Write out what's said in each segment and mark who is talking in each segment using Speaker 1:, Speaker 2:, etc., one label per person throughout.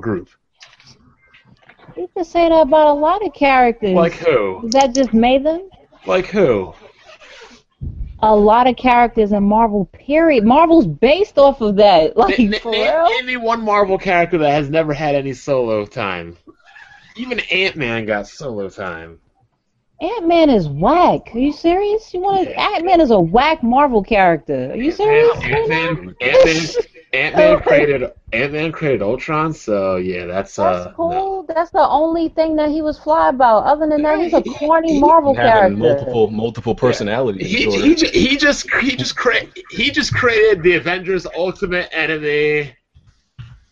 Speaker 1: group.
Speaker 2: You can say that about a lot of characters.
Speaker 1: Like who?
Speaker 2: that just made them
Speaker 1: Like who?
Speaker 2: a lot of characters in Marvel. Period. Marvel's based off of that. Like
Speaker 1: N- n-
Speaker 2: for
Speaker 1: name,
Speaker 2: real.
Speaker 1: name me one Marvel character that has never had any solo time. Even Ant Man got solo time.
Speaker 2: Ant Man is whack. Are you serious? You want
Speaker 1: Yeah.
Speaker 2: Ant Man is a whack Marvel character. Are you serious?
Speaker 1: Ant Man Ant Man created Ant Man created Ultron, so yeah, that's uh
Speaker 2: That's cool. That's the only thing that he was fly about. Other than that, he's a corny
Speaker 1: He-
Speaker 2: Marvel character.
Speaker 3: having multiple multiple personality
Speaker 1: He,
Speaker 3: disorder.
Speaker 1: he, ju- he just he just cre- he just created the Avengers Ultimate Enemy.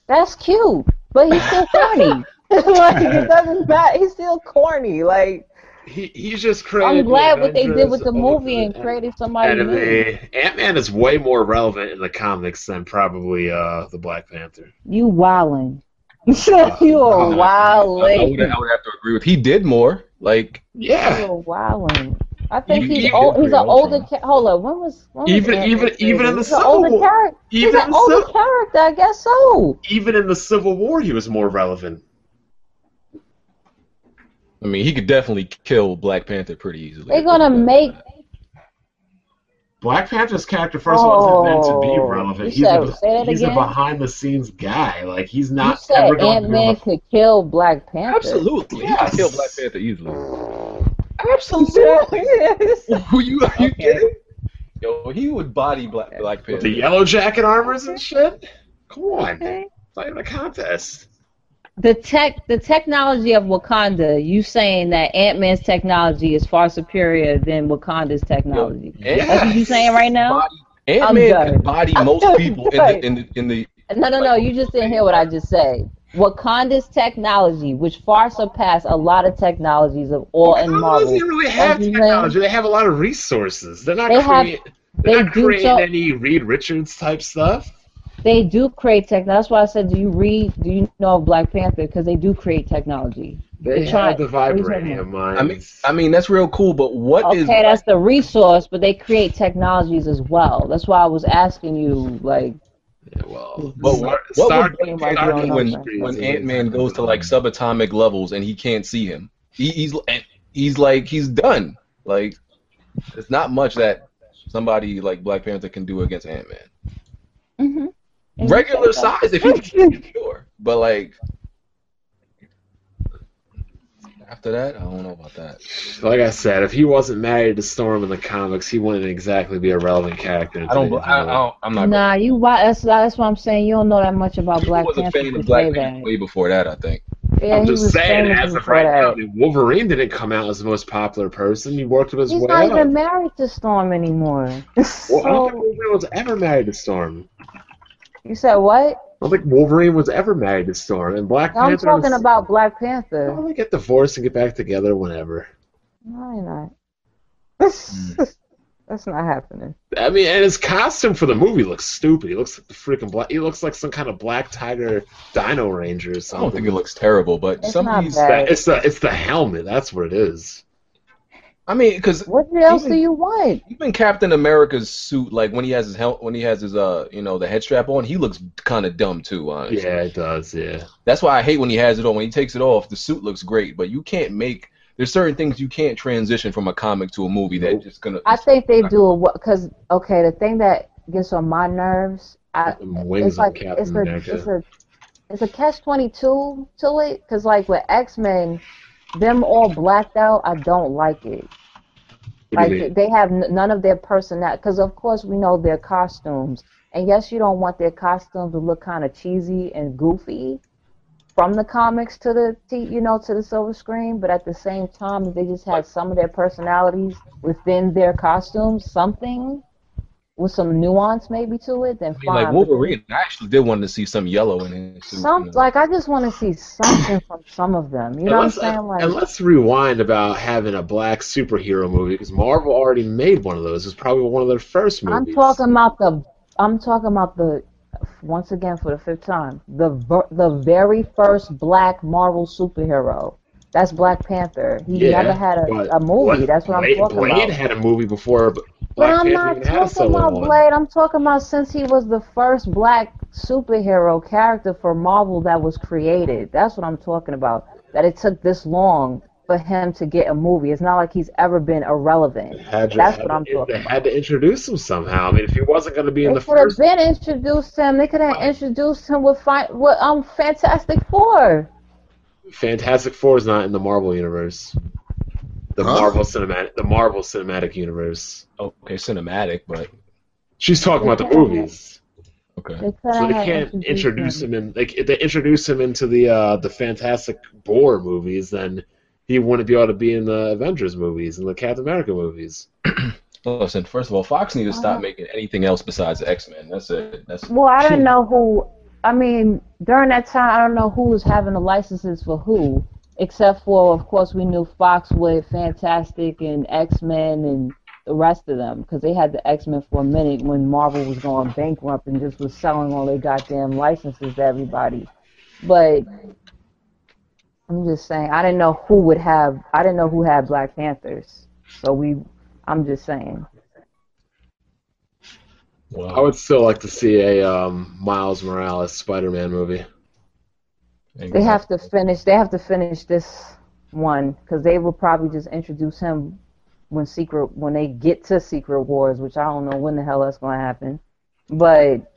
Speaker 2: That's cute, but he's still corny. like it doesn't matter. He's still corny. Like
Speaker 1: He, he's just created.
Speaker 2: I'm glad what they did
Speaker 1: Avengers uh,
Speaker 2: with the movie and
Speaker 1: Ultimate
Speaker 2: created somebody new.
Speaker 1: Enemy. Ant Man is way more relevant in the comics than probably uh the Black Panther.
Speaker 2: You wildin'. you are
Speaker 3: I would,
Speaker 2: wildin'.
Speaker 3: I would have to agree with. He did more. Like
Speaker 1: Yeah.
Speaker 2: You are wildin'. I think
Speaker 1: You-
Speaker 2: he's
Speaker 1: you
Speaker 2: old.
Speaker 3: did
Speaker 2: He's an
Speaker 3: pretty
Speaker 2: older.
Speaker 3: awesome.
Speaker 2: Ca- hold up. When was when was
Speaker 1: Even-
Speaker 2: Ant-Man
Speaker 1: even-
Speaker 2: created?
Speaker 1: even in the
Speaker 2: He's an
Speaker 1: Civil
Speaker 2: older
Speaker 1: War.
Speaker 2: character. He's
Speaker 1: Even in
Speaker 2: an
Speaker 1: the
Speaker 2: older
Speaker 1: Civil-
Speaker 2: character. I guess so.
Speaker 1: even in the Civil War, he was more relevant.
Speaker 3: I mean, he could definitely kill Black Panther pretty easily.
Speaker 2: They're gonna make.
Speaker 1: Black Panther's character, first of all, isn't meant to be
Speaker 2: Oh,
Speaker 1: relevant. He's,
Speaker 2: you said- say
Speaker 1: a,
Speaker 2: that
Speaker 1: he's a
Speaker 2: again?
Speaker 1: behind-the-scenes guy. Like he's
Speaker 2: You
Speaker 1: not
Speaker 2: said
Speaker 1: ever going
Speaker 2: Ant
Speaker 1: to be.
Speaker 2: Man
Speaker 1: relevant.
Speaker 2: could kill Black Panther.
Speaker 3: absolutely. He
Speaker 1: Yes.
Speaker 3: could kill Black Panther easily.
Speaker 2: Absolutely.
Speaker 3: Who you are you
Speaker 2: Okay.
Speaker 3: kidding? Yo, he would body Black Black
Speaker 1: With
Speaker 3: Panther.
Speaker 1: the yellow jacket armors and shit. Come on, it's not even a contest.
Speaker 2: the tech the technology of Wakanda, you saying that Ant Man's technology is far superior than Wakanda's technology. That's what you saying right now?
Speaker 3: Ant
Speaker 2: I'm
Speaker 3: Man
Speaker 2: done.
Speaker 3: could body most
Speaker 2: I'm
Speaker 3: people in
Speaker 2: done.
Speaker 3: the in the in the.
Speaker 2: No, no, no, you just didn't hear what I just said. Wakanda's technology, which far surpass a lot of technologies of all in
Speaker 1: Marvel
Speaker 2: Marvel.
Speaker 1: doesn't really have
Speaker 2: That's
Speaker 1: technology. They have a lot of resources. They're not
Speaker 2: They have-
Speaker 1: creating.
Speaker 2: they
Speaker 1: They're not
Speaker 2: do
Speaker 1: creating
Speaker 2: so-
Speaker 1: any Reed Richards type stuff.
Speaker 2: They do create tech. That's why I said, do you read? Do you know of Black Panther? Because they do create technology.
Speaker 1: They
Speaker 2: They're
Speaker 1: have
Speaker 2: trying-
Speaker 1: the
Speaker 2: what are you talking
Speaker 1: vibranium mines.
Speaker 3: I mean, I mean that's real cool. But what
Speaker 2: Okay,
Speaker 3: is
Speaker 2: that's the resource, but they create technologies as well. That's why I was asking you, like,
Speaker 1: yeah, well,
Speaker 3: But
Speaker 1: Star-
Speaker 3: what, what
Speaker 1: Stark-
Speaker 3: would
Speaker 2: Stargate
Speaker 3: Stark
Speaker 2: might be
Speaker 3: happen
Speaker 2: on
Speaker 3: when
Speaker 2: that
Speaker 3: when Ant Man goes to like subatomic levels and he can't see him? He, he's and he's like he's done. Like it's not much that somebody like Black Panther can do against Ant Man.
Speaker 2: mhm.
Speaker 3: Regular size if he sure, but like after that, I don't know about that.
Speaker 1: Like I said, if he wasn't married to Storm in the comics, he wouldn't exactly be a relevant character. in
Speaker 3: I don't.
Speaker 1: today's
Speaker 3: I, I
Speaker 1: world.
Speaker 3: don't I'm not.
Speaker 2: Nah, you why that's that's what I'm saying. You don't know that much about
Speaker 3: People
Speaker 2: Black
Speaker 3: was a
Speaker 2: Panther.
Speaker 3: fan
Speaker 2: to
Speaker 3: of Black
Speaker 2: say
Speaker 3: Panther
Speaker 2: that.
Speaker 3: way before that. I think.
Speaker 2: Yeah,
Speaker 1: I'm
Speaker 2: he
Speaker 1: just
Speaker 2: was
Speaker 1: saying,
Speaker 2: famous
Speaker 1: as of
Speaker 2: before
Speaker 1: right
Speaker 2: that.
Speaker 1: now, Wolverine didn't come out as the most popular person. He worked with his
Speaker 2: He's
Speaker 1: way
Speaker 2: not
Speaker 1: up.
Speaker 2: even married to Storm anymore.
Speaker 1: Well, I don't think
Speaker 2: so,
Speaker 1: Wolverine was ever married to Storm. I
Speaker 2: you said what?
Speaker 1: don't think Wolverine was ever married to Storm. And Black
Speaker 2: I'm
Speaker 1: Panther.
Speaker 2: talking
Speaker 1: was-
Speaker 2: about Black
Speaker 1: Why
Speaker 2: Panther.
Speaker 1: don't they get divorced and get back together whenever.
Speaker 2: No, you're not. that's not happening.
Speaker 1: I mean, and his costume for the movie looks stupid. He looks like the freaking black. He looks like some kind of black tiger Dino Ranger or
Speaker 3: I
Speaker 1: something.
Speaker 3: don't think it looks terrible, but
Speaker 2: It's
Speaker 3: some
Speaker 2: not
Speaker 3: of these.
Speaker 2: bad.
Speaker 1: That- it's the it's the helmet. That's what it is.
Speaker 3: I mean, because
Speaker 2: What else do
Speaker 3: Even-
Speaker 2: you want?
Speaker 3: Even Captain America's suit, like when he has his hel- when he has his uh, you know, the head strap on, he looks kind of dumb too. Honestly,
Speaker 1: Yeah, it does. Yeah.
Speaker 3: that's why I hate when he has it on. When he takes it off, the suit looks great, but you can't make. There's certain things you can't transition from a comic to a movie that
Speaker 1: Nope.
Speaker 3: just gonna.
Speaker 2: I think they do it because okay, the thing that gets on my nerves, I,
Speaker 1: The wings
Speaker 2: Uh, it's
Speaker 1: on
Speaker 2: like
Speaker 1: Captain
Speaker 2: it's a,
Speaker 1: America.
Speaker 2: it's a it's a catch twenty two to it because like with X Men, them all blacked out. I don't like it.
Speaker 1: What do you
Speaker 2: Like
Speaker 1: mean?
Speaker 2: they have n- none of their personality. Because of course we know their costumes, and yes, you don't want their costumes to look kind of cheesy and goofy, from the comics to the t- you know to the silver screen. But at the same time, if they just had some of their personalities within their costumes, something with some nuance maybe to it. Then
Speaker 3: I mean,
Speaker 2: fine.
Speaker 3: like
Speaker 2: But
Speaker 3: Wolverine, I actually did want to see some yellow in it. too, you
Speaker 2: some
Speaker 3: know.
Speaker 2: like I just want to see something from some of them. You know
Speaker 1: and, let's,
Speaker 2: what I'm saying? Like
Speaker 1: and let's rewind about having a black superhero movie because Marvel already made one of those. It was probably one of their first movies.
Speaker 2: I'm talking about the I'm talking about the once again for the fifth time the ver- the very first black Marvel superhero. That's Black Panther. He
Speaker 1: Yeah,
Speaker 2: never had
Speaker 1: but
Speaker 2: a, a movie.
Speaker 1: what-
Speaker 2: That's what
Speaker 1: Blade,
Speaker 2: I'm talking
Speaker 1: Blade
Speaker 2: about.
Speaker 1: had a movie before but
Speaker 2: but
Speaker 1: Black
Speaker 2: I'm
Speaker 1: Panther
Speaker 2: not
Speaker 1: even had a
Speaker 2: talking
Speaker 1: solo
Speaker 2: about
Speaker 1: one.
Speaker 2: Blade. I'm talking about since he was the first black superhero character for Marvel that was created. That's what I'm talking about. That it took this long for him to get a movie. It's not like he's ever been irrelevant.
Speaker 1: Had to-
Speaker 2: That's
Speaker 1: had
Speaker 2: what
Speaker 1: to-
Speaker 2: I'm talking
Speaker 1: They had to introduce him somehow. I mean, if he wasn't going to be in
Speaker 2: They
Speaker 1: the
Speaker 2: could have
Speaker 1: first,
Speaker 2: been introduced him. They could have introduced him with fi- with um Fantastic Four.
Speaker 1: Fantastic Four is not in the Marvel universe. The
Speaker 4: Huh?
Speaker 1: Marvel cinematic, the Marvel cinematic universe.
Speaker 3: okay, cinematic, but
Speaker 1: She's talking about the
Speaker 2: Okay.
Speaker 1: movies,
Speaker 3: okay.
Speaker 2: They could
Speaker 1: so
Speaker 2: have
Speaker 1: they can't introduce
Speaker 2: him.
Speaker 1: him in. Like, if they introduce him into the uh, the Fantastic Four movies, then he wouldn't be able to be in the Avengers movies and the Captain America movies.
Speaker 3: Listen, first of all, Fox needs to stop
Speaker 2: Uh.
Speaker 3: making anything else besides X Men. That's it. That's
Speaker 2: Well, I don't know who. I mean, during that time, I don't know who was having the licenses for who, except for of course we knew Fox with Fantastic and X Men and the rest of them because they had the X Men for a minute when Marvel was going bankrupt and just was selling all their goddamn licenses to everybody. But I'm just saying, I didn't know who would have. I didn't know who had Black Panthers. So we. I'm just saying.
Speaker 3: well,
Speaker 1: I would still like to see a um, Miles Morales Spider-Man movie.
Speaker 2: They have to finish. They have to finish this one because they will probably just introduce him when secret when they get to Secret Wars, which I don't know when the hell that's gonna happen. But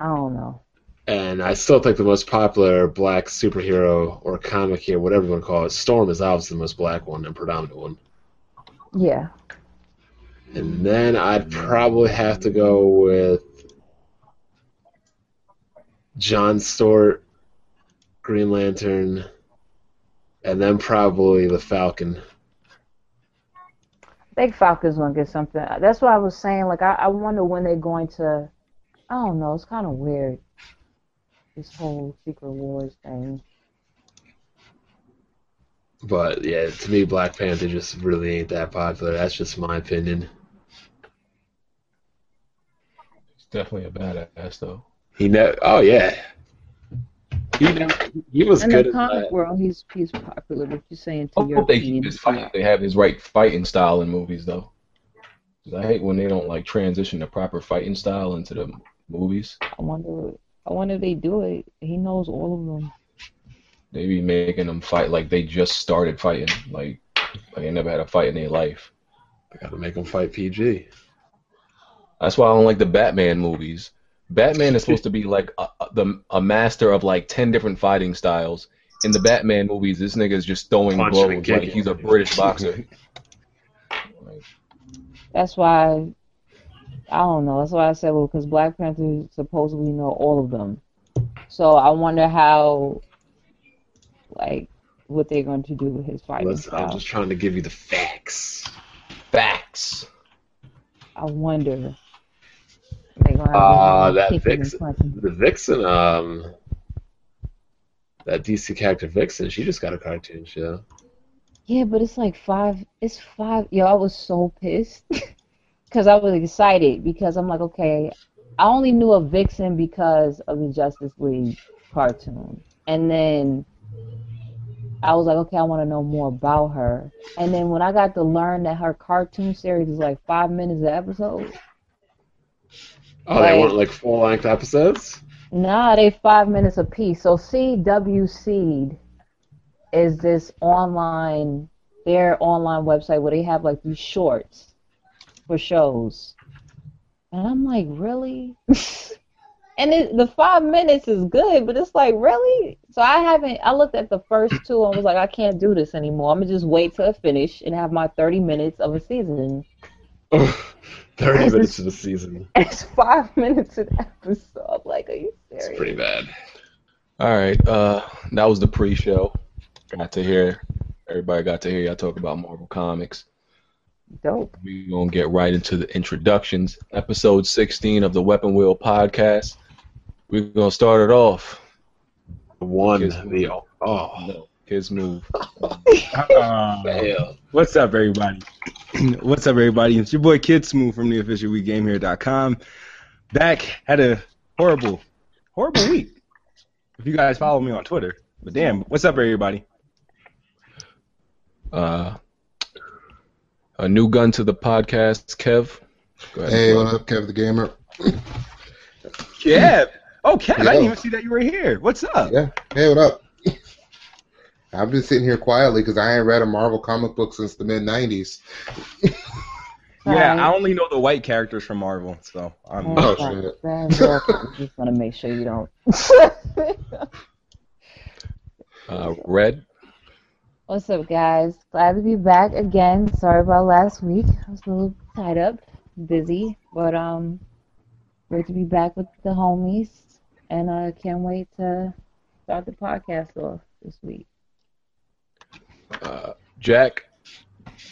Speaker 2: I don't know.
Speaker 1: And I still think the most popular black superhero or comic hero, whatever you want to call it, Storm is obviously the most black one and predominant one.
Speaker 2: Yeah,
Speaker 1: And then I'd probably have to go with John Stewart, Green Lantern, and then probably the Falcon.
Speaker 2: I think Falcons gonna get something. That's what I was saying. Like I, I wonder when they're going to. I don't know. It's kind of weird. This whole Secret Wars thing.
Speaker 1: But yeah, to me, Black Panther just really ain't that popular. That's just my opinion.
Speaker 3: He's definitely a badass though.
Speaker 1: He know. Oh yeah. He know. He was
Speaker 2: In
Speaker 1: good.
Speaker 2: the
Speaker 1: At
Speaker 2: comic
Speaker 1: that.
Speaker 2: world, he's he's popular. But you're saying to
Speaker 3: I
Speaker 2: your
Speaker 3: hope they keep his fight. They have his right fighting style in movies though. 'Cause I hate when they don't like transition the proper fighting style into the movies.
Speaker 2: I wonder. I wonder if they do it. He knows all of them.
Speaker 3: They be making them fight like they just started fighting, like like they never had a fight in their life.
Speaker 1: Got to make him fight PG.
Speaker 3: That's why I don't like the Batman movies. Batman is supposed to be like a, a- the a master of like ten different fighting styles. In the Batman movies, this nigga is just throwing
Speaker 1: Punching and
Speaker 3: blows like
Speaker 1: kicking.
Speaker 3: he's a British boxer. Like,
Speaker 2: That's why I don't know. That's why I said well, because Black Panther supposedly know all of them. So I wonder how, like, what they're going to do with his fighting
Speaker 1: Listen, I'm
Speaker 2: style.
Speaker 1: just trying to give you the facts.
Speaker 3: facts.
Speaker 2: I wonder. They're gonna have
Speaker 1: Ah,
Speaker 2: him
Speaker 1: that
Speaker 2: kicking and
Speaker 1: fix it.
Speaker 2: punching.
Speaker 1: The Vixen, um, that DC character Vixen, she just got a cartoon show.
Speaker 2: Yeah, but it's like five. It's five. Yo, I was so pissed because I was excited because I'm like, okay, I only knew of Vixen because of the Justice League cartoon, and then I was like, okay, I want to know more about her, and then when I got to learn that her cartoon series is like five minutes an episode,
Speaker 1: Oh, they
Speaker 2: Right.
Speaker 1: want like full length episodes.
Speaker 2: Nah, they five minutes a piece. So CW Seed is this online, their online website where they have like these shorts for shows. And I'm like, really? and it, the five minutes is good, but it's like really. So I haven't. I looked at the first two and was like, I can't do this anymore. I'm gonna just wait till it finish and have my 30 minutes of a season.
Speaker 1: Oh, Thirty minutes of the season.
Speaker 2: It's five minutes an episode. I'm like, are you serious?
Speaker 1: It's pretty bad.
Speaker 3: All right, uh, that was the pre-show. Got to hear everybody got to hear y'all talk about Marvel Comics.
Speaker 2: Dope.
Speaker 3: We're gonna get right into the introductions. Episode 16 of the Weapon Wheel podcast. We're gonna start it off.
Speaker 1: The One,
Speaker 3: Kids
Speaker 1: the oh,
Speaker 3: No, kids move.
Speaker 4: Uh, what's up, everybody? what's up, everybody? It's your boy Kid Smooth from the official WeGameHere.com. Back had a horrible, horrible week. If you guys follow me on Twitter, but damn, what's up, everybody?
Speaker 3: Uh, a new gun to the podcast, Kev. Go ahead.
Speaker 5: Hey, what up, Kev the Gamer?
Speaker 4: Yeah. Okay, Oh, I
Speaker 5: Yo.
Speaker 4: didn't even see that you were here. What's up?
Speaker 5: Yeah. Hey, what up? I've been sitting here quietly because I ain't read a Marvel comic book since the mid '90s.
Speaker 4: Yeah,
Speaker 2: Sorry.
Speaker 4: I only know the white characters from Marvel, so I'm.
Speaker 5: Oh,
Speaker 2: That's not
Speaker 5: shit.
Speaker 2: bad work. I just want to make sure you don't.
Speaker 3: Uh, Red.
Speaker 2: What's up, guys? Glad to be back again. Sorry about last week. I was a little tied up, busy, but um, great to be back with the homies, and I can't wait to start the podcast off this week.
Speaker 3: Uh, Jack.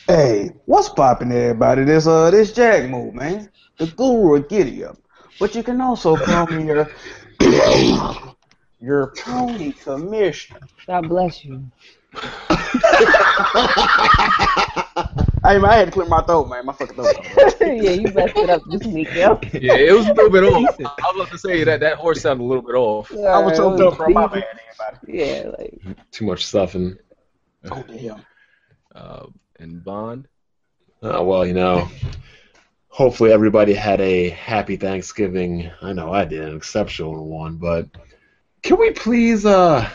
Speaker 6: Hey, what's popping, everybody? This uh, this Jack move, man. The guru of giddy up, but you can also call me your your pony commissioner.
Speaker 2: God bless you.
Speaker 6: Hey, man, I had to clear my throat, man. My fucking throat.
Speaker 2: yeah, you messed it up this week, yo.
Speaker 3: Yeah, it was a little bit off. I was about to say that that horse sounded a little bit off.
Speaker 6: I was choked up from my
Speaker 2: man.
Speaker 6: man.
Speaker 2: Yeah, like
Speaker 1: Too much stuff and
Speaker 6: Oh damn.
Speaker 3: Uh, and Bond.
Speaker 1: oh well, you know. Hopefully everybody had a happy Thanksgiving. I know I did an exceptional one, but can we please uh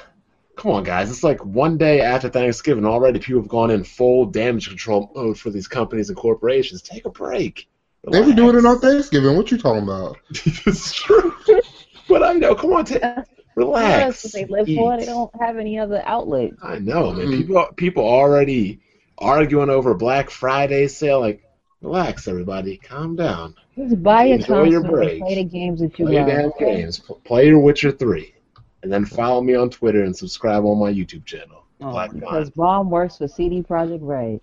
Speaker 1: come on guys, it's like one day after Thanksgiving already people have gone in full damage control mode for these companies and corporations. Take a break.
Speaker 5: They were doing it on
Speaker 1: Relax.
Speaker 5: Thanksgiving. What you talking about?
Speaker 1: it's true. But I know, come on, t-
Speaker 2: yeah,
Speaker 1: relax.
Speaker 2: that's what they live for. They
Speaker 1: Eat.
Speaker 2: don't have any other outlet.
Speaker 1: I know, man.
Speaker 5: Mm.
Speaker 1: People people already arguing over Black Friday sale. Like, relax, everybody, calm down.
Speaker 2: Just buy your
Speaker 1: Enjoy your
Speaker 2: console
Speaker 1: break.
Speaker 2: and play the games that you
Speaker 1: Play your
Speaker 2: love.
Speaker 1: damn games. P- Play your Witcher three, and then follow me on Twitter and subscribe on my YouTube channel.
Speaker 6: Oh,
Speaker 1: Black
Speaker 2: Because
Speaker 1: Mind.
Speaker 2: bomb works for CD Project Red.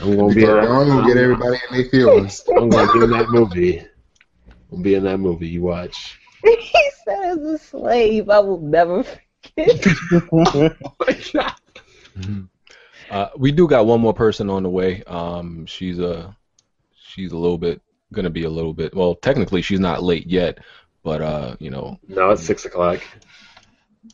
Speaker 1: I'm gonna
Speaker 5: You
Speaker 1: be.
Speaker 5: get
Speaker 1: around-
Speaker 5: wrong, you get everybody in their feelings.
Speaker 1: I'm gonna be in that movie. I'll be in that movie. You watch.
Speaker 2: he said, "As a slave, I will never forget."
Speaker 3: Uh, we do got one more person on the way. Um, she's a she's a little bit gonna be a little bit. Well, technically she's not late yet, but uh, you know,
Speaker 1: No, it's six o'clock.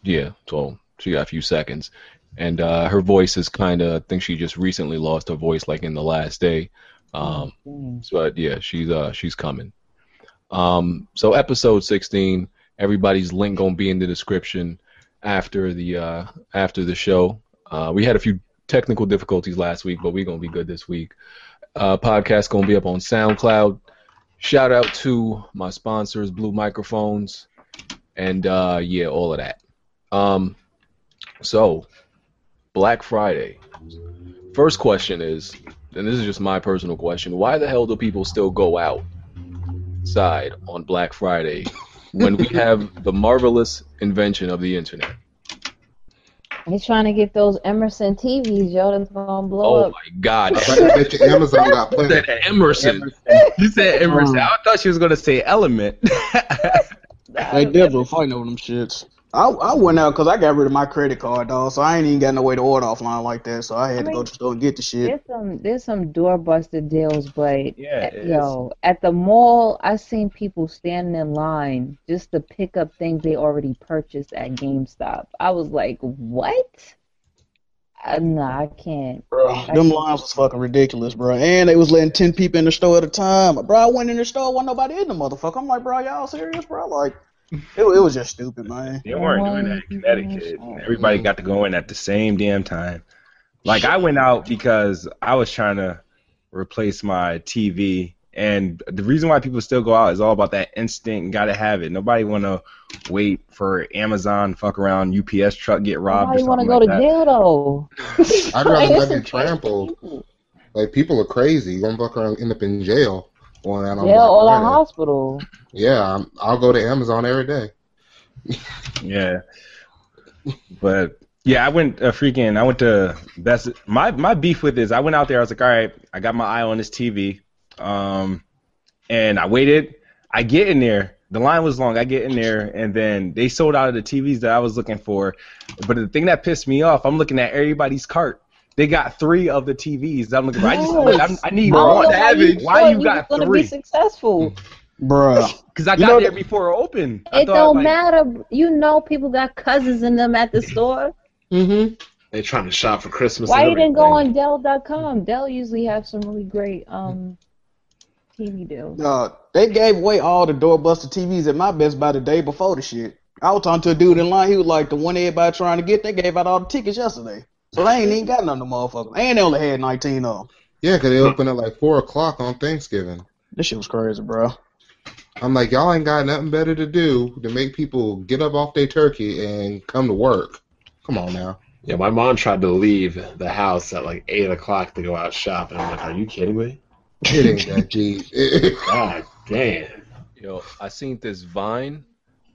Speaker 3: yeah. So she got a few seconds, and uh, her voice is kind of. I think she just recently lost her voice, like in the last day. Um,
Speaker 2: Mm.
Speaker 3: but yeah, she's uh she's coming. Um, so episode sixteen, everybody's link gonna be in the description after the uh after the show. Uh, we had a few technical difficulties last week, but we're gonna be good this week. Uh, podcast gonna be up on SoundCloud. Shout out to my sponsors, Blue Microphones, and uh, yeah, all of that. Um, so Black Friday. First question is, and this is just my personal question, why the hell do people still go outside on Black Friday when we have the marvelous invention of the internet?
Speaker 2: He's trying to get those Emerson TVs, yo. That's gonna blow
Speaker 3: Oh
Speaker 2: up.
Speaker 3: my God!
Speaker 5: I bet you Amazon got plenty.
Speaker 4: Said
Speaker 3: Emerson.
Speaker 4: You said Emerson. I thought she was gonna say Element.
Speaker 6: They definitely fighting over them shits. I, I went out because I got rid of my credit card, dog. So I ain't even got no way to order offline like that. So I had to go to the store and get the shit.
Speaker 2: There's some there's some doorbuster deals, but
Speaker 4: Yeah, it is.
Speaker 2: yo, at the mall, I seen people standing in line just to pick up things they already purchased at GameStop. I was like, what? Uh, no, I can't.
Speaker 6: Them lines was fucking ridiculous, bro. And they was letting ten people in the store at a time. Bro, I went in the store, wasn't nobody in the motherfucker. I'm like, bro, y'all serious, bro? Like, it, it was just stupid, man.
Speaker 4: They weren't doing that in Connecticut. Everybody got to go in at the same damn time. Like I went out because I was trying to replace my TV And the reason why people still go out is all about that instinct. and Gotta have it. Nobody wanna wait for Amazon fuck around, UPS truck get robbed.
Speaker 2: Why you
Speaker 4: or
Speaker 2: want to
Speaker 4: something
Speaker 2: go to
Speaker 4: like that.
Speaker 2: jail though?
Speaker 5: I'd rather not get trampled. Like people are crazy. You're gonna fuck around, and end up in jail. Going out on
Speaker 2: Jail
Speaker 5: Black
Speaker 2: or the
Speaker 5: Friday.
Speaker 2: hospital.
Speaker 5: Yeah, I'm, I'll go to Amazon every day.
Speaker 4: Yeah. But yeah, I went uh, freaking. I went to that's my my beef with this. I went out there. I was like, all right, I got my eye on this TV, um, and I waited. I get in there. The line was long. I get in there, and then they sold out of the TVs that I was looking for. But the thing that pissed me off, I'm looking at everybody's cart. They got three of the TVs that I'm looking for. I just,
Speaker 2: Yes.
Speaker 4: I'm, I need
Speaker 2: I don't
Speaker 4: one.
Speaker 2: know why you
Speaker 4: Why
Speaker 2: thought
Speaker 4: you got
Speaker 2: was gonna
Speaker 4: three?
Speaker 2: be successful.
Speaker 6: Bruh.
Speaker 4: Because I got
Speaker 6: You know
Speaker 4: there
Speaker 6: that-
Speaker 4: before it opened. I
Speaker 2: It
Speaker 4: thought,
Speaker 2: don't
Speaker 4: like,
Speaker 2: matter. You know, people got cousins in them at the store.
Speaker 5: Mm-hmm.
Speaker 1: They trying to shop for Christmas.
Speaker 2: Why
Speaker 1: and
Speaker 2: you didn't go
Speaker 1: everything.
Speaker 2: on Dell.com? Dell usually have some really great um TV deals.
Speaker 6: Uh, they gave away all the doorbuster TVs at my Best Buy the day before the shit. I was talking to a dude in line. He was like, the one everybody trying to get, they gave out all the tickets yesterday. So they ain't even got none of the motherfuckers. And they only had 19 of them.
Speaker 5: Yeah, 'cause they open at like four o'clock on Thanksgiving.
Speaker 6: This shit was crazy, bro.
Speaker 5: I'm like, y'all ain't got nothing better to do to make people get up off their turkey and come to work. Come on now.
Speaker 1: Yeah, my mom tried to leave the house at like eight o'clock to go out shopping. I'm like, are you kidding me?
Speaker 5: It ain't that deep.
Speaker 1: God damn.
Speaker 3: Yo, I seen this vine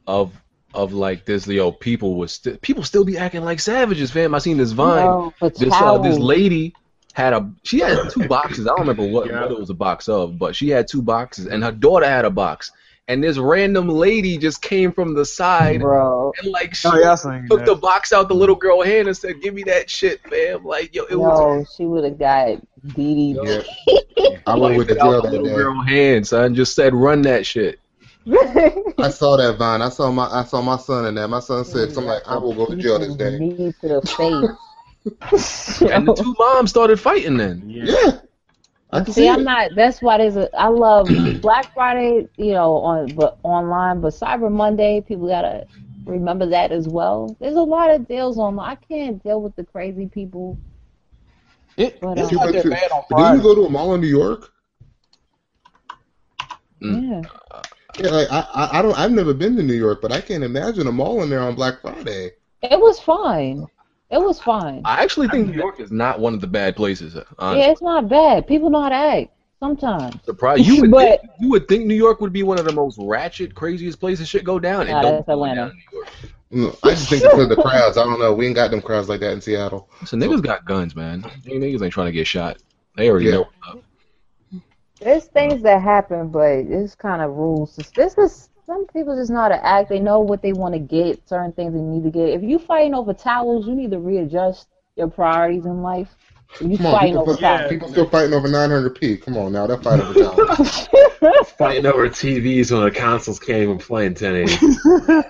Speaker 3: of of like this. Yo, people was sti- people still be acting like savages, fam. I seen this vine.
Speaker 2: No, for
Speaker 3: This uh, this
Speaker 2: towels.
Speaker 3: lady had a she had two boxes. I don't remember what,
Speaker 1: Yeah.
Speaker 3: what it was a box of, but she had two boxes, and her daughter had a box. And this random lady just came from the side
Speaker 2: bro.
Speaker 3: and like she
Speaker 6: Oh, yeah, I seen
Speaker 3: took the
Speaker 6: that.
Speaker 3: box out the little girl hand and said, "Give me that shit, fam." Like yo, it was.
Speaker 2: No, she would have got Dee Dee.
Speaker 5: yeah. I went with the
Speaker 3: Took out the
Speaker 5: deal that
Speaker 3: little
Speaker 5: day.
Speaker 3: girl hand, son. Just said, "Run that shit."
Speaker 5: I saw that Vine. I saw my I saw my son in that. My son said something like, I will go to jail this day.
Speaker 2: Knee to the face.
Speaker 3: And the two moms started fighting then.
Speaker 5: Yeah. I can see,
Speaker 2: See, I'm
Speaker 5: it.
Speaker 2: not. That's why there's a. I love Black Friday, you know, on but online, but Cyber Monday, people gotta remember that as well. There's a lot of deals online. I can't deal with the crazy people.
Speaker 6: It,
Speaker 2: But,
Speaker 6: it's
Speaker 2: uh,
Speaker 6: not that bad on
Speaker 5: Did you
Speaker 6: Friday.
Speaker 5: go to a mall in New York?
Speaker 2: Yeah,
Speaker 5: Yeah, like I, I, I don't I've never been to New York, but I can't imagine a mall in there on Black Friday.
Speaker 2: it was fine. It was fine.
Speaker 3: I actually think New York is not one of the bad places. uh, Honestly.
Speaker 2: Yeah, it's not bad. People know how to act sometimes.
Speaker 3: Surprise! You would
Speaker 2: But-
Speaker 3: think, you would think New York would be one of the most ratchet, craziest places shit go down. It
Speaker 2: Nah,
Speaker 3: don't
Speaker 2: that's
Speaker 3: go
Speaker 2: Atlanta.
Speaker 3: down in New York.
Speaker 5: Mm, I just think because of the crowds. I don't know. We ain't got them crowds like that in Seattle.
Speaker 3: So niggas got guns, man. They- Niggas ain't trying to get shot. They already
Speaker 5: Yeah.
Speaker 3: know. what's up.
Speaker 2: There's things that happen, but it's kind of rules. This is some people just know how to act. They know what they want to get, certain things they need to get. If you fighting over towels, you need to readjust your priorities in life. If you
Speaker 5: Come on,
Speaker 2: fighting
Speaker 5: people,
Speaker 2: over
Speaker 5: fuck-
Speaker 4: Yeah.
Speaker 5: people still fighting over 900p. Come on now, that fight over time.
Speaker 1: Fighting over TVs when the consoles can't even play in 1080.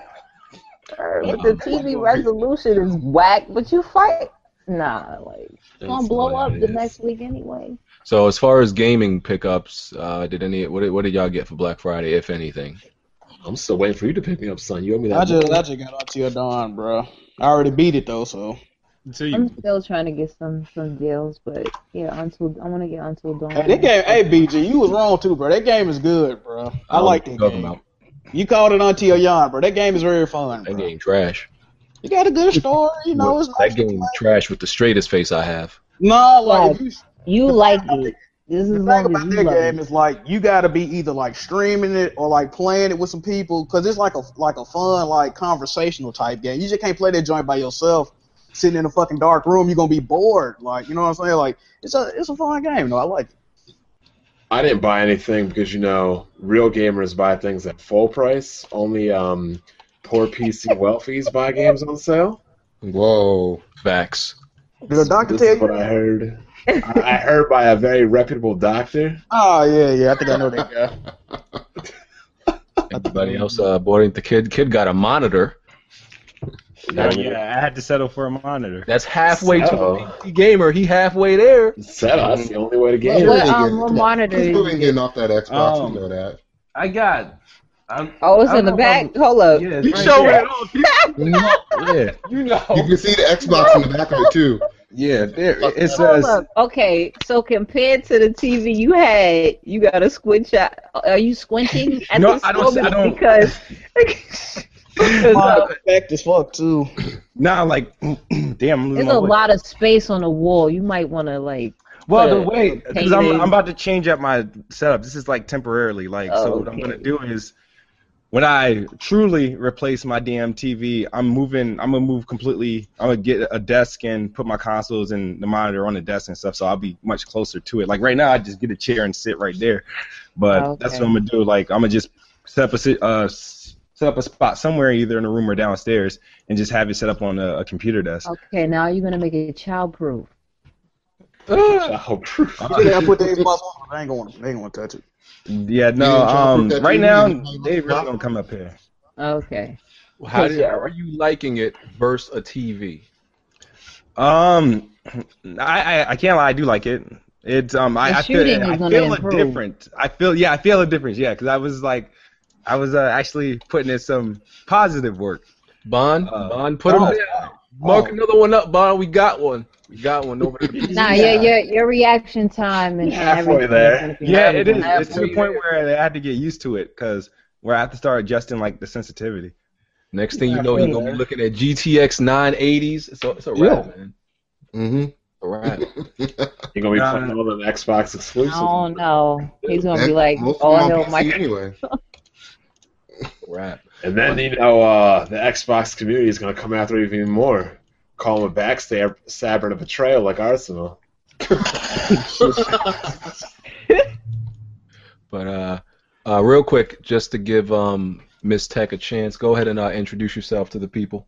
Speaker 2: towels, if the TV resolution is whack, but you fight, nah, like it's gonna
Speaker 1: That's
Speaker 2: blow
Speaker 1: what
Speaker 2: up
Speaker 1: it
Speaker 2: the
Speaker 1: is.
Speaker 2: next week anyway.
Speaker 3: So as far as gaming pickups, uh, did any what did, what did y'all get for Black Friday, if anything?
Speaker 1: I'm still waiting for you to pick me up, son. You owe me that.
Speaker 6: I just, I
Speaker 1: money.
Speaker 6: just got up to your dawn, bro. I already beat it, though, so.
Speaker 4: Until you
Speaker 2: I'm still trying to get some some deals, but yeah, until I want to get until dawn.
Speaker 6: Hey, that game, hey, BG, you was wrong, too, bro. That game is good, bro. I,
Speaker 3: don't
Speaker 6: like
Speaker 3: know
Speaker 6: that
Speaker 3: what you're
Speaker 6: game. You called it Auntie Yon, bro. That game is very fun,
Speaker 3: That
Speaker 6: bro.
Speaker 3: game trash.
Speaker 6: You got a good story, you know. It's nice
Speaker 3: that
Speaker 6: to
Speaker 3: game
Speaker 6: play.
Speaker 3: trash with the straightest face I have.
Speaker 6: No, like
Speaker 2: Right.
Speaker 6: you,
Speaker 2: You
Speaker 6: The
Speaker 2: like
Speaker 6: thing about
Speaker 2: it. This
Speaker 6: the
Speaker 2: is
Speaker 6: thing
Speaker 2: long as
Speaker 6: about
Speaker 2: you
Speaker 6: that
Speaker 2: love it.
Speaker 6: game is like you gotta be either like streaming it or like playing it with some people because it's like a like a fun like conversational type game. You just can't play that joint by yourself. Sitting in a fucking dark room, you're gonna be bored. Like you know what I'm saying? Like it's a it's a fun game. though. I like it.
Speaker 1: I didn't buy anything because you know real gamers buy things at full price. Only um, poor PC wealthies buy games on sale.
Speaker 5: Whoa.
Speaker 3: Facts.
Speaker 6: Did the doctor
Speaker 1: This
Speaker 6: tell
Speaker 1: is what
Speaker 6: you?
Speaker 1: I heard. I I heard by a very reputable doctor.
Speaker 6: Oh yeah, yeah. I think I know that guy.
Speaker 3: Everybody else uh, bought it. The kid kid got a monitor.
Speaker 4: Oh, yeah, I had to settle for a monitor.
Speaker 3: That's halfway to
Speaker 1: So-
Speaker 3: a PC gamer. He halfway there.
Speaker 1: Set up. "Oh, That's the only way to get
Speaker 5: Sure
Speaker 1: it.
Speaker 2: What,
Speaker 5: they
Speaker 2: um,
Speaker 5: get it.
Speaker 2: what
Speaker 5: Come on.
Speaker 2: monitor
Speaker 5: People
Speaker 2: is
Speaker 5: been getting off that Xbox.
Speaker 4: Um,
Speaker 5: you know that.
Speaker 4: I got. I'm,
Speaker 2: Oh, it's
Speaker 4: I
Speaker 2: in the
Speaker 4: don't know if I'm-
Speaker 2: back. Hold up.
Speaker 4: Yeah,
Speaker 3: You
Speaker 4: it's right
Speaker 3: showing
Speaker 4: there.
Speaker 3: it off. You know, yeah, you know.
Speaker 5: You can see the Xbox in the back of it too.
Speaker 4: Yeah, there, it
Speaker 2: Hold
Speaker 4: says.
Speaker 2: up. Okay, so compared to the TV you had, you got a squint shot. Are you squinting at
Speaker 4: No,
Speaker 2: this
Speaker 4: I don't-
Speaker 2: moment?
Speaker 4: I don't-
Speaker 2: Because, because, uh,
Speaker 6: Effect as fuck too.
Speaker 4: Nah, like, damn, I'm losing
Speaker 2: there's
Speaker 4: my
Speaker 2: a
Speaker 4: way.
Speaker 2: lot of space on the wall. You might want to like.
Speaker 4: Well, the
Speaker 2: put a-
Speaker 4: way
Speaker 2: put a
Speaker 4: because I'm,
Speaker 2: painting.
Speaker 4: I'm about to change up my setup. This is like temporarily, like so. What I'm
Speaker 2: Okay.
Speaker 4: gonna do is when I truly replace my damn TV, I'm moving. I'm gonna move completely. I'm gonna get a desk and put my consoles and the monitor on the desk and stuff. So I'll be much closer to it. Like right now, I just get a chair and sit right there. But that's
Speaker 2: Okay.
Speaker 4: what I'm gonna do. Like I'm gonna just set up a sit- uh, s- set up a spot somewhere, either in a room or downstairs, and just have it set up on a, a computer desk.
Speaker 2: Okay, now you're gonna make it childproof.
Speaker 1: Oh, proof.
Speaker 4: Uh,
Speaker 6: Yeah, I put the Xbox on. They ain't gonna, they ain't gonna touch it.
Speaker 4: Yeah,
Speaker 5: Yeah,
Speaker 4: no.
Speaker 5: try to
Speaker 4: Um,
Speaker 5: put that
Speaker 4: right
Speaker 5: TV
Speaker 4: now,
Speaker 5: in the
Speaker 4: they really
Speaker 5: box.
Speaker 4: don't come up here.
Speaker 2: Okay.
Speaker 3: How, did, how are you liking it versus a TV?
Speaker 4: Um, I, I I can't lie, I do like it. It's um, I,
Speaker 2: The
Speaker 4: I feel
Speaker 2: shooting is
Speaker 4: I
Speaker 2: gonna
Speaker 4: feel a
Speaker 2: improve.
Speaker 4: different. I feel yeah, I feel a difference. Yeah, because I was like, I was uh, actually putting in some positive work.
Speaker 3: Bond,
Speaker 4: Uh,
Speaker 3: Bond, put 'em
Speaker 4: oh,
Speaker 3: down. Mark another one up, Bond. We got one. We got one over there.
Speaker 2: Nah, yeah, your your reaction time and, and
Speaker 1: Halfway
Speaker 2: everything.
Speaker 1: there.
Speaker 2: gonna be
Speaker 4: Yeah, it
Speaker 2: relevant.
Speaker 4: is. It's to the
Speaker 3: Absolutely.
Speaker 4: point where I had to get used to it because where I have to start adjusting like the sensitivity.
Speaker 3: Next thing you know, you're gonna be looking at GTX 980s. It's a, it's a wrap, man.
Speaker 5: Mm-hmm.
Speaker 3: A wrap.
Speaker 1: You're gonna be
Speaker 4: Nah.
Speaker 1: playing all of them Xbox exclusive.
Speaker 2: I don't know. He's gonna
Speaker 5: That-
Speaker 2: be like,
Speaker 5: most of
Speaker 2: oh
Speaker 5: them on
Speaker 2: hell,
Speaker 5: PC
Speaker 2: my
Speaker 5: anyway.
Speaker 3: A wrap.
Speaker 1: And then you know uh, the Xbox community is gonna come after it even more, call him a backstab, stabber, and a betrayal like Arsenal.
Speaker 3: But uh, uh, real quick, just to give um Miss Tech a chance, go ahead and uh, introduce yourself to the people.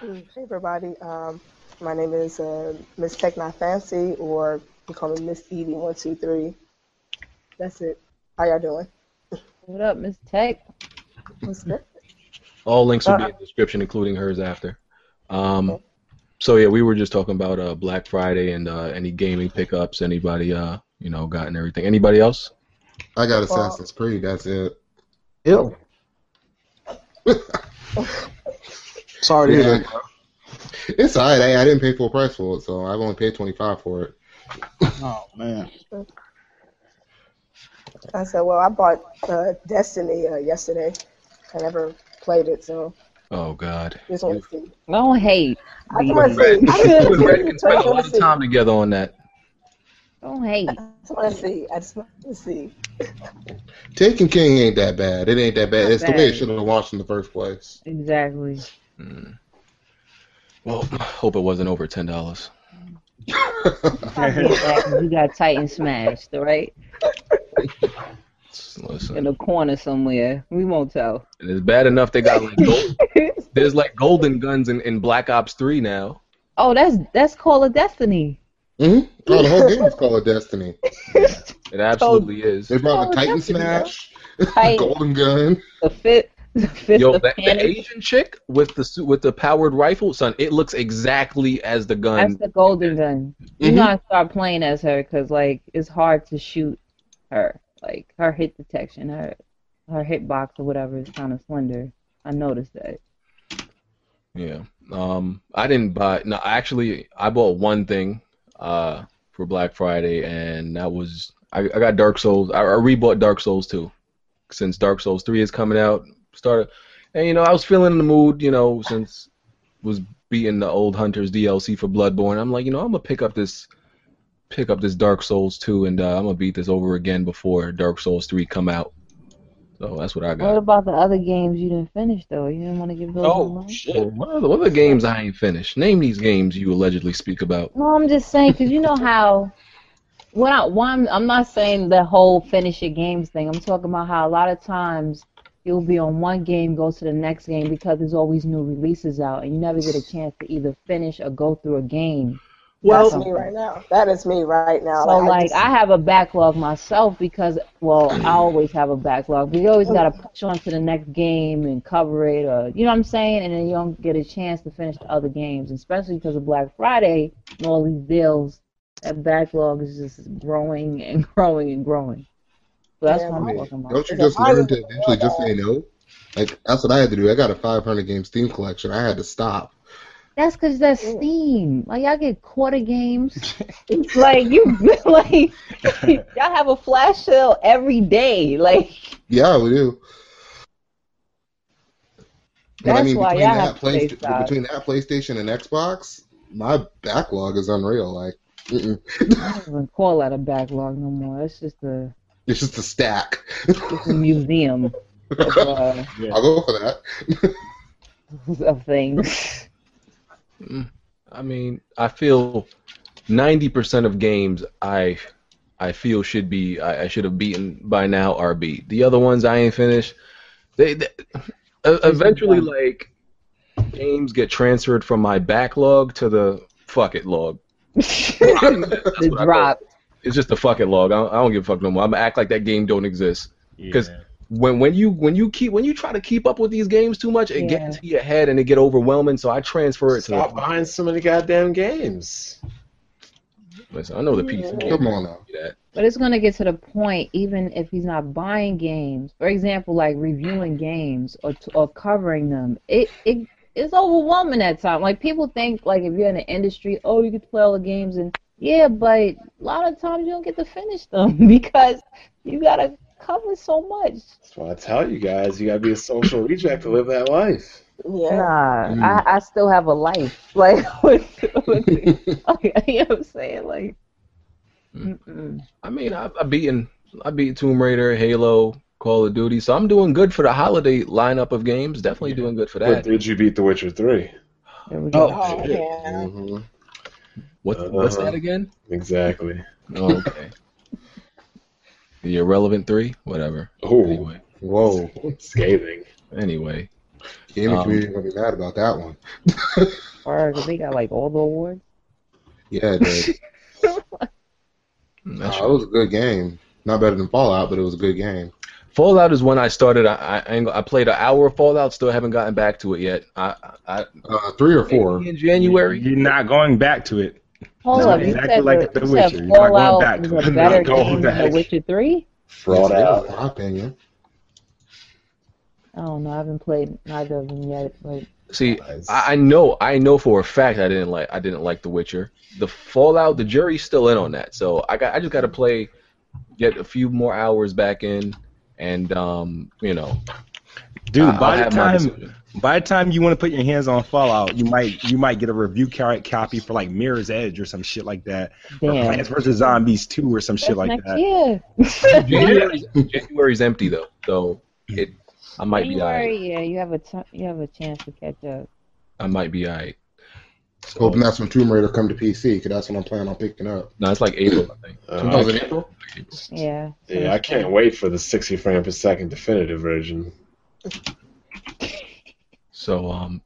Speaker 7: Hey everybody, um, my name is uh, Miss Tech Not Fancy, or you call me Miss Edie One Two Three. That's it. How y'all doing?
Speaker 2: what up, Miss Tech?
Speaker 7: What's good?
Speaker 3: All links will be in the description, including hers after. Um, so yeah, we were just talking about uh, Black Friday and uh, any gaming pickups. Anybody uh, you know, gotten everything? Anybody else?
Speaker 5: I got Assassin's Creed. That's it.
Speaker 6: Ew. Sorry to hear
Speaker 5: Yeah.
Speaker 6: that.
Speaker 5: It's alright. I, I didn't pay full price for it, so I've only paid twenty five for it.
Speaker 6: Oh man.
Speaker 7: I said, well, I bought uh, Destiny uh, yesterday. I never played it, so
Speaker 3: Oh God.
Speaker 7: just want to see.
Speaker 2: Don't hate.
Speaker 7: I just want to see. I just want
Speaker 3: We can
Speaker 7: to see. I
Speaker 3: spend
Speaker 7: just
Speaker 3: a lot
Speaker 7: want
Speaker 3: of
Speaker 7: to see.
Speaker 3: time together on that.
Speaker 2: Don't hate.
Speaker 7: I just want to see. I just want to see.
Speaker 5: Taken King ain't that bad. It ain't that bad.
Speaker 2: Not
Speaker 5: it's the way
Speaker 2: bad.
Speaker 5: it should have launched in the first place.
Speaker 2: Exactly.
Speaker 3: Well, hope it wasn't over ten dollars.
Speaker 2: you got Titan smashed, all right?
Speaker 3: Listen,
Speaker 2: In a corner somewhere. We won't tell.
Speaker 3: and it's bad enough they got like gold, there's like golden guns in, in Black Ops Three now.
Speaker 2: Oh, that's that's Call of Destiny.
Speaker 5: hmm Oh, the whole game is Call of Destiny.
Speaker 3: It absolutely is.
Speaker 5: They brought
Speaker 2: Oh,
Speaker 5: the Titan
Speaker 2: Destiny,
Speaker 5: Smash,
Speaker 2: Titan,
Speaker 5: Golden Gun.
Speaker 2: the fifth, the fifth
Speaker 3: Yo,
Speaker 2: of
Speaker 3: that, the
Speaker 2: panic.
Speaker 3: Asian chick with the su- with the powered rifle, son, it looks exactly as the
Speaker 2: That's
Speaker 3: gun.
Speaker 2: the golden gun.
Speaker 3: Mm-hmm.
Speaker 2: You're gonna start playing as her because like it's hard to shoot her. Like her hit detection, her her hitbox or whatever is kind of slender. I noticed that.
Speaker 3: Yeah. Um, I didn't buy. No, actually, I bought one thing uh for Black Friday, and that was I, I got Dark Souls. I, I rebought Dark Souls two, since Dark Souls three is coming out. Started, and you know I was feeling in the mood. You know, since was beating the old Hunters DLC for Bloodborne, I'm like, you know, I'm gonna pick up this pick up this Dark Souls two, and uh, I'm gonna beat this over again before Dark Souls three come out. So that's what I got.
Speaker 2: What about the other games you didn't finish though? You didn't want to give those a
Speaker 3: Oh
Speaker 2: run?
Speaker 3: shit! What are the, what are the games I ain't finished? Name these games you allegedly speak about.
Speaker 2: No, I'm just saying because you know how. When I, why I'm, I'm not saying the whole finish your games thing. I'm talking about how a lot of times you'll be on one game, go to the next game because there's always new releases out, and you never get a chance to either finish or go through a game.
Speaker 7: Well, That's me right now. That is me right now.
Speaker 2: So like
Speaker 7: just-
Speaker 2: I have a backlog myself because well I always have a backlog. But you always gotta push on to the next game and cover it or you know what I'm saying, and then you don't get a chance to finish the other games, especially because of Black Friday and all these deals. That backlog is just growing and growing and growing. So that's
Speaker 7: Yeah,
Speaker 2: what
Speaker 7: mine-
Speaker 2: I'm talking about.
Speaker 5: Don't you just learn to eventually just say no? Like that's what I had to do. I got a 500 game Steam collection. I had to stop
Speaker 2: That's because that's Steam. Like y'all get quarter games. It's like you like y'all have a flash sale every day. Like
Speaker 5: Yeah, we do. But I
Speaker 2: That's
Speaker 5: mean,
Speaker 2: why
Speaker 5: between
Speaker 2: y'all
Speaker 5: that,
Speaker 2: have to
Speaker 5: Playsta-
Speaker 2: stay solid.
Speaker 5: between that PlayStation and Xbox, my backlog is unreal. Like, mm-mm.
Speaker 2: I don't even call that a backlog no more. It's just a
Speaker 5: it's just a stack.
Speaker 2: it's a museum of, uh,
Speaker 5: I'll go for that.
Speaker 2: of things.
Speaker 3: I mean, I feel ninety percent of games I I feel should be I, I should have beaten by now are beat. The other ones I ain't finished. They, they e- eventually like games get transferred from my backlog to the fuck it log.
Speaker 2: the
Speaker 3: what I
Speaker 2: drop.
Speaker 3: It's just a fuck it log. I don't, I don't give a fuck no more. I'm gonna act like that game don't exist. Because
Speaker 4: Yeah.
Speaker 3: when when you when you keep when you try to keep up with these games too much, it
Speaker 2: Yeah.
Speaker 3: gets to your head and it get overwhelming. So I transfer it
Speaker 1: Stop
Speaker 3: to
Speaker 1: buying so many goddamn games.
Speaker 3: the. Listen, I know the PC. game
Speaker 5: Come on now.
Speaker 3: do that.
Speaker 2: But it's gonna get to the point, even if he's not buying games. For example, like reviewing games or t- or covering them, it it it's overwhelming at time. Like people think like if you're in the industry, oh, you get to play all the games, and yeah, but a lot of times you don't get to finish them because you gotta cover so much.
Speaker 1: That's why I tell you guys, you gotta be a social reject to live that life.
Speaker 7: Yeah.
Speaker 2: Nah,
Speaker 5: Mm.
Speaker 2: I, I still have a life. Like, with, with, like, you know what I'm saying? Like, mm-mm.
Speaker 3: I mean, I've, I've beaten I beat Tomb Raider, Halo, Call of Duty, so I'm doing good for the holiday lineup of games. Definitely doing good for
Speaker 1: But
Speaker 3: that.
Speaker 1: did you beat The Witcher 3?
Speaker 2: There we go.
Speaker 3: Oh,
Speaker 7: Oh,
Speaker 3: shit.
Speaker 7: yeah.
Speaker 1: Mm-hmm.
Speaker 3: What, what's
Speaker 1: Uh-huh.
Speaker 3: that again?
Speaker 1: Exactly.
Speaker 3: Oh, okay. the irrelevant three, whatever.
Speaker 1: Oh,
Speaker 3: Anyway,
Speaker 5: Whoa,
Speaker 1: scathing.
Speaker 3: anyway,
Speaker 5: gaming
Speaker 3: Um,
Speaker 5: community gonna be mad about that one.
Speaker 2: Or, 'cause they got like all the awards.
Speaker 5: Yeah, it did.
Speaker 3: that
Speaker 5: Nah,
Speaker 3: shit-
Speaker 5: it was a good game. Not better than Fallout, but it was a good game.
Speaker 3: Fallout is when I started. I I, ain't go- I played an hour of Fallout. Still haven't gotten back to it yet. I I
Speaker 5: Uh, three or four.
Speaker 3: maybe in January.
Speaker 4: You're not going back to it.
Speaker 2: Hold
Speaker 4: No,
Speaker 2: up, you
Speaker 4: exactly
Speaker 2: said,
Speaker 4: like
Speaker 2: the,
Speaker 4: The
Speaker 2: you said
Speaker 4: Witcher. You're not going
Speaker 2: Fallout
Speaker 4: back.
Speaker 2: is
Speaker 4: You're
Speaker 2: a
Speaker 4: not
Speaker 2: better
Speaker 4: going
Speaker 2: game than
Speaker 4: back.
Speaker 2: The Witcher 3?
Speaker 1: Fraud
Speaker 5: Yes, it is,
Speaker 1: out.
Speaker 5: in my opinion.
Speaker 2: I don't know. I haven't played neither of them yet, but
Speaker 3: See,
Speaker 1: Nice.
Speaker 3: I, I know, I know for a fact I didn't like, I didn't like The Witcher. The Fallout, the jury's still in on that. So I got, I just got to play, get a few more hours back in, and um, you know, I-
Speaker 4: Dude,
Speaker 3: I'll
Speaker 4: by the
Speaker 3: have my
Speaker 4: time
Speaker 3: decision.
Speaker 4: by the time you want to put your hands on Fallout, you might you might get a review ca- copy for like Mirror's Edge or some shit like that, or
Speaker 2: damn.
Speaker 4: Plants vs Zombies 2 or some
Speaker 2: That's
Speaker 4: shit like
Speaker 2: next
Speaker 4: that.
Speaker 2: year.
Speaker 3: January's, January's empty though, so it, I might be alright.
Speaker 2: January, yeah, you have a t- you have a chance to catch up.
Speaker 3: I might be alright. So,
Speaker 5: Hoping that's when Tomb Raider come to PC, because that's what I'm planning on picking up.
Speaker 3: no, it's like April, I think.
Speaker 1: Uh,
Speaker 4: Oh,
Speaker 1: I
Speaker 5: Sometimes in
Speaker 1: can't-
Speaker 5: April.
Speaker 2: Yeah. so
Speaker 1: yeah, I
Speaker 2: it's-
Speaker 1: can't wait for the 60 frame per second definitive version.
Speaker 3: So um,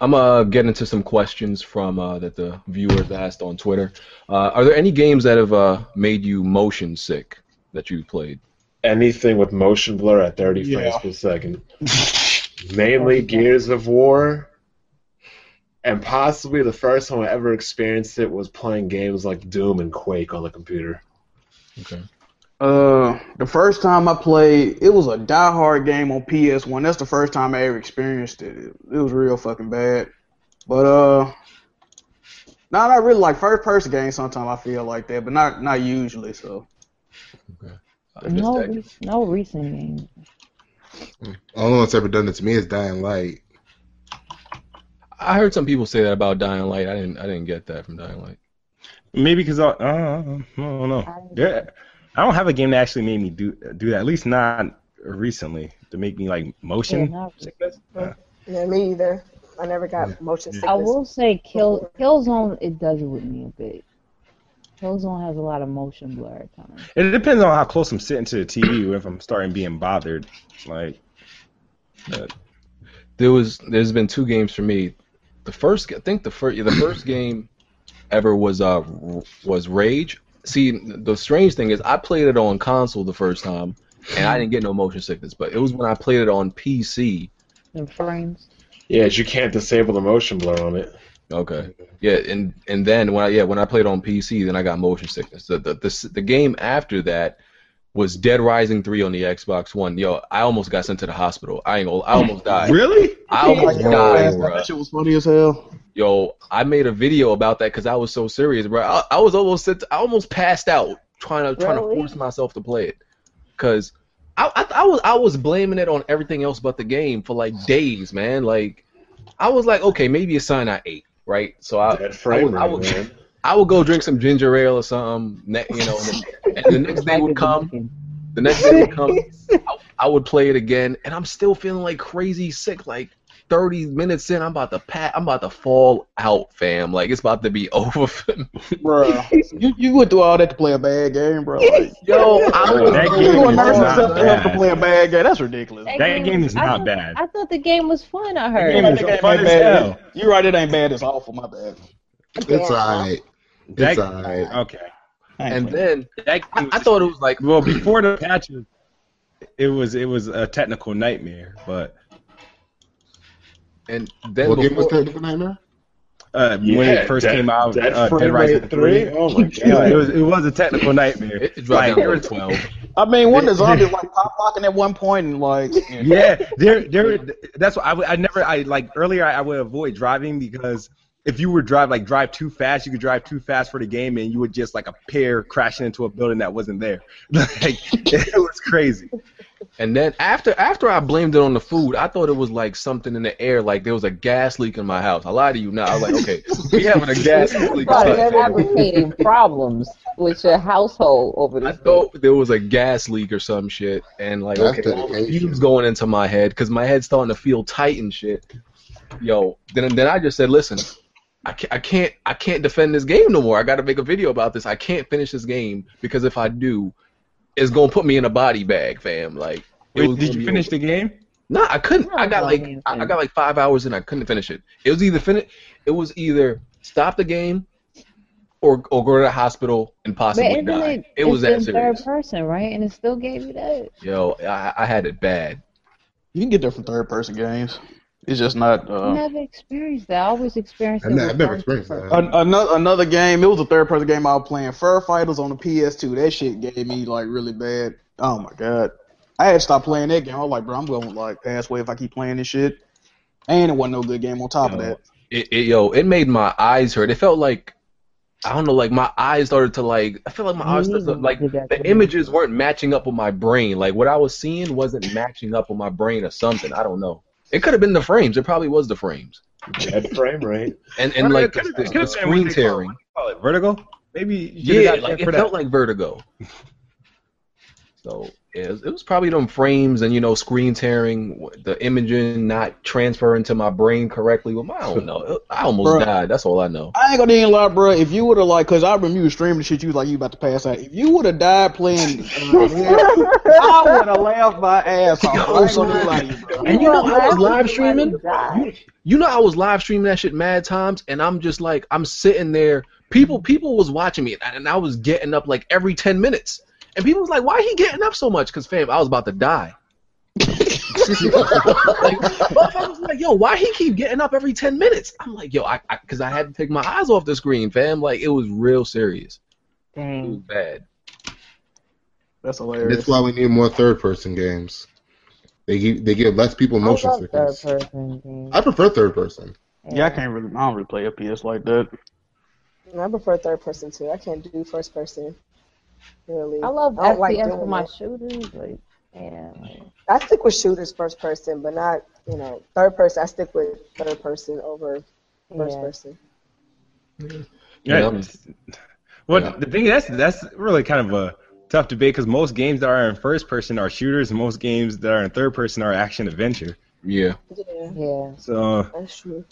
Speaker 3: I'm uh getting into some questions from uh, that the viewers asked on Twitter. Uh, are there any games that have uh, made you motion sick that you played?
Speaker 1: Anything with motion blur at 30 frames per second. Mainly Gears of War. And possibly the first time I ever experienced it was playing games like Doom and Quake on the computer.
Speaker 3: Okay.
Speaker 6: Uh, the first time I played, it was a Die Hard game on PS1. That's the first time I ever experienced it. It, it was real fucking bad. But uh, not not really like first person games. Sometimes I feel like that, but not not usually. So
Speaker 3: I missed
Speaker 2: No,
Speaker 3: that.
Speaker 2: re- no recent games.
Speaker 5: The only one that's ever done it to me is Dying Light.
Speaker 3: I heard some people say that about Dying Light. I didn't. I didn't get that from Dying Light.
Speaker 4: Maybe because I, I don't know. I don't know. There- I don't have a game that actually made me do do that. At least not recently to make me like
Speaker 2: Yeah,
Speaker 4: motion
Speaker 2: not
Speaker 4: sickness. Uh,
Speaker 7: Yeah, me either. I never got motion sickness.
Speaker 2: I will say Kill Killzone it does it with me a bit. Killzone has a lot of motion blur at times.
Speaker 4: It depends on how close I'm sitting to the TV. or If I'm starting being bothered, like
Speaker 3: There was. There's been two games for me. The first. I think the first. Yeah, the first game ever was uh was Rage. See, the strange thing is, I played it on console the first time, and I didn't get no motion sickness. But it was when I played it on PC.
Speaker 2: And frames.
Speaker 1: Yeah, 'cause you can't disable the motion blur on it.
Speaker 3: Okay. Yeah, and and then when I yeah when I played on PC, then I got motion sickness. The the the, s- the game after that was Dead Rising 3 on the Xbox One. Yo, I almost got sent to the hospital. I ain't gonna, I almost died.
Speaker 4: Really?
Speaker 3: I almost
Speaker 6: Yeah.
Speaker 3: died, bro.
Speaker 6: That shit was funny as hell.
Speaker 3: Yo, I made a video about that because I was so serious, bro. I, I was almost sent I almost passed out trying to trying to
Speaker 7: Really?
Speaker 3: force myself to play it, cause I, I I was I was blaming it on everything else but the game for like days, man. Like I was like, okay, maybe a sign I ate, right? So I
Speaker 1: Dead frame
Speaker 3: I
Speaker 1: rate,
Speaker 3: would-
Speaker 1: man.
Speaker 3: I would go drink some ginger ale or something, ne- you know, and the, and the next day would come. The next day would come. I, I would play it again, and I'm still feeling like crazy sick. Like 30 minutes in, I'm about to pat. I'm about to fall out, fam. Like it's about to be over. For me.
Speaker 6: Bro, you, you went through all that to play a bad game, bro. Like,
Speaker 3: Yo, I
Speaker 4: That
Speaker 3: was
Speaker 4: game
Speaker 6: you gonna
Speaker 4: is
Speaker 6: nurse
Speaker 4: not
Speaker 6: yourself to hell for
Speaker 4: bad.
Speaker 6: playing a bad game? That's ridiculous.
Speaker 4: That game is
Speaker 2: I
Speaker 4: not
Speaker 2: thought-
Speaker 4: bad.
Speaker 2: I thought the game was fun. I
Speaker 6: That
Speaker 2: heard.
Speaker 4: game
Speaker 6: game
Speaker 4: is
Speaker 6: ain't
Speaker 4: fun as
Speaker 6: bad.
Speaker 4: hell.
Speaker 6: You're right, it ain't bad. It's awful. My bad.
Speaker 5: It's
Speaker 4: That-
Speaker 5: alright.
Speaker 4: uh,
Speaker 5: It's alright.
Speaker 4: Okay.
Speaker 3: and then I, I thought it was like
Speaker 4: Well, before the patches, it was it was a technical nightmare, but
Speaker 3: and then
Speaker 5: What game was
Speaker 3: before,
Speaker 5: Technical Nightmare?
Speaker 4: uh,
Speaker 1: Yeah,
Speaker 4: when it first
Speaker 1: Dead-
Speaker 4: came out,
Speaker 1: Dead
Speaker 4: uh, Dead
Speaker 1: Frame
Speaker 4: Rising
Speaker 1: Rate 3?
Speaker 4: Three.
Speaker 1: Oh my god.
Speaker 4: Yeah, it was it was a technical nightmare.
Speaker 3: it, it dropped
Speaker 4: Like,
Speaker 3: down to
Speaker 4: there-
Speaker 3: 12.
Speaker 6: I mean, one of the
Speaker 4: They- they-
Speaker 6: zombies like pop locking at one point and like
Speaker 4: yeah, there, there. That's why I, would- I never, I like earlier. I, I would avoid driving because if you were drive like drive too fast, you could drive too fast for the game, and you would just like a pair crashing into a building that wasn't there. Like it was crazy.
Speaker 3: And then after after I blamed it on the food, I thought it was like something in the air, like there was a gas leak in my house. I lied to you now. I was like, okay, we having a gas leak.
Speaker 2: Bro,
Speaker 3: I
Speaker 2: you're fabricating problems with your household over this.
Speaker 3: thought there was a gas leak or some shit, and like
Speaker 5: That's
Speaker 3: okay, all the
Speaker 5: dedication.
Speaker 3: fumes going into my head because my head's starting to feel tight and shit. Yo, then then I just said, listen, I can't, I can't I can't defend this game no more. I got to make a video about this. I can't finish this game because if I do, it's gonna put me in a body bag, fam. Like, it was
Speaker 4: Wait, did
Speaker 3: gonna
Speaker 4: you
Speaker 3: be
Speaker 4: finish
Speaker 3: over.
Speaker 4: the game?
Speaker 3: No, I couldn't.
Speaker 2: No,
Speaker 3: I got
Speaker 2: no,
Speaker 3: like
Speaker 2: man,
Speaker 3: I, I
Speaker 2: finish.
Speaker 3: got like five hours and I couldn't finish it. It was either finish. It was either stop the game, or or go to the hospital and
Speaker 2: But
Speaker 3: possibly
Speaker 2: isn't
Speaker 3: die.
Speaker 2: it?
Speaker 3: It, was that
Speaker 2: it's in third
Speaker 3: serious.
Speaker 2: person, right? And it still gave you that.
Speaker 3: Yo, I, I had it bad.
Speaker 6: you can get there from third person games. It's just not.
Speaker 2: I
Speaker 6: Uh,
Speaker 2: never experienced that. I always experienced it.
Speaker 5: I've never,
Speaker 2: with
Speaker 5: I've never
Speaker 2: first
Speaker 5: experienced
Speaker 2: person.
Speaker 6: an-
Speaker 5: that.
Speaker 6: another another game. It was a third person game I was playing. Fur Fighters on the PS2. That shit gave me like really bad. Oh my god, I had to stop playing that game. I was like, bro, I'm gonna like pass away if I keep playing this shit. And it wasn't no good game on top of
Speaker 3: Yo,
Speaker 6: that.
Speaker 3: It, it yo, it made my eyes hurt. It felt like I don't know, like my eyes started to like. I felt like my
Speaker 2: Me
Speaker 3: eyes started to,
Speaker 2: neither.
Speaker 3: like
Speaker 2: Did that
Speaker 3: the
Speaker 2: to me.
Speaker 3: images weren't matching up with my brain. Like what I was seeing wasn't matching up with my brain or something. I don't know. It could have been the frames. It probably was the frames.
Speaker 1: Dead frame rate.
Speaker 3: And and like the, the, the screen tearing.
Speaker 4: Call it vertical. Maybe
Speaker 3: Yeah,
Speaker 4: you should've got
Speaker 3: like
Speaker 4: that
Speaker 3: it
Speaker 4: for
Speaker 3: felt
Speaker 4: that.
Speaker 3: like Vertigo. So yeah, it was- it was probably them frames and you know screen tearing, the imaging not transferring to my brain correctly. Well, I don't know. I almost
Speaker 6: Bruh.
Speaker 3: died. That's all I know.
Speaker 6: I ain't gonna even lie, bro. If you would have like, cause I remember you was streaming the shit, you was like you about to pass out. If you would have died playing, uh, I would have laughed my ass off. I ain't gonna lie, to you, bro.
Speaker 3: And you know
Speaker 2: Bro,
Speaker 3: I
Speaker 2: why
Speaker 3: was
Speaker 2: would
Speaker 3: live
Speaker 2: somebody
Speaker 3: streaming.
Speaker 2: die?
Speaker 3: You know I was live streaming that shit mad times, and I'm just like I'm sitting there. People people was watching me, and I was getting up like every ten minutes. And people was like, "Why he getting up so much?" Cause fam, I was about to die. like, motherfuckers like, yo, why he keep getting up every ten minutes? I'm like, yo, I, I, cause I had to take my eyes off the screen, fam. Like it was real serious. It
Speaker 2: Dang.
Speaker 3: was bad.
Speaker 6: That's
Speaker 5: That's
Speaker 6: hilarious.
Speaker 5: why we need more third person games. They give, they give less people
Speaker 2: I
Speaker 5: motion
Speaker 2: love third
Speaker 5: sickness.
Speaker 2: person games.
Speaker 5: I prefer third person.
Speaker 6: Yeah, I can't really, I don't really play FPS like that.
Speaker 7: And I prefer third person too. I can't do first person. Really.
Speaker 2: I love
Speaker 7: I
Speaker 2: FPS
Speaker 7: don't like
Speaker 2: for
Speaker 7: doing it.
Speaker 2: my shooters. Like, yeah. Like,
Speaker 7: I stick with shooters first person, but not, you know, third person. I stick with third person over first
Speaker 2: yeah.
Speaker 7: person.
Speaker 3: You
Speaker 4: Yeah.
Speaker 3: know?
Speaker 4: Well,
Speaker 3: Yeah.
Speaker 4: the thing that's that's really kind of a tough debate because most games that are in first person are shooters, and most games that are in third person are action adventure.
Speaker 3: Yeah.
Speaker 7: Yeah,
Speaker 2: Yeah.
Speaker 4: So
Speaker 7: that's true.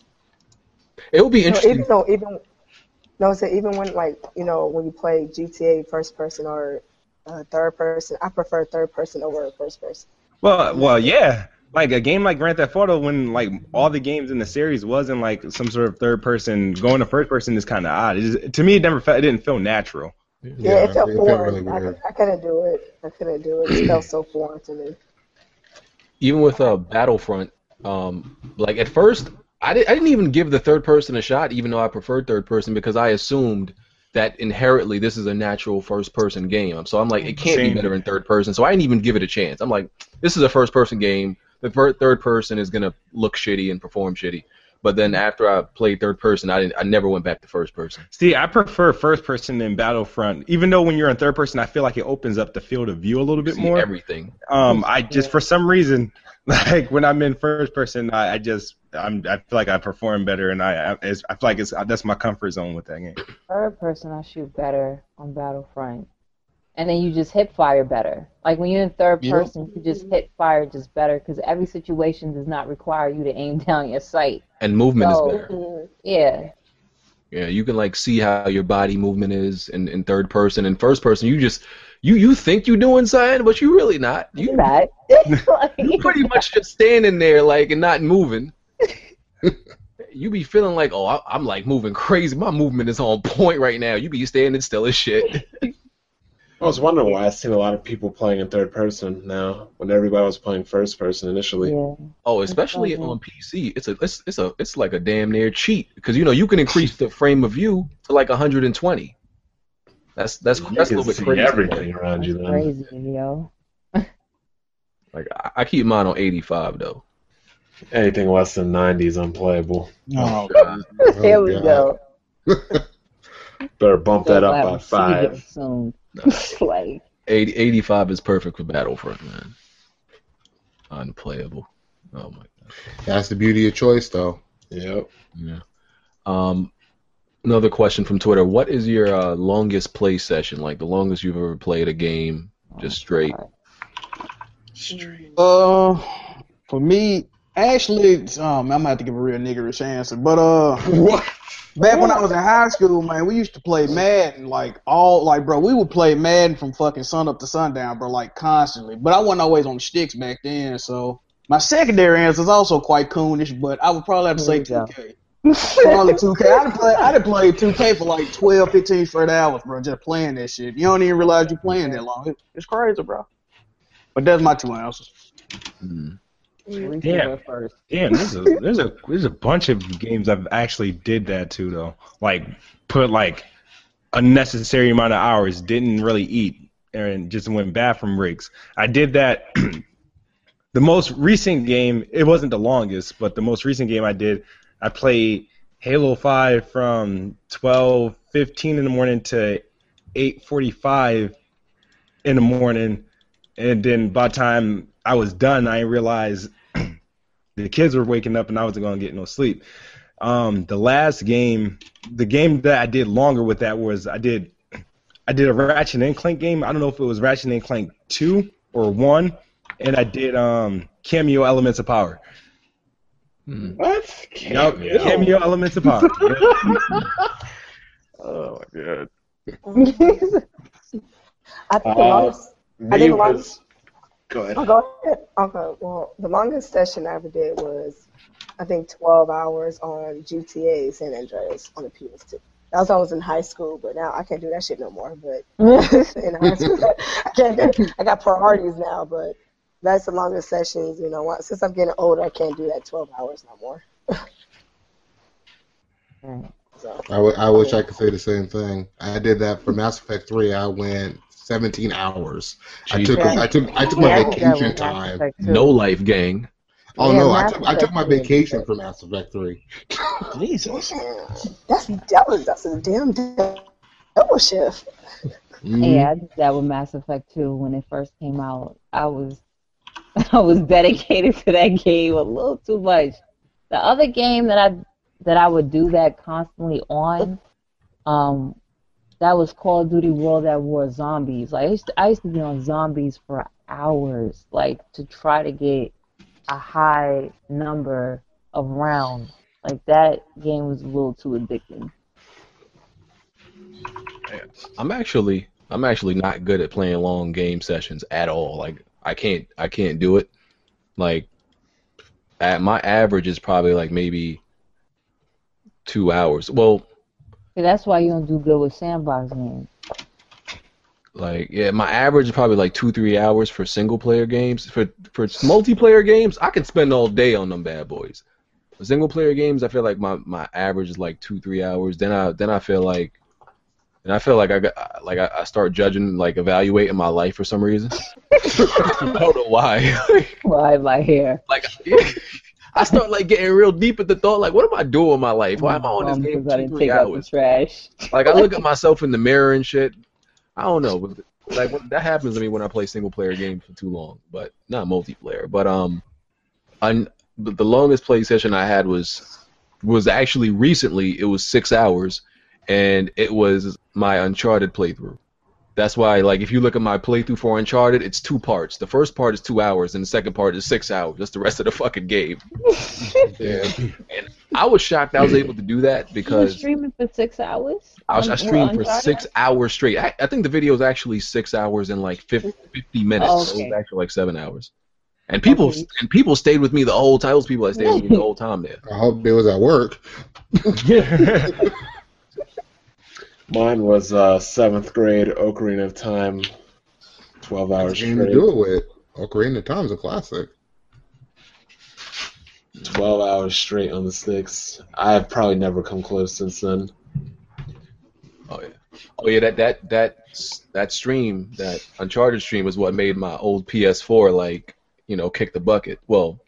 Speaker 3: It would be
Speaker 7: No,
Speaker 3: interesting.
Speaker 7: even no, even no, so even when like you know when you play GTA first person or uh, third person, I prefer third person over first person.
Speaker 4: Well, well, yeah. Like a game like Grand Theft Auto, when like all the games in the series was in like some sort of third person, going to first person is kind of odd. It just, to me, it never felt, it didn't feel natural.
Speaker 7: Yeah, it felt
Speaker 5: it felt
Speaker 7: foreign.
Speaker 5: really
Speaker 7: I,
Speaker 5: weird.
Speaker 7: I couldn't do it. I couldn't do it. It felt so foreign to me.
Speaker 3: even with uh, Battlefront, um, like at first, I, di- I didn't even give the third person a shot, even though I preferred third person because I assumed that inherently this is a natural first person game. So I'm like, it can't be
Speaker 4: Same.
Speaker 3: better in third person. So I didn't even give it a chance. I'm like, this is a first person game. The fir- third person is gonna look shitty and perform shitty. But then after I played third person, I didn't. I never went back to first person.
Speaker 4: See, I prefer first person than Battlefront. Even though when you're in third person, I feel like it opens up the field of view a little bit
Speaker 3: See
Speaker 4: more.
Speaker 3: everything.
Speaker 4: Um, I just for some reason, like when I'm in first person, I, I just I'm I feel like I perform better, and I I, it's, I feel like it's that's my comfort zone with that game.
Speaker 2: Third person, I shoot better on Battlefront, and then you just hit fire better. Like when you're in third
Speaker 4: Yeah.
Speaker 2: person, you just hit fire just better because every situation does not require you to aim down your sight.
Speaker 3: And movement
Speaker 2: So-
Speaker 3: is better.
Speaker 2: Mm-hmm. Yeah,
Speaker 3: Yeah, you can like see how your body movement is in, in third person. In first person, you just you you think you're doing something, but you really not. You
Speaker 2: you're not.
Speaker 3: you pretty much just standing there like and not moving. you be feeling like oh I, I'm like moving crazy. My movement is on point right now. You be standing still as shit.
Speaker 1: I was wondering why I seen a lot of people playing in third person now when everybody was playing first person initially.
Speaker 2: yeah.
Speaker 3: Oh, especially on PC, it's a it's it's a it's like a damn near cheat because you know you can increase the frame of view to like 120. That's that's
Speaker 1: You
Speaker 3: that's a
Speaker 1: can
Speaker 3: little bit
Speaker 1: see
Speaker 3: crazy.
Speaker 1: everything around you then.
Speaker 2: Crazy, yo.
Speaker 3: Like I, I keep mine on 85 though.
Speaker 1: Anything less than 90 is unplayable.
Speaker 6: No.
Speaker 2: there we
Speaker 5: Oh, God.
Speaker 2: go.
Speaker 1: Better bump that up
Speaker 2: Glad
Speaker 1: by
Speaker 2: we see them
Speaker 1: five.
Speaker 2: Soon. It's like
Speaker 3: 80, 85 is perfect for Battlefront, man. Unplayable. Oh my god.
Speaker 5: That's the beauty of choice, though.
Speaker 1: Yep.
Speaker 3: Yeah. Um, another question from Twitter. What is your uh, longest play session? Like the longest you've ever played a game, just straight.
Speaker 6: Uh, for me, actually, um, I'm gonna have to give a real nigger a chance. But uh,
Speaker 5: What?
Speaker 6: back when I was in high school, man, we used to play Madden like all like, bro. We would play Madden from fucking sun up to sundown, bro, like constantly. But I wasn't always on the sticks back then, so my secondary answer is also quite coonish. But I would probably have to say
Speaker 2: There you
Speaker 6: 2K. Probably 2K. I done play, I done played 2K for like 12, 15 straight hours, bro, just playing that shit. You don't even realize you're playing that long. It- it's crazy, bro. But that's my two answers.
Speaker 3: Mm.
Speaker 2: Reese
Speaker 4: Yeah.
Speaker 2: went first.
Speaker 4: Damn, there's a there's a there's a bunch of games I've actually did that too though. Like put like unnecessary amount of hours, didn't really eat, and just went bathroom breaks. I did that. the most recent game, it wasn't the longest, but the most recent game I did, I played Halo 5 from 12:15 in the morning to 8:45 in the morning, and then by the time I was done, I realized the kids were waking up and I wasn't gonna get no sleep. Um, the last game, the game that I did longer with that was I did, I did a Ratchet and Clank game. I don't know if it was Ratchet and Clank two or one, and I did um Cameo Elements of Power.
Speaker 3: Mm.
Speaker 1: What?
Speaker 4: Yup,
Speaker 1: Cameo.
Speaker 4: Cameo Elements of Power. Yup.
Speaker 1: Oh, my God.
Speaker 7: I think the
Speaker 1: Uh,
Speaker 7: longest. I
Speaker 1: Me
Speaker 7: did one-
Speaker 1: was- Go ahead.
Speaker 7: Oh, go ahead. Okay. Well, the longest session I ever did was, I think, 12 hours on GTA San Andreas on the PS2. That was when I was in high school, but now I can't do that shit no more. But in high school, I can't. do- I got priorities now, but that's the longest sessions. You know, once- since I'm getting older, I can't do that 12 hours no more. so
Speaker 5: I, w- I wish I could say the same thing. I did that for Mass Effect 3. I went 17 hours. I took,
Speaker 7: Jesus.
Speaker 5: I took, I took
Speaker 7: Yeah, I
Speaker 5: my
Speaker 7: did that
Speaker 5: vacation
Speaker 2: with Mass
Speaker 5: time.
Speaker 2: Effect too.
Speaker 3: No life gang.
Speaker 5: Oh
Speaker 2: Yeah,
Speaker 5: no, I
Speaker 2: Mass
Speaker 5: took, I took
Speaker 2: Effect
Speaker 5: my
Speaker 2: three.
Speaker 5: vacation for Mass Effect 3.
Speaker 6: Jesus.
Speaker 7: that's devilish. That's a damn double shift.
Speaker 2: Yeah, I did that with Mass Effect 2 when it first came out. I was I was dedicated to that game a little too much. The other game that I that I would do that constantly on, um, that was Call of Duty World at War Zombies. Like I used to, I used to be on zombies for hours, like to try to get a high number of rounds. Like that game was a little too addicting.
Speaker 3: I'm actually I'm actually not good at playing long game sessions at all. Like I can't I can't do it. Like at my average is probably like maybe two hours. Well,
Speaker 2: See, that's why you don't do good with sandbox games.
Speaker 3: Like yeah, my average is probably like two three hours for single player games. For for multiplayer games, I can spend all day on them bad boys. For single player games, I feel like my, my average is like two three hours. Then I then I feel like And I feel like I got like I, I start judging, like evaluating my life for some reason. I don't know why.
Speaker 2: Why am I here?
Speaker 3: like I start like getting real deep at the thought, like, what am I doing with my life? Why am I on this
Speaker 2: Um,
Speaker 3: game
Speaker 2: because I
Speaker 3: for
Speaker 2: didn't
Speaker 3: three
Speaker 2: take out the
Speaker 3: hours?
Speaker 2: trash.
Speaker 3: Like I look at myself in the mirror and shit. I don't know. but, Like when- that happens to me when I play single player games for too long, but not multiplayer. But um, I, the longest play session I had was was actually recently. It was six hours, and it was my Uncharted playthrough. That's why, like, if you look at my playthrough for Uncharted, it's two parts. The first part is two hours, and the second part is six hours. That's the rest of the fucking game.
Speaker 5: Yeah.
Speaker 3: I was shocked I was able to do that
Speaker 2: You were
Speaker 3: because
Speaker 2: streaming for six hours?
Speaker 3: I, was, I
Speaker 2: On-
Speaker 3: streamed for
Speaker 2: Uncharted?
Speaker 3: six hours straight. I, I think the video is actually six hours and like fif- 50 minutes.
Speaker 2: Oh,
Speaker 3: So it was
Speaker 2: okay.
Speaker 3: actually like seven hours. And people
Speaker 2: Okay.
Speaker 3: and people stayed with me the whole time. Those people that stayed with me the whole time there.
Speaker 5: I hope they was at work.
Speaker 1: Mine was uh, seventh grade Ocarina of Time, twelve
Speaker 5: That's a
Speaker 1: hours
Speaker 5: game to
Speaker 1: straight.
Speaker 5: do it with. Ocarina of Time's a classic.
Speaker 1: Twelve hours straight on the sticks. I've probably never come close since then.
Speaker 3: Oh yeah. Oh yeah. That that that s- that stream, that Uncharted stream, was what made my old PS4 like you know kick the bucket. Well,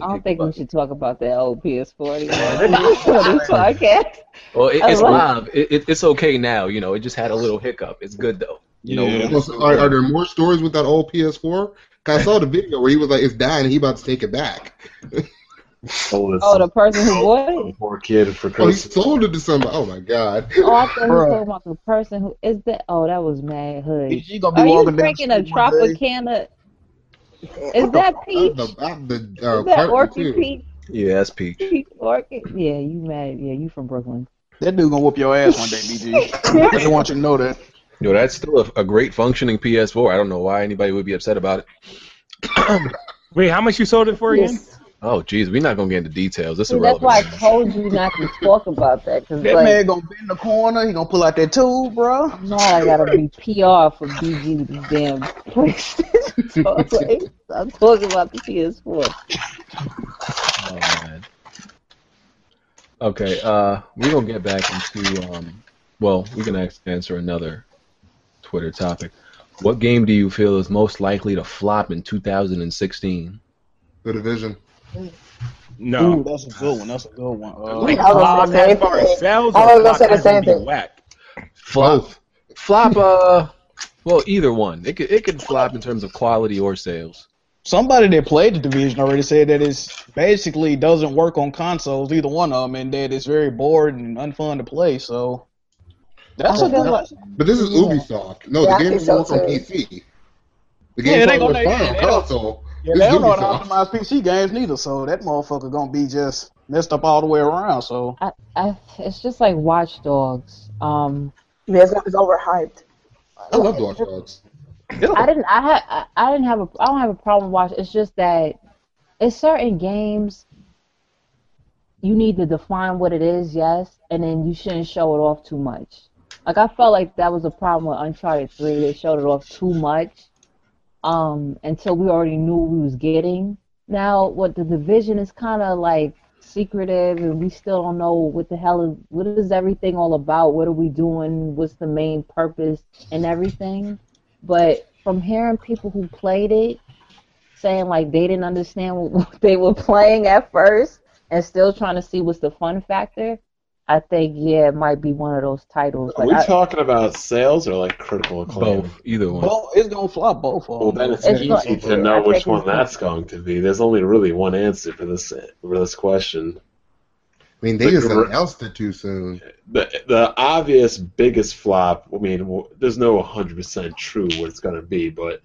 Speaker 2: I
Speaker 3: kick
Speaker 2: don't
Speaker 3: the
Speaker 2: think we
Speaker 3: bucket.
Speaker 2: should talk about that old PS4 anymore on this podcast.
Speaker 3: Well, it,
Speaker 2: I
Speaker 3: it's
Speaker 2: love-
Speaker 3: live. It, it, it's okay now. You know, it just had a little hiccup. It's good though. You know,
Speaker 4: Yeah.
Speaker 5: Plus, are, are there more stories with that old PS4? 'Cause I saw the video where he was like, "It's dying. He about to take it back."
Speaker 1: Sold it
Speaker 2: Oh, the person who bought
Speaker 1: to
Speaker 2: it?
Speaker 1: some poor kid for
Speaker 5: Oh, he
Speaker 1: Christmas.
Speaker 5: sold it to somebody. Oh my god.
Speaker 2: Oh, I thought you were
Speaker 6: Bruh.
Speaker 2: talking about the person who is that. Oh, that was Mad Hood.
Speaker 6: She gonna be
Speaker 2: Are you
Speaker 6: walking down the
Speaker 2: drinking a
Speaker 6: street one day.
Speaker 2: Tropicana? Is that peach?
Speaker 5: Out of the, out of the, uh,
Speaker 2: Is that
Speaker 5: carton,
Speaker 2: orchid
Speaker 5: too.
Speaker 2: peach?
Speaker 3: yeah, that's peach.
Speaker 2: Peach orchid? Yeah, you mad? Yeah, you from Brooklyn?
Speaker 6: That dude gonna whoop your ass one day, BG. I just want you to know that.
Speaker 3: Yo, that's still a, a great functioning PS4. I don't know why anybody would be upset about it.
Speaker 4: Wait, how much you sold it for again?
Speaker 7: Yes.
Speaker 3: Oh, jeez, we're not gonna get into details. That's
Speaker 2: See, that's why I
Speaker 3: irrelevant.
Speaker 2: told you not to talk about that because
Speaker 6: That
Speaker 2: like
Speaker 6: man gonna bend the corner. He gonna pull out that tool, bro.
Speaker 2: now I gotta be PR for BG to be damn PlayStation. So I'm like, I'm talking about the PS4.
Speaker 3: Oh, man. Okay, uh, we're gonna get back into um, well, we can ask, answer another Twitter topic. What game do you feel is most likely to flop in 2016?
Speaker 5: The division.
Speaker 4: No.
Speaker 6: Ooh, that's a good one. That's a good one. Uh,
Speaker 4: Like
Speaker 7: I was gonna
Speaker 4: flop
Speaker 7: say
Speaker 4: as far
Speaker 7: that.
Speaker 4: as sales
Speaker 7: I
Speaker 4: or
Speaker 7: was gonna
Speaker 4: flop
Speaker 7: say the
Speaker 4: as in
Speaker 7: same
Speaker 4: be
Speaker 7: thing.
Speaker 4: whack?
Speaker 3: Flop, flop. Uh, well, either one. It could it could flop in terms of quality or sales.
Speaker 6: somebody that played the division already said that it's basically doesn't work on consoles, either one of them, and that it's very bored and unfun to play. So that's
Speaker 7: I
Speaker 6: a
Speaker 7: feel
Speaker 6: good.
Speaker 7: like-
Speaker 5: But this is Ubisoft. No,
Speaker 7: Yeah, I
Speaker 5: the game
Speaker 7: think
Speaker 5: is
Speaker 7: so,
Speaker 5: on
Speaker 7: too.
Speaker 5: PC. The
Speaker 6: Yeah,
Speaker 5: game
Speaker 6: they
Speaker 5: yeah, was
Speaker 6: gonna-
Speaker 5: fine
Speaker 6: they
Speaker 5: on
Speaker 6: don't-
Speaker 5: console.
Speaker 6: Yeah,
Speaker 5: It's
Speaker 6: they don't know how
Speaker 5: Ubisoft.
Speaker 6: to optimize PC games neither, so that motherfucker gonna be just messed up all the way around. So
Speaker 2: I, I, it's just like Watch Dogs. Um,
Speaker 7: Yeah, it's, it's overhyped.
Speaker 5: I love Watch Dogs.
Speaker 2: I didn't. I had. I, I didn't have a. I don't have a problem watching. It's just that it's certain games. You need to define what it is, yes, and then you shouldn't show it off too much. Like I felt like that was a problem with Uncharted Three. They showed it off too much, um, until we already knew what we was getting. Now, what the division is kind of like secretive, and we still don't know what the hell is what is everything all about. What are we doing? What's the main purpose and everything? but from hearing people who played it saying like they didn't understand what- what they were playing at first and still trying to see what's the fun factor, I think yeah, it might be one of those titles.
Speaker 1: Are
Speaker 2: Like
Speaker 1: we
Speaker 2: I,
Speaker 1: talking about sales or like critical acclaim?
Speaker 3: Oh, Both, either one.
Speaker 6: both, it's gonna flop both of them.
Speaker 1: Well, then it's,
Speaker 2: It's
Speaker 1: easy
Speaker 2: not-
Speaker 1: to know
Speaker 2: I
Speaker 1: which
Speaker 2: think
Speaker 1: one
Speaker 2: it's-
Speaker 1: that's going to be. There's only really one answer for this for this question.
Speaker 5: I mean, they
Speaker 1: The
Speaker 5: just
Speaker 1: gr-
Speaker 5: announced it too soon.
Speaker 1: The the obvious biggest flop. I mean, w- there's no 100 percent true what it's going to be, but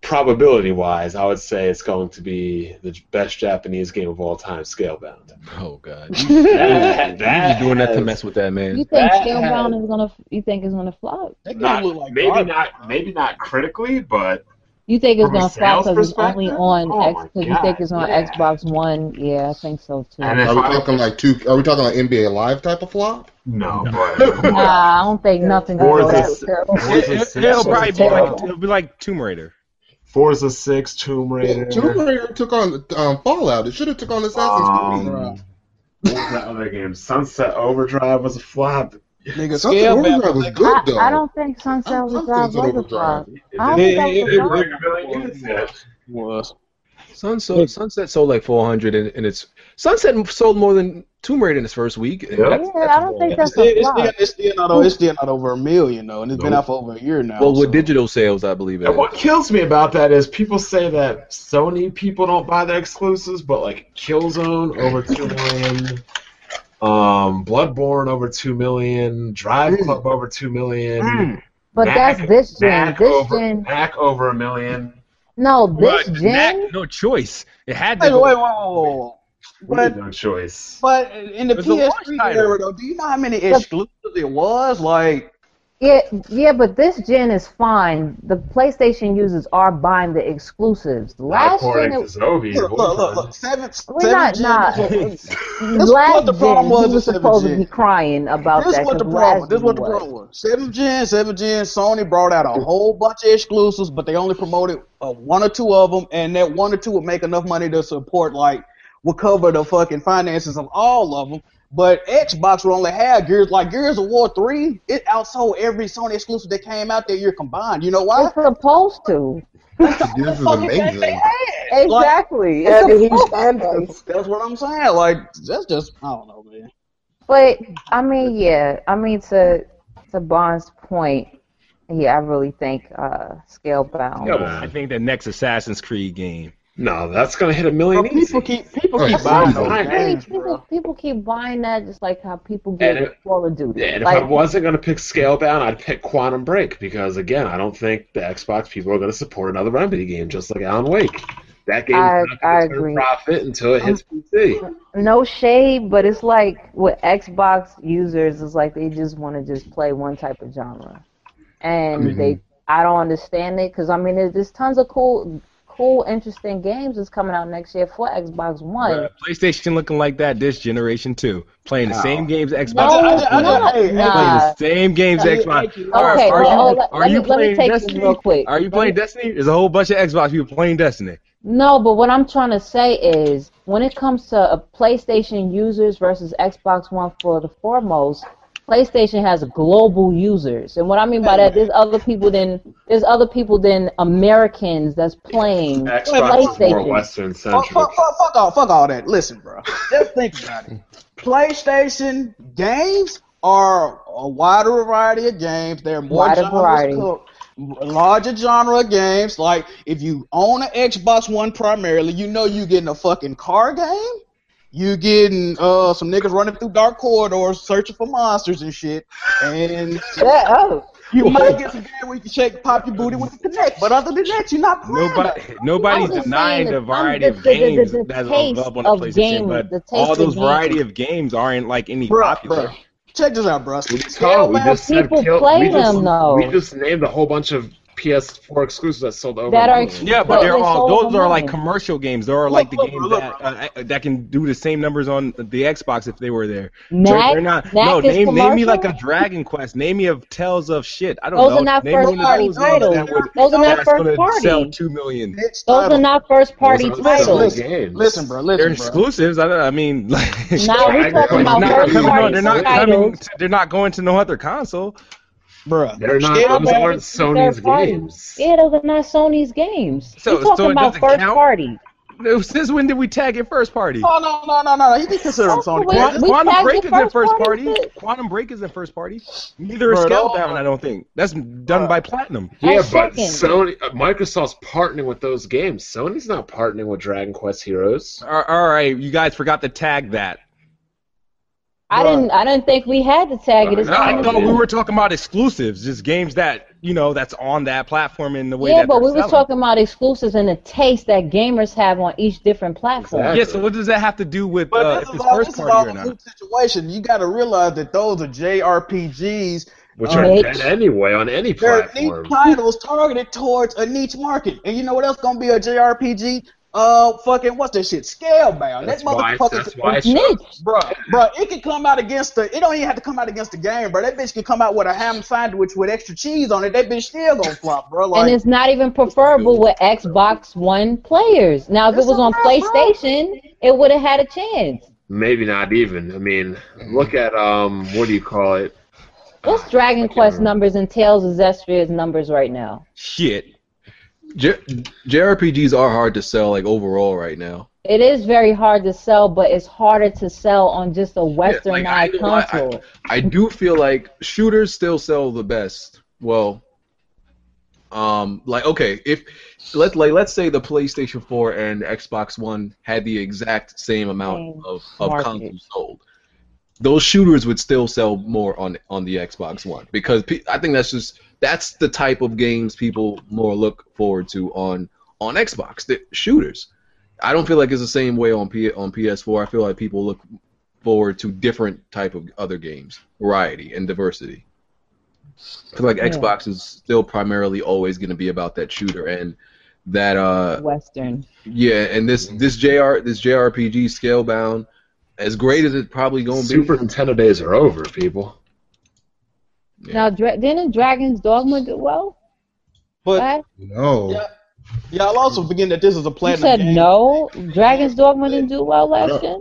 Speaker 1: probability wise, I would say it's going to be the j- best Japanese game of all time, Scalebound.
Speaker 3: Oh God,
Speaker 1: that,
Speaker 3: you doing that to
Speaker 1: has-
Speaker 3: mess with that man?
Speaker 2: you think
Speaker 1: That
Speaker 2: Scalebound
Speaker 1: has-
Speaker 2: is gonna? You think it's gonna flop?
Speaker 6: That game
Speaker 1: Not,
Speaker 6: look like
Speaker 1: maybe
Speaker 6: garbage.
Speaker 1: not maybe not critically, but
Speaker 2: You think it's
Speaker 1: From a
Speaker 2: gonna flop
Speaker 1: sales
Speaker 2: because it's only
Speaker 1: perspective?
Speaker 2: on
Speaker 1: Oh
Speaker 2: X?
Speaker 1: my
Speaker 2: Because you think
Speaker 1: God,
Speaker 2: it's on
Speaker 1: yeah.
Speaker 2: Xbox One? Yeah, I think so too.
Speaker 1: And
Speaker 5: Are
Speaker 1: if
Speaker 5: we
Speaker 1: I-
Speaker 5: talking like two? Are we talking like NBA Live type of flop?
Speaker 1: no, but
Speaker 2: Nah, I don't think nothing.
Speaker 1: Or
Speaker 7: Oh,
Speaker 1: is
Speaker 2: goes
Speaker 7: that
Speaker 1: this-
Speaker 2: up.
Speaker 7: was terrible.
Speaker 1: Forza
Speaker 4: It,
Speaker 1: 6
Speaker 4: will
Speaker 1: was
Speaker 4: probably be
Speaker 1: terrible.
Speaker 4: like it'll be like Tomb Raider.
Speaker 1: Forza Six, Tomb
Speaker 5: Well,
Speaker 1: Raider.
Speaker 5: Tomb Raider took on um, Fallout. It should have took on Assassin's Creed.
Speaker 1: Um, what was that other game? Sunset Overdrive was a flop.
Speaker 6: Nigga,
Speaker 5: Sunset
Speaker 6: scale back.
Speaker 5: Overdrive was good though.
Speaker 2: I don't think Sunset Overdrive was
Speaker 5: Sunset
Speaker 2: a
Speaker 5: Overdrive.
Speaker 2: flop. I don't think that was a flop.
Speaker 6: was.
Speaker 3: Sunset Sunset sold like 400 and, and it's Sunset sold more than Tomb Raider in its first week. and
Speaker 1: Yeah.
Speaker 3: that's-
Speaker 2: Yeah, I don't think
Speaker 6: It's
Speaker 2: that's
Speaker 6: still,
Speaker 2: a
Speaker 6: it's, still,
Speaker 2: flop.
Speaker 6: it's, still not, o- it's still not over a million though, and it's been
Speaker 3: Nope.
Speaker 6: out for over a year now.
Speaker 3: well, with
Speaker 6: so-
Speaker 3: digital sales, I believe it.
Speaker 1: And what kills me about that is people say that Sony people don't buy their exclusives, but like Killzone over two million, um, Bloodborne over two million, Drive Club over two million,
Speaker 2: But
Speaker 1: Mac-
Speaker 2: that's this gen.
Speaker 1: Mac
Speaker 2: This
Speaker 1: over
Speaker 2: gen.
Speaker 1: Mac over a million.
Speaker 2: No, this
Speaker 4: But
Speaker 2: gen.
Speaker 4: that- no choice. It had to.
Speaker 6: Wait, wait, wait,
Speaker 4: go.
Speaker 6: wait, wait, wait.
Speaker 1: Really
Speaker 6: But
Speaker 1: no choice.
Speaker 6: but in the
Speaker 4: It's a launch
Speaker 6: PS3
Speaker 4: title.
Speaker 6: era though, do you know how many exclusives it was? Like
Speaker 2: Yeah, yeah, but this gen is fine. The PlayStation users are buying the exclusives.
Speaker 1: Not
Speaker 2: Last
Speaker 1: according
Speaker 2: gen,
Speaker 1: to
Speaker 2: it,
Speaker 1: Zovi.
Speaker 6: look, look, look, look, seven,
Speaker 2: we're
Speaker 6: seven
Speaker 2: not
Speaker 6: gen-
Speaker 2: not.
Speaker 6: This what
Speaker 2: last
Speaker 6: the
Speaker 2: gen,
Speaker 6: problem was
Speaker 2: he
Speaker 6: with
Speaker 2: was
Speaker 6: seventh
Speaker 2: supposed to
Speaker 6: gen.
Speaker 2: be crying about
Speaker 6: This
Speaker 2: that.
Speaker 6: what the
Speaker 2: 'cause
Speaker 6: problem.
Speaker 2: last
Speaker 6: This
Speaker 2: gen
Speaker 6: what the
Speaker 2: was.
Speaker 6: problem was. Seven gen, seven gen. Sony brought out a whole bunch of exclusives, but they only promoted uh, one or two of them, and that one or two would make enough money to support, like, would cover the fucking finances of all of them. But Xbox would only have Gears, like Gears of War three. It outsold every Sony exclusive that came out that year combined. You know why?
Speaker 2: It's supposed to.
Speaker 5: This is
Speaker 6: Fucking game they
Speaker 5: amazing.
Speaker 6: had. Like,
Speaker 2: Exactly.
Speaker 7: It had a
Speaker 2: It's
Speaker 7: huge
Speaker 2: supposed-
Speaker 7: fan base.
Speaker 6: that's what I'm saying. Like that's just I don't know, man.
Speaker 2: But I mean, yeah. I mean, to to Bond's point, yeah, I really think uh, Scalebound.
Speaker 1: Scalebound.
Speaker 4: I think the next Assassin's Creed game.
Speaker 1: No, that's gonna hit a million
Speaker 6: But
Speaker 1: easy.
Speaker 6: people keep people
Speaker 5: Oh,
Speaker 6: keep
Speaker 5: it's
Speaker 6: buying
Speaker 5: so
Speaker 6: those
Speaker 1: nice.
Speaker 2: Hey,
Speaker 6: games,
Speaker 2: people,
Speaker 6: bro.
Speaker 2: people keep buying that just like how people get
Speaker 1: And if-
Speaker 2: Call of Duty.
Speaker 1: And if I
Speaker 2: like,
Speaker 1: wasn't gonna pick Scalebound, I'd pick Quantum Break because again, I don't think the Xbox people are gonna support another Remedy game, just like Alan Wake. That game's
Speaker 2: I-
Speaker 1: not
Speaker 2: I
Speaker 1: gonna turn
Speaker 2: agree.
Speaker 1: profit until it hits PC.
Speaker 2: no shade, but it's like with Xbox users, it's like they just want to just play one type of genre, and they I don't understand it because I mean there's, there's tons of cool, cool, interesting games that's coming out next year for Xbox One.
Speaker 4: Bruh, PlayStation looking like that this generation too. Playing the same games Xbox.
Speaker 2: No,
Speaker 6: I just- I
Speaker 2: no,
Speaker 6: just- hey, hey,
Speaker 4: Playing
Speaker 2: nah.
Speaker 4: the same games
Speaker 6: Nah, you-
Speaker 4: Xbox.
Speaker 6: okay,
Speaker 4: Are-
Speaker 2: Okay,
Speaker 4: are
Speaker 2: well,
Speaker 4: you,
Speaker 2: oh, let-
Speaker 4: are
Speaker 2: let
Speaker 4: you
Speaker 2: me- let me
Speaker 4: playing
Speaker 2: take this
Speaker 4: Destiny?
Speaker 2: real quick.
Speaker 4: Are you
Speaker 2: Let
Speaker 4: playing
Speaker 2: me-
Speaker 4: Destiny? There's a whole bunch of Xbox people playing Destiny.
Speaker 2: No, but what I'm trying to say is when it comes to uh, PlayStation users versus Xbox One for the foremost, PlayStation has global users. And what I mean by that, there's other people than there's other people than Americans that's playing
Speaker 1: Xbox is more
Speaker 2: PlayStation.
Speaker 1: Western
Speaker 6: Fuck,
Speaker 1: centric.
Speaker 6: fuck, fuck, fuck all, fuck all that. Listen, bro. Just think about it. PlayStation games are a wider variety of games. They're more
Speaker 2: Wider
Speaker 6: genres
Speaker 2: variety.
Speaker 6: co- larger genre of games. Like if you own an Xbox One primarily, you know you getting a fucking car game. You getting uh some niggas running through dark corridors searching for monsters and shit. And
Speaker 2: Yeah, oh.
Speaker 6: you might get some game where you can shake pop your booty with the connect. But other than that, you're not playing.
Speaker 4: Nobody,
Speaker 2: I'm
Speaker 4: nobody's
Speaker 2: just
Speaker 4: denying
Speaker 2: saying
Speaker 4: the
Speaker 2: that
Speaker 4: variety
Speaker 2: I'm-
Speaker 4: of
Speaker 2: the- the- the-
Speaker 4: games
Speaker 2: the
Speaker 4: that's
Speaker 2: taste
Speaker 4: available on
Speaker 2: of
Speaker 4: the PlayStation,
Speaker 2: game,
Speaker 4: but
Speaker 2: the taste
Speaker 4: all
Speaker 2: of
Speaker 4: those
Speaker 2: game.
Speaker 4: variety of games aren't like any
Speaker 6: Bruh,
Speaker 4: popular.
Speaker 6: bruh. Check this out, bruh.
Speaker 1: We just, called, we
Speaker 6: Scalebound-
Speaker 1: just said
Speaker 2: people
Speaker 1: kill,
Speaker 2: play
Speaker 1: we just,
Speaker 2: them, though.
Speaker 1: We just named a whole bunch of PS4 exclusives that sold over.
Speaker 2: That
Speaker 1: a
Speaker 2: are
Speaker 1: million.
Speaker 4: Yeah, but
Speaker 2: Well,
Speaker 4: they're
Speaker 2: they
Speaker 4: all
Speaker 2: sold
Speaker 4: those
Speaker 2: them
Speaker 4: are like
Speaker 2: money.
Speaker 4: commercial games. They're like the
Speaker 6: look,
Speaker 4: games
Speaker 6: look,
Speaker 4: that uh, uh, that can do the same numbers on the Xbox if they were there.
Speaker 2: Knack,
Speaker 4: they're not.
Speaker 2: Knack
Speaker 4: no,
Speaker 2: is
Speaker 4: name name me like a
Speaker 2: commercial?
Speaker 4: Dragon Quest. Name me of Tales of shit. I don't
Speaker 2: Those
Speaker 4: know.
Speaker 2: are not
Speaker 4: name
Speaker 2: first
Speaker 4: one of
Speaker 2: party
Speaker 4: those games
Speaker 2: titles.
Speaker 4: that would
Speaker 2: Those are not
Speaker 4: that's
Speaker 2: first
Speaker 4: gonna sell
Speaker 2: party.
Speaker 4: two million.
Speaker 6: Bitch,
Speaker 2: Those are
Speaker 6: title.
Speaker 2: not first party
Speaker 1: Those aren't selling
Speaker 2: titles.
Speaker 6: Listen,
Speaker 1: games.
Speaker 6: listen, bro.
Speaker 4: They're
Speaker 6: Listen, bro.
Speaker 4: exclusives. I, don't- I mean, like,
Speaker 2: Now we're
Speaker 1: Dragon
Speaker 2: talking about
Speaker 5: Quest is
Speaker 4: not
Speaker 2: first
Speaker 5: coming
Speaker 4: coming on.
Speaker 2: party
Speaker 4: They're
Speaker 1: Sony.
Speaker 4: not coming.
Speaker 2: titles.
Speaker 4: To, they're not going to no other console.
Speaker 6: Bruh.
Speaker 1: They're not.
Speaker 6: Scale
Speaker 1: Those
Speaker 6: back.
Speaker 1: aren't
Speaker 2: They're
Speaker 1: Sony's
Speaker 2: party.
Speaker 1: games.
Speaker 2: Yeah, those are not Sony's games.
Speaker 4: So-
Speaker 2: We're talking
Speaker 4: so it
Speaker 2: about
Speaker 4: doesn't
Speaker 2: first
Speaker 4: count?
Speaker 2: party.
Speaker 4: Since when did we tag it first party?
Speaker 6: Oh no no no no no! He be considering
Speaker 2: Oh,
Speaker 6: Sony.
Speaker 2: wait,
Speaker 6: Quest.
Speaker 4: Quan-
Speaker 2: we
Speaker 4: Quantum
Speaker 2: tagged
Speaker 4: Break
Speaker 2: it
Speaker 4: isn't
Speaker 2: first
Speaker 4: first
Speaker 2: party,
Speaker 4: party.
Speaker 2: but-
Speaker 4: Quantum Break isn't first party. Neither is
Speaker 6: Bro, no.
Speaker 4: Scalebound, I don't think. That's done by Platinum.
Speaker 1: Yeah,
Speaker 2: That's
Speaker 1: but
Speaker 2: chicken.
Speaker 1: Sony, uh, Microsoft's partnering with those games. Sony's not partnering with Dragon Quest Heroes.
Speaker 4: All all right, you guys forgot to tag that.
Speaker 2: I didn't. I didn't think we had to tag it. It's
Speaker 1: No,
Speaker 2: not
Speaker 4: I
Speaker 2: even-
Speaker 4: thought we
Speaker 1: dude.
Speaker 4: were talking about exclusives, just games that you know that's on that platform in the way
Speaker 2: yeah,
Speaker 4: that
Speaker 2: but
Speaker 4: they're
Speaker 2: we were
Speaker 4: selling.
Speaker 2: talking about exclusives and the taste that gamers have on each different platform.
Speaker 1: Exactly.
Speaker 4: Yeah, so what does that have to do with
Speaker 6: But
Speaker 4: uh,
Speaker 6: this
Speaker 4: if
Speaker 6: is
Speaker 4: it's
Speaker 6: all
Speaker 4: first
Speaker 6: this is all
Speaker 4: party or
Speaker 6: a
Speaker 4: not?
Speaker 6: new situation. You got to realize that those are JRPGs.
Speaker 1: Which
Speaker 6: Uh,
Speaker 1: are
Speaker 2: Mitch.
Speaker 1: dead anyway on any
Speaker 6: They're niche
Speaker 1: platform.
Speaker 6: titles targeted towards a niche market. And you know what else gonna be a JRPG? Uh, fucking what's that shit? Scalebound.
Speaker 1: That's
Speaker 6: that
Speaker 1: why.
Speaker 6: motherfucker.
Speaker 1: That's why. I
Speaker 2: It's
Speaker 1: showed-
Speaker 2: niche.
Speaker 6: Bruh, bruh, it can come out against the. It don't even have to come out against the game, bro. That bitch can come out with a ham sandwich with extra cheese on it. That bitch still gonna flop, bro. Like,
Speaker 2: and it's not even preferable with Xbox One players. Now, if it
Speaker 6: It's
Speaker 2: was on
Speaker 6: a wrap, bro.
Speaker 2: PlayStation, it would have had a chance. Mm-hmm.
Speaker 1: Maybe not even. I mean, look at um, what do you call it?
Speaker 2: What's Dragon Quest numbers and Tales of Zestia's numbers right now?
Speaker 3: Shit. J- JRPGs are hard to sell, like overall, right now.
Speaker 2: It is very hard to sell, but it's harder to sell on just a
Speaker 3: Yeah, like, I
Speaker 2: westernized
Speaker 3: ain't gonna lie, I-
Speaker 2: console.
Speaker 3: I do feel like shooters still sell the best. Well, um, like okay, if let's like let's say the PlayStation 4 and Xbox One had the exact same amount
Speaker 2: Same
Speaker 3: of, of
Speaker 2: market.
Speaker 3: consoles sold, those shooters would still sell more on on the Xbox One because pe- I think that's just that's the type of games people more look forward to on on Xbox. The shooters. I don't feel like it's the same way on P- on PS4. I feel like people look forward to different type of other games, variety and diversity. Because like
Speaker 2: Yeah.
Speaker 3: Xbox is still primarily always going to be about that shooter and that uh
Speaker 2: Western.
Speaker 3: yeah and this this JR this JRPG scale bound as great as it's probably going to be.
Speaker 1: Super Nintendo days are over, people.
Speaker 3: Yeah.
Speaker 2: Now, dra- didn't Dragon's Dogma do well?
Speaker 6: But
Speaker 2: What?
Speaker 5: No.
Speaker 6: Yeah. y'all also forgetting that this is a
Speaker 2: You
Speaker 6: platinum
Speaker 2: said
Speaker 6: game.
Speaker 2: no? Dragon's Dogma didn't do well last
Speaker 5: Yeah.
Speaker 2: year?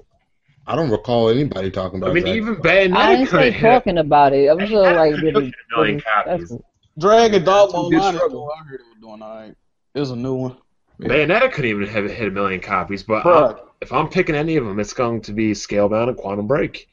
Speaker 5: I don't recall anybody talking about
Speaker 1: I mean,
Speaker 5: Dragon
Speaker 1: even
Speaker 2: I
Speaker 1: Bayonetta
Speaker 2: didn't
Speaker 1: couldn't
Speaker 2: say
Speaker 1: hit.
Speaker 2: talking about it. I'm sure, like,
Speaker 1: Bayonetta
Speaker 2: did
Speaker 1: couldn't
Speaker 2: it,
Speaker 1: hit a million copies.
Speaker 6: Dragon Dog
Speaker 3: That's a good
Speaker 6: Online. is
Speaker 3: struggle.
Speaker 6: cool. I heard it was doing alright. It was a new one.
Speaker 3: Yeah.
Speaker 1: Bayonetta couldn't even have hit a million copies, but
Speaker 6: Bruh.
Speaker 1: I'm- if I'm picking any of them, it's going to be Scalebound and Quantum Break.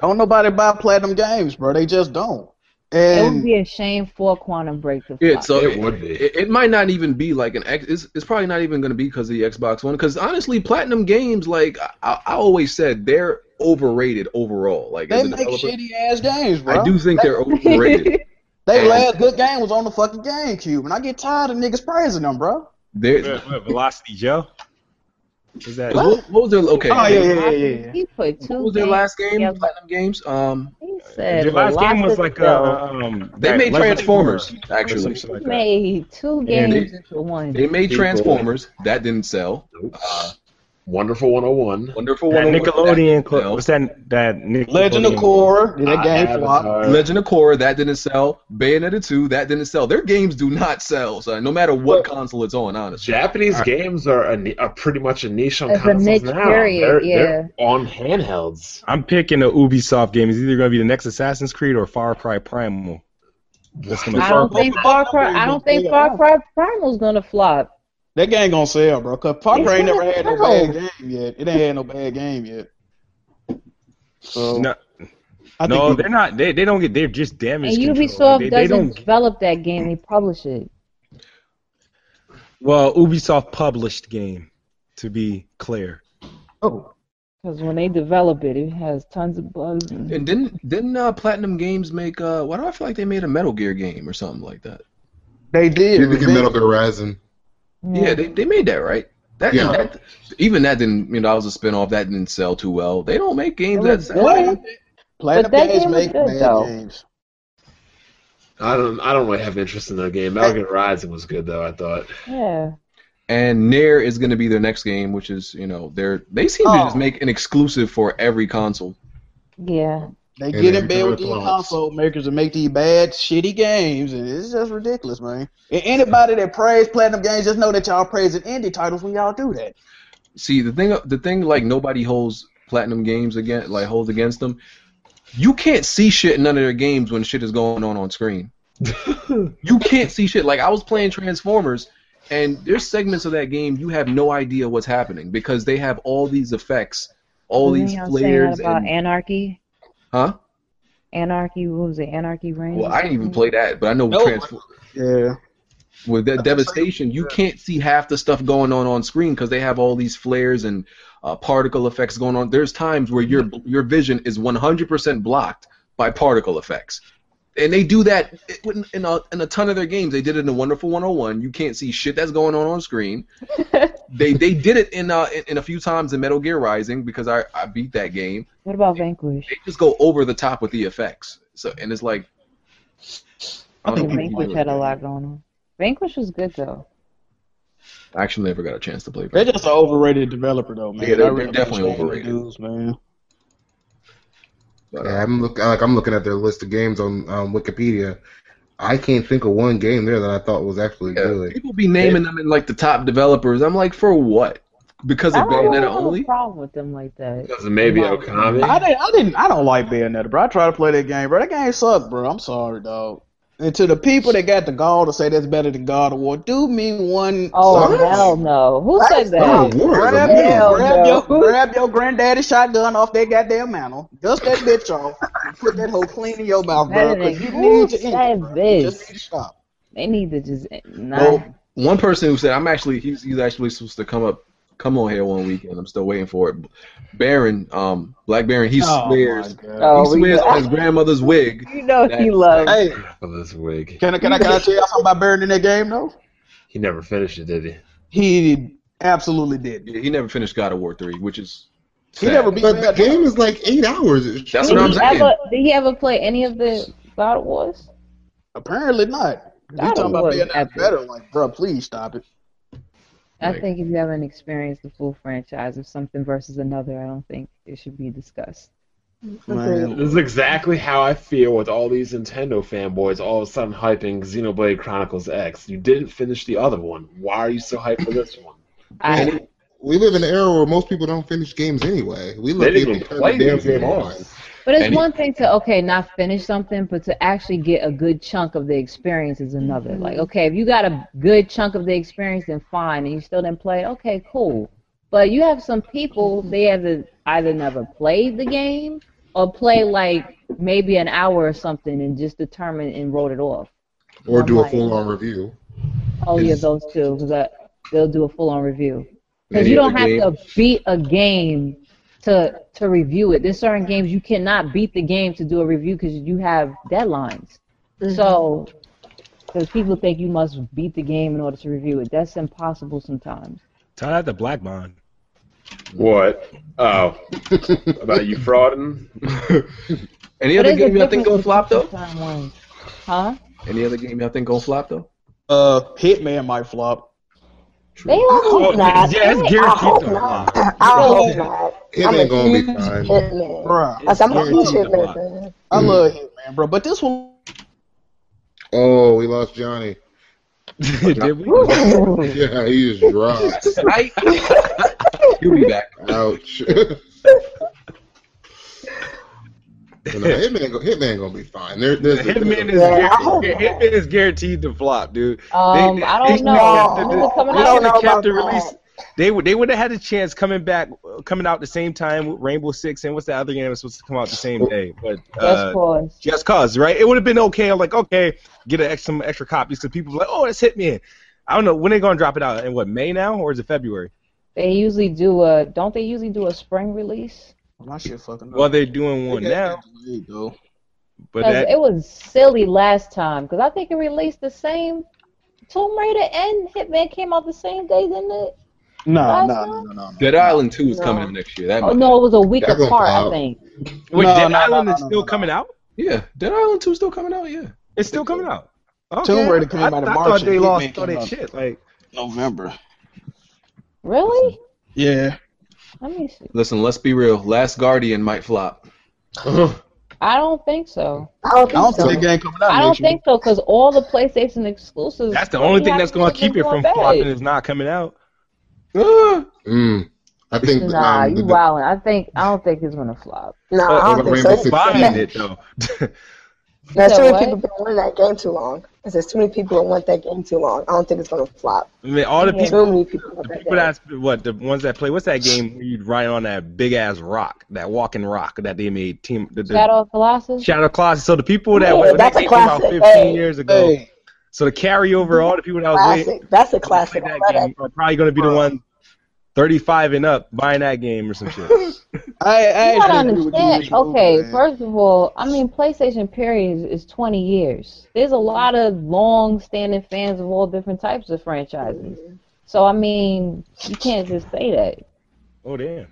Speaker 6: Don't nobody buy platinum games, bro. They just don't.
Speaker 2: it would
Speaker 6: And
Speaker 2: be a shame for Quantum Break to
Speaker 3: Yeah,
Speaker 2: flop.
Speaker 3: so
Speaker 1: It
Speaker 3: it
Speaker 1: would be.
Speaker 3: It, it might not even be like an X. It's, it's probably not even going to be because of the Xbox One. Because honestly, Platinum Games, like I, I always said, they're overrated overall. Like
Speaker 6: they
Speaker 3: as a
Speaker 6: make
Speaker 3: developer,
Speaker 6: shitty ass games, bro.
Speaker 3: I do think they're overrated.
Speaker 6: They last good game was on the fucking GameCube, and I get tired of niggas praising them, bro.
Speaker 3: They're,
Speaker 4: What, what, Velocity Joe? Is that
Speaker 3: 'cause what, what was their okay?
Speaker 6: Oh, yeah, yeah, yeah, yeah.
Speaker 2: He put
Speaker 3: What
Speaker 2: two
Speaker 3: was their
Speaker 2: games
Speaker 3: last game?
Speaker 2: together.
Speaker 3: Platinum Games. Um,
Speaker 2: He said
Speaker 4: Their last game was
Speaker 2: Velocity
Speaker 4: like
Speaker 2: Bell.
Speaker 4: uh, um.
Speaker 3: they
Speaker 4: that
Speaker 3: made
Speaker 4: Legend of
Speaker 3: Transformers
Speaker 4: Korra or some
Speaker 3: actually.
Speaker 4: shit like
Speaker 2: He
Speaker 4: that.
Speaker 2: made two
Speaker 4: And
Speaker 2: games into one.
Speaker 3: They made
Speaker 1: People-
Speaker 3: Transformers that didn't sell.
Speaker 1: Nope.
Speaker 3: Uh,
Speaker 1: Wonderful 101.
Speaker 3: Wonderful
Speaker 4: That
Speaker 3: One.
Speaker 4: Nickelodeon. cl- What's that? That Nickelodeon.
Speaker 6: Legend of Korra, did that
Speaker 1: Uh,
Speaker 6: game flop?
Speaker 1: Avatar.
Speaker 3: Legend of Korra, that didn't sell. Bayonetta 2, that didn't sell. Their games do not sell, son, no matter what console it's on, honestly.
Speaker 1: Japanese games are, a, ni- are pretty much a niche on
Speaker 2: It's a
Speaker 1: consoles
Speaker 2: niche
Speaker 1: now.
Speaker 2: period,
Speaker 1: they're,
Speaker 2: yeah.
Speaker 1: they're on handhelds.
Speaker 4: I'm picking a Ubisoft game. It's either going to be the next Assassin's Creed or Far Cry Primal. That's gonna be
Speaker 2: I
Speaker 4: Far
Speaker 2: don't
Speaker 4: Cry.
Speaker 2: think Far Cry. I don't think Far Cry Primal's gonna flop.
Speaker 6: That game gonna sell, bro. Cause Far
Speaker 2: It's
Speaker 6: Cry ain't never
Speaker 2: gonna
Speaker 6: had no
Speaker 2: sell.
Speaker 6: bad game yet. It ain't had no bad game yet. So
Speaker 4: No,
Speaker 6: I
Speaker 4: no,
Speaker 6: think
Speaker 4: they're not. They, they don't get. They're just damage
Speaker 2: And Ubisoft
Speaker 4: control. They- they
Speaker 2: doesn't
Speaker 4: don't get-
Speaker 2: develop that game; they publish it.
Speaker 4: Well, Ubisoft published game, to be clear.
Speaker 6: oh,
Speaker 2: Because when they develop it, it has tons of bugs. And,
Speaker 3: And didn't didn't uh, Platinum Games make uh why do I feel like they made a Metal Gear game or something like that?
Speaker 6: they did.
Speaker 5: You think of
Speaker 6: Revenge-
Speaker 5: Metal Gear Rising.
Speaker 3: Yeah, they, they made that, right? That,
Speaker 5: Yeah.
Speaker 3: that- even that didn't you know, that was a spinoff, that didn't sell too well. They don't make games
Speaker 2: It
Speaker 3: that
Speaker 2: was
Speaker 3: sell.
Speaker 2: good.
Speaker 6: Platinum
Speaker 2: that
Speaker 6: games
Speaker 2: game was
Speaker 6: make
Speaker 2: good,
Speaker 6: bad
Speaker 2: though.
Speaker 6: games.
Speaker 1: I don't. I don't really have interest in that game. Metal Gear Rising was good though. I thought.
Speaker 2: yeah.
Speaker 3: And Nair is gonna be their next game, which is, you know, they're they seem to
Speaker 6: Oh.
Speaker 3: just make an exclusive for every console.
Speaker 2: Yeah.
Speaker 6: They
Speaker 5: And
Speaker 6: get
Speaker 5: they
Speaker 6: in bed with
Speaker 5: develop
Speaker 6: these
Speaker 5: lots.
Speaker 6: console makers and make these bad, shitty games, and it's just ridiculous, man. And anybody that praise platinum games, just know that y'all praising indie titles when y'all do that.
Speaker 3: see the thing the thing like nobody holds platinum games again like holds against them you can't see shit in none of their games when shit is going on on screen you can't see shit like i was playing transformers and there's segments of that game you have no idea what's happening because they have all these effects all
Speaker 2: Wasn't
Speaker 3: these
Speaker 2: y'all saying
Speaker 3: flares
Speaker 2: that about
Speaker 3: and,
Speaker 2: Anarchy.
Speaker 3: huh
Speaker 2: Anarchy. What was it? Anarchy Reigns.
Speaker 3: well i didn't even play that but i know
Speaker 6: No,
Speaker 3: Transform-
Speaker 6: Yeah.
Speaker 3: with that devastation, you can't see half the stuff going on on screen because they have all these flares and uh, particle effects going on. There's times where your your vision is 100% blocked by particle effects, and they do that in- in a, in a ton of their games. They did it in Wonderful 101. You can't see shit that's going on on screen. they they did it in uh, in, in a few times in Metal Gear Rising because I, I beat that game.
Speaker 2: What about Vanquish?
Speaker 3: They just go over the top with the effects. So and it's like. I
Speaker 2: Yeah,
Speaker 3: don't know why
Speaker 2: Vanquish
Speaker 3: they
Speaker 2: had
Speaker 3: did
Speaker 2: a
Speaker 3: it.
Speaker 2: lot going on. Vanquish was good though.
Speaker 3: I actually never got a chance to play.
Speaker 6: They're just an overrated developer, though, man.
Speaker 3: Yeah, they're-
Speaker 6: I really
Speaker 3: they're definitely
Speaker 6: understand
Speaker 3: overrated.
Speaker 6: Dudes, man.
Speaker 3: but, uh,
Speaker 5: Yeah, I'm look like I'm looking at their list of games on um, Wikipedia. I can't think of one game there that I thought was actually
Speaker 3: Yeah,
Speaker 5: good.
Speaker 3: People be naming them in like the top developers. I'm like, for what? because
Speaker 2: I
Speaker 3: of
Speaker 2: don't
Speaker 3: Bayonetta
Speaker 2: really have
Speaker 3: only.
Speaker 2: a problem with them like that.
Speaker 1: Because maybe
Speaker 2: Wow.
Speaker 1: Okami.
Speaker 6: I didn't. I didn't. I don't like Bayonetta, bro. I try to play that game, bro. That game suck, bro. I'm sorry, dog. And to the people that got the gall to say that's better than God of War, do me one.
Speaker 2: Oh
Speaker 6: service.
Speaker 2: hell no! Who
Speaker 6: What?
Speaker 2: said
Speaker 5: Oh,
Speaker 2: that?
Speaker 5: War is
Speaker 6: Grab,
Speaker 5: amazing.
Speaker 2: Hell
Speaker 6: your, grab, your,
Speaker 2: no.
Speaker 6: grab your granddaddy's shotgun off that goddamn mantle. Dust that bitch off. And put that hole clean in your mouth, bro.
Speaker 2: Better than-
Speaker 6: Because you
Speaker 2: who
Speaker 6: need to end.
Speaker 2: said
Speaker 6: it, bro. You just
Speaker 2: this?
Speaker 6: need to stop.
Speaker 2: They need to just eh, not.
Speaker 3: Well, one person who said I'm actually he's he's actually supposed to come up come on here one weekend. I'm still waiting for it. Baron, um, Black Baron, he
Speaker 6: Oh,
Speaker 3: swears
Speaker 6: my God.
Speaker 2: Oh,
Speaker 3: he
Speaker 2: we
Speaker 3: swears
Speaker 2: know-
Speaker 3: on his grandmother's wig.
Speaker 2: you know he
Speaker 3: that-
Speaker 2: loves.
Speaker 6: Hey,
Speaker 1: Oh, this wig.
Speaker 6: can I can I can I tell y'all something about Baron in that game though?
Speaker 1: He never finished it, did he?
Speaker 6: He absolutely did.
Speaker 3: Yeah, he never finished God of War three, which is
Speaker 6: He
Speaker 3: sad.
Speaker 6: never beat
Speaker 5: But the
Speaker 6: that
Speaker 5: game is like eight hours. It's
Speaker 3: That's
Speaker 2: did
Speaker 3: what I'm
Speaker 2: he
Speaker 3: saying.
Speaker 2: ever? Did he ever play any of the God of Wars?
Speaker 6: Apparently not. You
Speaker 2: God
Speaker 6: talking
Speaker 2: of
Speaker 6: about
Speaker 2: War is
Speaker 6: being
Speaker 2: epic.
Speaker 6: better? Like, bro, please stop it.
Speaker 2: I
Speaker 3: Like-
Speaker 2: think if you haven't experienced the full franchise of something versus another, I don't think it should be discussed.
Speaker 6: Man.
Speaker 1: This is exactly how I feel with all these Nintendo fanboys all of a sudden hyping Xenoblade Chronicles X. You didn't finish the other one. Why are you so hyped for this one?
Speaker 2: I,
Speaker 5: We live in an era where most people don't finish games anyway. We
Speaker 1: They
Speaker 5: let
Speaker 1: didn't
Speaker 5: people
Speaker 1: even
Speaker 5: turn
Speaker 1: play
Speaker 5: the damn
Speaker 1: these
Speaker 5: game on.
Speaker 1: games.
Speaker 2: but it's
Speaker 3: Any-
Speaker 2: one thing to okay not finish something, but to actually get a good chunk of the experience is another. Like okay, if you got a good chunk of the experience, then fine, and you still didn't play it, okay, cool. But you have some people they have either never played the game or play like maybe an hour or something and just determine and wrote it off.
Speaker 5: Or do a
Speaker 2: Online.
Speaker 5: full on review.
Speaker 2: Oh yeah, those two because they'll do a full on review. Because
Speaker 3: Any
Speaker 2: you don't
Speaker 3: other
Speaker 2: have
Speaker 3: game?
Speaker 2: to beat a game to to review it. There's certain games you cannot beat the game to do a review because you have deadlines. So, because people think you must beat the game in order to review it, that's impossible sometimes.
Speaker 4: Tell that to Black Bond.
Speaker 1: What? Oh, about you frauding?
Speaker 3: Any
Speaker 2: But it's
Speaker 3: other
Speaker 2: a
Speaker 3: game y'all
Speaker 2: difference
Speaker 3: think gonna flop though?
Speaker 2: between certain ones. Huh?
Speaker 3: Any other game y'all think gonna flop though?
Speaker 6: Uh, Hitman might flop.
Speaker 2: They
Speaker 4: Oh,
Speaker 2: always not.
Speaker 4: yeah, that's
Speaker 7: I
Speaker 4: guaranteed
Speaker 7: hope
Speaker 4: to flop.
Speaker 7: not. I hope
Speaker 6: Bro.
Speaker 7: not. I'm a
Speaker 5: Hitman gonna be
Speaker 7: huge
Speaker 5: fine.
Speaker 7: Hitman.
Speaker 6: Bruh,
Speaker 7: Like, I'm a huge
Speaker 4: guaranteed to
Speaker 7: Hitman
Speaker 4: flop.
Speaker 7: fan.
Speaker 6: I love Hitman, bro. But this one,
Speaker 5: Oh, we lost Johnny.
Speaker 4: Did we?
Speaker 5: Yeah, he just dropped.
Speaker 3: I, he'll be back.
Speaker 5: Ouch. but no, Hitman, go- Hitman gonna be fine. There, there's a-
Speaker 4: Hitman is,
Speaker 5: there's a-
Speaker 7: Yeah, I hope
Speaker 4: guaranteed, Hitman is guaranteed to flop, dude.
Speaker 2: Um,
Speaker 4: They-
Speaker 2: I
Speaker 4: they
Speaker 2: don't
Speaker 4: should
Speaker 2: know.
Speaker 4: have
Speaker 7: No,
Speaker 4: kept
Speaker 2: When is it
Speaker 4: the-
Speaker 2: coming
Speaker 4: they
Speaker 7: I don't
Speaker 4: should
Speaker 2: out?
Speaker 7: know
Speaker 4: have kept
Speaker 7: about
Speaker 4: the
Speaker 7: that.
Speaker 4: release. They would they would have had a chance coming back coming out the same time with Rainbow Six and what's the other game that was supposed to come out the same day? But
Speaker 2: Just
Speaker 4: uh,
Speaker 2: cause.
Speaker 4: Just Cause, right? It would have been okay. I'm like, okay, get an ex- some extra copies because people were like, oh, that's Hitman. I don't know when they gonna drop it out in what May now or is it February?
Speaker 2: They usually do a. Don't they usually do a spring release?
Speaker 6: my shit fucking.
Speaker 4: Well, they're doing one
Speaker 6: They
Speaker 4: now,
Speaker 6: got that delayed, though.
Speaker 4: but
Speaker 2: Because
Speaker 4: that
Speaker 2: it was silly last time. Because I think it released the same. Tomb Raider and Hitman came out the same day, didn't it?
Speaker 6: No,
Speaker 2: Last
Speaker 6: no,
Speaker 2: one?
Speaker 6: no, no, no.
Speaker 3: Dead Island two is
Speaker 7: No.
Speaker 3: coming out next year. That
Speaker 2: Oh
Speaker 3: might-
Speaker 2: no, it was a week
Speaker 5: That's gonna
Speaker 2: apart, I
Speaker 5: flop.
Speaker 2: think.
Speaker 4: wait,
Speaker 6: No,
Speaker 4: Dead
Speaker 6: no, no,
Speaker 4: Island
Speaker 6: no,
Speaker 4: is
Speaker 6: no,
Speaker 4: still
Speaker 6: no, no.
Speaker 4: coming out.
Speaker 3: yeah, Dead Island two is still coming out. Yeah,
Speaker 4: It's still coming out. Okay.
Speaker 6: Tomb Raider came
Speaker 4: I,
Speaker 6: out in
Speaker 4: I
Speaker 6: March
Speaker 4: thought
Speaker 6: and
Speaker 4: they
Speaker 6: Hitman
Speaker 4: lost all
Speaker 6: came
Speaker 4: that
Speaker 6: out.
Speaker 4: shit. Like
Speaker 6: November.
Speaker 2: Really?
Speaker 6: Yeah.
Speaker 2: Let me see.
Speaker 3: listen, let's be real. Last Guardian might flop.
Speaker 2: I don't think so.
Speaker 7: I don't
Speaker 6: I don't
Speaker 7: think so.
Speaker 6: think that game coming out.
Speaker 2: I don't
Speaker 6: next year.
Speaker 2: think so because all the PlayStation exclusives.
Speaker 4: that's the only thing
Speaker 2: haven't
Speaker 4: that's gonna
Speaker 2: really been
Speaker 4: keep it
Speaker 2: doing
Speaker 4: from
Speaker 2: bad.
Speaker 4: flopping is not coming out.
Speaker 3: Ah,
Speaker 5: Mm, I think. um,
Speaker 2: Nah,
Speaker 5: the-
Speaker 2: you
Speaker 5: the-
Speaker 2: wildin'. I think I don't think it's gonna flop.
Speaker 7: No,
Speaker 4: Uh,
Speaker 7: I don't think
Speaker 5: but
Speaker 7: so.
Speaker 5: Rainbow
Speaker 7: It's-
Speaker 4: Who's
Speaker 5: Six
Speaker 4: buying
Speaker 5: Siege.
Speaker 4: it though?
Speaker 7: Now,
Speaker 2: said
Speaker 7: too many
Speaker 2: what?
Speaker 7: people been wanting that game too long. There's just too many people that want that game too long. I don't think it's gonna flop.
Speaker 4: I mean, all the
Speaker 2: Yeah.
Speaker 4: people
Speaker 7: Too many people want
Speaker 4: The
Speaker 7: that
Speaker 4: people
Speaker 7: game.
Speaker 4: that's what the ones that play. What's that game where you ride on that big ass rock, that walking rock that they made team the, the
Speaker 2: Shadow of Colossus.
Speaker 4: Shadow Closet. So the people that
Speaker 7: Yeah,
Speaker 4: when that
Speaker 7: that's a
Speaker 4: game came out
Speaker 7: classic.
Speaker 4: 15
Speaker 7: Hey,
Speaker 4: years ago.
Speaker 6: Hey,
Speaker 4: So the carryover, all the people that was waiting
Speaker 7: Classic. That's a
Speaker 4: to play
Speaker 7: classic. I
Speaker 4: that
Speaker 7: love that.
Speaker 4: game are probably going to be the ones 35 and up buying that game or some shit.
Speaker 6: I, I
Speaker 2: You gotta
Speaker 6: actually agree with you.
Speaker 2: understand.
Speaker 6: Mr. Cooper,
Speaker 2: Okay,
Speaker 6: man.
Speaker 2: first of all, I mean, PlayStation period is, is 20 years. There's a lot of long-standing fans of all different types of franchises. So I mean, you can't just say that.
Speaker 4: oh damn.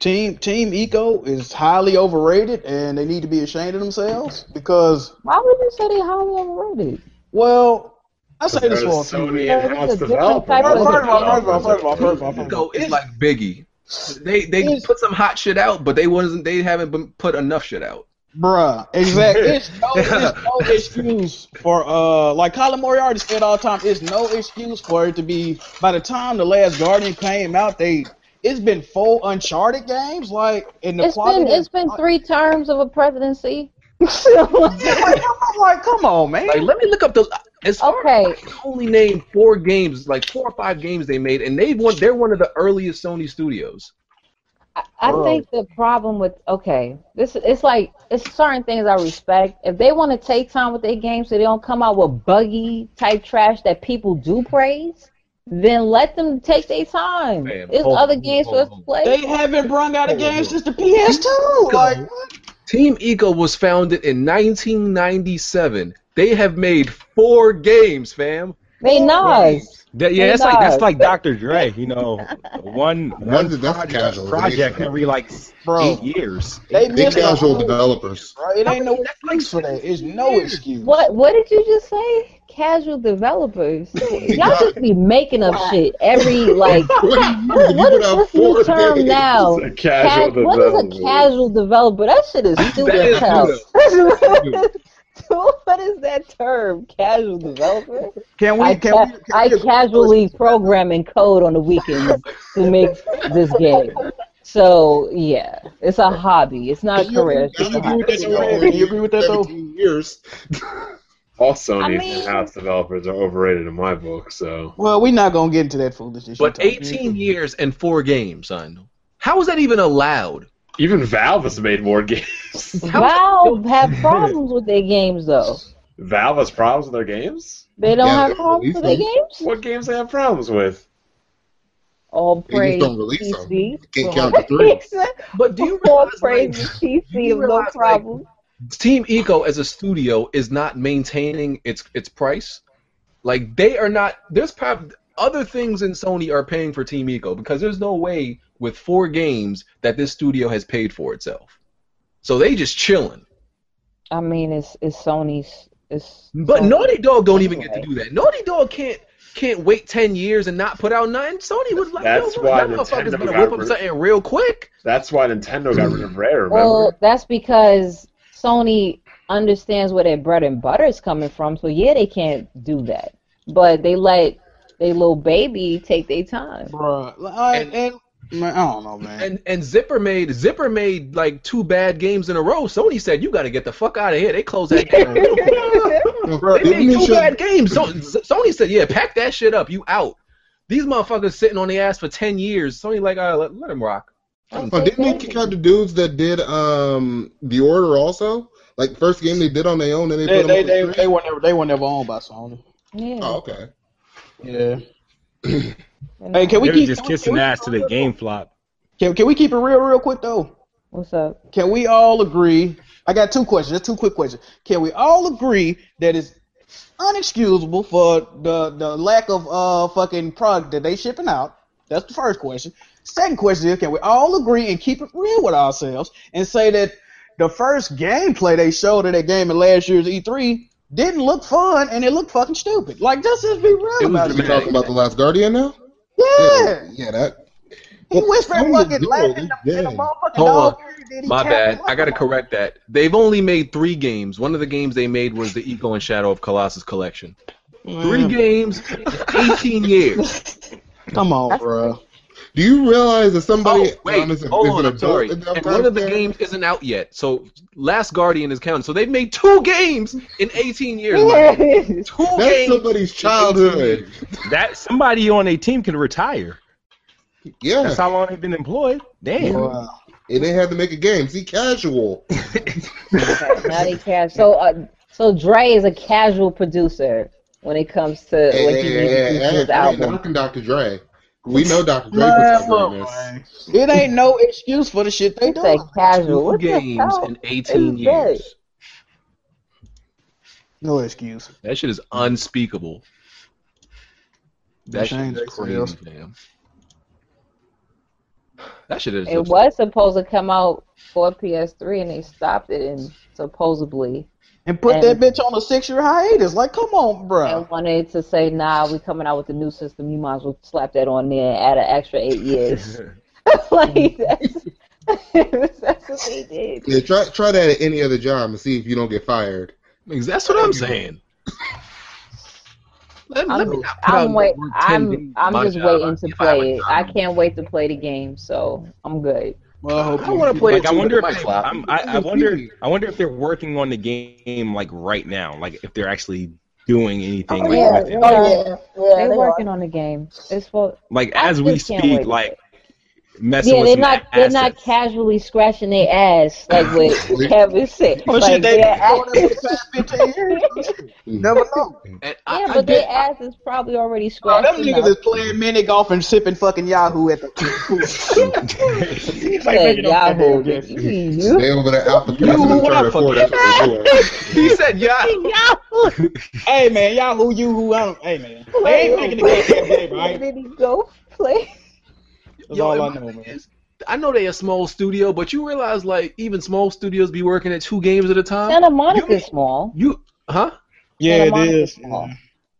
Speaker 6: Team Team Eco is highly overrated, and they need to be ashamed of themselves because,
Speaker 2: Why would you say they highly overrated?
Speaker 6: well, I say
Speaker 1: They're
Speaker 6: this for a few
Speaker 1: Sony
Speaker 6: reasons.
Speaker 1: in-house
Speaker 2: It's a different
Speaker 1: developer.
Speaker 2: type of-
Speaker 6: First of all, first of all, first of all, first of all, first of all.
Speaker 3: Eco is like Biggie. They they
Speaker 6: It's-
Speaker 3: put some hot shit out, but they wasn't they haven't been put enough shit out.
Speaker 6: Bruh, exactly. It's no, it's no excuse for uh, like Colin Moriarty said all the time. It's no excuse for it to be. By the time the last Guardian came out, they it's been four Uncharted games, like in the
Speaker 2: It's
Speaker 6: quality.
Speaker 2: been it's been three terms of a presidency. okay,
Speaker 6: I'm like, come on, man.
Speaker 3: Like, let me look up the. As
Speaker 2: Oh.
Speaker 3: far I can only name four games, like four or five games they made, and they won. They're one of the earliest Sony studios.
Speaker 2: I
Speaker 3: Whoa.
Speaker 2: think the problem with okay, this it's like it's certain things I respect. If they want to take time with their game so they don't come out with buggy type trash that people do praise, then let them take their time.
Speaker 3: Man,
Speaker 2: It's
Speaker 3: hold
Speaker 2: other
Speaker 3: on,
Speaker 2: games for us to play.
Speaker 6: They haven't brung out a game since the PS2.
Speaker 3: Eco-
Speaker 6: Like,
Speaker 3: Team Eco was founded in 1997. They have made four games, fam.
Speaker 2: They not.
Speaker 4: That, yeah,
Speaker 2: Hey,
Speaker 4: that's like that's
Speaker 2: dog.
Speaker 4: like Dr. Dre, you know, one one
Speaker 5: That's- that's
Speaker 4: project,
Speaker 5: casualization.
Speaker 4: project every like
Speaker 6: Bro.
Speaker 4: eight years.
Speaker 6: They
Speaker 5: They
Speaker 6: missed the
Speaker 5: casual
Speaker 6: whole,
Speaker 5: developers.
Speaker 6: bro. It ain't no excuse for that. It's no excuse.
Speaker 2: What what did you just say? Casual developers. Y'all just be making up shit every like
Speaker 5: What do you mean?
Speaker 2: what, what
Speaker 5: You
Speaker 2: is
Speaker 5: put out
Speaker 2: this new
Speaker 5: four
Speaker 2: term
Speaker 5: games.
Speaker 2: now?
Speaker 1: It's a casual
Speaker 2: Ca- what is
Speaker 1: developer.
Speaker 2: a casual developer? That shit is stupid
Speaker 3: is
Speaker 2: as hell.
Speaker 3: stupid.
Speaker 2: what is that term? Casual developer?
Speaker 6: Can we?
Speaker 2: I,
Speaker 6: Can
Speaker 2: ca-
Speaker 6: we? Can
Speaker 2: I
Speaker 6: we agree-
Speaker 2: casually program and code on the weekends to make this game. So yeah, it's a hobby. It's not a career. It's just a hobby.
Speaker 6: Do you agree with that, though?
Speaker 5: 17 years.
Speaker 1: All Sony
Speaker 2: I mean-
Speaker 1: in-house developers are overrated in my book. So
Speaker 6: Well, we're not gonna get into that foolishness.
Speaker 3: But
Speaker 6: you talking.
Speaker 3: 18 years and four games, son. How is that even allowed?
Speaker 1: even Valve has made more games.
Speaker 2: Valve have problems with their games though.
Speaker 1: Valve has problems with their games.
Speaker 2: They don't
Speaker 5: Yeah,
Speaker 2: have
Speaker 5: they
Speaker 2: problems
Speaker 5: release
Speaker 2: with their
Speaker 5: them.
Speaker 2: games.
Speaker 1: What games they have problems with?
Speaker 2: All
Speaker 5: They just
Speaker 2: praise
Speaker 5: don't release them.
Speaker 2: PC.
Speaker 5: Can't count to three.
Speaker 3: But do you
Speaker 2: All
Speaker 3: realize,
Speaker 2: praise
Speaker 3: like,
Speaker 2: the
Speaker 3: do
Speaker 2: PC
Speaker 3: you
Speaker 2: of no
Speaker 3: realize, like,
Speaker 2: problem.
Speaker 3: Team Eco as a studio is not maintaining its its price. Like they are not. There's prob- other things in Sony are paying for Team Eco because there's no way with four games that this studio has paid for itself. So they just chilling.
Speaker 2: I mean, it's it's Sony's. It's
Speaker 3: But
Speaker 1: Oh,
Speaker 2: Sony.
Speaker 3: Naughty Dog don't even get to
Speaker 2: Anyway.
Speaker 3: do that. Naughty Dog can't can't wait ten years and not put out nothing. Sony was like,
Speaker 1: That's
Speaker 3: yo,
Speaker 1: why
Speaker 3: that motherfucker's
Speaker 1: Nintendo
Speaker 3: better
Speaker 1: got
Speaker 3: whip up
Speaker 1: rid-
Speaker 3: something real quick.
Speaker 1: That's why Nintendo got rid of Rare. Remember?
Speaker 2: Well, that's because Sony understands where their bread and butter is coming from. So yeah, they can't do that. But they let their little baby take their time.
Speaker 6: Bruh, like,
Speaker 3: And-
Speaker 6: and, man, I don't know, man.
Speaker 3: And and Zipper made Zipper made like two bad games in a row. Sony said, "You got to get the fuck out of here." They closed that game. real quick.
Speaker 5: Bro,
Speaker 3: They
Speaker 5: didn't
Speaker 3: made
Speaker 5: you
Speaker 3: two
Speaker 5: should,
Speaker 3: bad games. So, Z- Sony said, "Yeah, pack that shit up. You out." These motherfuckers sitting on their ass for ten years. Sony like, "All right, let, let them rock."
Speaker 5: oh, didn't they kick out the dudes that did um the order also? Like first game they did on their own and they,
Speaker 6: They
Speaker 5: put
Speaker 6: they
Speaker 5: them
Speaker 6: they,
Speaker 5: on the
Speaker 6: they were never they were never owned by Sony.
Speaker 2: Yeah.
Speaker 5: Oh, okay.
Speaker 6: Yeah.
Speaker 2: you know.
Speaker 6: Hey, can we
Speaker 4: They're
Speaker 6: keep
Speaker 4: just
Speaker 6: can we-
Speaker 4: kissing
Speaker 6: can we-
Speaker 4: ass to the game flop.
Speaker 6: Can can we keep it real real quick though?
Speaker 2: What's up?
Speaker 6: Can we all agree? I got two questions. That's two quick questions. Can we all agree that it's unexcusable for the the lack of uh fucking product that they shipping out? That's the first question. Second question is, can we all agree and keep it real with ourselves and say that the first gameplay they showed at that game at last year's E3 didn't look fun and it looked fucking stupid. Like, just just be real
Speaker 3: It was
Speaker 6: about
Speaker 5: Are you
Speaker 6: it.
Speaker 5: talking about the Last Guardian now?
Speaker 6: Yeah.
Speaker 5: Yeah, that.
Speaker 6: He whispered
Speaker 5: Well,
Speaker 6: fucking
Speaker 5: Sony
Speaker 6: laughing
Speaker 5: did
Speaker 6: in
Speaker 5: this
Speaker 6: the, in the
Speaker 5: game.
Speaker 6: motherfucking
Speaker 3: Hold
Speaker 6: dog.
Speaker 3: on.
Speaker 6: ear, then he
Speaker 3: My
Speaker 6: tapped
Speaker 3: bad.
Speaker 6: him
Speaker 3: I gotta
Speaker 6: up.
Speaker 3: correct that. They've only made three games. One of the games they made was the Eco and Shadow of Colossus collection. Three games, eighteen years.
Speaker 6: Come on, bro.
Speaker 5: Do you realize that somebody
Speaker 3: Oh wait,
Speaker 5: um, is, a-
Speaker 3: hold
Speaker 5: is
Speaker 3: on.
Speaker 5: an
Speaker 3: I'm
Speaker 5: adult
Speaker 3: sorry.
Speaker 5: in that
Speaker 3: And one of the
Speaker 5: concept?
Speaker 3: games isn't out yet, so Last Guardian is counted. So they've made two games in 18 years. Mike. Two
Speaker 5: That's
Speaker 3: games.
Speaker 5: somebody's childhood.
Speaker 4: That somebody on a team can retire.
Speaker 5: Yeah,
Speaker 4: That's how long they've been employed. Damn.
Speaker 6: Bruh.
Speaker 5: and they had to make a game. See, casual.
Speaker 2: now they cash. So, uh, so Dre is a casual producer when it comes to
Speaker 5: Hey,
Speaker 2: what
Speaker 5: hey,
Speaker 2: he
Speaker 5: hey,
Speaker 2: needs to
Speaker 5: hey,
Speaker 2: do to
Speaker 5: hey,
Speaker 2: his
Speaker 5: I ain't
Speaker 2: album.
Speaker 5: knocking Dr. Dre. We know Dr. Dre
Speaker 6: Man,
Speaker 5: puts
Speaker 6: look,
Speaker 5: out greatness.
Speaker 6: man. It ain't no excuse for the shit they
Speaker 2: It's a
Speaker 6: do.
Speaker 2: casual.
Speaker 3: Two
Speaker 2: What the
Speaker 3: games
Speaker 2: hell?
Speaker 3: in 18
Speaker 2: is that?
Speaker 3: years.
Speaker 6: No excuse.
Speaker 3: That shit is unspeakable. That shit
Speaker 6: Change
Speaker 3: is
Speaker 6: sales.
Speaker 3: crazy, man. That shit is.
Speaker 2: It was supposed to come out for PS3, and they stopped it, and supposedly,
Speaker 6: And put
Speaker 2: And-
Speaker 6: that bitch on a six year hiatus. Like, come on, bro.
Speaker 2: and wanted to say, "Nah, we coming out with the new system. You might as well slap that on there and add an extra eight years." like that's, that's what they did.
Speaker 5: Yeah, try try that at any other job and see if you don't get fired.
Speaker 3: That's what I'm saying.
Speaker 1: Let,
Speaker 2: I'm,
Speaker 1: let me not put out
Speaker 2: I'm, wait,
Speaker 1: the work 10 days
Speaker 2: I'm,
Speaker 1: of
Speaker 2: I'm
Speaker 1: my
Speaker 2: just
Speaker 1: job.
Speaker 2: waiting to
Speaker 1: If I have a
Speaker 2: play it.
Speaker 1: job.
Speaker 2: I can't wait to play the game, so I'm good.
Speaker 6: Well, I
Speaker 1: I want to play
Speaker 4: Like
Speaker 1: it
Speaker 4: I
Speaker 1: too,
Speaker 4: wonder
Speaker 1: but it might
Speaker 4: if they-
Speaker 1: flop.
Speaker 4: I'm, I, I wonder I wonder if they're working on the game like right now, like if they're actually doing anything
Speaker 7: Oh
Speaker 4: like
Speaker 7: yeah,
Speaker 4: with it.
Speaker 7: oh yeah, yeah.
Speaker 2: They're
Speaker 7: they
Speaker 2: working
Speaker 7: are.
Speaker 2: on the game. It's for
Speaker 4: Like
Speaker 2: I
Speaker 4: as we
Speaker 2: just can't wait
Speaker 4: speak,
Speaker 2: to
Speaker 4: like
Speaker 2: yeah.
Speaker 4: messing
Speaker 2: They're
Speaker 4: with some
Speaker 2: not they're
Speaker 4: assets.
Speaker 2: not casually scratching their ass like what Kevin said.
Speaker 6: Oh, shit,
Speaker 2: like,
Speaker 6: they
Speaker 2: their
Speaker 6: been doing that for the
Speaker 2: ass-
Speaker 6: past 15 years. Never know.
Speaker 1: And
Speaker 2: yeah,
Speaker 1: I, I
Speaker 2: but
Speaker 1: did,
Speaker 2: their ass is probably already
Speaker 6: Bro,
Speaker 2: scratched.
Speaker 6: Oh, them niggas
Speaker 2: enough.
Speaker 6: is playing mini golf and sipping fucking Yahoo at the
Speaker 2: He said Yahoo. You.
Speaker 5: They over there alpha
Speaker 4: You
Speaker 5: testing and
Speaker 4: wanna
Speaker 5: trying to
Speaker 4: fuck
Speaker 5: afford that's what they're doing.
Speaker 4: he said, "Yeah."
Speaker 2: Yahoo.
Speaker 6: Hey man, Yahoo, you who I don't. Hey man, they ain't making the goddamn game,
Speaker 2: Where
Speaker 6: right?
Speaker 2: did he go play?
Speaker 6: That's
Speaker 1: Yo,
Speaker 6: all
Speaker 1: and
Speaker 6: I
Speaker 1: my
Speaker 6: know,
Speaker 1: thing
Speaker 6: man.
Speaker 1: is, I know they a small studio, but you realize like even small studios be working at two games at a time.
Speaker 2: Santa
Speaker 1: You-
Speaker 2: Monica's small.
Speaker 1: You huh?
Speaker 6: Yeah,
Speaker 2: Santa
Speaker 6: it
Speaker 2: Monica's
Speaker 6: is.
Speaker 2: small.
Speaker 6: Yeah.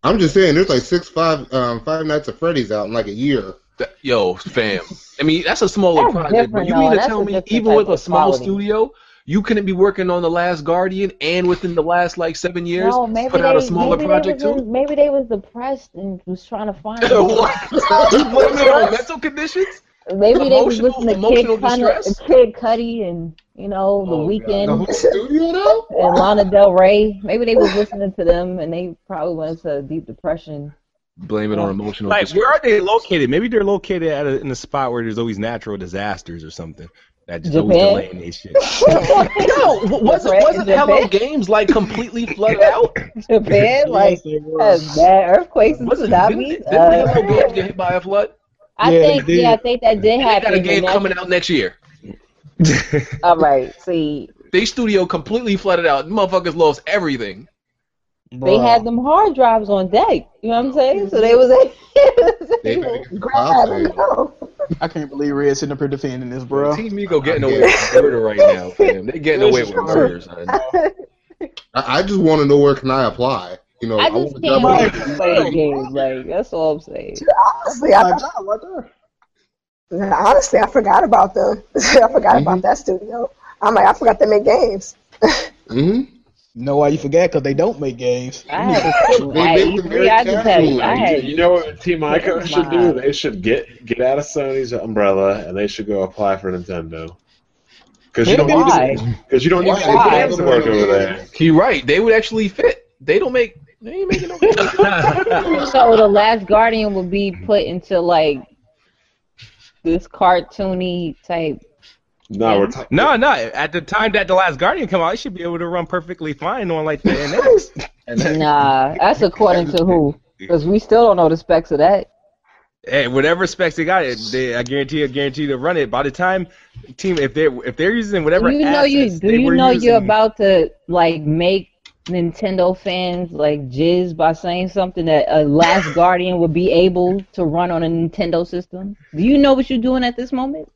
Speaker 5: I'm just saying, there's like six, five, um, Five Nights at Freddy's out in like a year.
Speaker 1: That- yo, fam. I mean that's a smaller
Speaker 2: That's
Speaker 1: project, but
Speaker 2: different,
Speaker 1: you
Speaker 2: though.
Speaker 1: mean to
Speaker 2: That's
Speaker 1: tell
Speaker 2: a
Speaker 1: me
Speaker 2: different
Speaker 1: even
Speaker 2: type
Speaker 1: with a
Speaker 2: of
Speaker 1: small
Speaker 2: quality.
Speaker 1: studio, you couldn't be working on the Last Guardian and within the last like seven years
Speaker 2: No, maybe
Speaker 1: put
Speaker 2: they
Speaker 1: out a smaller
Speaker 2: maybe
Speaker 1: project
Speaker 2: they was
Speaker 1: too?
Speaker 2: in, maybe they was depressed and was trying to find.
Speaker 1: what? what man, on mental conditions?
Speaker 2: Maybe they was
Speaker 1: Emotional-
Speaker 2: listening to
Speaker 1: emotional
Speaker 2: Kid, Cudi,
Speaker 1: distress?
Speaker 2: Kid Cudi and you know the
Speaker 1: Oh, God.
Speaker 5: The
Speaker 2: weekend
Speaker 5: whole studio though?
Speaker 2: and Lana Del Rey. Maybe they was listening to them and they probably went into a deep depression.
Speaker 3: Blame it on emotional.
Speaker 4: Like,
Speaker 3: distress.
Speaker 4: where are they located? Maybe they're located at a, in a spot where there's always natural disasters or something. That just always
Speaker 2: Japan?
Speaker 4: delaying this shit.
Speaker 1: Yo, w- wasn't
Speaker 2: Depressed-
Speaker 1: wasn't Hello
Speaker 2: depressed?
Speaker 1: Games like completely flooded out?
Speaker 2: Japan, like
Speaker 6: Yes, they were.
Speaker 2: uh, bad earthquakes and
Speaker 1: Wasn't didn't,
Speaker 2: tsunamis.
Speaker 1: didn't Hello Games
Speaker 2: Uh,
Speaker 1: get hit by a flood?
Speaker 2: I
Speaker 6: Yeah, they
Speaker 2: think yeah, I
Speaker 6: did.
Speaker 2: think that did
Speaker 1: And they
Speaker 2: happen.
Speaker 1: got a
Speaker 2: but
Speaker 1: game
Speaker 2: that's-
Speaker 1: coming out next year.
Speaker 2: All right, see,
Speaker 1: They studio completely flooded out. Motherfuckers lost everything.
Speaker 2: they had them hard drives on deck. You know what I'm saying? So
Speaker 1: Mm-hmm.
Speaker 2: they was like,
Speaker 5: They better get files
Speaker 6: I can't believe Red's sitting up here defending this, bro.
Speaker 3: Team Mego getting away with murder right now, fam. They getting away with murder, son.
Speaker 5: I, I just want to know where can I apply. You know,
Speaker 2: I
Speaker 5: want
Speaker 2: just
Speaker 5: a
Speaker 2: can't wait
Speaker 5: job-
Speaker 2: to play the game. Like that's all I'm saying.
Speaker 7: Honestly, I,
Speaker 6: job right there.
Speaker 7: nah, honestly, I forgot about them. I forgot
Speaker 3: Mm-hmm.
Speaker 7: about that studio. I'm like, I forgot they make games.
Speaker 5: Mhm.
Speaker 6: Know why you forgot? Because they don't make games.
Speaker 2: I had to
Speaker 5: They
Speaker 2: I,
Speaker 5: make them very
Speaker 2: E3, I just had,
Speaker 5: casual.
Speaker 2: I had
Speaker 1: You know what Team
Speaker 2: Ico should do? They
Speaker 1: should get get out of Sony's umbrella and they should go apply for Nintendo. Because
Speaker 6: you don't need
Speaker 2: why?
Speaker 1: because you don't
Speaker 5: Why?
Speaker 2: need
Speaker 5: Why?
Speaker 2: hands
Speaker 1: to work over there. You're right. They would actually fit. They don't make. They ain't making no. Mm-hmm.
Speaker 2: So the Last Guardian would be put into like this cartoony type.
Speaker 1: no, we're talking.
Speaker 4: No, no. At the time that the Last Guardian come out, it should be able to run perfectly fine on like the NX.
Speaker 2: Nah, that's according to who? Because we still don't know the specs of that.
Speaker 4: hey, whatever specs they got, it they, I guarantee, I guarantee to run it. By the time team, if they are if they're using
Speaker 2: Do
Speaker 4: whatever
Speaker 2: you know you?
Speaker 4: assets
Speaker 2: Do
Speaker 4: they
Speaker 2: you
Speaker 4: were
Speaker 2: know
Speaker 4: using,
Speaker 2: you're about to like make Nintendo fans like jizz by saying something that a Last Guardian would be able to run on a Nintendo system? Do you know what you're doing at this moment?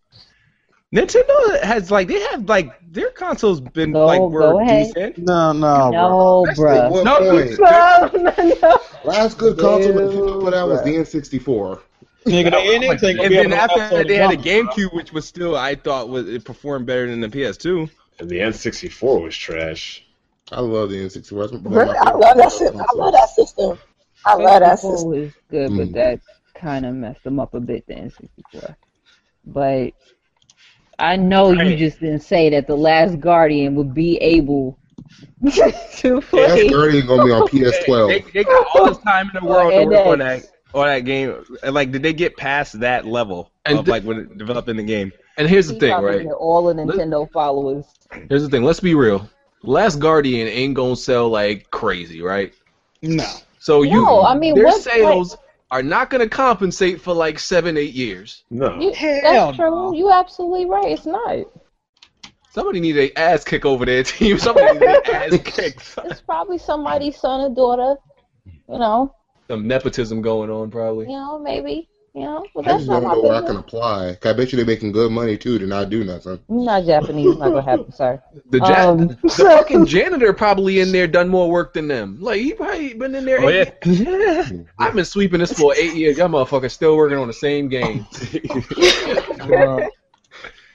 Speaker 4: Nintendo has like they have like their consoles been
Speaker 2: Go-
Speaker 4: like
Speaker 2: go
Speaker 4: were
Speaker 2: ahead.
Speaker 4: decent.
Speaker 6: No, no, bro.
Speaker 2: No,
Speaker 5: That's at
Speaker 2: bruh.
Speaker 5: what
Speaker 4: No,
Speaker 5: point?
Speaker 2: no.
Speaker 5: Last good console that people put out was the N64.
Speaker 6: Nigga, they NX ain't gonna
Speaker 4: And
Speaker 6: be able
Speaker 4: then
Speaker 6: to
Speaker 4: after that, they had a
Speaker 6: jump.
Speaker 4: GameCube, which was still I thought was it performed better than the PS2.
Speaker 1: And the N64 was trash.
Speaker 5: I love the N64. That's my-
Speaker 7: Really? I love that system. I love that system. I love that system.
Speaker 2: N64 was good, but
Speaker 4: Hmm.
Speaker 5: Mm.
Speaker 2: that kind of messed them up a bit, the N64. But I know you just didn't say that The Last Guardian would be able to
Speaker 5: That's
Speaker 2: play.
Speaker 5: Guardian gonna be on
Speaker 4: They,
Speaker 5: PS12.
Speaker 4: they got all the time in the world to
Speaker 2: Well,
Speaker 4: work on
Speaker 2: NX.
Speaker 4: that on that game. And, Like, did they get past that level
Speaker 3: And
Speaker 4: of
Speaker 3: th-
Speaker 4: like when developing the game?
Speaker 3: And here's the
Speaker 2: He
Speaker 3: thing,
Speaker 2: probably
Speaker 3: right?
Speaker 2: had All the Nintendo followers.
Speaker 3: Here's the thing. Let's be real. Last Guardian ain't gonna sell like crazy, right?
Speaker 6: No.
Speaker 3: So Oh, you,
Speaker 2: No, I mean,
Speaker 3: their
Speaker 2: what-
Speaker 3: sales are not gonna compensate for like seven, eight years.
Speaker 1: No.
Speaker 2: You,
Speaker 6: Hell
Speaker 2: that's true.
Speaker 6: no.
Speaker 2: You absolutely right. It's not.
Speaker 3: Somebody need a ass kick over their team. Somebody need a ass kick.
Speaker 2: It's probably somebody's son or daughter. You know.
Speaker 3: Some nepotism going on,
Speaker 2: You
Speaker 3: probably.
Speaker 2: know. Maybe. You know. But
Speaker 5: I
Speaker 2: that's
Speaker 5: just
Speaker 2: not
Speaker 5: don't
Speaker 2: my
Speaker 5: know where I can
Speaker 2: business.
Speaker 5: apply. 'Cause I bet you they're making good money too to not do nothing.
Speaker 2: Not Japanese. Not gonna happen. Sorry.
Speaker 3: The, ja-
Speaker 2: Um.
Speaker 3: the fucking janitor probably in there done more work than them. Like he probably been in there.
Speaker 4: Oh
Speaker 3: eight
Speaker 4: yeah,
Speaker 3: years. I've been sweeping this for eight years. Y'all motherfuckers still working on the same game.
Speaker 6: Bro.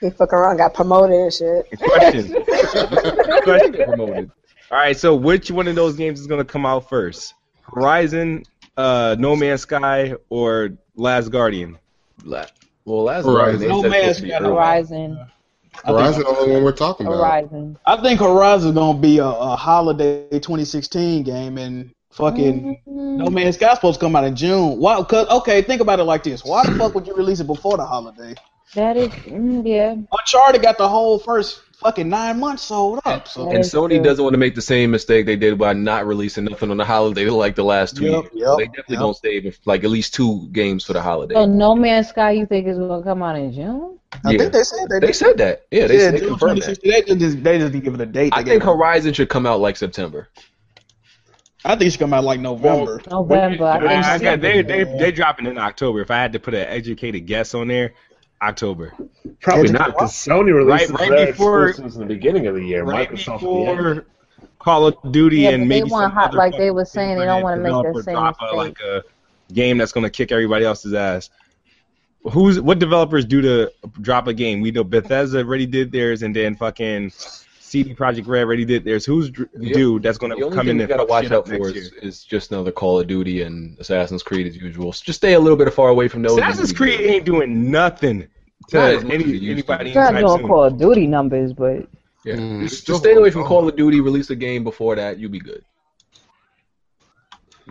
Speaker 7: He fuck around, got promoted and shit.
Speaker 4: question. question.
Speaker 3: Promoted.
Speaker 4: All right, so which one of those games is gonna come out first? Horizon uh, No Man's Sky or Last Guardian?
Speaker 3: La- well, Last
Speaker 5: Horizon.
Speaker 3: Guardian.
Speaker 6: No Man's Sky.
Speaker 2: Horizon.
Speaker 5: Horizon's the only one we're talking about.
Speaker 2: Horizon.
Speaker 6: I think Horizon gonna be a, a holiday 2016 game, and fucking
Speaker 2: Mm-hmm.
Speaker 6: No Man's Sky's supposed to come out in June. Why? Cause okay, think about it like this: Why the fuck would you release it before the holiday?
Speaker 2: That is, mm, yeah.
Speaker 6: Uncharted got the whole first fucking nine months sold up. So
Speaker 3: And
Speaker 2: That's
Speaker 3: Sony
Speaker 2: true.
Speaker 3: doesn't want to make the same mistake they did by not releasing nothing on the holiday like the last two
Speaker 6: Yep,
Speaker 3: years.
Speaker 6: yep,
Speaker 3: they definitely
Speaker 6: yep.
Speaker 3: don't save like at least two games for the holiday.
Speaker 2: So No Man's Sky, you think is gonna come out in June?
Speaker 6: I
Speaker 3: yeah.
Speaker 6: think they said they,
Speaker 3: They said that. Yeah, they,
Speaker 6: yeah,
Speaker 3: they
Speaker 6: June
Speaker 3: confirmed that.
Speaker 6: 2016. They just they just didn't give it a date.
Speaker 3: I
Speaker 6: They gave
Speaker 3: think
Speaker 6: it-
Speaker 3: Horizon should come out like September.
Speaker 6: I think it should come out like November.
Speaker 2: November. I think
Speaker 4: I got, they, they,
Speaker 6: Yeah.
Speaker 4: they dropping in October. If I had to put an educated guess on there, October.
Speaker 1: Probably not because Sony releases
Speaker 4: Right- right
Speaker 1: their
Speaker 4: before-
Speaker 1: exclusives in the beginning of the year.
Speaker 4: Right
Speaker 1: Microsoft yeah.
Speaker 4: before Call of Duty
Speaker 2: Yeah, but
Speaker 4: and
Speaker 2: they
Speaker 4: maybe
Speaker 2: want
Speaker 4: some
Speaker 2: hot-
Speaker 4: other
Speaker 2: like they
Speaker 4: fucking
Speaker 2: were saying, they don't wanna make that
Speaker 4: developer
Speaker 2: same
Speaker 4: drop a, like
Speaker 2: mistake.
Speaker 4: a game that's gonna kick everybody else's ass. Who's what developers do to drop a game? We know Bethesda already did theirs, and then fucking CD Project Red already did theirs. Who's dr-
Speaker 3: The-
Speaker 4: dude that's gonna
Speaker 3: The only
Speaker 4: come
Speaker 3: thing
Speaker 4: in
Speaker 3: you
Speaker 4: and
Speaker 3: gotta
Speaker 4: fuck
Speaker 3: watch
Speaker 4: shit up
Speaker 3: out
Speaker 4: next
Speaker 3: for
Speaker 4: year?
Speaker 3: is, is just another Call of Duty and Assassin's Creed as usual. So just stay a little bit far away from those.
Speaker 4: Assassin's Creed ain't doing nothing to
Speaker 3: Not as much as it used
Speaker 4: any,
Speaker 3: to.
Speaker 4: anybody
Speaker 2: They're not
Speaker 4: anytime
Speaker 2: doing
Speaker 4: soon.
Speaker 2: Call of Duty numbers, but
Speaker 3: Yeah.
Speaker 5: Mm,
Speaker 3: Just,
Speaker 5: still
Speaker 3: just stay away
Speaker 5: going
Speaker 3: from
Speaker 5: on.
Speaker 3: Call of Duty. Release a game before that, you'll be good.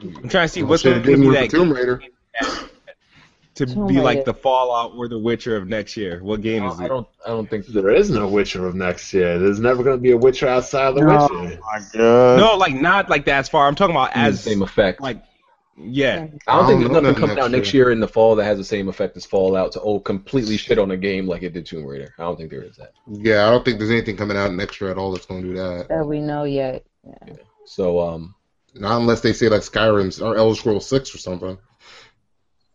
Speaker 4: I'm trying to see
Speaker 5: Oh,
Speaker 4: what's going
Speaker 5: shit, it
Speaker 4: to
Speaker 5: didn't
Speaker 4: be
Speaker 5: work
Speaker 4: that
Speaker 5: for Tomb Raider.
Speaker 4: to
Speaker 2: Tomb
Speaker 4: be like
Speaker 2: Raider.
Speaker 4: the Fallout or the Witcher of next year. What game is
Speaker 3: Oh, I
Speaker 4: it?
Speaker 3: don't. I don't think.
Speaker 1: There is no Witcher of next year. There's never going to be a Witcher outside of the
Speaker 6: No.
Speaker 1: Witcher.
Speaker 6: my god.
Speaker 4: No, like not like that as far. I'm talking about
Speaker 3: As
Speaker 4: as
Speaker 3: the Mm, same effect.
Speaker 4: like um,
Speaker 3: I
Speaker 4: yeah.
Speaker 3: don't
Speaker 5: I
Speaker 3: think
Speaker 5: don't
Speaker 3: there's
Speaker 5: know
Speaker 3: nothing
Speaker 5: nothing
Speaker 3: coming out
Speaker 5: next
Speaker 3: next year in the fall that has the same effect as Fallout to oh completely shit on a game like it did Tomb Raider. I don't think there is that.
Speaker 5: Yeah, I don't think there's anything coming out next year at all that's going to do that.
Speaker 2: that we know yet.
Speaker 3: So um,
Speaker 5: Not unless they say like Skyrim's or Elder Scrolls Six or something.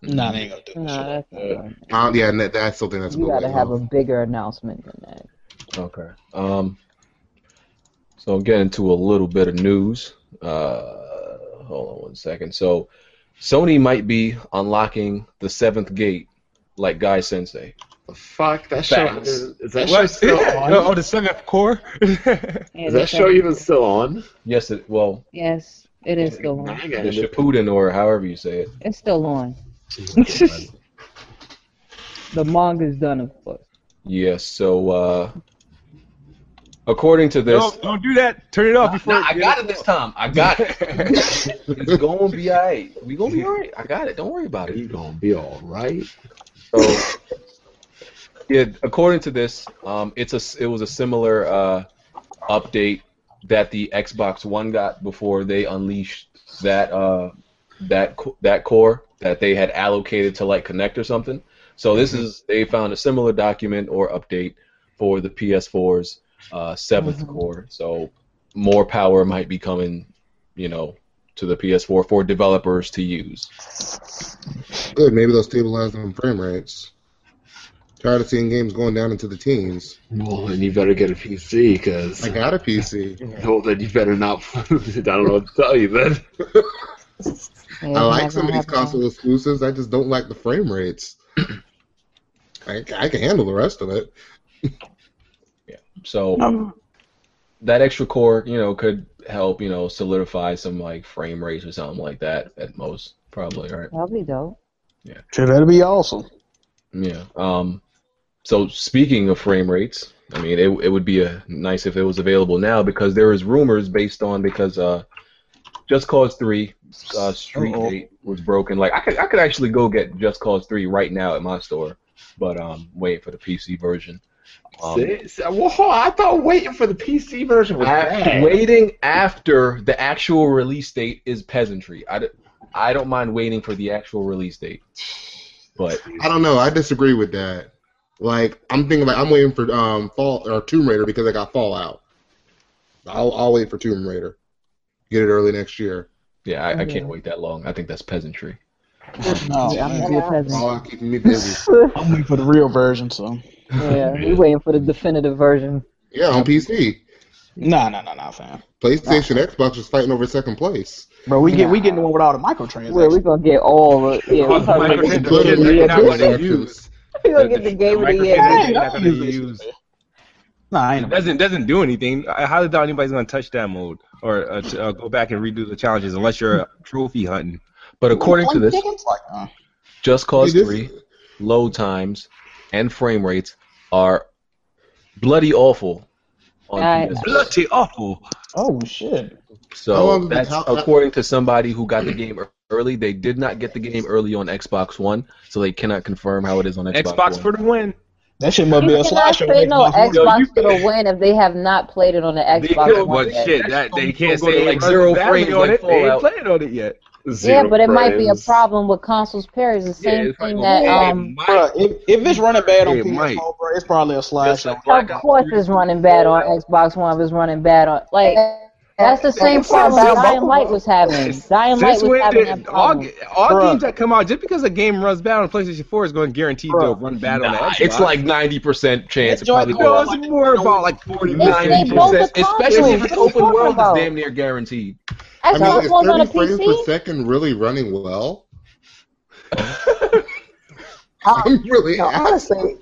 Speaker 6: Nah, they ain't gonna do
Speaker 2: No,
Speaker 6: that. shit.
Speaker 2: that's not going to
Speaker 5: Um, yeah, and that, that's something that's
Speaker 2: You
Speaker 5: going
Speaker 2: gotta have a bigger announcement than that.
Speaker 3: Okay. Um, so I'm getting to a little bit of news. Uh, hold on one second. So Sony might be unlocking the seventh gate, like Guy Sensei.
Speaker 1: Fuck, that show.
Speaker 3: Facts.
Speaker 1: Is, is that show
Speaker 4: What?
Speaker 1: still
Speaker 4: oh,
Speaker 1: on?
Speaker 4: the seventh core. That's
Speaker 2: Yeah,
Speaker 1: Is
Speaker 2: they
Speaker 1: that show
Speaker 2: said-
Speaker 1: even still on?
Speaker 3: Yes. It, well,
Speaker 2: Yes, it is still
Speaker 1: I
Speaker 2: on.
Speaker 1: ain't
Speaker 3: the
Speaker 1: got it.
Speaker 3: Shippuden or however you say it.
Speaker 2: It's still on. The manga's done, of course.
Speaker 3: Yes. So uh, according to this.
Speaker 4: don't, don't do that. Turn it off before.
Speaker 3: Nah, I got it this time. I got it. it's gonna be alright. We gonna be alright. I got it. Don't worry about it.
Speaker 1: You gonna be all right?
Speaker 3: So, yeah, according to this, um, it's a it was a similar uh, update that the Xbox One got before they unleashed that uh, that co- that core that they had allocated to like Connect or something. So this is they found a similar document or update for the PS4's uh, 7th core. So more power might be coming, you know, to the PS4 for developers to use.
Speaker 5: Good, maybe they'll stabilize them frame rates. Tired of seeing games going down into the teens.
Speaker 1: Well, then you better get a PC, because
Speaker 5: I got a PC.
Speaker 1: well, then you better not. I don't know what to tell you then.
Speaker 5: I like some of these console exclusives. I just don't like the frame rates. I, I can handle the rest of it.
Speaker 3: So that extra core, you know, could help, you know, solidify some like frame rates or something like that at most, probably, right?
Speaker 2: That'll be dope.
Speaker 6: Shit, that'd be awesome.
Speaker 3: Yeah. Um. So speaking of frame rates, I mean, it it would be a nice if it was available now because there is rumors based on because uh, Just Cause Three, uh, Street
Speaker 6: Uh-oh.
Speaker 3: Date was broken. Like I could I could actually go get Just Cause Three right now at my store, but um, waiting for the PC version. Um,
Speaker 1: See? See, well, hold on, I thought waiting for the PC version was
Speaker 3: Af-
Speaker 1: bad.
Speaker 3: waiting after the actual release date is peasantry. I, d- I don't mind waiting for the actual release date, but
Speaker 5: I don't know. I disagree with that. Like I'm thinking, like I'm waiting for um Fall or Tomb Raider because I got Fallout. I'll I'll wait for Tomb Raider. Get it early next year.
Speaker 3: yeah, I, I can't
Speaker 2: Mhm.
Speaker 3: wait that long. I think that's peasantry.
Speaker 6: No,
Speaker 2: Yeah, I'm gonna be a peasant.
Speaker 5: Fallout keeping Oh, me busy.
Speaker 6: I'm waiting for the real version, so.
Speaker 2: Yeah,
Speaker 3: Yeah.
Speaker 2: we're waiting for the definitive version.
Speaker 5: yeah, on PC,
Speaker 6: Nah, nah, nah, nah, fam.
Speaker 5: PlayStation, Xbox was fighting over second place.
Speaker 6: Bro, we get we getting the one with all the microtransactions.
Speaker 2: Well, we're gonna get all of yeah,
Speaker 4: Oh,
Speaker 2: we're
Speaker 4: the
Speaker 2: gonna get,
Speaker 4: microtransactions.
Speaker 2: the game of the
Speaker 4: They're not
Speaker 2: year.
Speaker 4: gonna use.
Speaker 2: we gonna get the game of the year.
Speaker 4: Microtransactions not gonna
Speaker 6: Hey,
Speaker 4: use.
Speaker 6: nah, I ain't.
Speaker 4: Doesn't doesn't do anything. I highly doubt anybody's gonna touch that mode or uh, t- uh, go back and redo the challenges unless you're trophy hunting.
Speaker 3: But according to this,
Speaker 6: It's like, uh,
Speaker 3: Just Cause
Speaker 5: Dude, this-
Speaker 3: 3, load times, and frame rates are bloody awful on
Speaker 2: Right.
Speaker 3: PS.
Speaker 4: Bloody awful.
Speaker 6: oh shit.
Speaker 5: How
Speaker 3: So
Speaker 5: long-
Speaker 3: that's
Speaker 5: how- how-
Speaker 3: according to somebody who got the game early. They did not get the game early on Xbox One, so they cannot confirm how it is on Xbox,
Speaker 4: Xbox for
Speaker 3: One.
Speaker 4: the win.
Speaker 6: That shit must be a
Speaker 2: You cannot
Speaker 6: slideshow.
Speaker 2: say no
Speaker 6: Xbox
Speaker 4: Yo, you
Speaker 2: Xbox for the win if they have not played it on the Xbox
Speaker 4: Yo,
Speaker 2: One
Speaker 4: but
Speaker 2: yet.
Speaker 4: shit, that they can't
Speaker 3: Go to,
Speaker 4: say
Speaker 3: like, zero
Speaker 4: battery
Speaker 3: frames,
Speaker 4: on
Speaker 3: like
Speaker 4: it. They ain't
Speaker 3: Fallout.
Speaker 4: playing on it yet.
Speaker 2: Yeah,
Speaker 1: Zero
Speaker 2: but it might be a
Speaker 1: frames.
Speaker 2: problem with consoles pairs. The
Speaker 3: Yeah,
Speaker 2: same
Speaker 3: it's probably
Speaker 2: thing that
Speaker 3: gonna be-
Speaker 2: um,
Speaker 6: Bruh, if, if it's running bad on
Speaker 4: It
Speaker 6: PS4,
Speaker 4: might.
Speaker 6: bro, it's probably a
Speaker 3: Just
Speaker 6: slideshow.
Speaker 3: like
Speaker 2: of
Speaker 3: Black Ops
Speaker 2: course
Speaker 3: 3.
Speaker 2: is running bad on Xbox One. Is running bad on like that's the same problem
Speaker 4: Since-
Speaker 2: Dying Light was having. Dying Light
Speaker 4: Since
Speaker 2: was
Speaker 4: when
Speaker 2: having
Speaker 4: did
Speaker 2: that
Speaker 4: all,
Speaker 2: problem.
Speaker 4: ga- all
Speaker 6: Bruh.
Speaker 4: games that come out just because a game runs bad on PlayStation 4 is going to guarantee they'll
Speaker 6: Bruh.
Speaker 4: run bad on the
Speaker 3: Nah,
Speaker 4: Xbox.
Speaker 3: it's like 90% chance. It
Speaker 6: That joint
Speaker 3: probably
Speaker 6: going
Speaker 4: no,
Speaker 3: goes
Speaker 4: it's more about like 40
Speaker 2: It's- they
Speaker 4: million.
Speaker 2: both
Speaker 4: percent.
Speaker 2: are
Speaker 3: especially
Speaker 2: consoles.
Speaker 3: if
Speaker 2: What are you
Speaker 3: it's open
Speaker 2: talking
Speaker 3: world,
Speaker 2: about?
Speaker 3: it's damn near guaranteed.
Speaker 5: I mean,
Speaker 2: Xbox
Speaker 5: is
Speaker 2: One's on a
Speaker 5: 30 frames per
Speaker 2: PC.
Speaker 5: second really running well? I'm really
Speaker 7: No, honestly,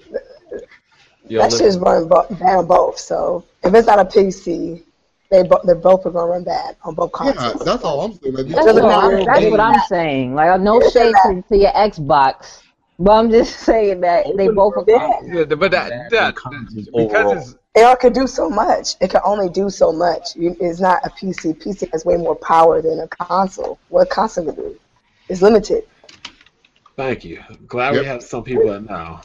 Speaker 3: Yo,
Speaker 7: that
Speaker 3: listen,
Speaker 7: shit's running bo- bad on both. So if it's not a PC, they bo- they both are gonna run bad on both
Speaker 5: yeah.
Speaker 7: consoles.
Speaker 5: That's all I'm saying. Like,
Speaker 2: That's,
Speaker 7: doesn't
Speaker 2: what,
Speaker 7: matter.
Speaker 2: I'm, that's
Speaker 7: It-
Speaker 2: what I'm saying. Like no
Speaker 7: it-
Speaker 2: shade to, to your Xbox, but I'm just saying that they
Speaker 3: Open
Speaker 2: both are
Speaker 7: world.
Speaker 2: consoles.
Speaker 4: Yeah, but that, that,
Speaker 3: consoles overall.
Speaker 4: because
Speaker 7: AR can do so much. It can only do so much. You, it's not a PC. PC has way more power than a console. What a console can do is limited.
Speaker 1: Thank you. Glad
Speaker 5: Yep.
Speaker 1: we have some people that know.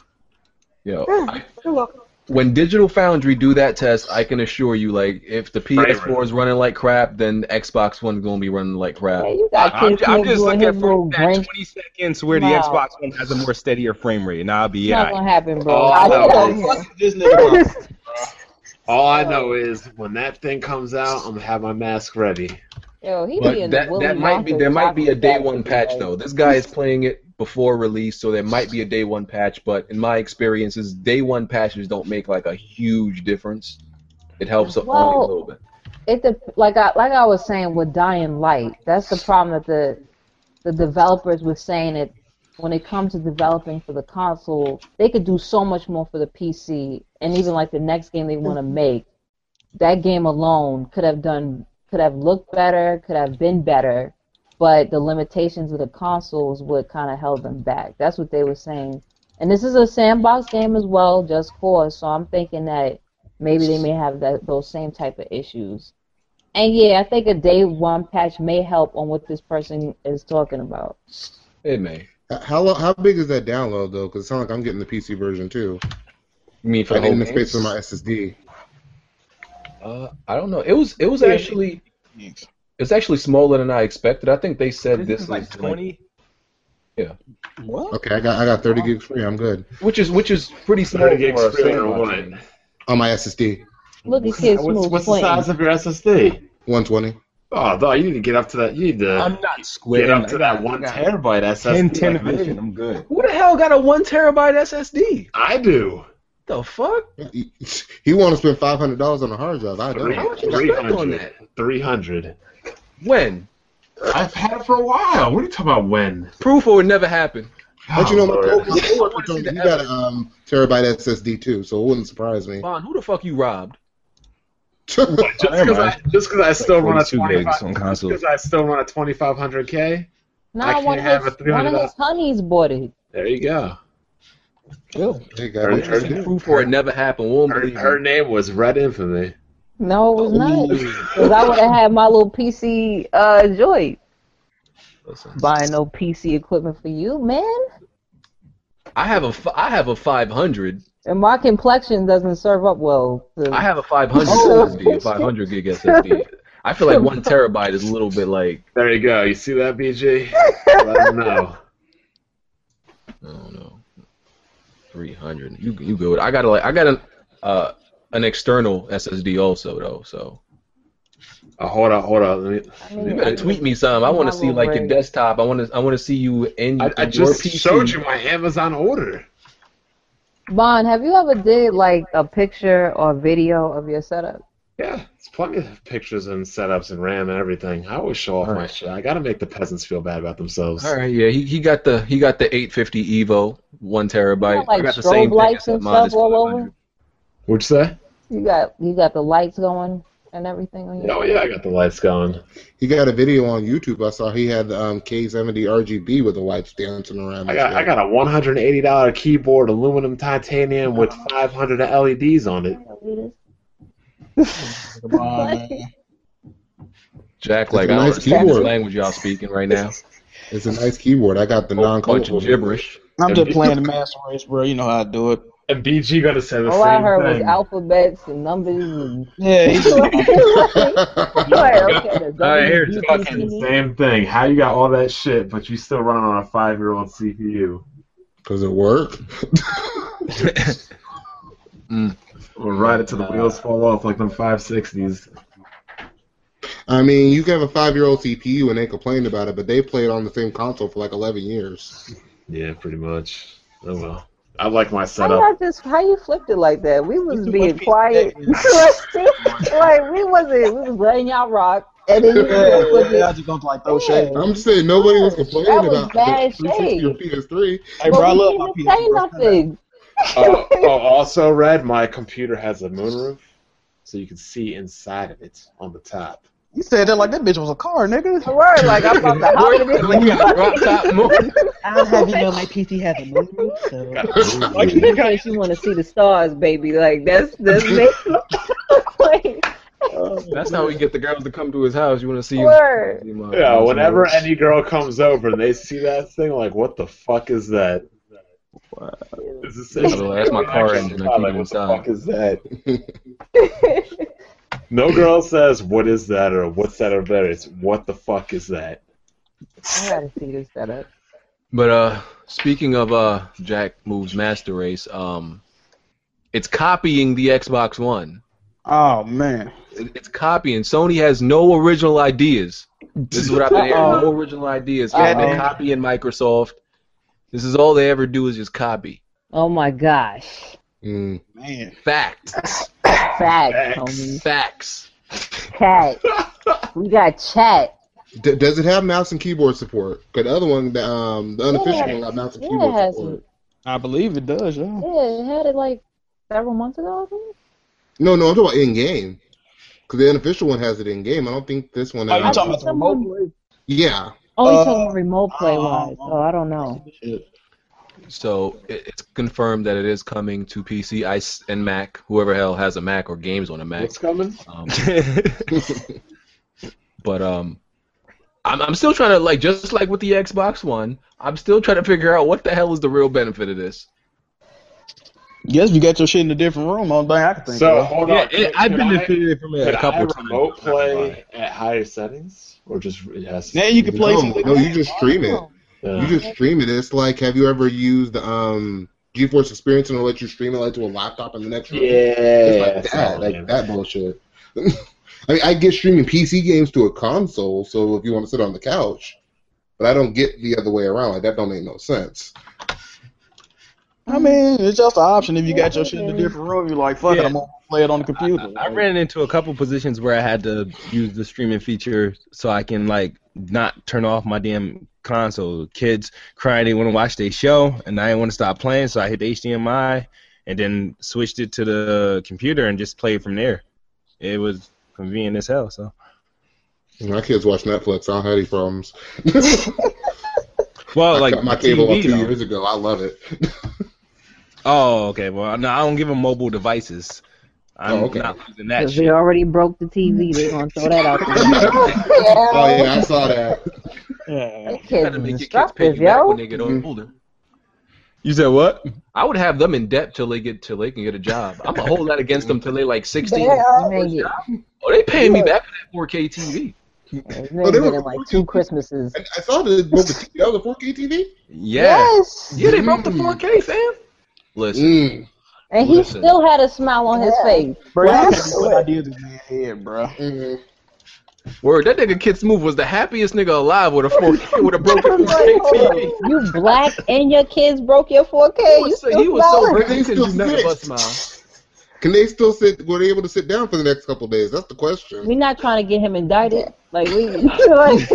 Speaker 3: yo,
Speaker 7: Yeah,
Speaker 2: Hmm.
Speaker 3: I-
Speaker 7: you're welcome.
Speaker 3: when Digital Foundry do that test, I can assure you, like, if the PS4 is running like crap, then Xbox One's gonna be running like crap.
Speaker 2: Yeah, you
Speaker 4: I,
Speaker 2: got
Speaker 4: I'm,
Speaker 2: kids
Speaker 4: ju- I'm
Speaker 2: who
Speaker 4: just
Speaker 2: doing his
Speaker 4: looking
Speaker 2: little
Speaker 4: for that
Speaker 2: Grinch.
Speaker 4: 20 seconds where the
Speaker 2: Wow.
Speaker 4: Xbox One has a more steadier frame rate, and I'll be
Speaker 2: It's not
Speaker 4: alright.
Speaker 2: gonna happen, bro.
Speaker 1: Oh,
Speaker 2: I
Speaker 1: no,
Speaker 2: don't
Speaker 1: no.
Speaker 2: know.
Speaker 6: What's this nigga? about?
Speaker 1: All I know is when that thing comes out, I'm gonna have my mask ready.
Speaker 2: Yo, he be
Speaker 3: But
Speaker 2: in the
Speaker 3: that
Speaker 2: Willy
Speaker 3: that might be
Speaker 2: Wonka
Speaker 3: there might be a
Speaker 2: chocolate
Speaker 3: day
Speaker 2: factory,
Speaker 3: one patch
Speaker 2: like,
Speaker 3: though. This guy is playing it before release, so there might be a day one patch. But in my experiences, day one patches don't make like a huge difference. It helps only a
Speaker 2: Well-
Speaker 3: little bit.
Speaker 2: It dep- like I like I was saying with Dying Light. That's the problem that the the developers were saying that when it comes to developing for the console, they could do so much more for the PC, and even like the next game they want to make, that game alone could have done could have looked better, could have been better, but the limitations of the consoles would kind of held them back. That's what they were saying. And this is a sandbox game as well, just cause. So I'm thinking that maybe they may have that those same type of issues. And yeah, I think a day one patch may help on what this person is talking about.
Speaker 3: It may.
Speaker 5: how lo- how big is that download though? Because it sounds like I'm getting the PC version too.
Speaker 3: You mean for
Speaker 5: I
Speaker 3: the whole
Speaker 5: need the
Speaker 3: game?
Speaker 5: space for my SSD.
Speaker 3: Uh, I don't know. It was it was
Speaker 4: Yeah.
Speaker 3: actually it's actually smaller than I expected. I think they said this, is like
Speaker 4: 20.
Speaker 6: What?
Speaker 5: Okay, I got I got 30 gigs free. I'm good
Speaker 3: which is which is pretty small
Speaker 1: 30
Speaker 3: for
Speaker 1: gigs
Speaker 3: a
Speaker 1: free or
Speaker 3: sandbox
Speaker 1: what?
Speaker 3: game.
Speaker 5: on my SSD.
Speaker 2: Look at
Speaker 1: What's,
Speaker 2: Kid
Speaker 1: what's-
Speaker 2: Smooth
Speaker 1: what's the size
Speaker 2: Quentin.
Speaker 1: of your SSD?
Speaker 5: 120.
Speaker 1: Oh, though, you need to get up to that. You need to
Speaker 4: I'm not
Speaker 1: get
Speaker 4: squinting.
Speaker 1: up to
Speaker 4: I
Speaker 1: that
Speaker 4: got-
Speaker 1: one
Speaker 4: I got
Speaker 1: terabyte SSD.
Speaker 4: 10,
Speaker 1: like me.
Speaker 4: vision. I'm good.
Speaker 3: Who the hell got a one terabyte SSD?
Speaker 1: I do.
Speaker 3: The fuck?
Speaker 5: He, he want to spend five hundred dollars on a hard drive. I
Speaker 1: Three-
Speaker 5: don't.
Speaker 3: How much you spent on
Speaker 1: 300.
Speaker 3: that?
Speaker 1: 300.
Speaker 3: When?
Speaker 1: I've had it for a while. What are you talking about when?
Speaker 3: Proof or it never happened.
Speaker 5: But you know, my
Speaker 1: Oh,
Speaker 5: co-
Speaker 1: Lord.
Speaker 5: my coworker told
Speaker 3: see
Speaker 5: me he
Speaker 3: the
Speaker 5: got a um, terabyte SSD too, so it wouldn't surprise me.
Speaker 3: Bond, who the fuck you robbed?
Speaker 4: Just
Speaker 1: Just because I, just 'cause I still run a
Speaker 4: 42 gigs
Speaker 1: 25
Speaker 4: on
Speaker 1: just
Speaker 4: console.
Speaker 1: 'cause I still run a 2500K. I
Speaker 2: Now
Speaker 1: can't
Speaker 2: one
Speaker 1: have
Speaker 2: of
Speaker 1: a
Speaker 2: his one of his honeys bought it.
Speaker 1: There you go.
Speaker 6: Yo,
Speaker 5: Hey, guys,
Speaker 1: Her,
Speaker 5: what
Speaker 1: her,
Speaker 5: you doing?
Speaker 3: Proof or it never happened. We won't
Speaker 1: her,
Speaker 3: believe
Speaker 1: her
Speaker 3: you.
Speaker 1: name was Red Infamy.
Speaker 2: No, it was not. Cause I would have had my little PC uh joy.
Speaker 3: Listen,
Speaker 2: Buying no PC equipment for you, man.
Speaker 3: I have a f- I have a 500.
Speaker 2: And my complexion doesn't serve up well. to-
Speaker 3: I have a 500
Speaker 2: Oh.
Speaker 3: SSD, a 500 gig SSD. I feel like one terabyte is a little bit like
Speaker 1: There you go. You see that, BG? Let them know.
Speaker 3: I don't know, 300. You you good? I got a, like I got an uh an external SSD also though. So
Speaker 1: Oh, hold on, hold on. Let me,
Speaker 2: I
Speaker 3: you
Speaker 2: mean,
Speaker 3: better tweet me some. I want to see like your desktop. I want to I want to see you in,
Speaker 1: I, I
Speaker 3: in your
Speaker 1: just
Speaker 3: PC.
Speaker 1: showed you my Amazon order.
Speaker 2: Bon, have you ever did like a picture or video of your setup?
Speaker 1: Yeah, it's plenty of pictures and setups and RAM and everything. I always show off my
Speaker 3: Alright.
Speaker 1: shit. I gotta make the peasants feel bad about themselves.
Speaker 3: All right, yeah, he, he got the he got the 850 Evo, one
Speaker 2: You
Speaker 3: terabyte.
Speaker 2: got, like,
Speaker 3: I got the
Speaker 2: strobe
Speaker 3: same thing.
Speaker 2: lights
Speaker 3: except
Speaker 2: and
Speaker 3: mine is
Speaker 2: stuff all over?
Speaker 3: 500.
Speaker 1: What'd you say?
Speaker 2: You got you got the lights going. and everything on you?
Speaker 1: Oh yeah, I got the lights going.
Speaker 5: He got a video on YouTube. I saw he had um, K70 RGB with the lights dancing around.
Speaker 1: I
Speaker 5: his
Speaker 1: got I
Speaker 5: head.
Speaker 1: got a one hundred eighty dollar keyboard, aluminum titanium with five hundred LEDs on it.
Speaker 6: Come on, man.
Speaker 3: Jack, like
Speaker 5: a
Speaker 3: I don't
Speaker 5: nice
Speaker 3: understand this
Speaker 5: keyboard.
Speaker 3: language y'all speaking right now.
Speaker 5: It's a nice keyboard. I got the
Speaker 4: Oh,
Speaker 3: Whole
Speaker 5: non
Speaker 3: bunch of gibberish.
Speaker 6: I'm just playing the master race, bro. You know how I do it.
Speaker 1: And BG gonna say the
Speaker 2: All I
Speaker 1: same
Speaker 2: heard was
Speaker 1: thing.
Speaker 2: alphabets and numbers and.
Speaker 6: Yeah, he's
Speaker 2: Like, okay, the
Speaker 1: All right, here's
Speaker 2: WBTC.
Speaker 1: fucking the same thing. How you got all that shit, but you still running on a five year old CPU?
Speaker 5: Because it worked.
Speaker 1: We'll ride it till the wheels fall off like them five sixties.
Speaker 5: I mean, you can have a five year old CPU and they complain about it, but they played on the same console for like 11 years.
Speaker 1: Yeah, pretty much. Oh well. I like my
Speaker 2: How
Speaker 1: setup.
Speaker 2: y'all just how you flipped it like that? We was
Speaker 6: too
Speaker 2: being
Speaker 6: much
Speaker 2: quiet. like we wasn't we was letting y'all rock and then you
Speaker 6: yeah,
Speaker 2: just flipped it.
Speaker 6: I just gonna like throw shade.
Speaker 5: I'm just saying, nobody was
Speaker 2: That
Speaker 5: complaining
Speaker 2: was
Speaker 5: about
Speaker 2: bad
Speaker 5: the 360 or
Speaker 2: shade.
Speaker 5: PS3.
Speaker 6: Hey,
Speaker 2: But
Speaker 6: bro, I
Speaker 2: we
Speaker 6: love my
Speaker 2: didn't say
Speaker 6: PS, bro.
Speaker 2: nothing.
Speaker 1: Uh, oh, also, Red, my computer has a moonroof, so you can see inside of it on the top.
Speaker 6: You said that like that bitch was a car, nigga.
Speaker 2: The word like I'm about to hop in it.
Speaker 8: I don't have you know my PC has a moon, so
Speaker 1: Got a moonroof.
Speaker 2: Because you want to see the stars, baby. Like that's that's me. like,
Speaker 3: That's how we get the girls to come to his house. You want to see?
Speaker 2: Word.
Speaker 3: see uh, my-
Speaker 1: yeah,
Speaker 3: my-
Speaker 1: whenever any girl comes over and they see that thing, like, what the fuck is that? Is this
Speaker 3: Well, that's my car engine. I keep
Speaker 1: Like,
Speaker 3: it
Speaker 1: what the
Speaker 3: inside.
Speaker 1: fuck is that? No girl says, what is that, or what's that over there? It's, what the fuck is that?
Speaker 2: I gotta see this setup.
Speaker 3: But uh, speaking of uh, Jack moves Master Race, um, it's copying the Xbox One.
Speaker 6: Oh man.
Speaker 3: It- It's copying. Sony has no original ideas. This is what I've been hearing. No original ideas. Yeah,
Speaker 6: Uh-oh.
Speaker 3: they're copying Microsoft. This is all they ever do is just copy.
Speaker 2: Oh my gosh.
Speaker 5: Mm.
Speaker 6: Man.
Speaker 3: Facts.
Speaker 2: Facts, homie.
Speaker 3: Facts.
Speaker 2: Chat. We got chat.
Speaker 5: D- does it have mouse and keyboard support? Because the other one, the, um, the unofficial
Speaker 2: Yeah.
Speaker 5: one, got mouse and
Speaker 2: Yeah,
Speaker 5: keyboard
Speaker 2: it has
Speaker 5: support.
Speaker 6: I believe it does, yeah.
Speaker 2: Yeah, it had it like several months ago, I think.
Speaker 5: No, no, I'm talking about in game. Because the unofficial one has it in game. I don't think this one.
Speaker 6: Oh, you
Speaker 5: has-
Speaker 6: talking about the remote play?
Speaker 5: yeah.
Speaker 2: Oh, he's
Speaker 6: Uh,
Speaker 2: talking remote play
Speaker 3: oh,
Speaker 6: uh,
Speaker 2: wise, so I don't know.
Speaker 3: So it, it's confirmed that it is coming to PC, ICE, and Mac. Whoever hell has a Mac or games on a Mac.
Speaker 1: What's coming?
Speaker 3: Um, but um, I'm I'm still trying to like just like with the Xbox One, I'm still trying to figure out what the hell is the real benefit of this.
Speaker 6: Yes, you got your shit in a different room. Only thing I can think
Speaker 1: So,
Speaker 6: of.
Speaker 1: hold
Speaker 4: Yeah,
Speaker 1: on.
Speaker 4: it,
Speaker 1: Could-
Speaker 4: I've
Speaker 1: could
Speaker 4: been
Speaker 1: I-
Speaker 4: defeated from it
Speaker 1: Could
Speaker 4: a couple
Speaker 1: I
Speaker 4: times.
Speaker 1: remote
Speaker 4: I'm not gonna lie.
Speaker 1: play at higher settings, or just it has?
Speaker 6: Now you can play
Speaker 5: no,
Speaker 6: some.
Speaker 5: no, you just stream it.
Speaker 1: Yeah.
Speaker 5: You just stream it. It's like, have you ever used um, GeForce Experience and it'll let you stream it like to a laptop in the next room? It's
Speaker 1: yeah,
Speaker 5: like that, like that bullshit. I mean, I get streaming PC games to a console, so if you want to sit on the couch, but I don't get the other way around. Like that don't make no sense.
Speaker 6: I mean, it's just an option if you got your shit in a different room. You're like, fuck it, I'm gonna play it on the computer.
Speaker 4: I ran into a couple positions where I had to use the streaming feature so I can like not turn off my damn console. Kids crying, they want to watch their show, and I didn't want to stop playing, so I hit the HDMI and then switched it to the computer and just played from there. It was convenient as hell. So
Speaker 5: My kids watch Netflix. I don't have any problems.
Speaker 4: well,
Speaker 5: I
Speaker 4: like
Speaker 5: cut my cable up
Speaker 4: TV.
Speaker 5: two years ago. I love it.
Speaker 4: Oh, okay. Well, no, I don't give them mobile devices. I'm
Speaker 5: Oh, okay.
Speaker 4: not using that
Speaker 2: Because they
Speaker 4: shit.
Speaker 2: already broke the TV. They're going to throw that out there.
Speaker 5: Oh yeah, I saw that.
Speaker 6: Yeah.
Speaker 2: That kid's
Speaker 3: Gotta make your kids pay
Speaker 2: destructive,
Speaker 3: you back
Speaker 2: yo.
Speaker 3: when they get
Speaker 5: Mhm.
Speaker 3: older.
Speaker 4: You said what?
Speaker 3: I would have them in debt till they get till they can get a job. I'm gonna hold that against them till they like 16.
Speaker 7: uh,
Speaker 2: Man, yeah.
Speaker 3: Oh, they paying me back for that 4K TV.
Speaker 2: It's
Speaker 5: Oh,
Speaker 2: been
Speaker 5: they were-
Speaker 2: getting, like two Christmases.
Speaker 5: I, I saw the what, the TV, that was a 4K TV.
Speaker 4: Yeah.
Speaker 3: Yeah, they broke the
Speaker 5: Mm.
Speaker 3: 4K, fam. Listen,
Speaker 5: Mm,
Speaker 2: And he
Speaker 3: Listen.
Speaker 2: still had a smile on his face.
Speaker 6: Bro,
Speaker 7: Well,
Speaker 6: you
Speaker 7: that's
Speaker 6: can't put ideas in man's head, bro.
Speaker 5: mm.
Speaker 3: word that nigga Kids Move was the happiest nigga alive with a 4K with a broken 4K TV.
Speaker 2: You black and your kids broke your 4K.
Speaker 3: He
Speaker 2: you
Speaker 3: was, so-
Speaker 2: still
Speaker 3: he was so
Speaker 2: smiling.
Speaker 3: rich he could
Speaker 5: Still
Speaker 3: do nothing but
Speaker 5: fixed.
Speaker 3: smile.
Speaker 5: Can they still sit? Were they able to sit down for the next couple days? That's the question.
Speaker 2: We're not trying to get him indicted. Like we, like,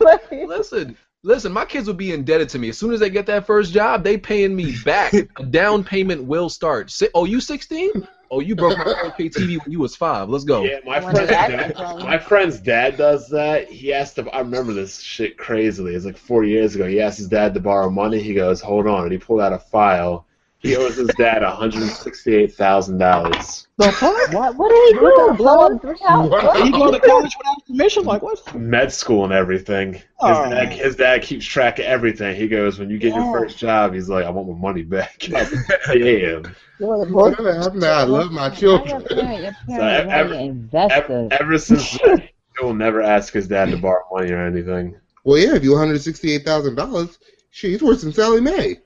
Speaker 2: like,
Speaker 3: Listen, listen, my kids will be indebted to me as soon as they get that first job. They paying me back. a down payment will start. Si- oh, you 16? Oh, you broke my 4K TV when you was five. Let's go.
Speaker 1: Yeah, my friend's dad, my friend's dad does that. He asked to. I remember this shit crazily. It's like four years ago. He asked his dad to borrow money. He goes, "Hold on," and he pulled out a file. He owes his dad one hundred sixty-eight thousand dollars.
Speaker 2: The fuck? What? What did he do? Blow him three out?
Speaker 1: Wow.
Speaker 6: He go to college without permission? Like what?
Speaker 1: med school and everything. His,
Speaker 6: Oh.
Speaker 1: dad, his dad keeps track of everything. He goes, when you get your first job, he's like, I want my money back. yeah.
Speaker 7: You want to book?
Speaker 5: I'm not, I love my children.
Speaker 2: Your
Speaker 1: So ev-
Speaker 2: parents are
Speaker 1: ev-
Speaker 2: your investors.
Speaker 1: ev- ever since then, he'll never ask his dad to borrow money or anything.
Speaker 5: Well, yeah, if you one hundred sixty-eight thousand dollars, shit, he's worse than Sally Mae.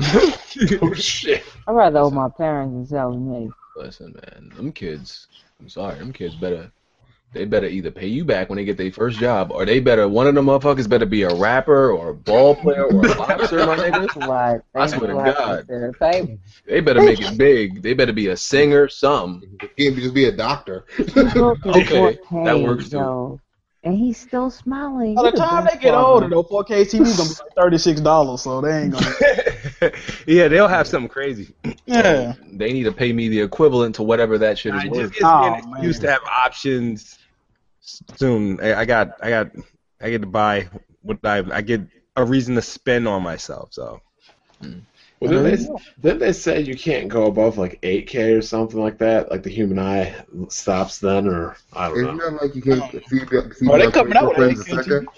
Speaker 1: oh shit!
Speaker 2: I'd rather owe my parents than sell me.
Speaker 3: Listen, man, them kids. I'm sorry, them kids better. They better either pay you back when they get their first job, or they better one of them motherfuckers better be a rapper or a ball player or a boxer, my nigga.
Speaker 2: Right.
Speaker 3: I swear to God.
Speaker 2: Right.
Speaker 3: They better make it big. They better be a singer, something.
Speaker 5: He can just be a doctor.
Speaker 3: Okay, that works too.
Speaker 2: Though. And he's still smiling.
Speaker 6: By the
Speaker 2: You the
Speaker 6: time
Speaker 2: best
Speaker 6: they get
Speaker 2: father.
Speaker 6: older, though, 4K TV's gonna be like thirty six dollars, so they ain't gonna.
Speaker 4: yeah, they'll have something crazy.
Speaker 6: Yeah.
Speaker 3: They need to pay me the equivalent to whatever that shit is
Speaker 4: I
Speaker 3: worth.
Speaker 4: just gives me an
Speaker 6: Oh, man.
Speaker 4: excuse to have options soon. I, I got, I got, I get to buy what I, I get a reason to spend on myself. So
Speaker 1: Well, then they then they say you can't go above like 8k or something like that. Like the human eye stops then, or I
Speaker 5: It's
Speaker 1: don't know.
Speaker 5: not like you can't see, see
Speaker 6: Oh, they
Speaker 5: my
Speaker 6: coming out with
Speaker 5: friends a
Speaker 6: that
Speaker 5: second.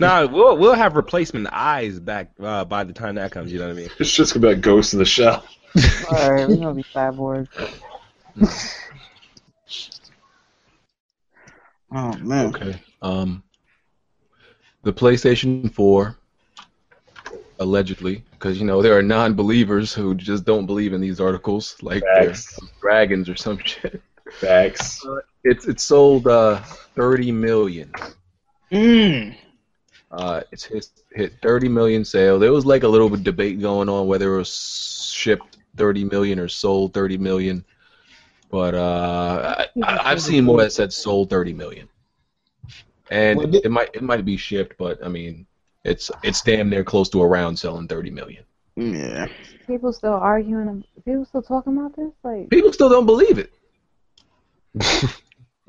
Speaker 4: no, we'll we'll have replacement eyes back uh, by the time that comes. You know what I mean?
Speaker 1: It's just gonna be like Ghost in the Shell.
Speaker 2: All right, we're gonna be cyborgs.
Speaker 6: Oh man.
Speaker 3: Okay. Um, the PlayStation 4, allegedly, because you know there are non-believers who just don't believe in these articles, like they're
Speaker 1: Facts.
Speaker 3: dragons or some shit.
Speaker 1: Facts.
Speaker 3: It's it sold uh, 30 million.
Speaker 6: Mm.
Speaker 3: Uh, it's hit hit 30 million sale. There was like a little bit debate going on whether it was shipped 30 million or sold 30 million. But uh, I, I- I've seen more that said sold 30 million, and
Speaker 6: Well,
Speaker 3: it,
Speaker 6: thi-
Speaker 3: might it might be shipped, but I mean, it's it's damn near close to around selling 30 million.
Speaker 6: Yeah.
Speaker 2: People still arguing. People still talking about this. Like,
Speaker 3: People still don't believe it.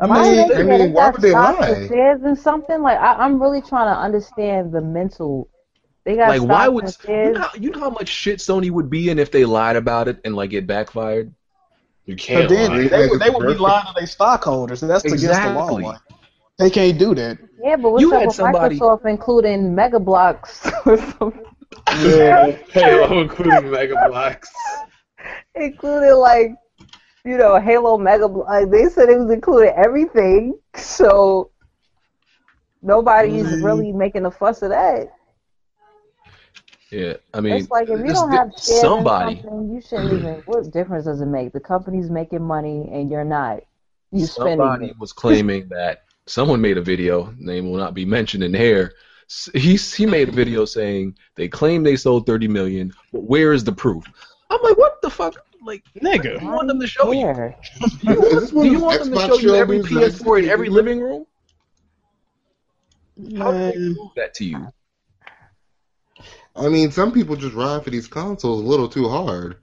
Speaker 6: I
Speaker 2: why
Speaker 6: mean,
Speaker 2: are they,
Speaker 5: I mean,
Speaker 2: they
Speaker 5: why
Speaker 2: got
Speaker 5: would they
Speaker 2: stocks
Speaker 5: lie?
Speaker 2: and shares and something. Like, I, I'm really trying to understand the mental. They got
Speaker 3: Like, why
Speaker 2: stocks
Speaker 3: would
Speaker 2: and
Speaker 3: you
Speaker 2: shares.
Speaker 3: know, you know how much shit Sony would be in if they lied about it and like it backfired?
Speaker 1: You
Speaker 6: but
Speaker 1: can't
Speaker 6: then
Speaker 1: lie.
Speaker 6: they, would, they would be lying to their stockholders. That's against the
Speaker 3: Exactly.
Speaker 6: law. Like, they can't do that.
Speaker 2: yeah, but what's
Speaker 3: you
Speaker 2: up
Speaker 3: had
Speaker 2: with
Speaker 3: somebody-
Speaker 2: Microsoft including Mega Blocks or something?
Speaker 1: Halo, including Mega Blocks.
Speaker 2: included like you know Halo Mega like they said it was included everything so nobody's
Speaker 6: Mm.
Speaker 2: really making a fuss of that
Speaker 3: Yeah, I mean,
Speaker 2: it's like if you
Speaker 3: this-
Speaker 2: don't have shares in
Speaker 3: somebody.
Speaker 2: something you shouldn't even what difference does it make the company's making money and you're not you spending
Speaker 3: Somebody
Speaker 2: it.
Speaker 3: was claiming that someone made a video. Name will not be mentioned in here. S- He he made a video saying they claim they sold 30 million, but where is the proof? I'm like, what the fuck? Like,
Speaker 6: Nigga.
Speaker 3: you want them to show you?
Speaker 2: Here.
Speaker 3: Do you
Speaker 5: Is
Speaker 3: want,
Speaker 5: this one
Speaker 3: do you
Speaker 5: of
Speaker 3: want them to
Speaker 5: Xbox
Speaker 3: show you every
Speaker 5: showbiz and
Speaker 3: PS4 in
Speaker 5: Xbox?
Speaker 3: every living room? How do they
Speaker 6: Man.
Speaker 3: prove that to you?
Speaker 5: I mean, some people just ride for these consoles a little too hard.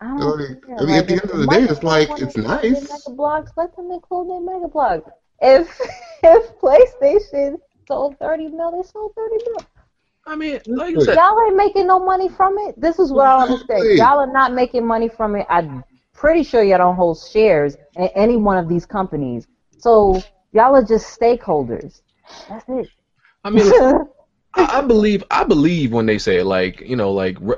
Speaker 2: I don't
Speaker 5: I mean,
Speaker 2: care,
Speaker 5: I mean, at the
Speaker 2: if
Speaker 5: end of the day, it's
Speaker 2: Microsoft
Speaker 5: like,
Speaker 2: wanna
Speaker 5: it's
Speaker 2: include their
Speaker 5: nice.
Speaker 2: Mega blocks. Let them include their mega blocks. If if PlayStation sold thirty mil, they sold thirty mil.
Speaker 3: I mean, like I said,
Speaker 2: Y'all ain't making no money from it. This is what I don't understand.
Speaker 5: Exactly.
Speaker 2: Y'all are not making money from it. I'm pretty sure y'all don't hold shares in any one of these companies. So y'all are just stakeholders. That's it.
Speaker 3: I mean, I I believe I believe when they say it, like you know like re-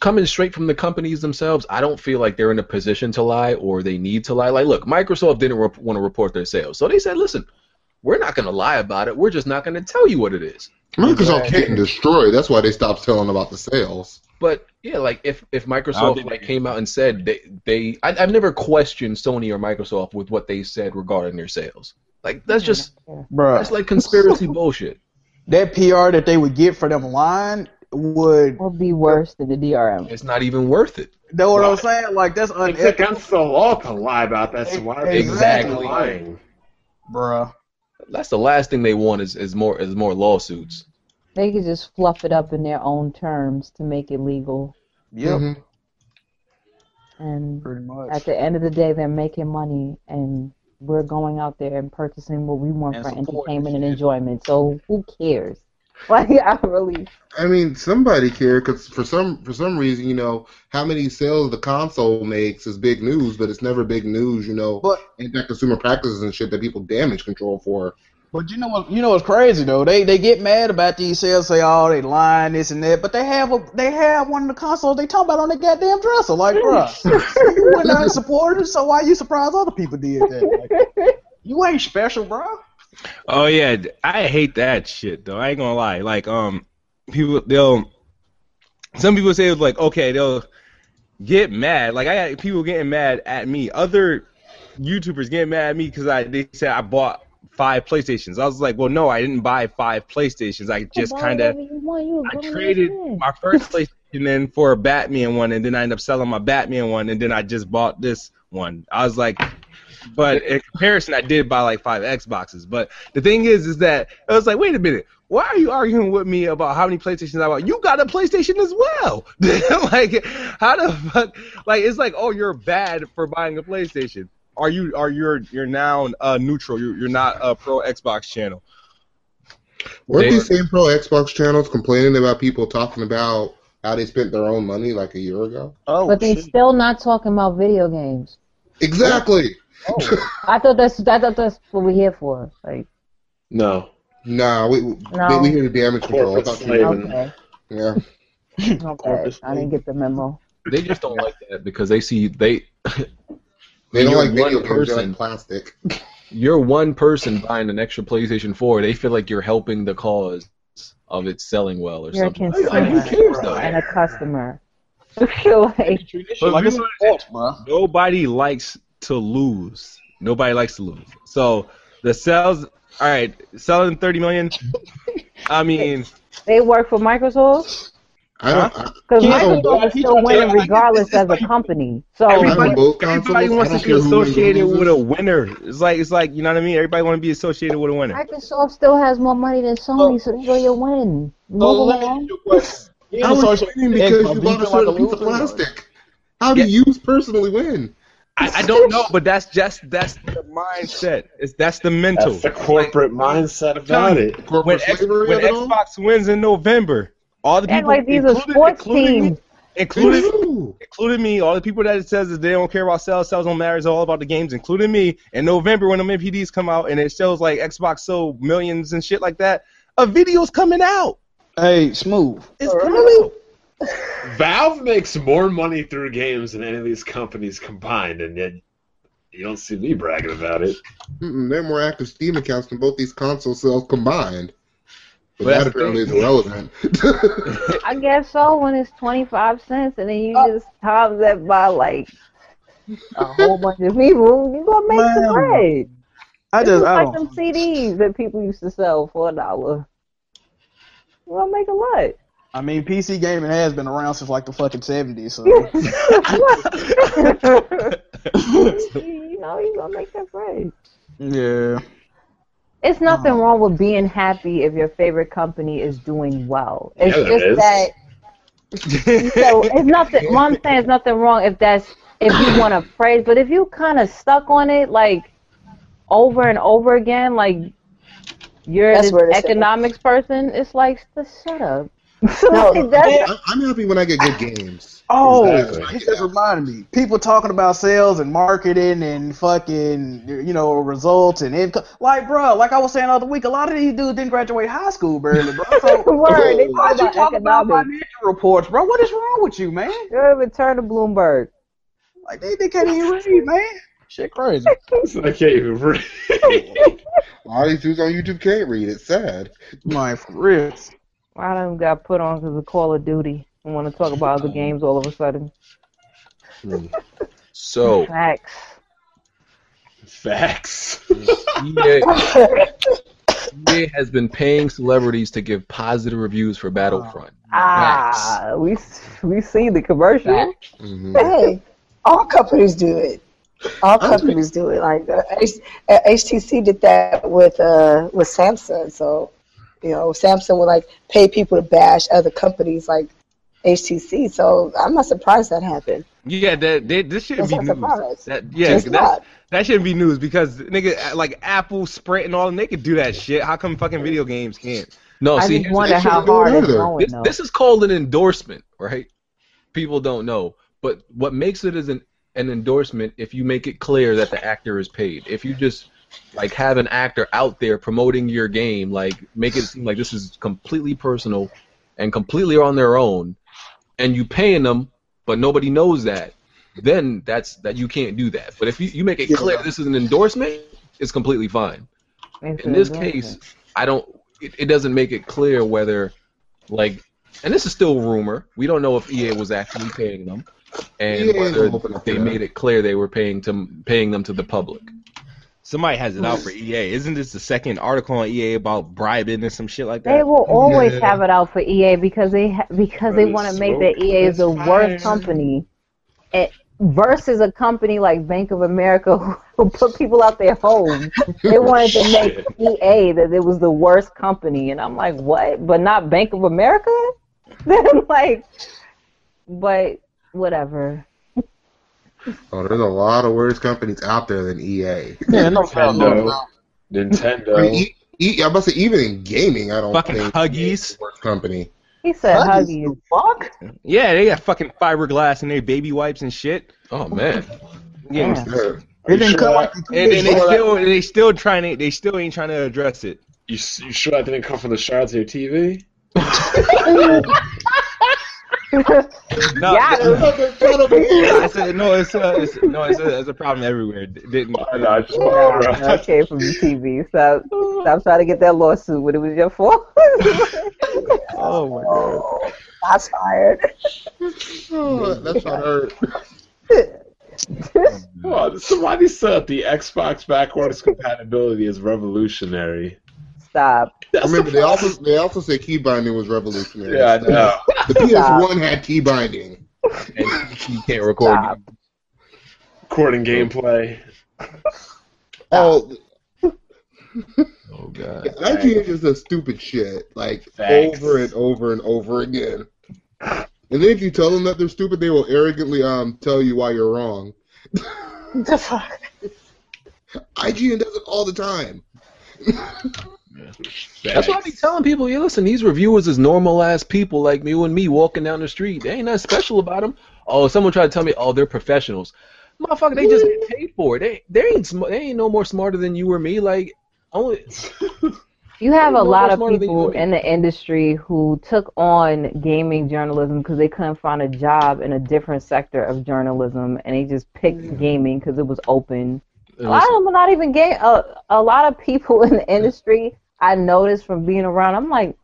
Speaker 3: coming straight from the companies themselves. I don't feel like they're in a position to lie or they need to lie. Like look, Microsoft didn't rep- want to report their sales, so they said, listen, we're not going to lie about it. We're just not going to tell you what it is.
Speaker 5: Microsoft getting destroyed. That's why they stopped telling about the sales.
Speaker 3: But yeah, like if if
Speaker 4: I'll
Speaker 3: Microsoft
Speaker 4: be
Speaker 3: like
Speaker 4: there.
Speaker 3: came out and said they they I, I've never questioned Sony or Microsoft with what they said regarding their sales. Like that's just
Speaker 6: Bruh.
Speaker 3: that's like conspiracy bullshit.
Speaker 6: that PR that they would get for them lying would.
Speaker 2: Will be worse than the DRM.
Speaker 3: It's not even worth it.
Speaker 6: Know what I'm saying? Like that's
Speaker 1: It's
Speaker 6: unethical,
Speaker 1: against the law to lie about that. So why are people
Speaker 6: Exactly.
Speaker 1: lying?
Speaker 6: bruh.
Speaker 3: That's the last thing they want is, is more is more lawsuits.
Speaker 2: They could just
Speaker 6: Mm-hmm.
Speaker 2: fluff it up in their own terms to make it legal.
Speaker 6: Yep.
Speaker 5: Mhm.
Speaker 2: And
Speaker 6: Pretty much.
Speaker 2: at the end of the day, they're making money, and we're going out there and purchasing what we want
Speaker 6: And
Speaker 2: for
Speaker 6: supporting
Speaker 2: entertainment and enjoyment. So who cares? Like I really.
Speaker 5: I mean, somebody cared because for some for some reason, you know, how many sales the console makes is big news, but it's never big news, you know,
Speaker 6: But-
Speaker 5: anti-consumer practices and shit that people damage control for.
Speaker 6: But you know what? You know what's crazy though. They they get mad about these sales. Say, oh, they lying, this and that. But they have a they have one of the consoles they talking about on their goddamn dresser. Like, bruh, you went out and supported it, so why you surprised other people did that? Like, you ain't special, bruh.
Speaker 4: Oh yeah, d- I hate that shit though. I ain't gonna lie. Like um, people they'll some people say it's like okay they'll get mad. Like I got people getting mad at me. Other YouTubers getting mad at me because I they said I bought five PlayStations. I was like, well no, I didn't buy five PlayStations. I just kind of
Speaker 2: I
Speaker 4: traded my first PlayStation then for a Batman one, and then I ended up selling my Batman one, and then I just bought this one. I was like, but in comparison, I did buy like five Xboxes. But the thing is, is that I was like, wait a minute, why are you arguing with me about how many PlayStations I bought? You got a PlayStation as well. like, how the fuck? Like, it's like, oh, you're bad for buying a PlayStation. Are you? Are you're you're now uh, neutral? You're, you're not a pro Xbox channel.
Speaker 5: Weren't
Speaker 4: They-
Speaker 5: these same pro Xbox channels complaining about people talking about how they spent their own money like a year ago?
Speaker 6: Oh,
Speaker 2: But they're still not talking about video games.
Speaker 5: Exactly.
Speaker 2: I thought that's I thought that's what we're here for. Like
Speaker 1: No.
Speaker 5: Nah, we we-
Speaker 2: No.
Speaker 5: we hear the damage control. I
Speaker 1: Corporate
Speaker 5: thought you-
Speaker 1: slaving.
Speaker 2: okay,
Speaker 5: yeah.
Speaker 2: okay, I didn't get the memo.
Speaker 3: They just don't like that because they see they
Speaker 5: They don't
Speaker 3: You're
Speaker 5: like video
Speaker 3: one
Speaker 5: games. They
Speaker 3: person.
Speaker 5: like plastic.
Speaker 3: you're one person buying an extra PlayStation 4. They feel like you're helping the cause of it selling well or
Speaker 2: You're a
Speaker 3: something.
Speaker 2: consumer
Speaker 3: Like, who cares though?
Speaker 2: and a customer. like,
Speaker 4: But
Speaker 6: like
Speaker 4: you
Speaker 6: it's
Speaker 4: know
Speaker 6: sports, bruh.
Speaker 4: nobody likes to lose. Nobody likes to lose. So the sales, all right, selling 30 million. I mean,
Speaker 2: they work for Microsoft
Speaker 5: I don't. I,
Speaker 2: because
Speaker 5: Yeah,
Speaker 2: Microsoft
Speaker 5: but
Speaker 2: is still winning regardless as a company. So
Speaker 5: I
Speaker 4: Everybody-
Speaker 5: own both consoles. I
Speaker 4: everybody wants to be
Speaker 5: don't care who wins or
Speaker 4: associated
Speaker 5: loses.
Speaker 4: with a winner. It's like it's like you know what I mean. Everybody want to be associated with a winner.
Speaker 2: Microsoft still has more money than Sony, so they go your win. Move
Speaker 6: So let me ask
Speaker 2: along.
Speaker 6: you a question. Being
Speaker 5: I
Speaker 6: a
Speaker 5: was
Speaker 6: social
Speaker 5: winning
Speaker 6: media
Speaker 5: because
Speaker 6: expert,
Speaker 5: you
Speaker 6: do you
Speaker 5: bought a
Speaker 6: feel like
Speaker 5: certain piece of
Speaker 6: loser, or-
Speaker 5: plastic. How do you personally win?
Speaker 4: I, I don't know, but that's just that's the mindset. It's that's the mental.
Speaker 1: That's the corporate mindset about it.
Speaker 4: when
Speaker 5: Corporate
Speaker 4: X-
Speaker 5: slavery
Speaker 4: when
Speaker 5: of it all?
Speaker 4: Xbox wins in November, all the
Speaker 2: Act
Speaker 4: people
Speaker 2: like these are
Speaker 4: including-
Speaker 2: sports
Speaker 4: including me-
Speaker 2: teams.
Speaker 4: including
Speaker 5: Ooh.
Speaker 4: including me, all the people that it says that they don't care about sales, sales don't matter, it's all about the games, including me. In November, when them MPDs come out and it shows like Xbox sold millions and shit like that, a video's coming out.
Speaker 6: Hey, smooth.
Speaker 4: It's
Speaker 7: Really?
Speaker 4: coming out.
Speaker 1: Valve makes more money through games than any of these companies combined, and yet you don't see me bragging about it.
Speaker 5: Mm-mm, there are more active Steam accounts than both these console sales combined. But
Speaker 4: Well,
Speaker 5: that
Speaker 4: that's the
Speaker 5: apparently is
Speaker 4: thing.
Speaker 5: irrelevant.
Speaker 2: I guess so when it's 25 cents and then you
Speaker 6: Uh,
Speaker 2: just times that by like a whole bunch of people, you're going to make some
Speaker 6: Man.
Speaker 2: bread.
Speaker 6: I
Speaker 2: It's
Speaker 6: just I
Speaker 2: like
Speaker 6: don't.
Speaker 2: them CDs that people used to sell for a dollar. You're going to make a lot.
Speaker 6: I mean, PC gaming has been around since like the fucking seventies. So
Speaker 2: you know, you're going to make that bread.
Speaker 6: yeah.
Speaker 2: It's nothing
Speaker 6: Uh-huh.
Speaker 2: wrong with being happy if your favorite company is doing well. It's
Speaker 1: Yeah, there
Speaker 2: just
Speaker 1: is.
Speaker 2: that so it's nothing. What I'm saying is nothing wrong if that's if you want to praise, but if you kind of stuck on it like over and over again, like you're
Speaker 7: That's
Speaker 2: this
Speaker 7: where it's at.
Speaker 2: economics person, it's like the shut up.
Speaker 7: No,
Speaker 2: Like, that's-
Speaker 5: I- I'm happy when I get good games.
Speaker 6: Oh,
Speaker 1: Exactly.
Speaker 6: it just reminded me. People talking about sales and marketing and fucking, you know, results and income. Like, bro, like I was saying the other week, a lot of these dudes didn't graduate high school barely, bro. So
Speaker 2: Word, they
Speaker 6: why'd you
Speaker 2: talk
Speaker 6: talk about
Speaker 2: about economics.
Speaker 6: financial reports, bro? What is wrong with you, man?
Speaker 2: You're a return to Bloomberg.
Speaker 6: Like, they, they can't even read, man. Shit, crazy.
Speaker 1: So I can't even read.
Speaker 5: A lot of these dudes on YouTube can't read. It's sad.
Speaker 6: Like, for real.
Speaker 2: I done got put on because of Call of Duty. I want to talk about other games all of a sudden.
Speaker 3: So
Speaker 2: Facts.
Speaker 1: Facts.
Speaker 3: EA, EA E has been paying celebrities to give positive reviews for Battlefront.
Speaker 2: Ah, we we seen the commercial.
Speaker 4: Mm-hmm.
Speaker 5: Mhm.
Speaker 7: Hey, all companies do it. All companies do it. Like the H- uh, HTC did that with uh with Samsung. So you know, Samsung would like pay people to bash other companies. Like HTC. So I'm not surprised that happened.
Speaker 4: Yeah, that they, this shouldn't
Speaker 7: That's
Speaker 4: be
Speaker 7: not
Speaker 4: news.
Speaker 7: surprised.
Speaker 4: That yeah,
Speaker 7: It's
Speaker 4: that
Speaker 7: not.
Speaker 4: that shouldn't be news because nigga like Apple, Sprint, and all them, they could do that shit. How come fucking video games can't?
Speaker 3: No, Oh, see, here's the issue. This, this is called an endorsement, right? People don't know, but what makes it is an an endorsement if you make it clear that the actor is paid. If you just like have an actor out there promoting your game, like make it seem like this is completely personal and completely on their own, and you paying them, but nobody knows that. Then that's that you can't do that. But if you, you make it clear this is an endorsement, it's completely fine in this case, I don't. It, it doesn't make it clear whether, like, and this is still rumor. We don't know if EA was actually paying them, and
Speaker 4: EA E is
Speaker 3: whether
Speaker 4: open up to
Speaker 3: they
Speaker 4: that.
Speaker 3: made it clear they were paying to paying them to the public.
Speaker 4: Somebody has it out for EA. Isn't this the second article on EA about bribing and some shit like that?
Speaker 2: They will always have it out for EA because they ha- because they
Speaker 4: Brother
Speaker 2: want to make
Speaker 4: Smoke
Speaker 2: that EA is
Speaker 4: is
Speaker 2: the
Speaker 4: fire.
Speaker 2: worst company, It- versus a company like Bank of America who put people out their homes. They wanted to make EA that it was the worst company, and I'm like, what? But not Bank of America? Then I'm like, but whatever.
Speaker 5: Oh, there's a lot of worse companies out there than E EA.
Speaker 1: Yeah, no doubt. Nintendo. Nintendo.
Speaker 5: I mean, e, e, I'm about to say even in gaming, I don't
Speaker 4: Fucking
Speaker 5: think
Speaker 4: Huggies.
Speaker 5: worst company.
Speaker 2: He said
Speaker 4: Huggies,
Speaker 2: Huggies. Fuck.
Speaker 4: Yeah, they got fucking fiberglass in their baby wipes and shit.
Speaker 3: Oh man.
Speaker 4: Yeah.
Speaker 1: Damn. Are
Speaker 4: They
Speaker 1: you
Speaker 4: didn't
Speaker 1: sure
Speaker 4: cut
Speaker 1: that-
Speaker 4: like the and, and they still they still trying to they still ain't trying to address it.
Speaker 1: You, s- you sure that didn't come from the shards of your TV?
Speaker 4: No,
Speaker 1: Yeah,
Speaker 4: no,
Speaker 1: it was up in front of me.
Speaker 4: it's a, no, it's a, it's, no, it's a, it's a problem everywhere. D- Didn't.
Speaker 1: Oh
Speaker 2: That came from the TV. Stop, stop trying to get that lawsuit when it was your fault.
Speaker 4: oh my god.
Speaker 7: Shots fired.
Speaker 5: Oh, that's not hurt.
Speaker 1: Come on, somebody said the Xbox backwards compatibility is revolutionary.
Speaker 2: Stop.
Speaker 5: Remember, they also they also said key binding was revolutionary.
Speaker 1: Yeah, I know.
Speaker 5: The PS1 had key binding.
Speaker 3: You can't record.
Speaker 1: Recording gameplay.
Speaker 5: Oh,
Speaker 3: Oh god.
Speaker 5: IGN is the stupid shit, like
Speaker 1: Facts.
Speaker 5: over and over and over again. And then if you tell them that they're stupid, they will arrogantly um tell you why you're wrong.
Speaker 7: The fuck?
Speaker 5: IGN does it all the time.
Speaker 3: That's why I be telling people, yeah, listen, these reviewers is normal ass people like you and me walking down the street. They ain't nothing special about them. Oh, someone tried to tell me, oh, they're professionals. Motherfucker, they just get paid for it. They, they ain't sm- they ain't no more smarter than you or me. Like only
Speaker 2: You have a
Speaker 3: No,
Speaker 2: lot
Speaker 3: that's
Speaker 2: of
Speaker 3: smarter than you
Speaker 2: people
Speaker 3: and me.
Speaker 2: in the industry who took on gaming journalism because they couldn't find a job in a different sector of journalism, and they just picked
Speaker 3: Mm.
Speaker 2: gaming because it was open. A lot of them are not even gay. A, a lot of people in the industry I noticed from being around. I'm like,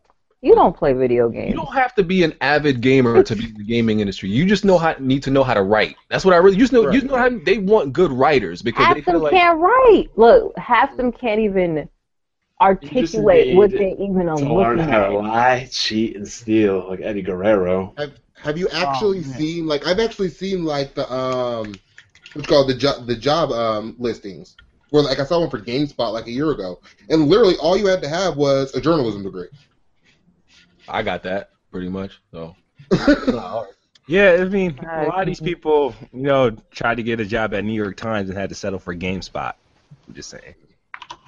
Speaker 2: you don't play video
Speaker 3: you
Speaker 2: games.
Speaker 3: don't have to be an avid gamer to be in the gaming industry. You just know how need to know how to write. That's what I really you just know you just know how they want good writers because they
Speaker 2: Half
Speaker 3: feel
Speaker 2: them
Speaker 3: like
Speaker 2: can't write. Look, half them can't even articulate what
Speaker 1: need
Speaker 2: they even are
Speaker 1: To learn
Speaker 2: looking
Speaker 1: how to
Speaker 2: at.
Speaker 1: lie, cheat, and steal, like Eddie Guerrero.
Speaker 5: Have you actually seen like I've actually seen like the um what's called the job the job um listings where like I saw one for GameSpot like a year ago, and literally all you had to have was a journalism degree.
Speaker 3: I got that pretty much. So
Speaker 4: Yeah, I mean, a
Speaker 2: Alright.
Speaker 4: lot of these people, you know, tried to get a job at New York Times and had to settle for GameSpot. I'm just saying.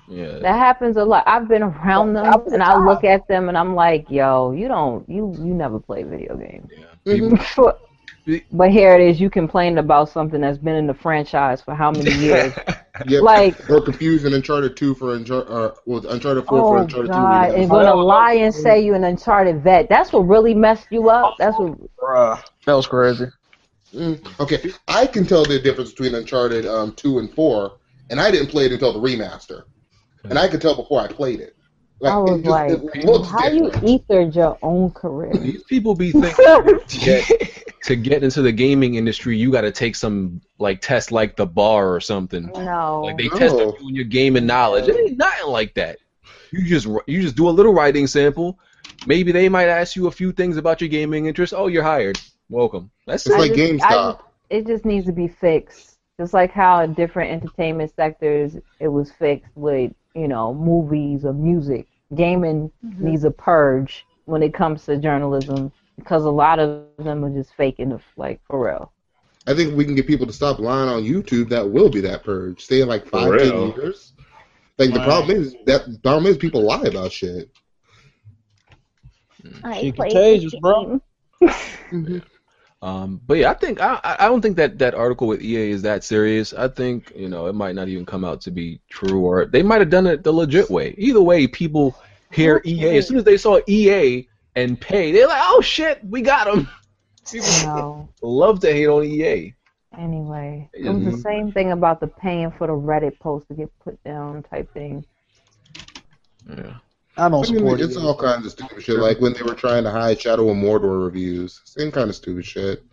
Speaker 3: yeah.
Speaker 2: That happens a lot. I've been around them, and I look at them, and I'm like, "Yo, you don't, you, you never play video games."
Speaker 3: People-
Speaker 5: Mm-hmm.
Speaker 2: But here it is. You complained about something that's been in the franchise for how many years?
Speaker 5: Yep.
Speaker 2: Like-
Speaker 5: we're confusing Uncharted two for Uncharted uh, well Uncharted four for
Speaker 2: oh
Speaker 5: Uncharted
Speaker 2: God!
Speaker 5: two.
Speaker 2: And gonna lie and say you an Uncharted vet. That's what really messed you up. That's what.
Speaker 9: That was crazy.
Speaker 5: Mm, okay, I can tell the difference between Uncharted um, two and four, and I didn't play it until the remaster, and I could tell before I played it. Like,
Speaker 2: I was
Speaker 5: it just,
Speaker 2: like,
Speaker 5: it looks
Speaker 2: how you
Speaker 5: different.
Speaker 2: ethered your own career?
Speaker 3: These people be thinking to get to get into the gaming industry, you got to take some like test like the bar or something.
Speaker 2: Oh, No.
Speaker 3: Like they test
Speaker 5: No.
Speaker 3: you on your gaming knowledge. It ain't nothing like that. You just wr- you just do a little writing sample. Maybe they might ask you a few things about your gaming interests. Oh, you're hired. Welcome. That's
Speaker 5: It's
Speaker 3: it.
Speaker 5: like
Speaker 2: just- I
Speaker 5: GameStop.
Speaker 2: it just needs to be fixed. Just like how in different entertainment sectors it was fixed with, you know, movies or music. Gaming needs a purge when it comes to journalism. because a lot of them are just faking the like for real.
Speaker 5: I think we can get people to stop lying on YouTube. That will be that purge. Stay in like five,
Speaker 1: For
Speaker 5: ten
Speaker 1: real.
Speaker 5: years. Like the
Speaker 1: Right.
Speaker 5: problem is that the problem is people lie about shit.
Speaker 9: She contagious, bro.
Speaker 3: Um, but yeah, I think I, I I don't think that that article with EA is that serious. I think you know it might not even come out to be true, or they might have done it the legit way. Either way, people hear EA as soon as they saw EA and pay, they're like, "Oh shit, we got them."
Speaker 2: No.
Speaker 3: Love to hate on E EA.
Speaker 2: Anyway, it was the
Speaker 3: Mhm.
Speaker 2: same thing about the paying for the Reddit post to get put down type thing.
Speaker 3: Yeah.
Speaker 6: I don't
Speaker 5: mean,
Speaker 6: support
Speaker 5: It's
Speaker 6: it.
Speaker 5: all kinds of stupid shit. Like when they were trying to hide Shadow of Mordor reviews, same kind of stupid shit.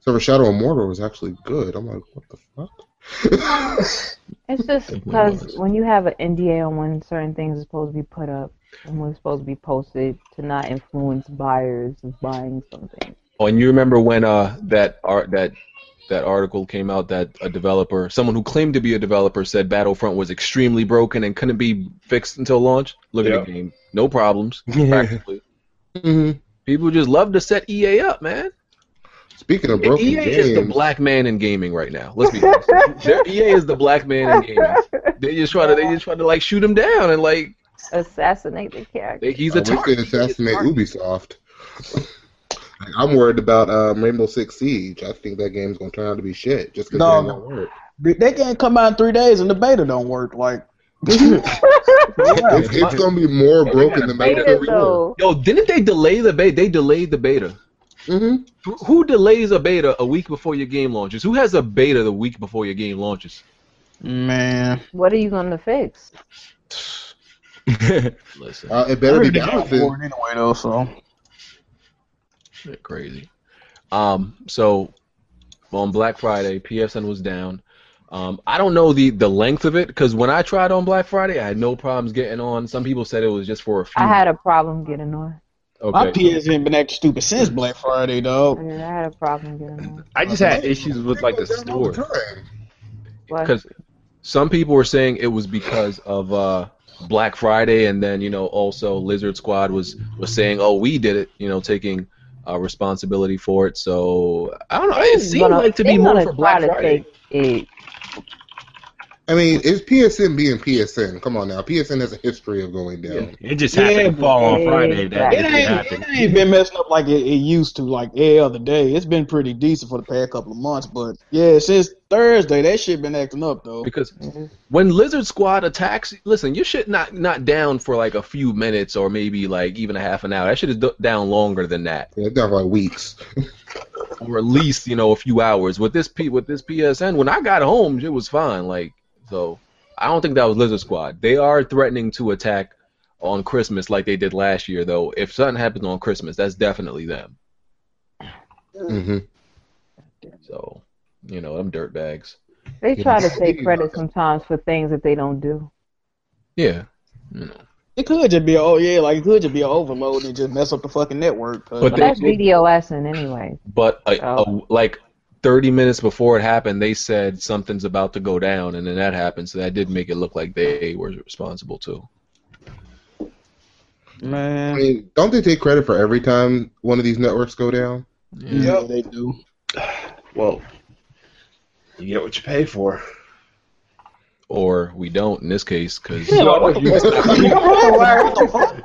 Speaker 5: So for Shadow of Mordor was actually good. I'm like, what the fuck?
Speaker 2: It's just because when you have an NDA on when certain things are supposed to be put up and what's supposed to be posted to not influence buyers of buying something.
Speaker 3: Oh, and you remember when uh that art that that article came out that a developer, someone who claimed to be a developer, said Battlefront was extremely broken and couldn't be fixed until launch. Look at the game, no problems. Practically, people just love to set EA up, man.
Speaker 5: Speaking of
Speaker 3: EA
Speaker 5: broken
Speaker 3: E is the
Speaker 5: games-
Speaker 3: black man in gaming right now. Let's be honest. Their EA is the black man in gaming. They just try to they just try to like shoot him down and like
Speaker 2: Assassinate the character.
Speaker 3: they, he's
Speaker 5: I
Speaker 3: a
Speaker 5: wish they
Speaker 3: target.
Speaker 5: uh, assassinate Ubisoft. Like, I'm worried about um, Rainbow Six Siege. I think that game's gonna turn out to be shit just because
Speaker 6: No.
Speaker 5: it ain't gonna work.
Speaker 6: They they can't come out in three days and the beta don't work. Like
Speaker 5: It's, it's gonna be more broken than Battlefield 4.
Speaker 3: Yo, didn't they delay the beta? They delayed the beta.
Speaker 5: Mm-hmm.
Speaker 3: Who- Who delays a beta a week before your game launches? Who has a beta the week before your game launches?
Speaker 6: man,
Speaker 2: What are you going to fix?
Speaker 3: Listen,
Speaker 5: Uh, it better be
Speaker 6: They got
Speaker 5: balanced.
Speaker 6: bored anyway though. So
Speaker 3: they're crazy. Um, so on Black Friday, PSN was down. Um, I don't know the, the length of it because when I tried on Black Friday, I had no problems getting on. Some people said it was just for a few.
Speaker 2: I had a problem getting on.
Speaker 6: my
Speaker 3: okay.
Speaker 6: PS ain't been acting stupid since Black Friday,
Speaker 3: Oh.
Speaker 2: I
Speaker 6: dog.
Speaker 2: mean, I had a problem getting on.
Speaker 4: I just had issues with like the store.
Speaker 2: What?
Speaker 3: because some people were saying it was because of uh, Black Friday, and then you know also Lizard Squad was was saying, "Oh, we did it," you know, taking uh, responsibility for it. So I don't know. It
Speaker 2: They
Speaker 3: seemed
Speaker 2: gonna-
Speaker 3: like to
Speaker 2: they
Speaker 3: be more
Speaker 2: gonna
Speaker 3: for
Speaker 2: try
Speaker 3: Black
Speaker 2: to
Speaker 3: Friday.
Speaker 2: take it.
Speaker 5: I mean, it's PSN being PSN. Come on now, PSN has a history of going down.
Speaker 4: It just
Speaker 6: Yeah,
Speaker 4: happened
Speaker 6: but-
Speaker 4: to fall on
Speaker 2: Yeah,
Speaker 4: Friday.
Speaker 6: It
Speaker 2: exactly.
Speaker 4: That it
Speaker 6: ain't, it
Speaker 4: happened.
Speaker 6: ain't been messing up like it, it used to, like every other day. It's been pretty decent for the past couple of months, but yeah, since Thursday, that shit been acting up though.
Speaker 3: Because when Lizard Squad attacks, listen, your shit not not down for like a few minutes or maybe like even a half an hour. That shit is d- down longer than that,
Speaker 5: Yeah, it's down for like weeks.
Speaker 3: or at least you know a few hours. With this P with this PSN, when I got home, it was fine. Like so, I don't think that was Lizard Squad. They are threatening to attack on Christmas like they did last year, though. If something happens on Christmas, that's definitely them. Mm.
Speaker 5: hmm
Speaker 3: So you know them dirt bags.
Speaker 2: They
Speaker 5: Yeah,
Speaker 2: try to
Speaker 5: but-
Speaker 2: take credit sometimes for things that they don't do.
Speaker 3: Yeah. You know.
Speaker 6: It could just be, a, oh yeah, like it could just be an overload and just mess up the fucking network. 'cause-
Speaker 3: But
Speaker 2: But
Speaker 3: they-
Speaker 2: that's BDOSing anyway.
Speaker 3: But a,
Speaker 2: Oh.
Speaker 3: a, like 30 minutes before it happened, they said something's about to go down, and then that happened. So that did make it look like they were responsible too.
Speaker 5: I
Speaker 6: man,
Speaker 5: mean, don't they take credit for every time one of these networks go down?
Speaker 6: yeah, they do.
Speaker 1: Well, you get what you pay for.
Speaker 3: Or we don't in this case because
Speaker 1: No, you,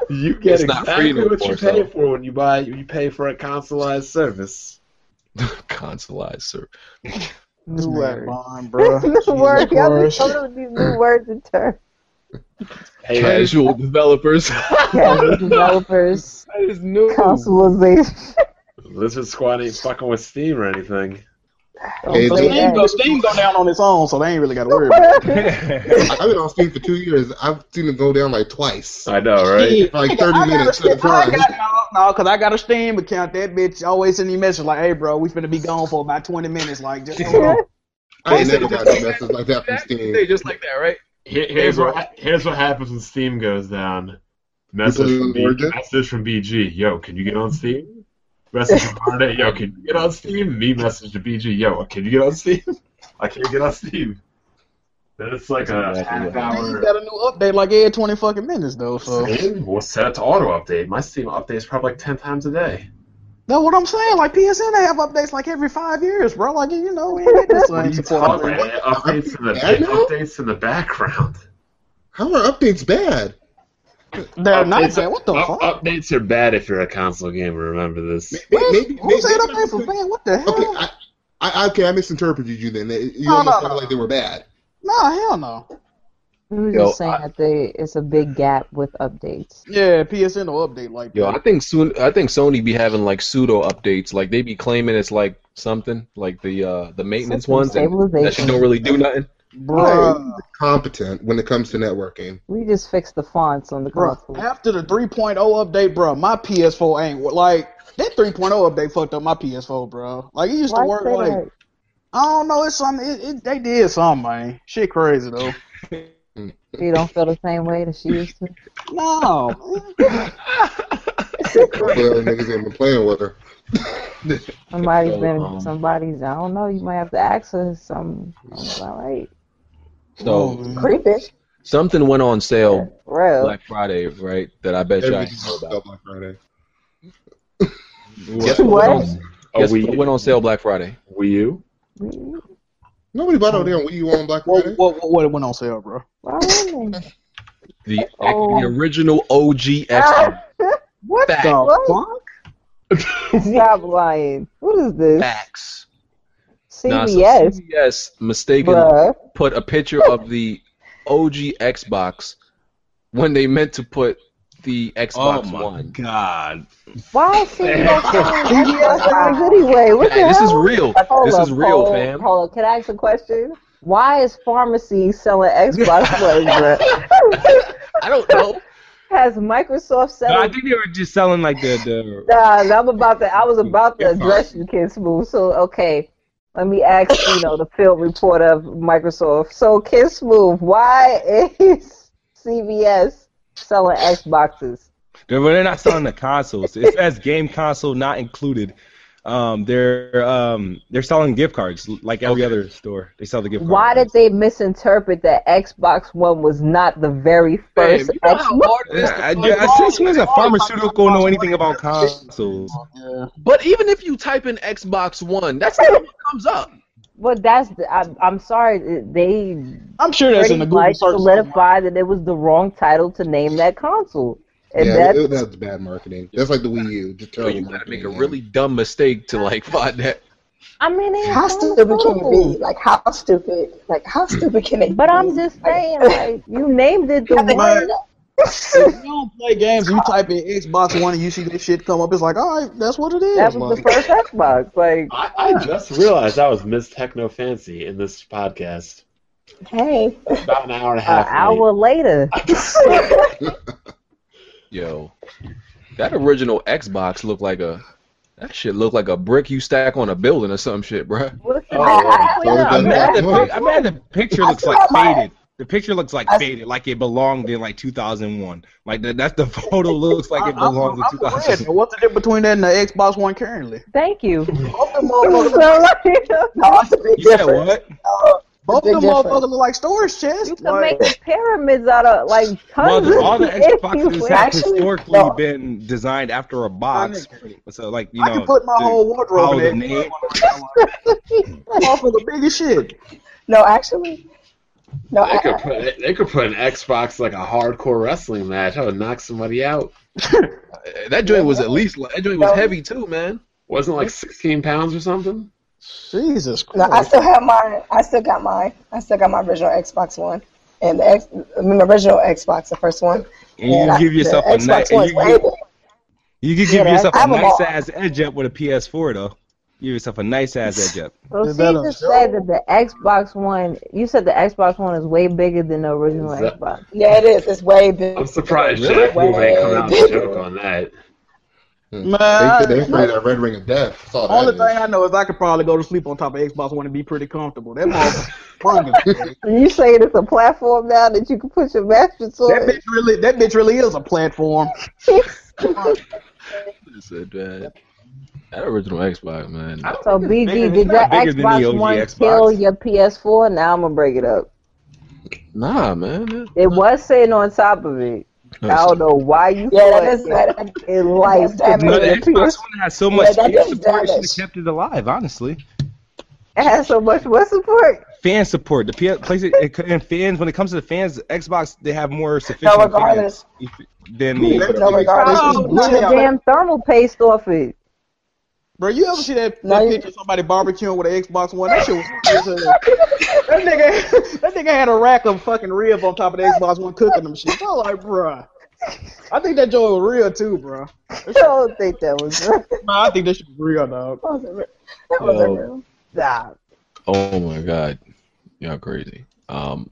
Speaker 1: you get
Speaker 3: It's not free
Speaker 1: exactly
Speaker 3: no
Speaker 1: what
Speaker 3: more,
Speaker 1: you pay
Speaker 3: so.
Speaker 1: for when you buy. You pay for a consoleized service.
Speaker 3: consoleized sir.
Speaker 6: This
Speaker 2: New
Speaker 6: man
Speaker 2: word.
Speaker 6: blind, bro.
Speaker 7: new word. Y'all be coming up with these new words and terms.
Speaker 1: Hey, guys,
Speaker 3: Casual developers.
Speaker 2: Casual developers.
Speaker 3: that is new.
Speaker 2: Consolization.
Speaker 1: Lizard Squad ain't fucking with Steam or anything.
Speaker 2: Oh,
Speaker 5: Hey,
Speaker 6: Steam,
Speaker 5: dude,
Speaker 6: go, Steam go down on its own, so they ain't really got to worry about it.
Speaker 5: I've been on Steam for two years. I've seen it go down like twice.
Speaker 1: I know, right?
Speaker 5: For like 30 minutes at a
Speaker 6: I
Speaker 5: time.
Speaker 6: got, no, no, cause I got a Steam account. That bitch always send me messages like, "Hey, bro, we finna be gone for about twenty minutes." Like, just hold on.
Speaker 5: I ain't never gotten a message like that from
Speaker 3: They
Speaker 5: Steam.
Speaker 3: just like that, right?
Speaker 1: Here, here's what ha- here's what happens when Steam goes down. Message
Speaker 5: Blue
Speaker 1: from, B-
Speaker 5: Origin?
Speaker 1: message from BG. Yo, can you get on Steam? Message from Arda. Yo, can you get on Steam? Me message to BG. Yo, can you get on Steam? I can't get on Steam. Then it's like a half
Speaker 6: Steam
Speaker 1: hour.
Speaker 6: got a new update like every twenty fucking minutes though. So
Speaker 1: Steam will set it to auto update. My Steam updates probably like ten times a day.
Speaker 6: No, what I'm saying, like PSN, they have updates like every five years, bro. Like you know, we ain't get this
Speaker 1: What are
Speaker 6: same
Speaker 1: you
Speaker 6: support.
Speaker 1: talking about? Updates in the
Speaker 6: bad now?
Speaker 1: updates in the background.
Speaker 5: How are updates bad?
Speaker 6: They're not
Speaker 1: Updates-
Speaker 6: bad. What the
Speaker 1: up-
Speaker 6: fuck?
Speaker 1: Updates are bad if you're a console gamer. Remember this.
Speaker 5: Maybe,
Speaker 6: Who's that up there for man? What the hell?
Speaker 5: I, I- okay, I misinterpreted you then. It- You
Speaker 6: No,
Speaker 5: almost
Speaker 6: no,
Speaker 5: sounded like they were bad.
Speaker 6: Nah, hell no.
Speaker 2: We were
Speaker 3: Yo,
Speaker 2: just saying that they, it's a big gap with updates.
Speaker 6: Yeah, PSN will update like
Speaker 3: Yo, I think soon. I think Sony be having like pseudo updates. Like they be claiming it's like something, like the uh the maintenance
Speaker 2: System
Speaker 3: ones, and that shit
Speaker 2: stabilization.
Speaker 3: don't really do nothing.
Speaker 6: Bruh.
Speaker 5: Competent when it comes to networking.
Speaker 2: We just fixed the fonts on the
Speaker 6: Bro,
Speaker 2: console.
Speaker 6: after the 3.0 update, bro, my PS4 ain't wor- like that 3.0 update fucked up my PS4, bro. Like it used
Speaker 8: Why
Speaker 6: to work
Speaker 8: say
Speaker 6: like
Speaker 8: that?
Speaker 6: I don't know, it's something. It, it, they did something, man. Shit, crazy though.
Speaker 2: You don't feel the same way that she used to.
Speaker 6: No,
Speaker 5: Clearly, niggas ain't been playing with her.
Speaker 2: Somebody's
Speaker 5: So,
Speaker 2: been,
Speaker 5: um,
Speaker 2: somebody's. I don't know. You might have to ask her. Some, some- all right,
Speaker 3: So
Speaker 2: creepy.
Speaker 3: something went on sale
Speaker 2: Real.
Speaker 3: Black Friday, right? That I bet you I didn't know about.
Speaker 5: Black Friday.
Speaker 3: Guess
Speaker 5: What?
Speaker 3: went on-
Speaker 5: A
Speaker 3: guess
Speaker 5: Wii
Speaker 3: what went on sale Black Friday?
Speaker 1: Wii U.
Speaker 5: Nobody bought
Speaker 6: Oh.
Speaker 5: no damn Wii U on Black Friday.
Speaker 6: What, what, what went on sale, bro?
Speaker 3: The
Speaker 6: Oh.
Speaker 3: the original OG Xbox.
Speaker 2: Ah. What
Speaker 3: Fact.
Speaker 2: the
Speaker 6: fuck?
Speaker 2: Stop lying. What is this?
Speaker 3: Facts. Nah, so
Speaker 2: CBS.
Speaker 3: CBS mistakenly
Speaker 2: Bruh.
Speaker 3: put a picture of the OG Xbox when they meant to put the Xbox
Speaker 4: Oh my
Speaker 3: One.
Speaker 4: God.
Speaker 2: Why is CBS doing Xbox One anyway? What
Speaker 3: Hey,
Speaker 2: the
Speaker 3: this is
Speaker 2: hell?
Speaker 3: real.
Speaker 2: Hold
Speaker 3: This
Speaker 2: up,
Speaker 3: is real,
Speaker 2: hold,
Speaker 3: fam.
Speaker 2: Hold up. Can I ask a question? Why is pharmacy selling Xbox One? bruh?
Speaker 3: I don't know.
Speaker 2: Has Microsoft
Speaker 4: No, I
Speaker 2: selling?
Speaker 4: think they were just selling like the the
Speaker 2: Nah, I'm about to. I was about to
Speaker 4: You're fine.
Speaker 2: address you, Kid Smooth. So okay, let me ask you know the field report of Microsoft. So Kid Smooth, why is CBS selling Xboxes?
Speaker 4: They're, they're not selling the consoles. It says game console not included. Um, they're um, they're selling gift cards like every other store. They sell the gift
Speaker 2: Why did they misinterpret that Xbox One was not the very first
Speaker 4: you know
Speaker 2: Xbox?
Speaker 4: card. Yeah, I, I, since when is a pharmaceutical know anything about consoles?
Speaker 3: But even if you type in Xbox One, that's not what comes up.
Speaker 2: Well, that's the, I'm, I'm sorry. th- They
Speaker 6: I'm sure that's
Speaker 2: pretty
Speaker 6: in the Google
Speaker 2: much
Speaker 6: search
Speaker 2: solidified that it was the wrong title to name that console, and
Speaker 5: yeah,
Speaker 2: that's
Speaker 5: it- that's bad marketing. That's like the Wii U. Just
Speaker 3: Yo,
Speaker 5: terrible
Speaker 3: you gotta make
Speaker 5: marketing.
Speaker 3: a really dumb mistake to like find that.
Speaker 2: I mean, they
Speaker 7: How stupid can it be? Like how stupid? Like how stupid can it?
Speaker 2: But
Speaker 7: be?
Speaker 2: I'm just saying, like you named it the
Speaker 7: Like,
Speaker 2: one.
Speaker 6: if you don't play games, you type in Xbox One and you see that shit come up. It's like, all right, that's what it is.
Speaker 2: That was the
Speaker 6: like.
Speaker 2: first Xbox. Like
Speaker 1: I, I just realized I was Miss Techno Fancy in this podcast.
Speaker 2: hey,
Speaker 1: About an hour and a
Speaker 2: an
Speaker 1: half. late.
Speaker 2: hour later.
Speaker 3: Yo, that original Xbox looked like a that shit looked like a brick you stack on a building or some shit, bruh.
Speaker 4: I'm mad, the,
Speaker 2: Oh,
Speaker 4: pic- I'm mad the picture looks like faded. The picture looks like faded, like it belonged in like 2001. Like that, that's the photo looks like it
Speaker 6: I'm-
Speaker 4: belongs in
Speaker 6: I'm red,
Speaker 4: 2001.
Speaker 6: but What's the difference between that and the Xbox One currently?
Speaker 2: Thank you.
Speaker 6: Both of them
Speaker 2: So,
Speaker 6: motherfuckers,
Speaker 2: like,
Speaker 7: No, it's a big
Speaker 4: You said
Speaker 7: difference.
Speaker 4: what?
Speaker 6: both of
Speaker 7: big
Speaker 6: them
Speaker 7: difference.
Speaker 6: motherfuckers look like storage chests.
Speaker 2: you can
Speaker 6: Like,
Speaker 2: make pyramids out of like
Speaker 4: Well,
Speaker 2: tons
Speaker 4: the-
Speaker 2: of
Speaker 4: all the
Speaker 2: if you
Speaker 4: Xboxes
Speaker 2: wish.
Speaker 4: have historically
Speaker 7: no.
Speaker 4: been designed after a box. So, like, you
Speaker 6: I can
Speaker 4: know,
Speaker 6: put my
Speaker 4: the-
Speaker 6: whole
Speaker 4: how
Speaker 6: wardrobe
Speaker 4: the
Speaker 6: in
Speaker 4: name.
Speaker 6: that motherfucker big as shit.
Speaker 7: No, actually, no.
Speaker 1: They
Speaker 7: I,
Speaker 1: could put they- they could put an Xbox like a hardcore wrestling match. I would knock somebody out.
Speaker 3: That joint was at least that joint was heavy too, man.
Speaker 1: Wasn't it like 16 pounds or something.
Speaker 6: Jesus
Speaker 7: No,
Speaker 6: Christ.
Speaker 7: I still have mine. I still got mine. I still got my original Xbox One. And the X, I mean, the original Xbox, the first one.
Speaker 4: And you
Speaker 7: I-
Speaker 4: give yourself
Speaker 7: the
Speaker 4: a
Speaker 7: Xbox
Speaker 4: nice-
Speaker 7: One's
Speaker 4: you-
Speaker 7: way
Speaker 4: you-
Speaker 7: bigger.
Speaker 4: You could
Speaker 7: Yeah,
Speaker 4: give yourself
Speaker 7: I
Speaker 4: a
Speaker 7: have a
Speaker 4: nice
Speaker 7: ball.
Speaker 4: ass edge up with a PS4 though. Give yourself a nice ass edge up.
Speaker 2: So
Speaker 6: Is
Speaker 2: she
Speaker 6: that a
Speaker 2: just
Speaker 6: show?
Speaker 2: said that the Xbox One. You said the Xbox One is way bigger than the original
Speaker 1: Is that-
Speaker 2: Xbox.
Speaker 7: Yeah, it is. It's way bigger.
Speaker 1: I'm surprised
Speaker 4: Really?
Speaker 1: Jack Move ain't come out
Speaker 7: Way
Speaker 1: and
Speaker 7: bigger.
Speaker 1: joke on that.
Speaker 6: Man,
Speaker 5: They, they created a red ring of death. That's all that
Speaker 6: only
Speaker 5: is.
Speaker 6: thing I know is I could probably go to sleep on top of Xbox One and be pretty comfortable. That motherfucker. that
Speaker 2: You saying it's a platform now that you can put your mattress on?
Speaker 6: bitch really, that bitch really is a platform.
Speaker 3: Listen, man, That original Xbox, man.
Speaker 2: So
Speaker 4: bigger-
Speaker 2: BG, did
Speaker 4: it's
Speaker 2: your
Speaker 4: not bigger than the
Speaker 2: Xbox
Speaker 4: OG
Speaker 2: One
Speaker 4: Xbox.
Speaker 2: kill your PS4? Now I'm gonna break it up.
Speaker 3: Nah, man.
Speaker 2: It was sitting on top of it.
Speaker 10: I don't know why you
Speaker 7: Yeah, that
Speaker 10: thought
Speaker 7: is- that-
Speaker 10: in life to
Speaker 7: that
Speaker 10: be
Speaker 4: No,
Speaker 10: in
Speaker 4: the
Speaker 10: the
Speaker 4: Xbox
Speaker 10: PS-
Speaker 4: One has so
Speaker 10: Yeah,
Speaker 4: much
Speaker 10: that
Speaker 4: fan
Speaker 10: is
Speaker 4: support. Should have
Speaker 10: damaged.
Speaker 4: kept it alive, honestly.
Speaker 10: It has so much what support.
Speaker 4: Fan support. The PS, PlayStation it, could- and fans. When it comes to the fans, Xbox they have more sufficient fans
Speaker 10: regardless.
Speaker 4: than the.
Speaker 10: No, regardless,
Speaker 6: Oh,
Speaker 10: it's the
Speaker 6: yeah.
Speaker 10: damn thermal paste off it.
Speaker 6: Bro, you ever see that,
Speaker 10: No,
Speaker 6: that
Speaker 10: you-
Speaker 6: picture of somebody barbecuing with an Xbox One? That shit was funny as hell. That nigga, that nigga had a rack of fucking rib on top of the Xbox One cooking them shit. I was like, bruh. I think that joint was real too, bro. I
Speaker 10: don't think that was real.
Speaker 6: I think that shit was real, dog.
Speaker 7: That
Speaker 4: Oh,
Speaker 3: wasn't
Speaker 7: real.
Speaker 10: Nah.
Speaker 3: Oh my god, y'all crazy. Um,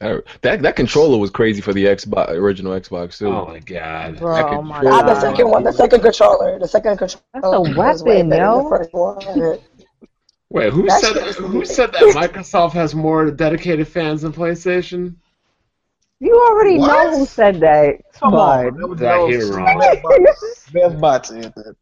Speaker 3: that that that controller was crazy for the Xbox original Xbox too.
Speaker 1: Oh my god,
Speaker 3: Bro, that
Speaker 7: oh my God. The second one, the second controller, the second controller.
Speaker 10: That's a
Speaker 7: was way
Speaker 10: weapon,
Speaker 7: better than
Speaker 10: yo.
Speaker 7: the first one.
Speaker 1: Wait, who
Speaker 7: That
Speaker 1: said
Speaker 7: shit was
Speaker 1: who said that Microsoft has more dedicated fans than PlayStation?
Speaker 10: You already know who said that.
Speaker 6: Come on,
Speaker 10: bud.
Speaker 1: Did I hear it wrong?
Speaker 6: Best bots said that.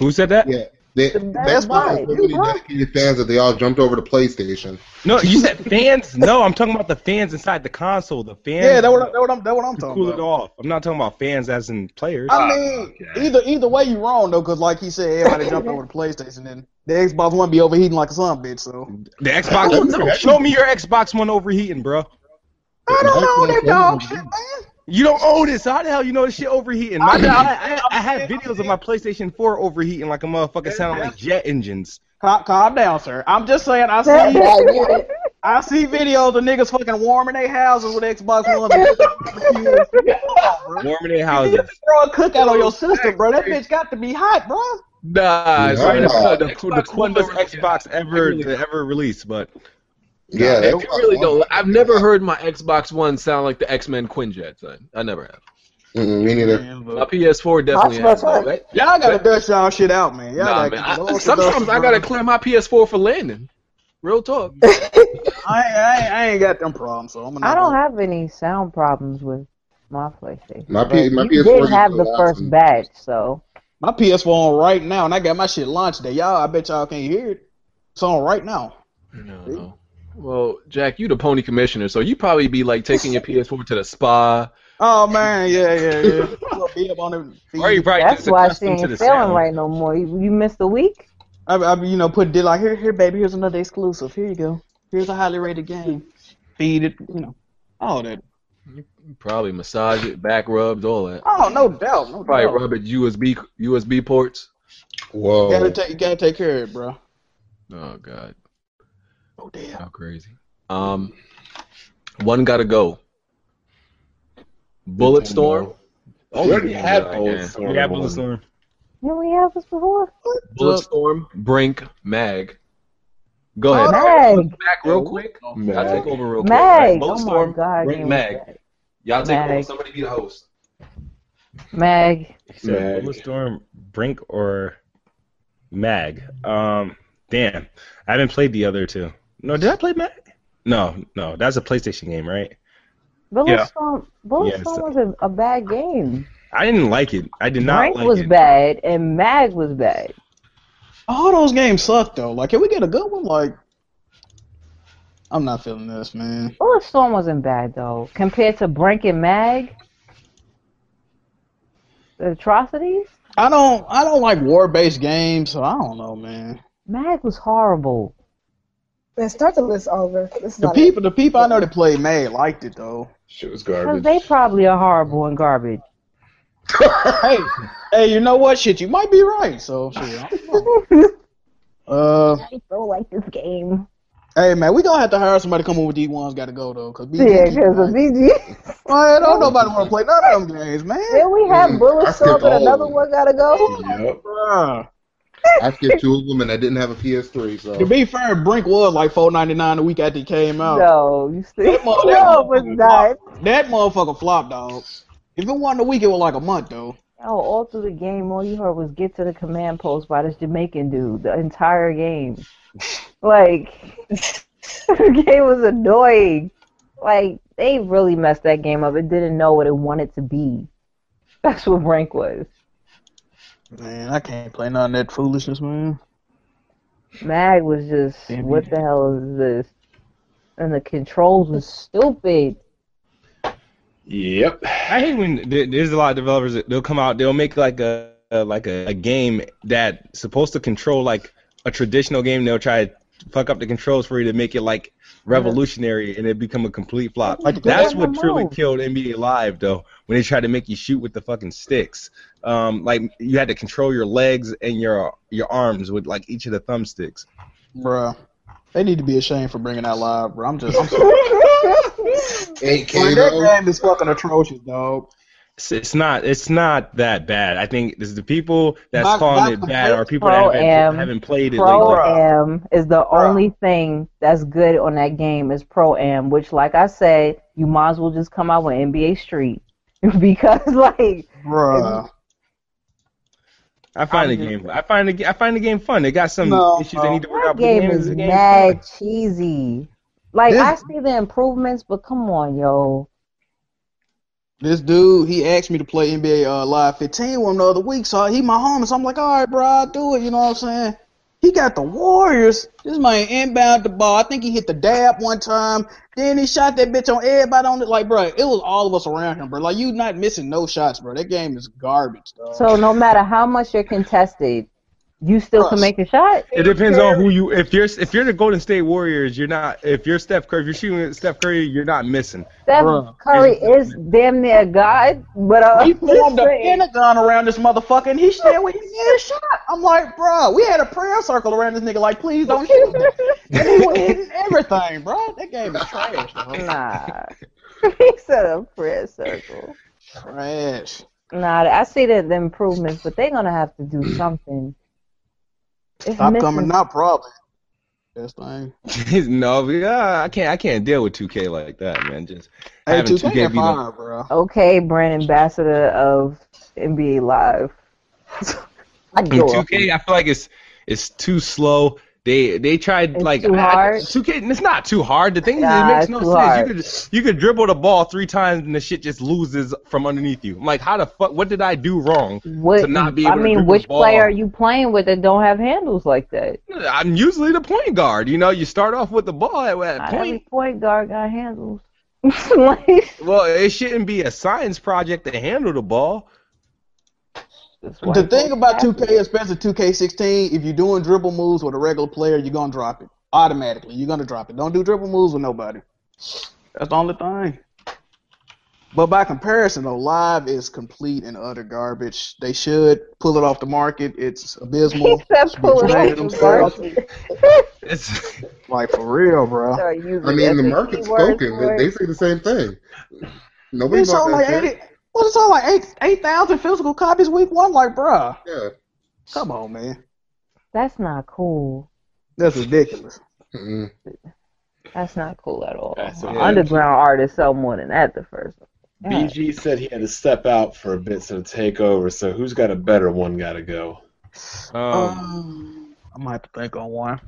Speaker 4: Who said that?
Speaker 5: Yeah. They,
Speaker 10: Best
Speaker 5: Best
Speaker 10: Buy,
Speaker 5: Buy has so many dedicated fans that they all jumped over to PlayStation.
Speaker 4: No, you said fans. No, I'm talking about the fans inside the console. The fans.
Speaker 6: Yeah, that what, that what I'm that what I'm talking
Speaker 4: cool
Speaker 6: about.
Speaker 4: it off. I'm not talking about fans as in players.
Speaker 6: I mean, either either way, you wrong though, because like he said, everybody jumped over the PlayStation, and the Xbox One be overheating like a son of a bitch. So
Speaker 4: the Xbox.
Speaker 6: I don't know.
Speaker 4: Show me your Xbox One overheating, bro.
Speaker 6: I don't own that dog
Speaker 4: shit, man. You don't own it, so how the hell you know this shit overheating? My, I, I, I, had videos of my PlayStation 4 overheating like a motherfucker sounding like jet engines.
Speaker 6: Calm, calm down, sir. I'm just saying. I
Speaker 7: That-
Speaker 6: see. I see videos of niggas fucking warming their houses with Xbox Ones. and
Speaker 4: Warming their houses.
Speaker 6: Throw a cookout on your sister, bro. That bitch got to be hot, bro.
Speaker 4: Nah, it's
Speaker 5: Yeah.
Speaker 4: like the,
Speaker 5: Nah.
Speaker 4: the, the coolest Xbox ever to ever release, but
Speaker 5: Yeah,
Speaker 3: Nah,
Speaker 5: that
Speaker 3: it really don't. I've never heard my Xbox One sound like the X Men Quinjet son. I never have.
Speaker 5: Mm-mm, me neither.
Speaker 3: My PS4 definitely has. though, right?
Speaker 6: Y'all gotta dust y'all shit out, man. Y'all
Speaker 3: Nah,
Speaker 6: gotta
Speaker 3: man.
Speaker 6: keep it
Speaker 3: I-
Speaker 6: low
Speaker 3: sometimes
Speaker 6: production,
Speaker 3: I
Speaker 6: bro.
Speaker 3: gotta clear my PS4 for landing. Real talk.
Speaker 6: I, ain't- I, ain't- I ain't got them problems, so I'm gonna.
Speaker 10: I
Speaker 2: I
Speaker 10: don't
Speaker 2: don't
Speaker 10: have
Speaker 2: have any sound problems with my PlayStation.
Speaker 5: My
Speaker 2: but
Speaker 5: P- my
Speaker 2: you
Speaker 5: PS4
Speaker 2: did
Speaker 5: is
Speaker 2: have
Speaker 5: the
Speaker 2: the
Speaker 5: last
Speaker 2: first
Speaker 5: one.
Speaker 2: batch, so
Speaker 6: My PS4 on right now, and I got my shit launched today. Y'all, I bet y'all can't hear it. It's on right now.
Speaker 3: No. Well, Jack, you the pony commissioner, so you probably be like taking your PS4 to the spa.
Speaker 6: Oh man, yeah, yeah, yeah. Little bit up on the-
Speaker 3: Or you probably
Speaker 2: that's
Speaker 3: just
Speaker 2: why she
Speaker 3: accustomed
Speaker 2: ain't
Speaker 3: to
Speaker 2: feeling
Speaker 3: the sound.
Speaker 2: right no more. You, you missed a week.
Speaker 6: I, I, you know, put did like here, here, baby. Here's another exclusive. Here you go. Here's a highly rated game. Feed it, you know, all that.
Speaker 3: Probably massage it, back rubs, all that.
Speaker 6: Oh, no doubt, no
Speaker 3: Probably
Speaker 6: doubt.
Speaker 3: rub it USB USB ports.
Speaker 6: You gotta
Speaker 5: Whoa.
Speaker 6: take, you gotta take care of it, bro.
Speaker 3: Oh God.
Speaker 6: Oh damn.
Speaker 3: How crazy. Um, one gotta go. Bulletstorm. Oh,
Speaker 1: We already
Speaker 3: yeah,
Speaker 1: had
Speaker 3: yeah.
Speaker 1: Bulletstorm.
Speaker 4: Yeah, Bulletstorm.
Speaker 2: Didn't we have this before?
Speaker 3: Bulletstorm, Brink, Mag. Go ahead.
Speaker 2: Oh, Mag.
Speaker 3: Back
Speaker 1: Oh,
Speaker 3: real quick. I'll take over real quick.
Speaker 2: Mag. Oh my
Speaker 3: Bulletstorm,
Speaker 2: God.
Speaker 3: Brink,
Speaker 2: yeah.
Speaker 3: Mag. Y'all take over.
Speaker 2: Mag.
Speaker 3: Somebody be the host.
Speaker 2: Mag.
Speaker 4: Mag. Bulletstorm, Brink, or Mag. Um, damn, I haven't played the other two. No, did I play Mag? No, no, that's a PlayStation game, right? Yeah.
Speaker 2: Bulletstorm. Bulletstorm
Speaker 4: Yes.
Speaker 2: was a, a bad game.
Speaker 4: I didn't like it. I did not
Speaker 2: Brink
Speaker 4: like
Speaker 2: was
Speaker 4: it.
Speaker 2: bad and Mag was bad.
Speaker 6: All those games suck though. Like, can we get a good one? Like, I'm not feeling this, man.
Speaker 2: Bulletstorm wasn't bad though compared to Brink and Mag. The atrocities.
Speaker 6: I don't, I don't like war-based games, so I don't know, man.
Speaker 2: Mag was horrible.
Speaker 7: Man, start the list over. This is
Speaker 6: The
Speaker 7: not
Speaker 6: people, the people I know that played May liked it though.
Speaker 1: Shit was
Speaker 2: Because
Speaker 1: garbage.
Speaker 2: they probably are horrible and garbage.
Speaker 6: hey, hey, you know what? Shit, you might be right. So, shit, I don't know. uh,
Speaker 2: I don't like this game.
Speaker 6: hey man, we gonna have to hire somebody to come over with D ones. Gotta go though, cause BG.
Speaker 2: Yeah, because of BG.
Speaker 6: Man, don't nobody wanna play none of them games, man.
Speaker 2: Then we have
Speaker 5: Mm, I skipped
Speaker 2: Bulletstorm
Speaker 5: all
Speaker 2: and
Speaker 5: of
Speaker 2: another
Speaker 5: them.
Speaker 2: one gotta go.
Speaker 5: Yep.
Speaker 6: Bruh.
Speaker 5: I skipped two of them and I didn't have a PS3, so.
Speaker 6: To be fair, Brink was like four ninety nine the week after he came out.
Speaker 2: No, you see,
Speaker 6: That mother-
Speaker 2: no, it was
Speaker 6: motherfucker
Speaker 2: not.
Speaker 6: flopped. That motherfucker flopped, dog. If it wasn't a week, it was like a month though.
Speaker 2: No, all through the game, all you heard was "get to the command post" by this Jamaican dude the entire game. Like, the game was annoying. Like, they really messed that game up. It didn't know what it wanted to be. That's what Brink was.
Speaker 6: Man, I can't play none of that foolishness, man.
Speaker 2: Mag was just,
Speaker 6: Damn
Speaker 2: what
Speaker 6: you.
Speaker 2: the hell is this? And the controls was stupid.
Speaker 1: Yep.
Speaker 4: I hate when there- there's a lot of developers that they'll come out, they'll make like a, a like a, a game that's supposed to control like a traditional game. They'll try to fuck up the controls for you to make it like
Speaker 2: Uh-huh.
Speaker 4: revolutionary, and it become a complete flop.
Speaker 6: Like, go
Speaker 4: that's
Speaker 6: down
Speaker 4: what
Speaker 6: the
Speaker 4: truly
Speaker 6: road.
Speaker 4: killed NBA Live though, when they tried to make you shoot with the fucking sticks. Um, like you had to control your legs and your your arms with like each of the thumbsticks.
Speaker 6: Bruh. They need to be ashamed for bringing that live, bro. I'm just. I'm sorry.
Speaker 5: Like,
Speaker 6: that game is fucking atrocious, dog.
Speaker 4: It's, it's not. It's not that bad. I think it's the people that's
Speaker 2: My-
Speaker 4: calling
Speaker 2: my
Speaker 4: it bad are people that
Speaker 2: Pro
Speaker 4: haven't,
Speaker 2: Am.
Speaker 4: haven't played it
Speaker 2: Pro
Speaker 4: lately.
Speaker 2: Am is the only thing that's good on that game is Pro Am, which, like I said, you might as well just come out with NBA Street because, like,
Speaker 6: Bruh.
Speaker 4: I find the game. I find the. ga- I find the game fun. They got some
Speaker 2: No,
Speaker 4: issues they need to work
Speaker 2: that
Speaker 4: out. but the
Speaker 2: game
Speaker 4: is-
Speaker 2: is
Speaker 4: the game's
Speaker 2: mad
Speaker 4: fun.
Speaker 2: cheesy. Like,
Speaker 6: This-
Speaker 2: I see the improvements, but come on, yo.
Speaker 6: This dude, he asked me to play NBA uh, Live 15 one the other week, so he my homie. So I'm like, all right, bro, I'll do it. You know what I'm saying? He got the Warriors. This man inbound the ball. I think he hit the dab one time. Then he shot that bitch on everybody on it. Like, bro, it was all of us around him, bro. Like, you not missing no shots, bro. That game is garbage, dog.
Speaker 2: So, no matter how much you're contested, you still can make a shot?
Speaker 4: It depends on who you. If you're if you're the Golden State Warriors, you're not. If you're Steph Curry, if you're shooting at Steph Curry, you're not missing.
Speaker 2: Steph
Speaker 4: Bruh.
Speaker 2: Curry is damn near God, but uh,
Speaker 6: He formed a pentagon around this motherfucker, and he said we didn't get a shot. I'm like, bro, we had a prayer circle around this nigga. Like, please don't shoot. him." and he was hitting everything, bro. That game is trash.
Speaker 2: Nah. he said a prayer circle.
Speaker 6: Trash.
Speaker 2: Nah, I see the, the improvements, but they're gonna have to do
Speaker 4: Mm.
Speaker 2: something. It's
Speaker 6: Stop
Speaker 2: missing-
Speaker 6: coming up, probably. This thing.
Speaker 4: no, but, uh, I can't. I can't deal with 2K like that, man. Just
Speaker 6: Hey,
Speaker 4: having
Speaker 6: 2K
Speaker 4: 2K be like,
Speaker 6: fire, bro.
Speaker 2: Okay, brand ambassador of NBA Live. I
Speaker 4: In
Speaker 2: go.
Speaker 4: 2K, I feel like it's it's too slow. They they tried like
Speaker 2: too
Speaker 4: I- I-
Speaker 2: hard?
Speaker 4: 2K. and It's not too hard. The thing
Speaker 2: Nah,
Speaker 4: is, it makes
Speaker 2: it's
Speaker 4: no
Speaker 2: too
Speaker 4: sense.
Speaker 2: hard.
Speaker 4: You could you could dribble the ball three times and the shit just loses from underneath you. I'm like, how the fuck? What did I do wrong
Speaker 2: What,
Speaker 4: to not be able
Speaker 2: I
Speaker 4: to
Speaker 2: mean,
Speaker 4: dribble
Speaker 2: which
Speaker 4: the ball?
Speaker 2: player are you playing with that don't have handles like that?
Speaker 4: I'm usually the point guard. You know, you start off with the ball at, at
Speaker 2: Not
Speaker 4: point.
Speaker 2: every point guard got handles. Like,
Speaker 4: Well, it shouldn't be a science project to handle the ball.
Speaker 6: The thing about 2K, especially 2K16, if you're doing dribble moves with a regular player, you're gonna drop it automatically. You're gonna drop it. Don't do dribble moves with nobody. That's the only thing. But by comparison, though, live is complete and utter garbage. They should pull it off the market. It's abysmal.
Speaker 2: Except pull it
Speaker 6: They
Speaker 2: off
Speaker 6: themselves.
Speaker 2: the market.
Speaker 6: Like for real, bro.
Speaker 2: Start using
Speaker 5: I mean, the
Speaker 2: SAP
Speaker 5: market's
Speaker 2: words
Speaker 5: spoken.
Speaker 2: for
Speaker 5: They,
Speaker 2: it.
Speaker 5: they say the same thing. Nobody
Speaker 6: It
Speaker 5: bought
Speaker 6: sold
Speaker 5: that
Speaker 6: like
Speaker 5: shit.
Speaker 6: eighty. Well, it sold like eight eight thousand physical copies week one. Like, bruh,
Speaker 5: Yeah.
Speaker 6: come on, man.
Speaker 2: That's not cool.
Speaker 6: That's ridiculous.
Speaker 2: That's not cool at all.
Speaker 1: what
Speaker 2: Uh,
Speaker 1: I-
Speaker 2: Underground artists sell more than that the first one.
Speaker 1: BG said he had to step out for a bit, so to take over. So who's got a better one? Got to go.
Speaker 2: Uh,
Speaker 6: Um, I'm gonna have to think on one.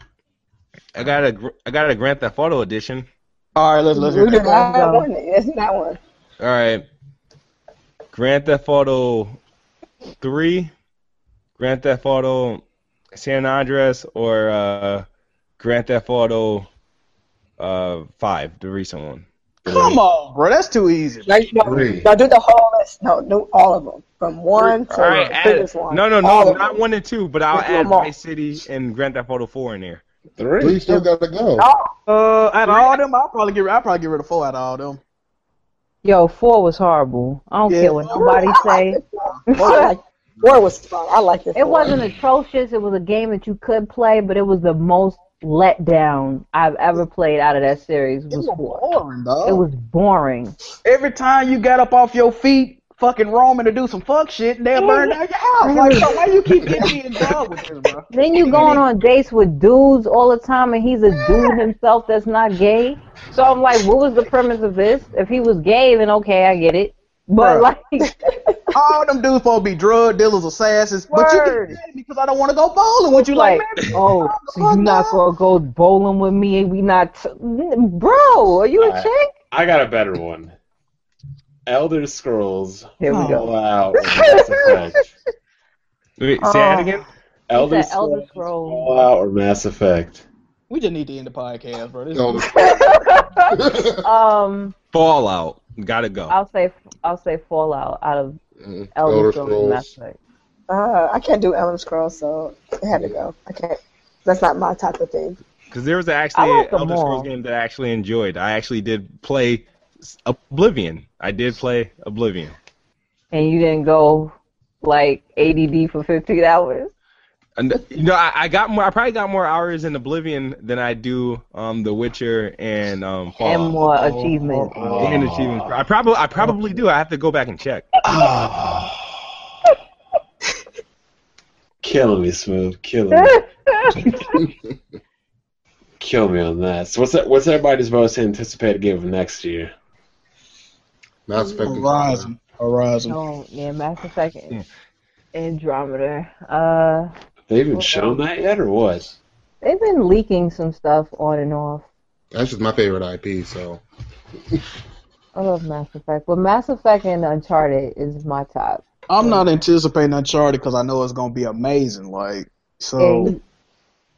Speaker 4: I got a gr- I got a Grand Theft Auto edition.
Speaker 6: All right, let's let's hear
Speaker 7: That's
Speaker 6: that.
Speaker 7: not one. That's not one.
Speaker 4: All right. Grand Theft Auto 3, Grand Theft Auto San Andreas, or uh, Grand Theft Auto uh, 5, the recent one.
Speaker 6: Come on, bro. That's too easy.
Speaker 7: Like, no,
Speaker 4: Three.
Speaker 7: no, do the whole list. No, do all of them from one to
Speaker 4: All right,
Speaker 7: the
Speaker 4: add,
Speaker 7: biggest one.
Speaker 4: no, no,
Speaker 7: All
Speaker 4: no,
Speaker 7: of
Speaker 4: not
Speaker 7: them.
Speaker 4: one and two, but I'll
Speaker 7: Just do
Speaker 4: add
Speaker 7: them all.
Speaker 4: Vice City and Grand Theft Auto 4 in there.
Speaker 5: Three still gotta go.
Speaker 6: Uh, out of all them, I'll probably get I'll probably get rid of four out of all them.
Speaker 2: Yo, four was horrible. I don't
Speaker 6: Yeah.
Speaker 2: care what nobody say.
Speaker 7: Four, like, four was fun. I liked it.
Speaker 2: It wasn't atrocious. It was a game that you could play, but it was the most letdown I've ever played out of that series. Was four.
Speaker 6: Boring, dog.
Speaker 2: It was boring.
Speaker 6: every time you got up off your feet, fucking roaming to do some fuck shit, they'll burn down your house. Like, bro, why you keep getting me involved with this, bro?
Speaker 2: Then you going on dates with dudes all the time, and he's a dude himself that's not gay. So I'm like, what was the premise of this? If he was gay, then okay, I get it. But
Speaker 6: Bruh.
Speaker 2: like,
Speaker 6: All them dudes supposed to be drug dealers, assassins, but you get
Speaker 2: Word.
Speaker 6: mad because I don't want to go bowling with you. Like,
Speaker 2: like, oh, so you not gonna go bowling with me? and We not, t- bro? Are you a
Speaker 1: Alright.
Speaker 2: chick?
Speaker 1: I got a better one. Elder Scrolls
Speaker 2: Here we go.
Speaker 1: Fallout and Mass Effect.
Speaker 4: Wait,
Speaker 2: say
Speaker 7: Oh.
Speaker 2: that again?
Speaker 1: Elder
Speaker 2: He said
Speaker 1: Scrolls
Speaker 2: Elder Scrolls.
Speaker 1: Fallout or Mass Effect.
Speaker 6: we just need to end the podcast, bro. This
Speaker 5: No.
Speaker 2: um,
Speaker 4: Fallout. Gotta go.
Speaker 11: I'll say I'll say Fallout out of
Speaker 7: Elder Scrolls. Uh, I can't do Elder Scrolls, so it had to go. I can't. That's not my type of thing.
Speaker 4: Because there was actually
Speaker 7: I
Speaker 4: an
Speaker 7: like them
Speaker 4: Elder Scrolls
Speaker 7: all.
Speaker 4: game that I actually enjoyed. I actually did play s- Oblivion. I did play Oblivion.
Speaker 2: and you didn't go like ADD for 15 hours.
Speaker 4: And you know, I, I got more. I probably got more hours in Oblivion than I do um, The Witcher and um, Fallout.
Speaker 2: And more achievements.
Speaker 4: And achievements. I probably, I probably do. I have to go back and check.
Speaker 1: Killing me, smooth. Killing me.
Speaker 2: That's
Speaker 1: Kill me on that. So what's that, what's everybody's most anticipated game of next year?
Speaker 5: Mass
Speaker 2: Effect.
Speaker 6: Horizon. Horizon.
Speaker 2: No, yeah, Mass Effect Andromeda. Uh,
Speaker 1: They even shown
Speaker 2: um,
Speaker 1: that yet, or what?
Speaker 2: they've been leaking some stuff on and off.
Speaker 5: That's just my favorite IP. So
Speaker 2: I love Mass Effect, but Mass Effect and Uncharted is my top.
Speaker 6: I'm not anticipating Uncharted because I know it's gonna be amazing. Like
Speaker 7: Oh.
Speaker 6: so,
Speaker 2: And-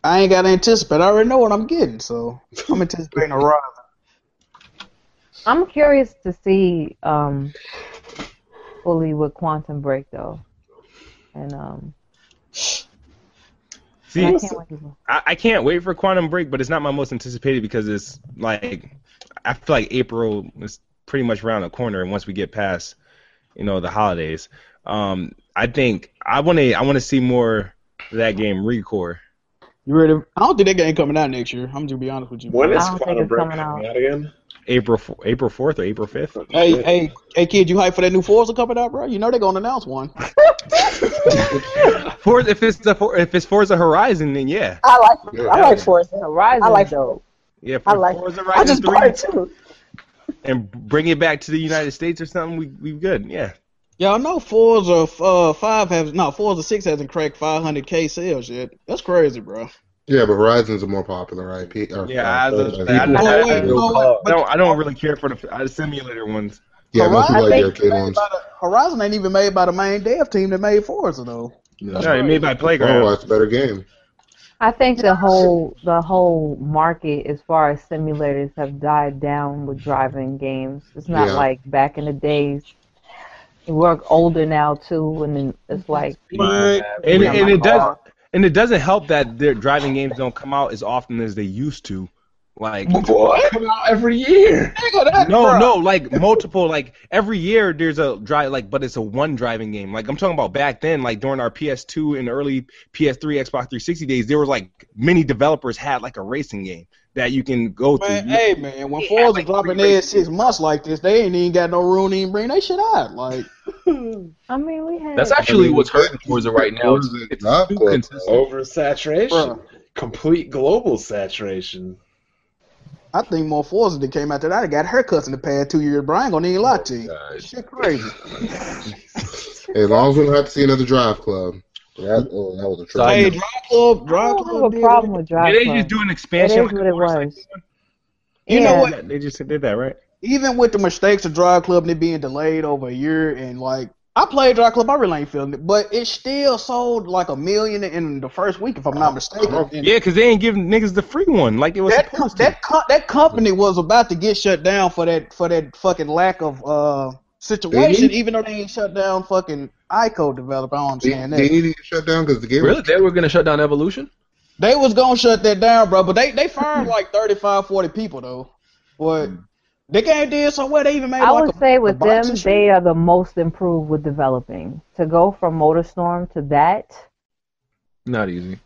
Speaker 6: I ain't gotta anticipate. I already know what I'm getting, so I'm anticipating Horizon.
Speaker 2: I'm curious to see um, fully with Quantum Break though, and um,
Speaker 4: See,
Speaker 2: I
Speaker 4: I
Speaker 2: can't
Speaker 4: can't,
Speaker 2: wait to-
Speaker 4: I, can't wait for Quantum Break, but it's not my most anticipated because it's like I feel like April is pretty much around the corner, and once we get past, you know, the holidays, um, I think I want to I want to see more of that game Recore.
Speaker 6: You ready? I don't think that game coming out next year. I'm just gonna be honest with you.
Speaker 4: When is
Speaker 6: I don't think
Speaker 4: Quantum
Speaker 6: it's
Speaker 4: Break
Speaker 6: coming out?
Speaker 1: again?
Speaker 4: April f- April fourth or April fifth.
Speaker 6: Hey, hey, hey, kid, you hype for that new Forza coming out, bro? You know they're gonna announce one.
Speaker 4: Forza, if it's the For- if it's Forza Horizon, then yeah,
Speaker 7: I like
Speaker 4: Yeah.
Speaker 7: I like Forza
Speaker 2: Horizon.
Speaker 7: I like
Speaker 2: though.
Speaker 4: yeah. For
Speaker 7: I like
Speaker 4: Forza
Speaker 7: I just bought it too.
Speaker 4: and bring it back to the United States or something, we we good. Yeah.
Speaker 6: Y'all know Forza uh, five has no Forza six hasn't cracked 500k sales yet. That's crazy, bro.
Speaker 5: yeah, but Horizon's a more popular IP. Or,
Speaker 4: Yeah, I,
Speaker 5: uh,
Speaker 4: was- I, I,
Speaker 5: franchise.
Speaker 6: Oh,
Speaker 4: I- I- I don't, I don't really care for the uh, simulator ones.
Speaker 5: yeah, most people like the
Speaker 6: Horizon,
Speaker 5: arcade ones.
Speaker 6: Horizon ain't even made by the main dev team that made Forza though.
Speaker 4: No, it made by Playground.
Speaker 5: Oh, that's a better game.
Speaker 2: I think the whole the whole market as far as simulators have died down with driving games. It's not
Speaker 11: Yeah.
Speaker 2: like back in the days. We're older now too, and then it's like
Speaker 4: Right. And, and it does, and it doesn't help that their driving games don't come out as often as they used to. Like
Speaker 1: come out every year.
Speaker 4: No, no, like multiple, like every year there's a drive, like, but it's a one driving game. Like I'm talking about back then, like during our PS2 and early PS3, Xbox 360 days, there were like many developers had like a racing game that you can go
Speaker 6: Man,
Speaker 4: through.
Speaker 6: hey man, when Forza dropping
Speaker 4: three
Speaker 6: their six months like this, they ain't even got no room to even bring they shit out. Like
Speaker 2: I mean, we had.
Speaker 3: That's actually what's hurting Forza right now. It's, it's too consistent.
Speaker 1: Oversaturation. Complete global saturation.
Speaker 6: I think more Forza that came out there. I done got haircuts in the past two years, bro. I ain't gonna even
Speaker 4: Oh,
Speaker 6: lie to you. Shit crazy.
Speaker 5: As long as we don't have to see another Drive Club. That, oh, that was a trip.
Speaker 6: Hey, Drive Club, Drive Club.
Speaker 2: have a problem with Drive
Speaker 6: they
Speaker 2: Club.
Speaker 6: just do an
Speaker 4: expansion
Speaker 2: It is
Speaker 4: like
Speaker 2: what it was.
Speaker 6: You know what?
Speaker 4: They just did that, right?
Speaker 6: even with the mistakes of Drive Club and it being delayed over a year and like I played Drive Club, I really ain't feeling it, but it still sold like a million in the first week, if I'm
Speaker 4: Oh,
Speaker 6: not mistaken.
Speaker 4: Yeah, because they ain't giving niggas the free one like it was
Speaker 6: That
Speaker 4: supposed to.
Speaker 6: that co- that company was about to get shut down for that for that fucking lack of uh situation,
Speaker 5: They need-
Speaker 6: even though they ain't shut down fucking ICO developer. I don't
Speaker 5: They,
Speaker 6: understand
Speaker 5: they
Speaker 6: that.
Speaker 5: need to get shut down because the game.
Speaker 3: Really? They were going to shut down Evolution?
Speaker 6: They was gonna shut that down, bro, but they they fired like 35, 40 people though. But they game did so well. They even made
Speaker 2: I
Speaker 6: like
Speaker 2: would
Speaker 6: a,
Speaker 2: say
Speaker 6: a
Speaker 2: with
Speaker 6: box
Speaker 2: them,
Speaker 6: issue.
Speaker 2: they are the most improved with developing. To go from MotorStorm to that
Speaker 3: Not easy.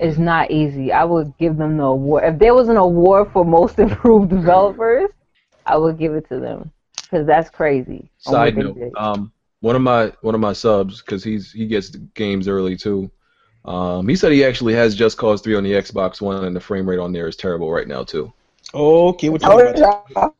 Speaker 2: is not easy. I would give them the award. If there was an award for most improved developers, I would give it to them because that's crazy. Oh on what
Speaker 3: Side
Speaker 2: they
Speaker 3: note,
Speaker 2: did.
Speaker 3: um, one of my one of my subs, because he's he gets the games early too. Um, he said he actually has Just Cause 3 on the Xbox One, and the frame rate on there is terrible right now too.
Speaker 6: Okay, what you
Speaker 7: Told
Speaker 6: about that?
Speaker 7: y'all,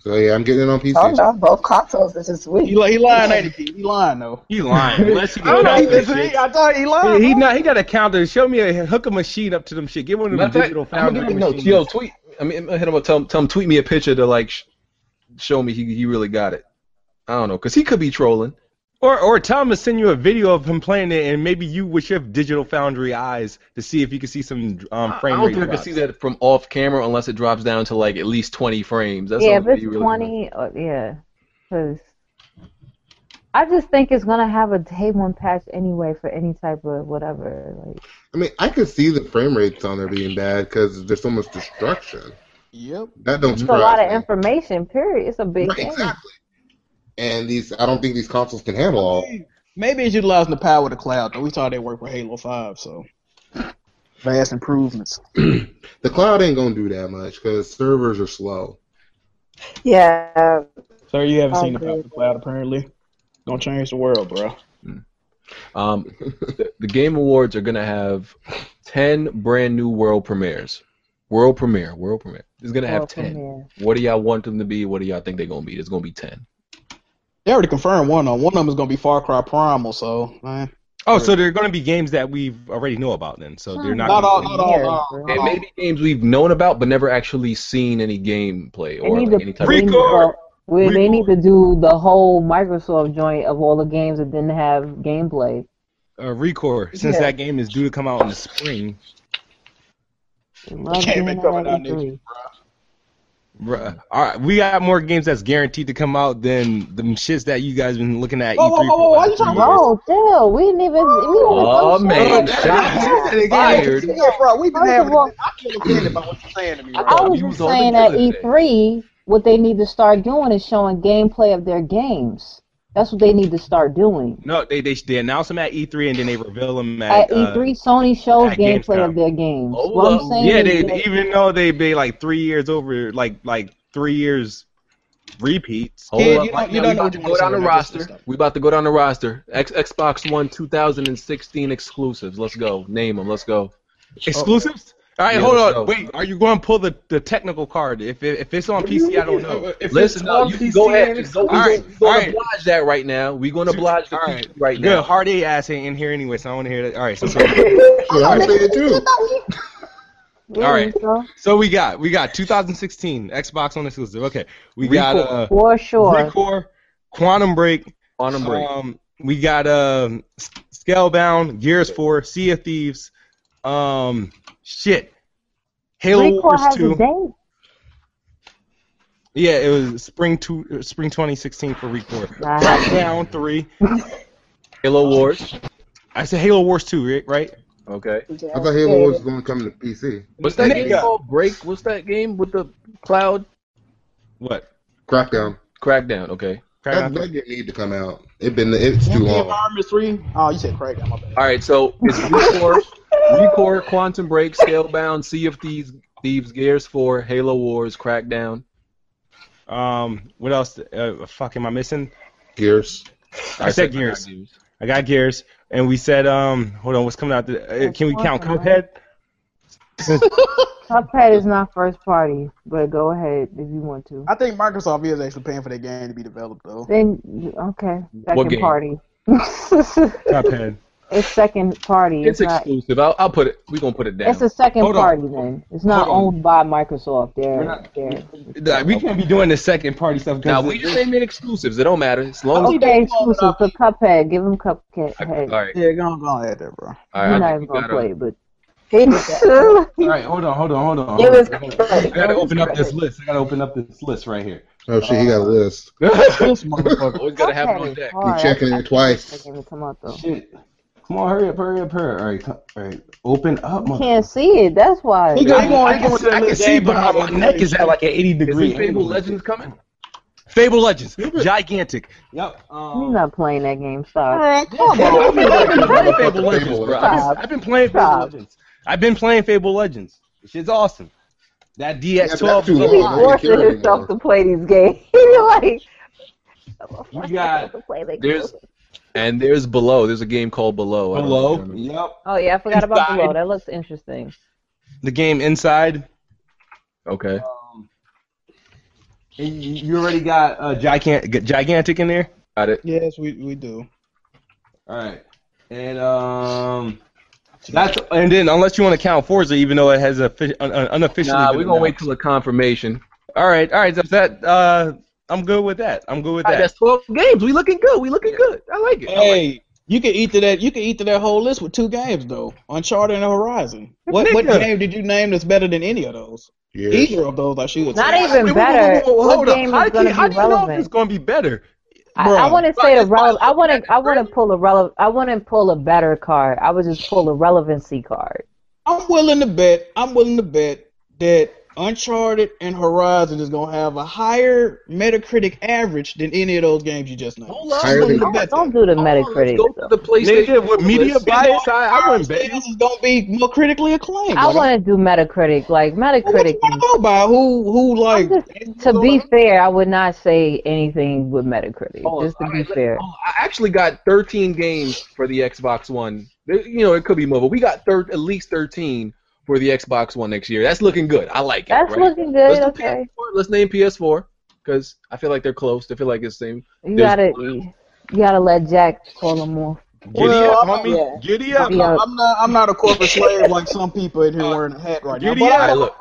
Speaker 5: So yeah, I'm getting it on PC.
Speaker 2: Oh,
Speaker 7: told y'all Oh, both consoles is just
Speaker 2: uh,
Speaker 7: weak.
Speaker 6: He, li- he lying, ain't he? He lying though.
Speaker 4: He lying. Unless he
Speaker 6: I don't know, he-
Speaker 4: can
Speaker 6: he- I thought he lying.
Speaker 4: he, he not. He got a counter. Show me a hook a machine up to them shit. Give one of them
Speaker 3: Matter of fact,
Speaker 4: digital
Speaker 3: I'm gonna
Speaker 4: foundry
Speaker 3: give him- no,
Speaker 4: machines.
Speaker 3: yo, tweet. I mean, hit him up. Tell him, tell him, tweet me a picture to like sh- show me he he really got it. I don't know, cause he could be trolling.
Speaker 4: Or or tell him to send you a video of him playing it, and maybe you with your digital foundry eyes to see if you can see some um, frame
Speaker 3: I don't
Speaker 4: rate
Speaker 3: think I can
Speaker 4: drops.
Speaker 3: see that from off camera unless it drops down to like at least 20 frames. That's
Speaker 2: yeah,
Speaker 3: all
Speaker 2: if it's
Speaker 3: you really-
Speaker 2: 20, uh, yeah. Because I just think it's going to have a day one patch anyway for any type of whatever. Like,
Speaker 5: I mean, I could see the frame rates on there being bad because there's so much destruction.
Speaker 6: Yep.
Speaker 5: That don't
Speaker 2: it's a lot
Speaker 5: surprise
Speaker 2: of
Speaker 5: me.
Speaker 2: information, period. It's a big
Speaker 5: Right,
Speaker 2: game.
Speaker 5: exactly. And these, I don't think these consoles can handle
Speaker 6: Oh.
Speaker 5: all.
Speaker 6: Maybe it's utilizing the power of the cloud. Though we saw that work with Halo Five, so vast improvements.
Speaker 5: The cloud ain't gonna do that much because servers are slow.
Speaker 7: Yeah.
Speaker 6: Sir, you haven't
Speaker 7: I
Speaker 6: seen the power of the cloud apparently. Gonna change the world, bro.
Speaker 3: Um, the, the Game Awards are going to have 10 brand new world premieres. World premiere, world premiere. It's going to have
Speaker 6: World
Speaker 3: 10.
Speaker 6: premiere.
Speaker 3: What do y'all want them to be? What do y'all think they're going to be? There's going to be 10.
Speaker 6: They already confirmed one of them. One of them is gonna be Far Cry Primal, so man.
Speaker 4: Oh, so they're going to be games that we already know about then. So they're not.
Speaker 6: Not all-
Speaker 4: gonna be-
Speaker 6: not all- not all-
Speaker 3: And maybe games we've known about but never actually seen any gameplay or
Speaker 2: need
Speaker 3: like
Speaker 2: to-
Speaker 3: any type
Speaker 2: they need to-
Speaker 3: of.
Speaker 2: Well, they need to do the whole Microsoft joint of all the games that didn't have gameplay.
Speaker 4: uh, Recore, since
Speaker 2: Yeah.
Speaker 4: that game is due to come out in the spring.
Speaker 2: Love
Speaker 6: Can't
Speaker 2: doing
Speaker 6: make
Speaker 2: that
Speaker 6: up
Speaker 2: at
Speaker 6: without
Speaker 2: E3.
Speaker 4: Bruh. All right, we got more games that's guaranteed to come out than the shits that you guys been looking at.
Speaker 2: Whoa, whoa,
Speaker 4: E3 for
Speaker 2: whoa, whoa,
Speaker 4: the last
Speaker 2: why you
Speaker 4: few
Speaker 2: talking about? Still, we didn't even. We didn't even
Speaker 4: Oh,
Speaker 2: go
Speaker 4: man,
Speaker 2: through.
Speaker 4: shots
Speaker 6: Fired. Yeah, bro, we've been
Speaker 2: First
Speaker 6: having.
Speaker 2: of all,
Speaker 6: I feel offended by what you're saying to me. Right?
Speaker 2: I was just saying at E3, what they need to start doing is showing gameplay of their games. That's what they need to start doing.
Speaker 4: No, they, they they announce them at E3 and then they reveal them
Speaker 2: At E
Speaker 4: at, uh,
Speaker 2: E3, Sony shows
Speaker 4: at
Speaker 2: gameplay
Speaker 4: Gamescom.
Speaker 2: of their games.
Speaker 4: Oh,
Speaker 2: what I'm
Speaker 4: uh,
Speaker 2: saying
Speaker 4: yeah,
Speaker 2: is
Speaker 4: they,
Speaker 2: that-
Speaker 4: even though they be like three years over, like like three years repeats.
Speaker 3: Hold up, right now, we about to go down the roster. We about to go down the roster. X, Xbox One 2016 exclusives. Let's go. Name them. Let's go.
Speaker 4: Exclusives? All
Speaker 3: Oh.
Speaker 4: right,
Speaker 3: Yeah,
Speaker 4: hold
Speaker 3: let's
Speaker 4: on.
Speaker 3: go.
Speaker 4: Wait, are you going to pull the, the technical card? If it, if it's on PC, I don't know.
Speaker 3: Listen, no, you can go ahead. Just go,
Speaker 4: All right,
Speaker 3: we going
Speaker 4: all
Speaker 3: to
Speaker 4: right.
Speaker 3: oblige that right now. We're going to oblige the
Speaker 4: All
Speaker 3: right,
Speaker 4: right,
Speaker 3: right
Speaker 4: Good,
Speaker 3: now.
Speaker 4: Hard A ass ain't in here anyway, so I want to hear that. All right, so, so
Speaker 5: I say it too.
Speaker 4: all right. So we got we got 2016 Xbox One exclusive. Okay, we got uh,
Speaker 2: For sure.
Speaker 4: Recore, Quantum Break, Quantum
Speaker 3: Break.
Speaker 4: Um, we got um, S- Scalebound, Gears 4, Sea of Thieves, um, shit, Halo
Speaker 2: Record
Speaker 4: Wars
Speaker 2: has a
Speaker 4: 2.
Speaker 2: date.
Speaker 4: Yeah, it was spring two, uh, spring 2016 for Recore.
Speaker 2: Nah.
Speaker 4: Crackdown 3.
Speaker 3: Halo Wars.
Speaker 4: I said Halo Wars 2, ri- right?
Speaker 3: Okay.
Speaker 5: I thought Halo was going to come to PC.
Speaker 3: What's that game
Speaker 4: Nigga.
Speaker 3: called? Break? What's that game with the cloud?
Speaker 4: What?
Speaker 5: Crackdown.
Speaker 3: Crackdown, okay.
Speaker 5: That, that didn't need to come out. It been it's too long.
Speaker 6: Environment three. Oh, you said Craig. I'm
Speaker 3: All right, so it's Recore, Recore, Quantum Break, Scalebound, Sea of Thieves, Thieves, Gears 4, Halo Wars, Crackdown.
Speaker 4: Um, what else? Uh, fuck, am I missing?
Speaker 5: Gears.
Speaker 4: I said Gears. I got Gears, and we said, um, hold on, what's coming out? The, uh, can we count
Speaker 2: Awesome,
Speaker 4: Cuphead?
Speaker 2: Cuphead is not first party, but go ahead if you want to.
Speaker 6: I think Microsoft is actually paying for that game to be developed, though.
Speaker 2: Then okay, second
Speaker 3: game?
Speaker 2: party.
Speaker 4: Cuphead.
Speaker 2: It's second party.
Speaker 3: It's
Speaker 2: It's, not.
Speaker 3: exclusive. I'll, I'll put it. We're gonna put it down.
Speaker 2: It's a second
Speaker 4: Hold on.
Speaker 2: party then. It's not
Speaker 4: Hold on.
Speaker 2: owned by Microsoft. They're, they're
Speaker 4: Nah, We can't be doing the second party stuff. 'cause
Speaker 3: now we just ain't made exclusives. It don't matter. As long as
Speaker 2: okay. Exclusive for Cuphead. Give them Cuphead.
Speaker 3: all right,
Speaker 6: Yeah, go on, go on ahead there, bro.
Speaker 3: all
Speaker 2: You're
Speaker 3: right,
Speaker 2: not
Speaker 3: I
Speaker 2: even
Speaker 3: think we
Speaker 2: gonna
Speaker 3: gotta-
Speaker 2: play, but
Speaker 4: All right, hold on, hold on, hold on.
Speaker 2: It
Speaker 4: hold
Speaker 2: was
Speaker 4: on.
Speaker 2: Cuphead.
Speaker 4: I gotta
Speaker 2: It was
Speaker 4: open up this
Speaker 2: Cuphead.
Speaker 4: list. I gotta open up this list right here.
Speaker 5: Oh shit, he got a list.
Speaker 4: this
Speaker 3: always
Speaker 4: motherfucker.
Speaker 3: gotta have it
Speaker 2: Cuphead
Speaker 3: on
Speaker 2: is
Speaker 3: deck.
Speaker 5: You
Speaker 2: hard.
Speaker 5: checking it twice.
Speaker 2: Making it come out though.
Speaker 4: Shit. Come on, hurry up, hurry up, hurry up. All right, co- all right. Open up,
Speaker 2: You
Speaker 4: motherfucker.
Speaker 2: can't see it. That's why.
Speaker 6: He got-
Speaker 4: I, I can, see- I can see, but my neck is at like an 80 degree.
Speaker 3: Is Fable
Speaker 4: angle.
Speaker 3: Legends coming?
Speaker 4: Fable Legends, gigantic. Yep.
Speaker 2: You're
Speaker 4: Um,
Speaker 2: not playing that game.
Speaker 3: Uh,
Speaker 2: Stop.
Speaker 6: Man, come on.
Speaker 4: I've been playing Fable Legends,
Speaker 5: Fable
Speaker 4: bro. I've
Speaker 2: Stop.
Speaker 4: been, I've been playing Fable
Speaker 2: Stop.
Speaker 4: Legends. I've been playing Fable Legends. Shit's awesome. That
Speaker 5: Yeah,
Speaker 4: DX12
Speaker 5: that's too
Speaker 4: is
Speaker 2: He's
Speaker 5: long. I
Speaker 4: awesome.
Speaker 5: don't
Speaker 2: forcing
Speaker 5: care
Speaker 2: himself
Speaker 5: anymore.
Speaker 2: to play these games. He's like,
Speaker 4: We got
Speaker 2: to play that
Speaker 3: There's and there's Below. There's a game called Below. I don't
Speaker 4: Hello.
Speaker 3: remember.
Speaker 4: Yep.
Speaker 2: Oh yeah, I forgot about
Speaker 4: Inside.
Speaker 2: Below. That looks interesting.
Speaker 4: The game Inside.
Speaker 3: Okay.
Speaker 4: Um, and you you already got uh, gigantic, gigantic in there.
Speaker 3: Got it.
Speaker 6: Yes, we we do.
Speaker 4: All right, and um, that's and then unless you want to count Forza, even though it has a fi- un- un- unofficially.
Speaker 3: Nah,
Speaker 4: been
Speaker 3: we're gonna wait
Speaker 4: announced.
Speaker 3: till the confirmation.
Speaker 4: All right, all right. Is that uh, I'm good with that. I'm good with
Speaker 3: All right,
Speaker 4: that.
Speaker 3: that's twelve games. We looking good. We looking good. I like it. I like
Speaker 6: Hey, you can eat to that. You can eat to that whole list with two games though. Uncharted and Horizon. What what
Speaker 3: Nigga.
Speaker 6: game did you name that's better than any of those? Either of those, I should.
Speaker 2: Not
Speaker 6: say.
Speaker 2: even better. What game
Speaker 4: How
Speaker 2: is
Speaker 4: do
Speaker 2: going
Speaker 4: you, how
Speaker 2: to be
Speaker 4: do you know if
Speaker 2: relevant?
Speaker 4: it's going to be better?
Speaker 2: I, I want to say the rele- I want to. I want to pull a rele- I wouldn't pull a better card. I would just pull a relevancy card.
Speaker 6: I'm willing to bet. I'm willing to bet that Uncharted and Horizon is gonna have a higher Metacritic average than any of those games you just named. I'm willing to
Speaker 2: Don't,
Speaker 6: bet
Speaker 2: don't do the Metacritic.
Speaker 3: the
Speaker 6: PlayStation
Speaker 4: with media bias, I, I wouldn't bet.
Speaker 6: This is gonna be more critically acclaimed.
Speaker 2: I
Speaker 6: Like,
Speaker 2: want to do Metacritic. Like Metacritic.
Speaker 6: go by who who like.
Speaker 2: to be fair, I would not say anything with Metacritic.
Speaker 3: Hold on.
Speaker 2: just to
Speaker 3: All
Speaker 2: be
Speaker 3: right, let-
Speaker 2: fair.
Speaker 3: hold on. Oh, I actually got 13 games for the Xbox One. There- You know, it could be more, but we got thir- at least 13 for the Xbox One next year. That's looking good. I like it.
Speaker 2: That's
Speaker 3: right?
Speaker 2: looking
Speaker 3: Let's
Speaker 2: good.
Speaker 3: do
Speaker 2: Okay.
Speaker 3: PS4. Let's name PS4 because I feel like they're close. I feel like it's the same.
Speaker 2: You
Speaker 3: There's-
Speaker 2: gotta you gotta let Jack call him off.
Speaker 6: Well, I'm-
Speaker 4: Giddy
Speaker 2: up.
Speaker 6: I'm not, I'm not. I'm not a corporate slave like some people in here
Speaker 4: Uh,
Speaker 6: wearing a hat right now.
Speaker 4: Giddy
Speaker 6: but I-
Speaker 4: up.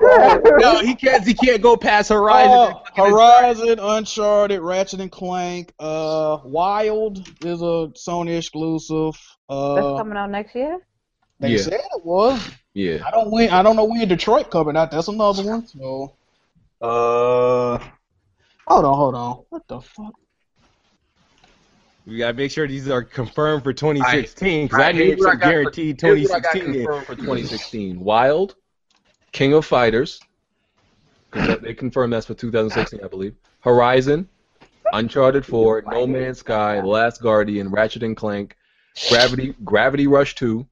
Speaker 4: no, he can't. He can't go past Horizon.
Speaker 6: Uh, Horizon, Uncharted, Ratchet and Clank, uh, Wild is a Sony exclusive.
Speaker 2: That's
Speaker 6: Uh,
Speaker 2: coming out next year.
Speaker 6: they
Speaker 12: Yeah.
Speaker 6: said it was.
Speaker 12: Yeah.
Speaker 6: I don't win. I don't know when Detroit coming out. That's another one. So, uh, hold on, hold on. What the fuck?
Speaker 4: We gotta make sure these are confirmed for 2016 because
Speaker 3: All
Speaker 4: I
Speaker 3: right,
Speaker 4: need
Speaker 3: here's what
Speaker 4: some
Speaker 3: got for-
Speaker 4: guaranteed
Speaker 3: here's what I got
Speaker 4: 2016. in.
Speaker 3: confirmed for 2016. Wild, King of Fighters. 'cause that- They confirmed that's for 2016, I believe. Horizon, Uncharted 4, No Man's Sky, The Last Guardian, Ratchet and Clank, Gravity, Gravity Rush 2.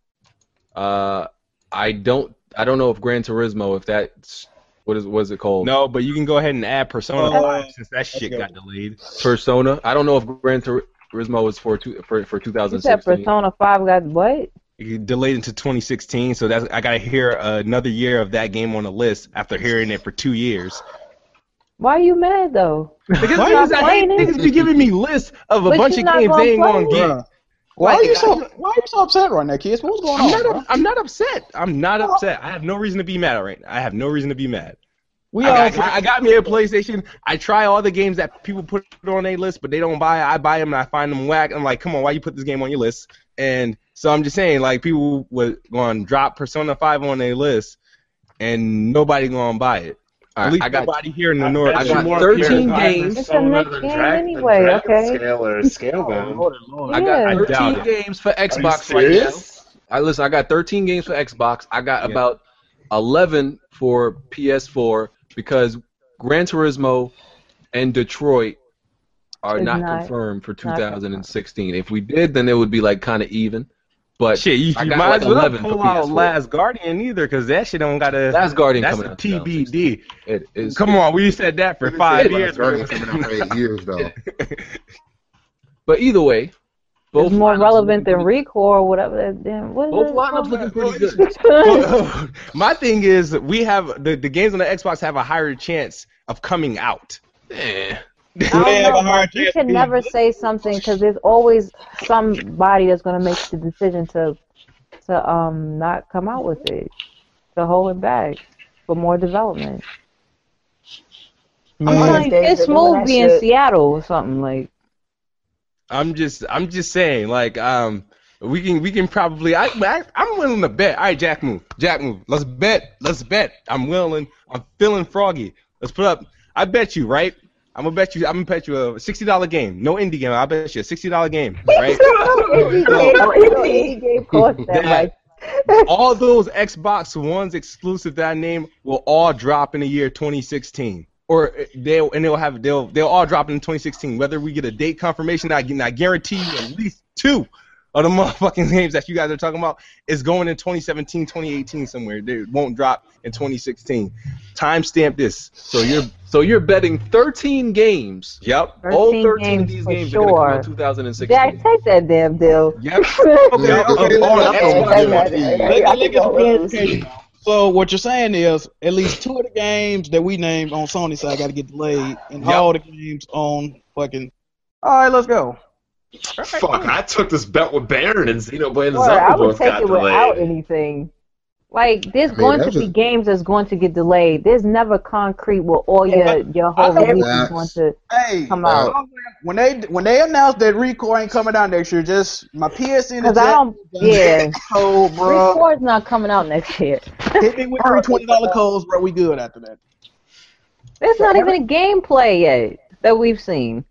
Speaker 3: Uh, I don't, I don't know if Gran Turismo, if that's what is, what is it called?
Speaker 4: No, but you can go ahead and add Persona
Speaker 3: Uh,
Speaker 4: 5 since that shit got delayed.
Speaker 3: Persona. I don't know if Gran Turismo is for two, for for
Speaker 2: You said
Speaker 3: 2016.
Speaker 2: Persona Five got what?
Speaker 4: It delayed into 2016, so that's I gotta hear another year of that game on the list after hearing it for two years.
Speaker 2: Why are you mad though?
Speaker 4: Because
Speaker 2: Why
Speaker 4: niggas,
Speaker 2: you
Speaker 4: I hate
Speaker 2: complaining?
Speaker 4: niggas be giving me lists of a
Speaker 2: But
Speaker 4: bunch
Speaker 2: you
Speaker 4: of
Speaker 2: not
Speaker 4: games
Speaker 2: gonna
Speaker 4: they ain't gonna
Speaker 2: play it.
Speaker 4: get.
Speaker 6: Why are
Speaker 4: Like,
Speaker 6: you so Why are you so upset right now, kids? What's going
Speaker 4: I'm
Speaker 6: on?
Speaker 4: not,
Speaker 6: bro?
Speaker 4: up- I'm not upset. I'm not upset. I have no reason to be mad right now. I have no reason to be mad.
Speaker 6: We
Speaker 4: I,
Speaker 6: all-
Speaker 4: got, I got me a PlayStation. I try all the games that people put on their list, but they don't buy. I buy them and I find them whack. I'm like, come on, why you put this game on your list? And so I'm just saying, like, people was going to drop Persona 5 on their list, and nobody going to buy it.
Speaker 3: All
Speaker 4: At
Speaker 3: right,
Speaker 4: least
Speaker 3: I got-
Speaker 4: nobody here in the north.
Speaker 3: I got 13 games.
Speaker 2: It's the next game anyway. okay. Oh,
Speaker 1: Scale or Scalebound.
Speaker 3: Oh, I
Speaker 2: Yeah.
Speaker 3: got
Speaker 4: I
Speaker 3: 13
Speaker 4: doubt
Speaker 3: games for
Speaker 1: you
Speaker 3: Xbox right now.
Speaker 1: serious?
Speaker 3: I listen. I got 13 games for Xbox. I got about 11 for PS4 because Gran Turismo and Detroit are
Speaker 2: Is
Speaker 3: not,
Speaker 2: not-
Speaker 3: confirmed for
Speaker 2: not confirmed.
Speaker 3: 2016. If we did, then it would be like kind of even. But
Speaker 4: Shit, you,
Speaker 3: I
Speaker 4: you
Speaker 3: got
Speaker 4: might
Speaker 3: like
Speaker 4: as well
Speaker 3: 11 for
Speaker 4: pull out
Speaker 3: PS4.
Speaker 4: Last Guardian either, because that shit don't got a.
Speaker 3: Last Guardian
Speaker 4: that's
Speaker 3: coming
Speaker 4: a
Speaker 3: out
Speaker 4: TBD.
Speaker 3: It is.
Speaker 4: Come on, we said that for five years.
Speaker 5: Guardian coming out for eight years though.
Speaker 3: But either way, both
Speaker 2: It's more
Speaker 3: lineups
Speaker 2: relevant than Recore or whatever. That damn. What is
Speaker 3: Both
Speaker 2: it
Speaker 3: lineups
Speaker 2: called?
Speaker 3: looking pretty good.
Speaker 4: Well, my thing is we have the, the games on the Xbox have a higher chance of coming out.
Speaker 3: Eh.
Speaker 2: I don't know, like, you can never say something because there's always somebody that's gonna make the decision to to um not come out with it, to hold it back for more development.
Speaker 6: Man.
Speaker 2: I'm like, this movie in Seattle or something like.
Speaker 4: I'm just I'm just saying like um we can we can probably I, I I'm willing to bet. All right, Jack move, Jack move. Let's bet, let's bet. I'm willing. I'm feeling froggy. Let's put up. I bet you right. I'm gonna bet you. I'm gonna bet you a sixty dollar game. No indie game. I will bet you a sixty dollar game. Right. That- all those Xbox Ones exclusive that I name will all drop in the year 2016, or they will and they'll have they'll they'll all drop in 2016. Whether we get a date confirmation, I, can- I guarantee you at least two of the motherfucking games that you guys are talking about is going in 2017, 2018 somewhere. They won't drop in 2016. Timestamp this.
Speaker 3: So you're so you're betting 13 games.
Speaker 4: Yep.
Speaker 3: All
Speaker 2: 13
Speaker 3: 13 of
Speaker 2: games
Speaker 3: these
Speaker 2: for
Speaker 3: games are gonna come out
Speaker 2: sure.
Speaker 3: 2016.
Speaker 2: Jack, take that damn deal.
Speaker 4: Yep.
Speaker 2: Yeah,
Speaker 4: okay,
Speaker 6: So what you're saying is at least two of the games that we named on Sony side got to get delayed, and all the games on fucking. All right, let's go.
Speaker 1: Fuck, I took this bet with Baron and Xenoblade
Speaker 2: Or I
Speaker 1: Zelda
Speaker 2: would
Speaker 1: both
Speaker 2: take
Speaker 1: got
Speaker 2: it without
Speaker 1: delayed.
Speaker 2: anything. Like there's
Speaker 5: mean,
Speaker 2: going
Speaker 5: that
Speaker 2: to be
Speaker 5: was-
Speaker 2: games that's going to get delayed. There's never concrete with all your your whole
Speaker 6: I know
Speaker 2: release is
Speaker 6: that.
Speaker 2: going to
Speaker 6: Hey,
Speaker 2: come out.
Speaker 6: when they when they announced that Rico ain't coming out next year, just my PSN.
Speaker 2: Because I don't, yeah.
Speaker 6: Oh, bro.
Speaker 2: Record's not coming out next year.
Speaker 6: Hit me with three twenty dollar codes, bro. We good after that.
Speaker 2: There's not even a gameplay yet that we've seen.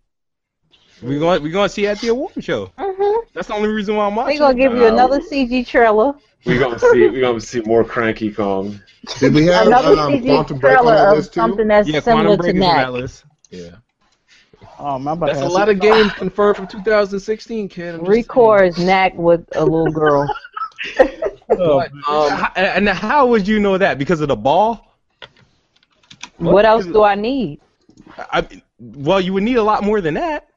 Speaker 4: We going we going to see you at the award show.
Speaker 2: Mm-hmm.
Speaker 4: That's the only reason why I'm watching.
Speaker 2: They're gonna give you
Speaker 1: Wow.
Speaker 2: another CG
Speaker 5: uh,
Speaker 2: trailer.
Speaker 1: We gonna see. We gonna see more Cranky Kong.
Speaker 5: Did we have
Speaker 2: another
Speaker 5: um,
Speaker 2: CG
Speaker 5: Quantum Break on
Speaker 2: trailer
Speaker 5: that
Speaker 2: of
Speaker 5: list too?
Speaker 2: something that's
Speaker 4: Yeah,
Speaker 2: similar
Speaker 4: Quantum
Speaker 2: to
Speaker 4: Break is on
Speaker 2: that.
Speaker 4: that list.
Speaker 13: Yeah.
Speaker 6: Oh, my bad.
Speaker 13: That's a lot of games confirmed from 2016, kid. I'm just
Speaker 2: Records knack with a little girl.
Speaker 4: But, um, h- and and how would you know that? Because of the ball?
Speaker 2: what? else do I need?
Speaker 4: I, well, you would need a lot more than that.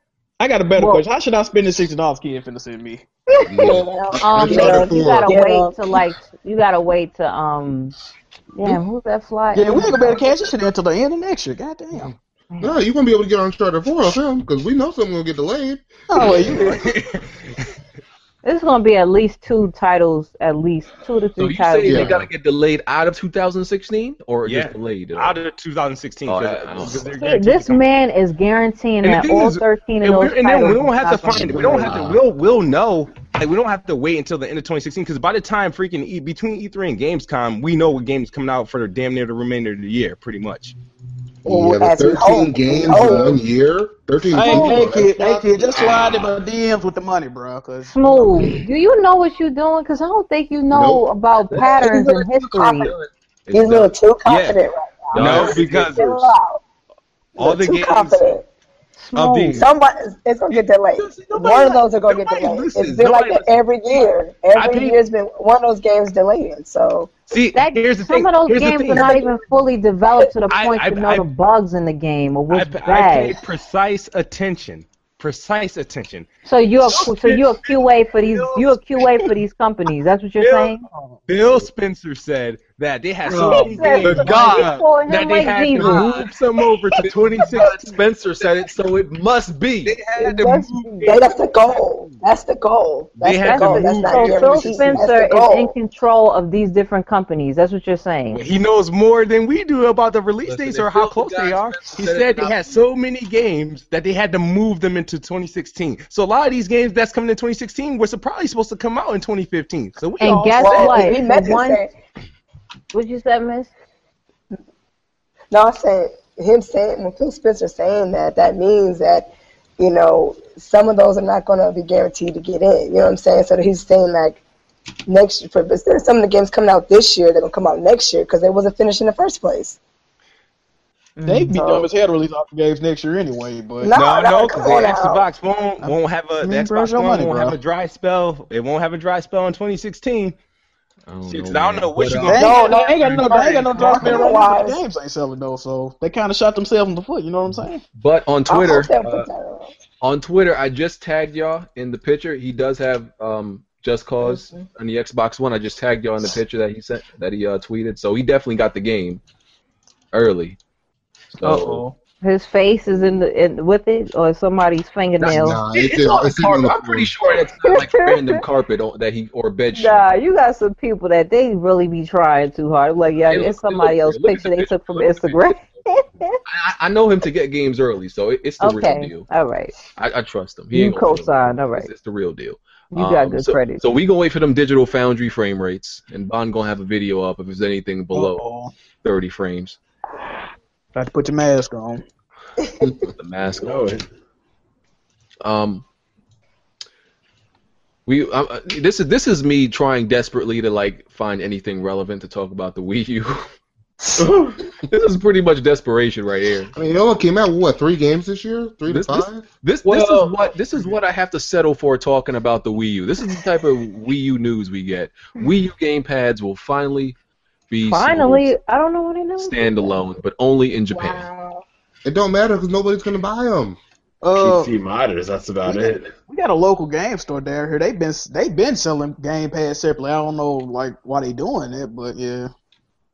Speaker 6: I got a better
Speaker 2: Well-
Speaker 6: question. How should I spend the sixty dollars kid finna send me?
Speaker 2: Um,
Speaker 6: Uncharted
Speaker 2: man, you
Speaker 6: four.
Speaker 2: gotta
Speaker 6: Yeah.
Speaker 2: wait to like. You gotta wait to um. Damn, who's that fly?
Speaker 6: Yeah, we ain't gonna be able to cash this shit until the end of next year. Goddamn.
Speaker 5: No, you won't be able to get on Uncharted 4 off him because we know something gonna get delayed.
Speaker 6: Oh, well, you
Speaker 2: There's gonna be at least two titles, at least two to
Speaker 13: So
Speaker 2: three
Speaker 13: you
Speaker 2: titles.
Speaker 13: say they gotta get delayed out of 2016 or
Speaker 4: Yeah.
Speaker 13: just delayed? At all?
Speaker 4: Out of 2016.
Speaker 13: Oh,
Speaker 4: 'cause-
Speaker 13: I- I don't
Speaker 4: 'cause they're
Speaker 2: Hey,
Speaker 4: guaranteed to
Speaker 2: this man is guaranteeing
Speaker 4: And the
Speaker 2: that
Speaker 4: thing
Speaker 2: all
Speaker 4: is-
Speaker 2: 13 of
Speaker 4: and,
Speaker 2: those
Speaker 4: we're, and then we
Speaker 2: titles
Speaker 4: don't
Speaker 2: is
Speaker 4: have to
Speaker 2: not gonna
Speaker 4: find it.
Speaker 2: be
Speaker 4: We don't
Speaker 2: released.
Speaker 4: have to. We'll we'll know. Like we don't have to wait until the end of 2016 because by the time freaking e, between E3 and Gamescom, we know what games coming out for damn near the remainder of the year, pretty much.
Speaker 5: Yeah, the
Speaker 6: Oh, as we
Speaker 5: 13
Speaker 6: hope.
Speaker 5: games
Speaker 6: Oh.
Speaker 5: in one year. 13
Speaker 6: Hey,
Speaker 5: games.
Speaker 6: hey,
Speaker 5: on
Speaker 6: kid,
Speaker 5: Xbox?
Speaker 6: hey, kid, just slide in my DMs with the money, bro. Cause
Speaker 2: Smooth. Do you know what you're doing? Because I don't think you know
Speaker 5: Nope.
Speaker 2: about
Speaker 7: He's
Speaker 2: patterns
Speaker 7: a
Speaker 2: and
Speaker 7: little too
Speaker 2: history.
Speaker 7: confident. He's a little too confident right now.
Speaker 4: No,
Speaker 7: Just
Speaker 4: because
Speaker 7: chill out.
Speaker 4: all the
Speaker 7: too
Speaker 4: games
Speaker 7: confident.
Speaker 4: of
Speaker 2: Smooth.
Speaker 4: the
Speaker 7: Somebody, it's gonna get delayed. one of those are gonna get delayed. it's been like that every year. Every
Speaker 4: think-
Speaker 7: year's been one of those games delayed. So
Speaker 4: see
Speaker 2: That,
Speaker 4: here's the
Speaker 2: some
Speaker 4: thing.
Speaker 2: of those
Speaker 4: here's the
Speaker 2: games
Speaker 4: thing.
Speaker 2: are not even fully developed to the
Speaker 4: I-
Speaker 2: point
Speaker 4: I-
Speaker 2: to know
Speaker 4: I-
Speaker 2: the bugs in the game or
Speaker 4: I,
Speaker 2: what's
Speaker 4: I pay
Speaker 2: bad.
Speaker 4: precise attention. Precise attention.
Speaker 2: So you're a, so you're a QA for these you're a QA for these companies. That's what you're
Speaker 4: Bill-
Speaker 2: saying.
Speaker 4: Bill Spencer said that they had so
Speaker 2: Bro.
Speaker 4: many
Speaker 2: He said
Speaker 4: games
Speaker 2: the
Speaker 4: God,
Speaker 2: people in
Speaker 4: that
Speaker 2: him
Speaker 4: they
Speaker 2: like
Speaker 4: had
Speaker 2: Jesus.
Speaker 4: to move some over to 2016.
Speaker 3: Spencer said it, so it must be.
Speaker 4: They had to
Speaker 7: that's,
Speaker 4: move.
Speaker 7: that's the goal. That's the goal. That's
Speaker 4: They
Speaker 7: the
Speaker 4: had to
Speaker 7: goal. That's
Speaker 4: move-
Speaker 7: not
Speaker 2: So Phil
Speaker 7: guaranteed.
Speaker 2: Spencer
Speaker 7: that's the
Speaker 2: is in
Speaker 7: goal.
Speaker 2: control of these different companies. That's what you're saying.
Speaker 4: He knows more than we do about the release
Speaker 3: Listen,
Speaker 4: dates
Speaker 3: if
Speaker 4: or how
Speaker 3: Bill
Speaker 4: close they
Speaker 3: Gates
Speaker 4: are.
Speaker 3: Spencer
Speaker 4: He
Speaker 3: said it,
Speaker 4: said they
Speaker 3: not
Speaker 4: had so many games that they had to move them into 2016. So a lot of these games that's coming in 2016 were so- probably supposed to come out in 2015. So we
Speaker 2: And
Speaker 4: all
Speaker 2: guess
Speaker 7: Well,
Speaker 2: what?
Speaker 7: he meant
Speaker 2: The
Speaker 7: to
Speaker 2: one-
Speaker 7: say-
Speaker 2: What you said, Miss?
Speaker 7: No, I'm saying him saying when Phil Spencer saying that, that means that you know some of those are not going to be guaranteed to get in. You know what I'm saying? So that he's saying like next year, for but there's some of the games coming out this year that will come out next year because they wasn't finished in the first place.
Speaker 6: they be dumb as hell to release all the games next year anyway. But
Speaker 7: No,
Speaker 4: No, no,
Speaker 7: come
Speaker 4: because the
Speaker 7: on now.
Speaker 4: Xbox won't won't have a
Speaker 6: I
Speaker 4: the
Speaker 6: mean,
Speaker 4: Xbox
Speaker 6: where's your
Speaker 4: One
Speaker 6: money,
Speaker 4: won't
Speaker 6: bro?
Speaker 4: have a dry spell. It won't have a dry spell in 2016.
Speaker 3: I don't
Speaker 4: Shit, 'cause
Speaker 3: know,
Speaker 4: I don't
Speaker 3: man.
Speaker 4: know
Speaker 3: But,
Speaker 4: what you're
Speaker 3: um,
Speaker 6: They ain't,
Speaker 4: gonna.
Speaker 6: got, they ain't got no, they ain't got no drop
Speaker 7: Marketing
Speaker 6: there right now. but The
Speaker 7: wise.
Speaker 6: games ain't selling though, so they kind of shot themselves in the foot. You know what I'm saying?
Speaker 3: But on
Speaker 7: I
Speaker 3: Twitter,
Speaker 7: hope they'll
Speaker 3: uh,
Speaker 7: put that out.
Speaker 3: on Twitter, I just tagged y'all in the picture. He does have um, Just because on the Xbox One. I just tagged y'all in the picture that he sent, that he uh, tweeted. So he definitely got the game early. So
Speaker 2: His face is in the in, with it, or somebody's fingernail.
Speaker 5: Nah,
Speaker 3: It-
Speaker 5: it's,
Speaker 3: it's on the
Speaker 5: it's on
Speaker 3: carpet.
Speaker 5: the
Speaker 3: I'm pretty sure that's not like random carpet on, that he or bed sheet.
Speaker 2: Nah, you got some people that they really be trying too hard. Like, yeah,
Speaker 3: Hey, look-
Speaker 2: it's somebody
Speaker 3: look-
Speaker 2: else's
Speaker 3: look at
Speaker 2: picture
Speaker 3: the
Speaker 2: they took from
Speaker 3: picture. Look at the
Speaker 2: Instagram.
Speaker 3: I, I know him to get games early, so it, it's the real
Speaker 2: okay,
Speaker 3: deal.
Speaker 2: all right,
Speaker 3: I, I trust him. He
Speaker 2: you
Speaker 3: ain't gonna
Speaker 2: co-sign. All
Speaker 3: It's,
Speaker 2: right,
Speaker 3: it's the real deal.
Speaker 2: you got
Speaker 3: Um,
Speaker 2: good
Speaker 3: so,
Speaker 2: credit.
Speaker 3: So we gonna wait for them digital foundry frame rates, and Bond gonna have a video up if there's anything below
Speaker 6: Uh-oh.
Speaker 3: 30 frames.
Speaker 6: Got to put your mask on.
Speaker 3: With the mask
Speaker 1: No,
Speaker 3: on.
Speaker 1: it-
Speaker 3: Um, we I, I- this is this is me trying desperately to like find anything relevant to talk about the Wii U. this is pretty much desperation right here.
Speaker 5: I mean, it only came out with what three games this year? Three
Speaker 3: This-
Speaker 5: to
Speaker 3: this-
Speaker 5: five?
Speaker 3: This this
Speaker 6: Well-
Speaker 3: is what this is what I have to settle for talking about the Wii U. This is the type of Wii U news we get. Wii U gamepads will finally be sold
Speaker 2: Finally, I don't know what he knows.
Speaker 3: standalone, but only in Japan.
Speaker 7: Wow.
Speaker 5: It don't matter because nobody's gonna buy them.
Speaker 6: Uh,
Speaker 1: PC modders. That's about it.
Speaker 6: we got a local game store down here. They've been they've been selling game pads separately. I don't know like why they doing it, but yeah,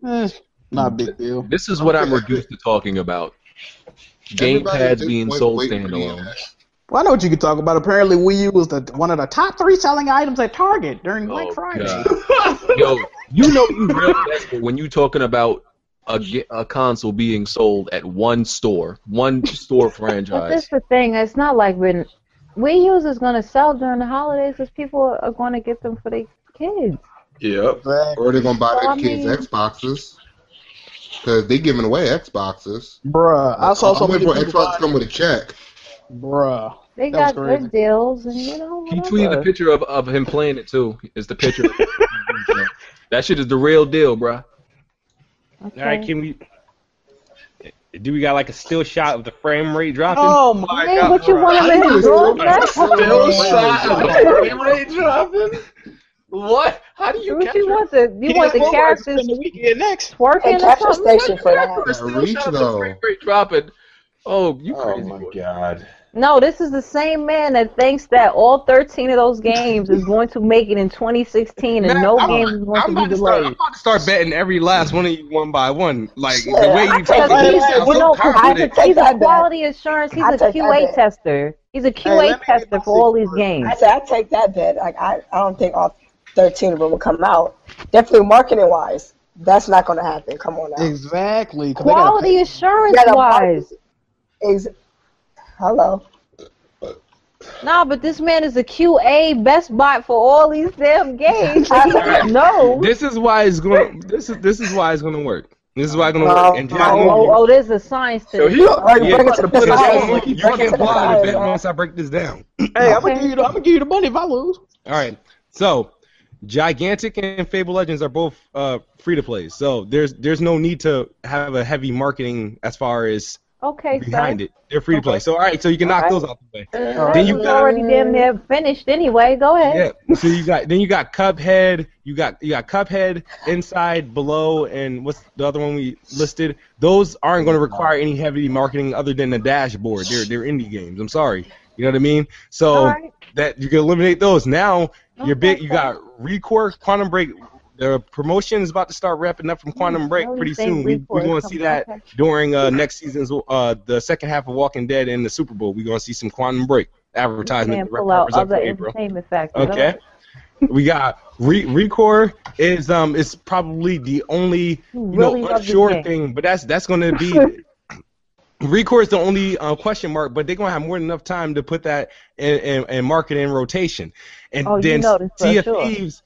Speaker 6: eh, not a big deal.
Speaker 3: This is what I'm reduced to talking about.
Speaker 5: Everybody at
Speaker 3: Gamepads
Speaker 5: this
Speaker 3: being
Speaker 5: point
Speaker 3: sold
Speaker 5: waiting for the
Speaker 3: standalone.
Speaker 5: internet.
Speaker 6: Well, I know what you could talk about. Apparently, Wii U was the one of the top three selling items at Target during Black Friday.
Speaker 3: Yo, you know you real desperate when you talking about a, ge- a console being sold at one store, one store
Speaker 2: But this
Speaker 3: franchise.
Speaker 2: is the thing. It's not like when Wii U's is going to sell during the holidays because people are going to get them for their kids.
Speaker 1: Yep.
Speaker 5: Or they're gonna buy
Speaker 2: Well, I
Speaker 5: their kids
Speaker 2: mean-
Speaker 5: Xboxes because they giving away Xboxes.
Speaker 6: Bruh, I saw
Speaker 5: I'm
Speaker 6: so many
Speaker 5: waiting for
Speaker 6: people
Speaker 5: Xbox to come with a check.
Speaker 6: Bruh,
Speaker 2: They
Speaker 6: That was
Speaker 2: got
Speaker 6: crazy.
Speaker 2: good deals, and you know.
Speaker 3: He tweeted a picture of, of him playing it too. Is the picture? that shit is the real deal, bruh.
Speaker 4: All right, can we? Do we got like a still shot of the frame rate dropping?
Speaker 6: Oh my
Speaker 4: God,
Speaker 2: what you
Speaker 4: bruh.
Speaker 2: want to make
Speaker 4: Still
Speaker 2: doors next?
Speaker 1: shot of the frame rate dropping? What? How do you
Speaker 2: What you want the you
Speaker 4: He
Speaker 2: want the
Speaker 4: just wants to
Speaker 2: characters
Speaker 4: weekend next.
Speaker 2: twerking or
Speaker 7: capture
Speaker 2: something?
Speaker 7: station for that.
Speaker 3: Still
Speaker 5: reach,
Speaker 3: shot of the
Speaker 5: though.
Speaker 3: frame rate dropping. Oh, you
Speaker 1: Oh
Speaker 3: crazy
Speaker 1: my
Speaker 3: boy.
Speaker 1: god.
Speaker 2: No, this is the same man that thinks that all 13 of those games is going to make it in 2016 and
Speaker 4: Man,
Speaker 2: no
Speaker 4: I'm-
Speaker 2: game is going
Speaker 4: I'm
Speaker 2: to
Speaker 4: about
Speaker 2: be
Speaker 4: to, start, I'm
Speaker 2: delayed.
Speaker 4: about to start betting every last one of you one by one. Like the
Speaker 7: Yeah,
Speaker 4: way
Speaker 7: I
Speaker 4: you
Speaker 7: take
Speaker 4: talk
Speaker 7: that.
Speaker 4: you sound
Speaker 2: You
Speaker 4: so
Speaker 2: know, he's
Speaker 4: confident.
Speaker 2: a, he's a
Speaker 7: that.
Speaker 2: quality assurance. He's
Speaker 7: I
Speaker 2: a
Speaker 7: take that
Speaker 2: QA
Speaker 7: bet.
Speaker 2: tester. He's a
Speaker 6: let me
Speaker 2: QA
Speaker 6: get
Speaker 2: tester
Speaker 6: my
Speaker 2: for all these
Speaker 6: secret.
Speaker 2: games.
Speaker 7: I said I take that bet. Like I, I don't think all thirteen of them will come out. Definitely marketing wise, that's not going to happen. Come on now.
Speaker 6: exactly. 'cause they gotta
Speaker 2: Quality
Speaker 6: pay-
Speaker 2: assurance
Speaker 7: Yeah, the
Speaker 2: wise.
Speaker 7: Ex- Hello.
Speaker 2: Nah, but this man is a QA best bot for all these damn games. no.
Speaker 4: This is why it's going. This is this is why it's going to work. This is why it's going to
Speaker 7: Oh,
Speaker 4: work. And
Speaker 2: Oh,
Speaker 4: just know
Speaker 2: oh, oh, there's a science to
Speaker 1: So
Speaker 2: this.
Speaker 1: he
Speaker 7: Like,
Speaker 4: Yeah,
Speaker 7: bring it to the
Speaker 4: you
Speaker 7: science.
Speaker 4: can't,
Speaker 7: Bring
Speaker 4: you
Speaker 7: it to
Speaker 4: can't
Speaker 7: the
Speaker 4: blind a
Speaker 7: science.
Speaker 4: bet
Speaker 7: man.
Speaker 4: once I break this down.
Speaker 6: Hey, I'm
Speaker 2: Okay.
Speaker 6: gonna give you the, I'm gonna give you the money if I lose.
Speaker 4: All right. So, Gigantic and Fable Legends are both uh, free to play. So there's there's no need to have a heavy marketing as far as
Speaker 2: Okay,
Speaker 4: behind
Speaker 2: sir.
Speaker 4: it. They're free to play. So all right, so you can
Speaker 2: All
Speaker 4: knock
Speaker 2: right.
Speaker 4: those out the way.
Speaker 2: That
Speaker 4: Then you
Speaker 2: was
Speaker 4: got-
Speaker 2: already damn near finished anyway. Go ahead.
Speaker 4: Yeah. So you got then you got Cuphead. You got you got Cuphead inside, below, and what's the other one we listed? Those aren't going to require any heavy marketing other than the dashboard. They're they're indie games. I'm sorry. You know what I mean? So
Speaker 2: All right.
Speaker 4: that you can eliminate those. Now you're big. You
Speaker 2: Okay.
Speaker 4: got Recore, Quantum Break. The promotion is about to start wrapping up from Quantum Break
Speaker 2: really
Speaker 4: pretty
Speaker 2: think
Speaker 4: soon. We
Speaker 2: Recore
Speaker 4: we're
Speaker 2: is
Speaker 4: going to see
Speaker 2: coming.
Speaker 4: that
Speaker 2: Okay.
Speaker 4: during uh, next season's uh, the second half of Walking Dead and the Super Bowl. We're going to see some Quantum Break advertisement.
Speaker 2: Man,
Speaker 4: to wrap-
Speaker 2: pull out
Speaker 4: wrap us up
Speaker 2: other
Speaker 4: for April.
Speaker 2: entertainment factors.
Speaker 4: Okay. we got Re- Recore is um is probably the only
Speaker 2: You
Speaker 4: you know
Speaker 2: really love this
Speaker 4: unsure
Speaker 2: game.
Speaker 4: thing, but that's that's gonna be Recore is the only uh, question mark, but they're gonna have more than enough time to put that in in, in market and rotation, and
Speaker 2: Oh, you
Speaker 4: then
Speaker 2: know this for
Speaker 4: Sea of
Speaker 2: sure.
Speaker 4: Thieves.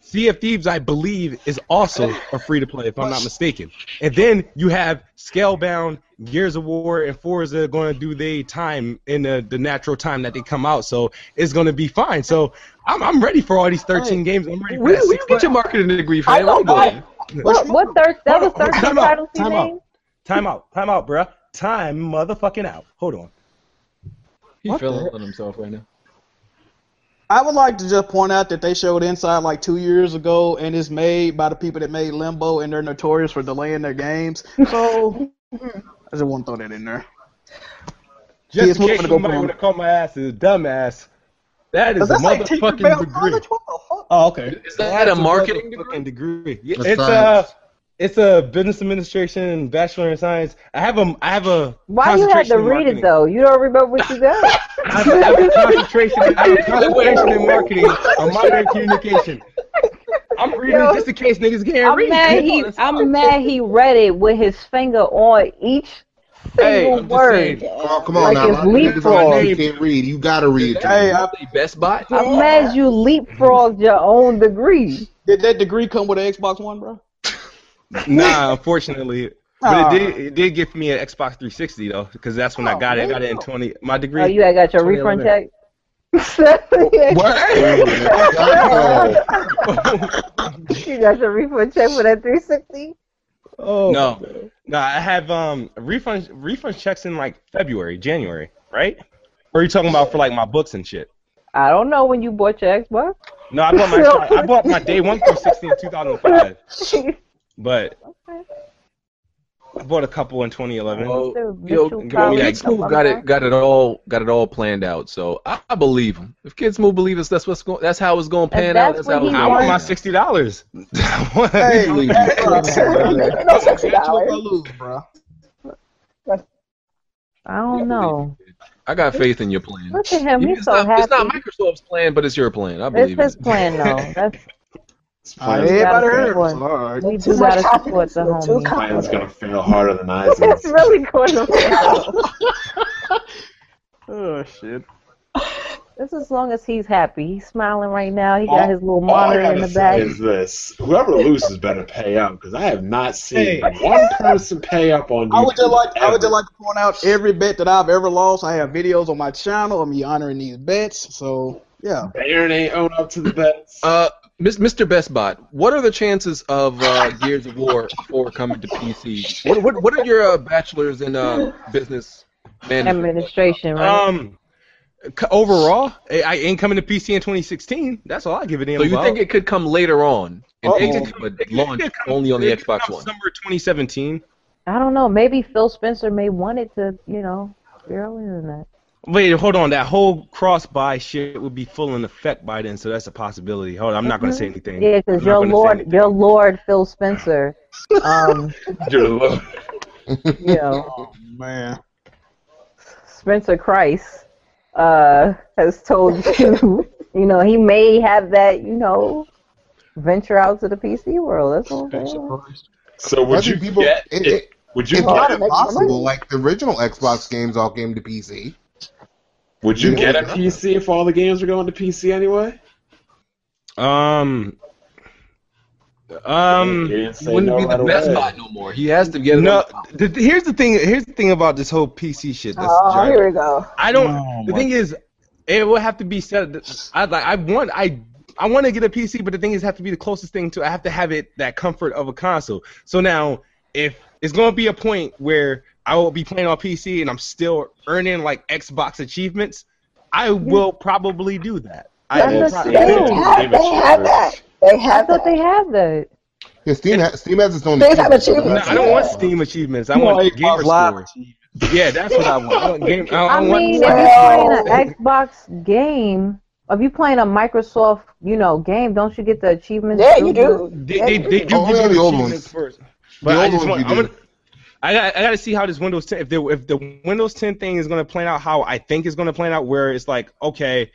Speaker 4: Sea of Thieves, I believe, is also a free to play, if I'm not mistaken. And then you have Scalebound, Gears of War, and Forza going to do their time in the, the natural time that they come out. So it's going to be fine. So I'm, I'm ready for all these 13 games. I'm ready for
Speaker 3: We,
Speaker 4: that
Speaker 3: we
Speaker 4: six
Speaker 3: get your marketing degree, fam. I'm going.
Speaker 2: What, what thir- that was 13
Speaker 4: Time out,
Speaker 2: titles you
Speaker 4: time out.
Speaker 2: named?
Speaker 4: Time out. Time out, bruh. Time motherfucking out. Hold on.
Speaker 3: He
Speaker 6: What
Speaker 3: feeling
Speaker 6: the-
Speaker 3: on himself right now.
Speaker 6: I would like to just point out that they showed Inside like two years ago, and it's made by the people that made Limbo, and they're notorious for delaying their games. So I just want to throw that in there. See,
Speaker 4: Just
Speaker 6: it's
Speaker 4: in
Speaker 6: moving
Speaker 4: case
Speaker 6: to go
Speaker 4: somebody
Speaker 6: boom.
Speaker 4: would have called my ass as a dumbass, that is
Speaker 6: Does
Speaker 4: a
Speaker 6: that say
Speaker 4: motherfucking
Speaker 6: Tinkerbell
Speaker 4: degree.
Speaker 6: College? What the fuck?
Speaker 4: Oh, okay.
Speaker 3: Is that a marketing degree?
Speaker 4: motherfucking degree? Yeah,
Speaker 5: That's
Speaker 4: it's a
Speaker 5: science.
Speaker 4: it's a business administration bachelor in science. I have a I have a
Speaker 2: Why you had
Speaker 4: concentration
Speaker 2: to
Speaker 4: in
Speaker 2: read
Speaker 4: marketing.
Speaker 2: it though? You don't remember what you got.
Speaker 4: I have, I have a concentration. I have a concentration in marketing, a minor in communication. I'm reading
Speaker 2: Yo,
Speaker 4: it just in case niggas can't
Speaker 2: I'm
Speaker 4: read.
Speaker 2: mad
Speaker 4: Come
Speaker 2: he
Speaker 4: on, it's-
Speaker 2: I'm mad he read it with his finger on each
Speaker 4: Hey,
Speaker 2: single
Speaker 4: I'm just
Speaker 2: word.
Speaker 4: saying.
Speaker 5: Oh, come on
Speaker 2: Like
Speaker 5: now.
Speaker 2: it's
Speaker 5: A lot of niggas out there
Speaker 4: leapfrog.
Speaker 5: can't read. You gotta read.
Speaker 3: Is
Speaker 5: Jimmy.
Speaker 6: Hey, I,
Speaker 3: that the best bot?
Speaker 2: I'm mad you leapfrogged your own degree.
Speaker 6: did that degree come with an Xbox One, bro?
Speaker 4: Nah, unfortunately. But
Speaker 6: Aw.
Speaker 4: it did, it did give me an Xbox 360 though, because that's when I
Speaker 6: Oh,
Speaker 4: got it. I got it
Speaker 6: man.
Speaker 4: in 20. My degree.
Speaker 2: Oh, you had got your refund check.
Speaker 4: What?
Speaker 5: Let's go.
Speaker 2: you got your refund check for that 360.
Speaker 6: Oh,
Speaker 4: No, no, I have um refund refund checks in like February, January, right? Or are you talking about for like my books and shit?
Speaker 2: I don't know when you bought your Xbox.
Speaker 4: No, I bought my I bought my day one through sixteen in two thousand five, but I bought a couple in twenty eleven.
Speaker 2: Mr.
Speaker 3: Yo,
Speaker 2: Mitchell
Speaker 4: Collins,
Speaker 3: Kid Smooth got it, got it all, got it all planned out. So I, I believe him. If Kid Smooth believes us, that's what's going, that's how it's going to pan out.
Speaker 2: that's
Speaker 3: That's
Speaker 2: what
Speaker 3: how
Speaker 2: he
Speaker 3: it's going to
Speaker 4: I want my
Speaker 3: pan out.
Speaker 4: sixty dollars.
Speaker 6: Hey,
Speaker 3: Believe
Speaker 6: man,
Speaker 3: me.
Speaker 6: bro,
Speaker 7: No sixty
Speaker 6: that's what I
Speaker 7: dollars.
Speaker 6: lose, bro.
Speaker 2: I don't know.
Speaker 3: I got faith in your plan.
Speaker 2: Look at him.
Speaker 3: You-
Speaker 2: He's
Speaker 3: it's,
Speaker 2: so
Speaker 3: not,
Speaker 2: happy.
Speaker 3: it's not Microsoft's plan, but it's your plan. I
Speaker 2: It's
Speaker 3: believe
Speaker 2: his
Speaker 3: it.
Speaker 2: plan, though. That's
Speaker 3: plan.
Speaker 2: we gotta
Speaker 3: Everybody
Speaker 2: support- We do
Speaker 7: much
Speaker 2: gotta support the homie.
Speaker 1: Plan's gonna fail harder than I do.
Speaker 2: It's really going to
Speaker 6: Oh shit.
Speaker 2: Just as long as he's happy. He's smiling right now. He got his little
Speaker 1: All I
Speaker 2: monitor
Speaker 1: gotta
Speaker 2: in the
Speaker 1: say
Speaker 2: back.
Speaker 1: is this: whoever loses better pay up because I have not seen
Speaker 6: Hey.
Speaker 1: one person pay up on YouTube.
Speaker 6: I would just like I would
Speaker 1: ever.
Speaker 6: just like to point out every bet that I've ever lost. I have videos on my channel of me honoring these bets. So yeah.
Speaker 1: Aaron ain't own up to the bets.
Speaker 3: Uh, Mis- Mr. Bestbot, what are the chances of uh, Gears of War 4 coming to PC? What what, what are your uh, bachelors in uh, business management?
Speaker 2: Administration, right?
Speaker 4: Um, c- overall, I, I ain't coming to PC in 2016. That's all I give it in.
Speaker 3: So you think it could come later on in
Speaker 4: Uh-oh.
Speaker 3: PC, but launch only on the Xbox One?
Speaker 4: summer 2017?
Speaker 2: I don't know. Maybe Phil Spencer may want it to, you know, be earlier than that.
Speaker 4: Wait, hold on. That whole cross buy shit would be full in effect by then, so that's a possibility. Hold on, I'm not gonna say anything.
Speaker 2: Mm-hmm. Yeah,
Speaker 4: I'm
Speaker 2: because
Speaker 4: not
Speaker 2: your
Speaker 4: gonna say
Speaker 2: lord,
Speaker 4: anything.
Speaker 2: your lord Phil Spencer, um, you know,
Speaker 6: Oh man.
Speaker 2: Spencer Christ, uh, has told you, you know, he may have that, you know, venture out to the PC world. That's all. I'm saying.
Speaker 1: So would you
Speaker 5: people,
Speaker 1: get
Speaker 5: it-
Speaker 1: it?
Speaker 5: it-
Speaker 1: would you
Speaker 5: It's
Speaker 1: get
Speaker 5: not
Speaker 1: it?
Speaker 5: impossible. Like the original Xbox games all came to PC.
Speaker 1: Would you get a PC if all the games were going to PC anyway?
Speaker 4: Um. Um,
Speaker 1: He didn't say
Speaker 4: wouldn't
Speaker 1: no
Speaker 4: be the
Speaker 1: right
Speaker 4: best
Speaker 1: away.
Speaker 4: buy
Speaker 3: no more. He has to get it.
Speaker 4: no,
Speaker 3: on-
Speaker 4: th- th- here's the thing. Here's the thing about this whole PC shit. That's
Speaker 7: Oh,
Speaker 4: driving-
Speaker 7: here we go.
Speaker 4: I don't.
Speaker 7: Oh,
Speaker 4: the
Speaker 7: my-
Speaker 4: thing is, it will have to be set. I like. I want. I. I want to get a PC, but the thing is, it have to be the closest thing to. I have to have it that comfort of a console. So now, if it's going to be a point where I will be playing on PC and I'm still earning like Xbox achievements, I will probably do that. I
Speaker 2: Mm. That's
Speaker 4: will
Speaker 2: the
Speaker 4: probably.
Speaker 7: They have,
Speaker 2: thing.
Speaker 7: they have that. They
Speaker 2: I
Speaker 7: have that.
Speaker 2: thought they had that.
Speaker 5: Yeah, Steam, ha- Steam has its own.
Speaker 7: They have
Speaker 5: achievements,
Speaker 4: No,
Speaker 5: so that's
Speaker 4: I don't want
Speaker 5: fine.
Speaker 4: Steam achievements. I
Speaker 6: You
Speaker 4: want
Speaker 6: want
Speaker 4: gamer
Speaker 6: Xbox Live
Speaker 4: score. Yeah, that's what I want. I want game. I,
Speaker 2: I mean,
Speaker 4: don't want,
Speaker 2: if you're playing
Speaker 4: Oh.
Speaker 2: an Xbox game, if you're playing a Microsoft, you know, game, don't you get the achievements?
Speaker 7: Yeah, you
Speaker 2: too?
Speaker 7: do.
Speaker 4: They,
Speaker 7: Yeah,
Speaker 4: they,
Speaker 7: you
Speaker 4: they
Speaker 7: do.
Speaker 4: do
Speaker 5: Only
Speaker 4: give you
Speaker 5: on the old
Speaker 4: achievements
Speaker 5: ones.
Speaker 4: first.
Speaker 5: The
Speaker 4: But I
Speaker 5: old
Speaker 4: just
Speaker 5: ones
Speaker 4: want,
Speaker 5: we
Speaker 4: I'm
Speaker 5: do.
Speaker 4: gonna, I got, I got to see how this Windows 10, if the if the Windows 10 thing is gonna plan out how I think it's gonna plan out, where it's like okay,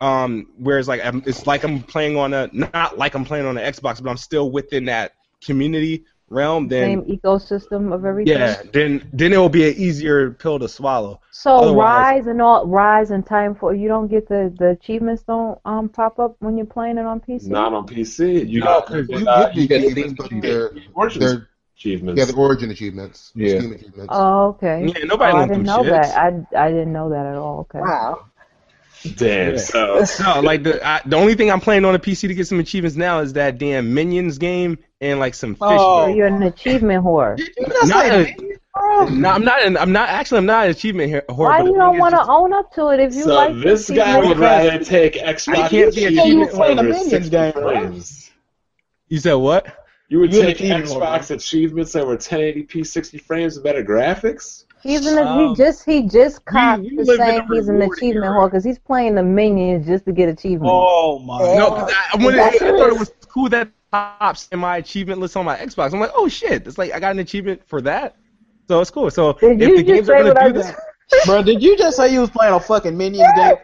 Speaker 4: um, where it's like I'm, it's like I'm playing on a not like I'm playing on an Xbox, but I'm still within that community realm.
Speaker 2: Same
Speaker 4: Then
Speaker 2: ecosystem of everything.
Speaker 4: yeah, then then it will be an easier pill to swallow.
Speaker 2: So
Speaker 4: Otherwise-
Speaker 2: rise and all rise and Timefall, you don't get the the achievements don't um pop up when you're playing it on PC.
Speaker 1: Not on PC. You
Speaker 5: No,
Speaker 1: got
Speaker 5: 'cause you
Speaker 1: uh,
Speaker 5: get the
Speaker 1: you get
Speaker 5: achievements,
Speaker 1: Steam
Speaker 5: but
Speaker 1: achievements.
Speaker 5: they're,
Speaker 1: Origins
Speaker 5: they're
Speaker 1: achievements.
Speaker 5: yeah, the origin achievements, the
Speaker 3: Yeah.
Speaker 5: Steam achievements.
Speaker 2: Oh, okay.
Speaker 4: Yeah,
Speaker 2: oh, I
Speaker 4: nobody wants
Speaker 2: didn't
Speaker 4: them
Speaker 2: know
Speaker 4: shits.
Speaker 2: that. I, I didn't know that at all. Okay.
Speaker 7: Wow.
Speaker 1: Damn. So
Speaker 4: Yeah. No, like the I, the only thing I'm playing on a PC to get some achievements now is that damn Minions game and like some fish.
Speaker 2: So
Speaker 4: Oh,
Speaker 2: you're an achievement whore.
Speaker 4: not a, no, I'm not. An, I'm not actually. I'm not an achievement here. whore,
Speaker 2: Why
Speaker 4: but the
Speaker 2: you
Speaker 4: thing
Speaker 2: don't
Speaker 4: is
Speaker 2: want to
Speaker 4: just-
Speaker 2: own up to it if you
Speaker 1: so
Speaker 2: like the
Speaker 1: this guy
Speaker 2: achievement?
Speaker 1: would rather take Xbox
Speaker 4: I can't be a
Speaker 1: achievements
Speaker 4: cheater.
Speaker 1: over
Speaker 6: Minions
Speaker 1: 60
Speaker 6: game, right?
Speaker 1: frames.
Speaker 4: You said what?
Speaker 1: You would
Speaker 6: You an
Speaker 1: take
Speaker 6: achievement over
Speaker 1: Xbox achievements over 1080p 60 frames and better graphics?
Speaker 2: He's an,
Speaker 4: Um,
Speaker 2: he just he just copped
Speaker 4: we
Speaker 2: to
Speaker 4: live in
Speaker 2: saying
Speaker 4: a
Speaker 2: he's an
Speaker 4: reward
Speaker 2: achievement
Speaker 4: era.
Speaker 2: whore because he's playing the minions just to get achievements.
Speaker 6: Oh my.
Speaker 4: No, 'cause I, I, wanted, I
Speaker 7: That's
Speaker 4: thought it
Speaker 7: it.
Speaker 4: was cool that pops in my achievement list on my Xbox. I'm like, oh shit! It's like I got an achievement for that, so it's cool. So
Speaker 2: Did
Speaker 4: if
Speaker 2: you
Speaker 4: the
Speaker 2: just
Speaker 4: games
Speaker 2: say
Speaker 4: are
Speaker 2: what I
Speaker 4: gonna do
Speaker 2: just-
Speaker 4: that,
Speaker 6: Bro, did you just say you was playing a fucking Minions game?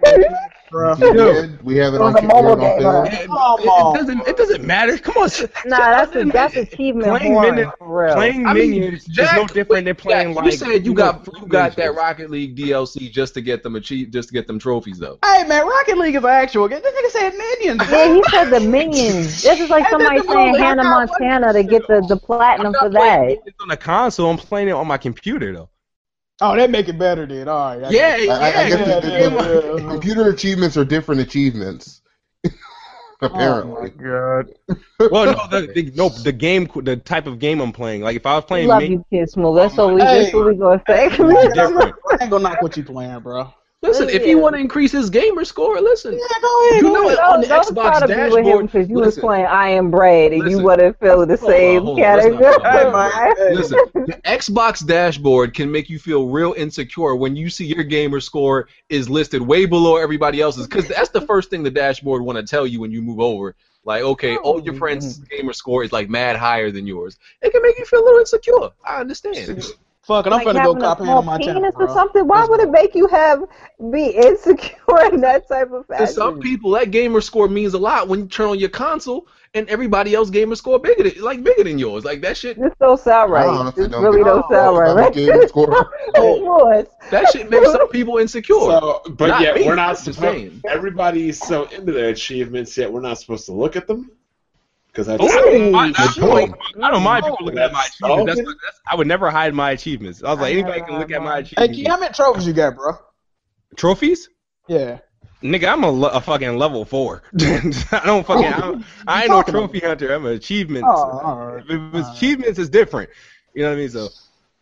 Speaker 6: Bro,
Speaker 5: We did. We have it
Speaker 7: It was
Speaker 5: on
Speaker 7: a
Speaker 5: we
Speaker 7: mobile
Speaker 5: have it on
Speaker 7: game,
Speaker 5: film.
Speaker 7: huh?
Speaker 4: it,
Speaker 6: Come
Speaker 4: it- it
Speaker 6: on.
Speaker 4: doesn't. It doesn't matter. Come on. shut-
Speaker 2: Nah,
Speaker 4: shut
Speaker 2: that's
Speaker 4: up and-
Speaker 2: that's achievement
Speaker 4: playing
Speaker 2: whoring,
Speaker 4: minion-
Speaker 2: for real.
Speaker 4: playing
Speaker 3: I mean,
Speaker 4: minions is
Speaker 3: Jack,
Speaker 4: no different than playing
Speaker 3: Yeah,
Speaker 4: like.
Speaker 3: you said you
Speaker 4: know,
Speaker 3: got you got that
Speaker 4: minions.
Speaker 3: Rocket League DLC just to get them achieve just to get them trophies though.
Speaker 6: Hey man, Rocket League is an actual game. This nigga said Minions.
Speaker 2: Yeah, he said the minions. This is like
Speaker 6: I said
Speaker 2: somebody
Speaker 6: the
Speaker 2: saying
Speaker 6: minions. I
Speaker 2: Hannah
Speaker 6: got one
Speaker 2: Montana to get the, the platinum for
Speaker 3: I'm not
Speaker 2: that.
Speaker 3: playing
Speaker 4: It's on the console. I'm playing it on my computer though.
Speaker 6: Oh, that make it better then. All right. I
Speaker 4: Yeah,
Speaker 6: got-
Speaker 4: yeah.
Speaker 5: I, I guess
Speaker 6: yeah,
Speaker 5: the,
Speaker 6: yeah,
Speaker 5: the-
Speaker 6: yeah.
Speaker 5: computer achievements are different achievements.
Speaker 6: Oh my
Speaker 5: Apparently,
Speaker 6: god.
Speaker 4: well, no, the, the no the game the type of game I'm playing. Like if I was
Speaker 2: We
Speaker 4: playing
Speaker 2: love
Speaker 4: minions,
Speaker 2: you, Kid Smooth. That's what we that's
Speaker 6: Hey.
Speaker 2: what we gonna say.
Speaker 6: Nigga, I'm
Speaker 4: different.
Speaker 6: not- I ain't gonna knock what you playing, bro.
Speaker 3: Listen, if you
Speaker 2: Yeah.
Speaker 3: want to increase his gamer score, listen.
Speaker 6: Yeah, go ahead.
Speaker 3: You
Speaker 6: go
Speaker 3: know
Speaker 6: ahead.
Speaker 3: it.
Speaker 2: Don't,
Speaker 3: on the
Speaker 2: don't try
Speaker 3: Xbox
Speaker 2: to be with him
Speaker 3: dashboard,
Speaker 2: because you was
Speaker 3: listen.
Speaker 2: playing I Am Brad and you
Speaker 3: Listen.
Speaker 2: wouldn't feel the
Speaker 3: Hold on,
Speaker 2: same
Speaker 3: hold on, let's
Speaker 2: category.
Speaker 3: not talk about
Speaker 6: Hey, man.
Speaker 3: Listen, the Xbox dashboard can make you feel real insecure when you see your gamer score is listed way below everybody else's because that's the first thing the dashboard want to tell you when you move over. Like, okay, all your friends' gamer score is like mad higher than yours. It can make you feel a little insecure. I understand.
Speaker 6: Fuck it, I'm
Speaker 2: Like
Speaker 6: finna go
Speaker 2: having a
Speaker 6: cop hand
Speaker 2: small
Speaker 6: on my
Speaker 2: penis
Speaker 6: channel.
Speaker 2: or
Speaker 6: bro.
Speaker 2: something. Why would it make you have be insecure in that type of
Speaker 14: To
Speaker 2: fashion?
Speaker 14: some people, that gamer score means a lot when you turn on your console and everybody else gamer score bigger than like bigger than yours. Like that shit.
Speaker 2: This don't sound right.
Speaker 14: honestly
Speaker 2: This
Speaker 14: don't
Speaker 2: really
Speaker 14: get
Speaker 2: don't
Speaker 14: it.
Speaker 2: sound right. right?
Speaker 14: Gamer score.
Speaker 2: Yours.
Speaker 14: That shit makes some people insecure.
Speaker 1: So, but
Speaker 14: Not
Speaker 1: yet
Speaker 14: me.
Speaker 1: we're not
Speaker 14: Just saying.
Speaker 1: supposed. Everybody's so into their achievements, yet we're not supposed to look at them because that's.
Speaker 4: Oh, I don't mind- I don't mind- I don't mind
Speaker 1: Oh,
Speaker 4: people looking at my
Speaker 1: that's
Speaker 4: achievements. That's,
Speaker 1: okay.
Speaker 4: not- that's, I would never hide my achievements. I was like,
Speaker 6: I
Speaker 4: anybody
Speaker 6: never
Speaker 4: can look
Speaker 6: hide
Speaker 4: at my
Speaker 6: mine.
Speaker 4: achievements.
Speaker 6: Hey, Key, how many trophies you got, bro?
Speaker 4: Trophies?
Speaker 6: Yeah.
Speaker 4: Nigga, I'm a, le- a fucking level four. I don't fucking. I,
Speaker 6: Oh,
Speaker 4: don't, I ain't no trophy hunter. I'm an achievement.
Speaker 2: Oh, all
Speaker 4: if it was achievements, it's different. You know what I mean? So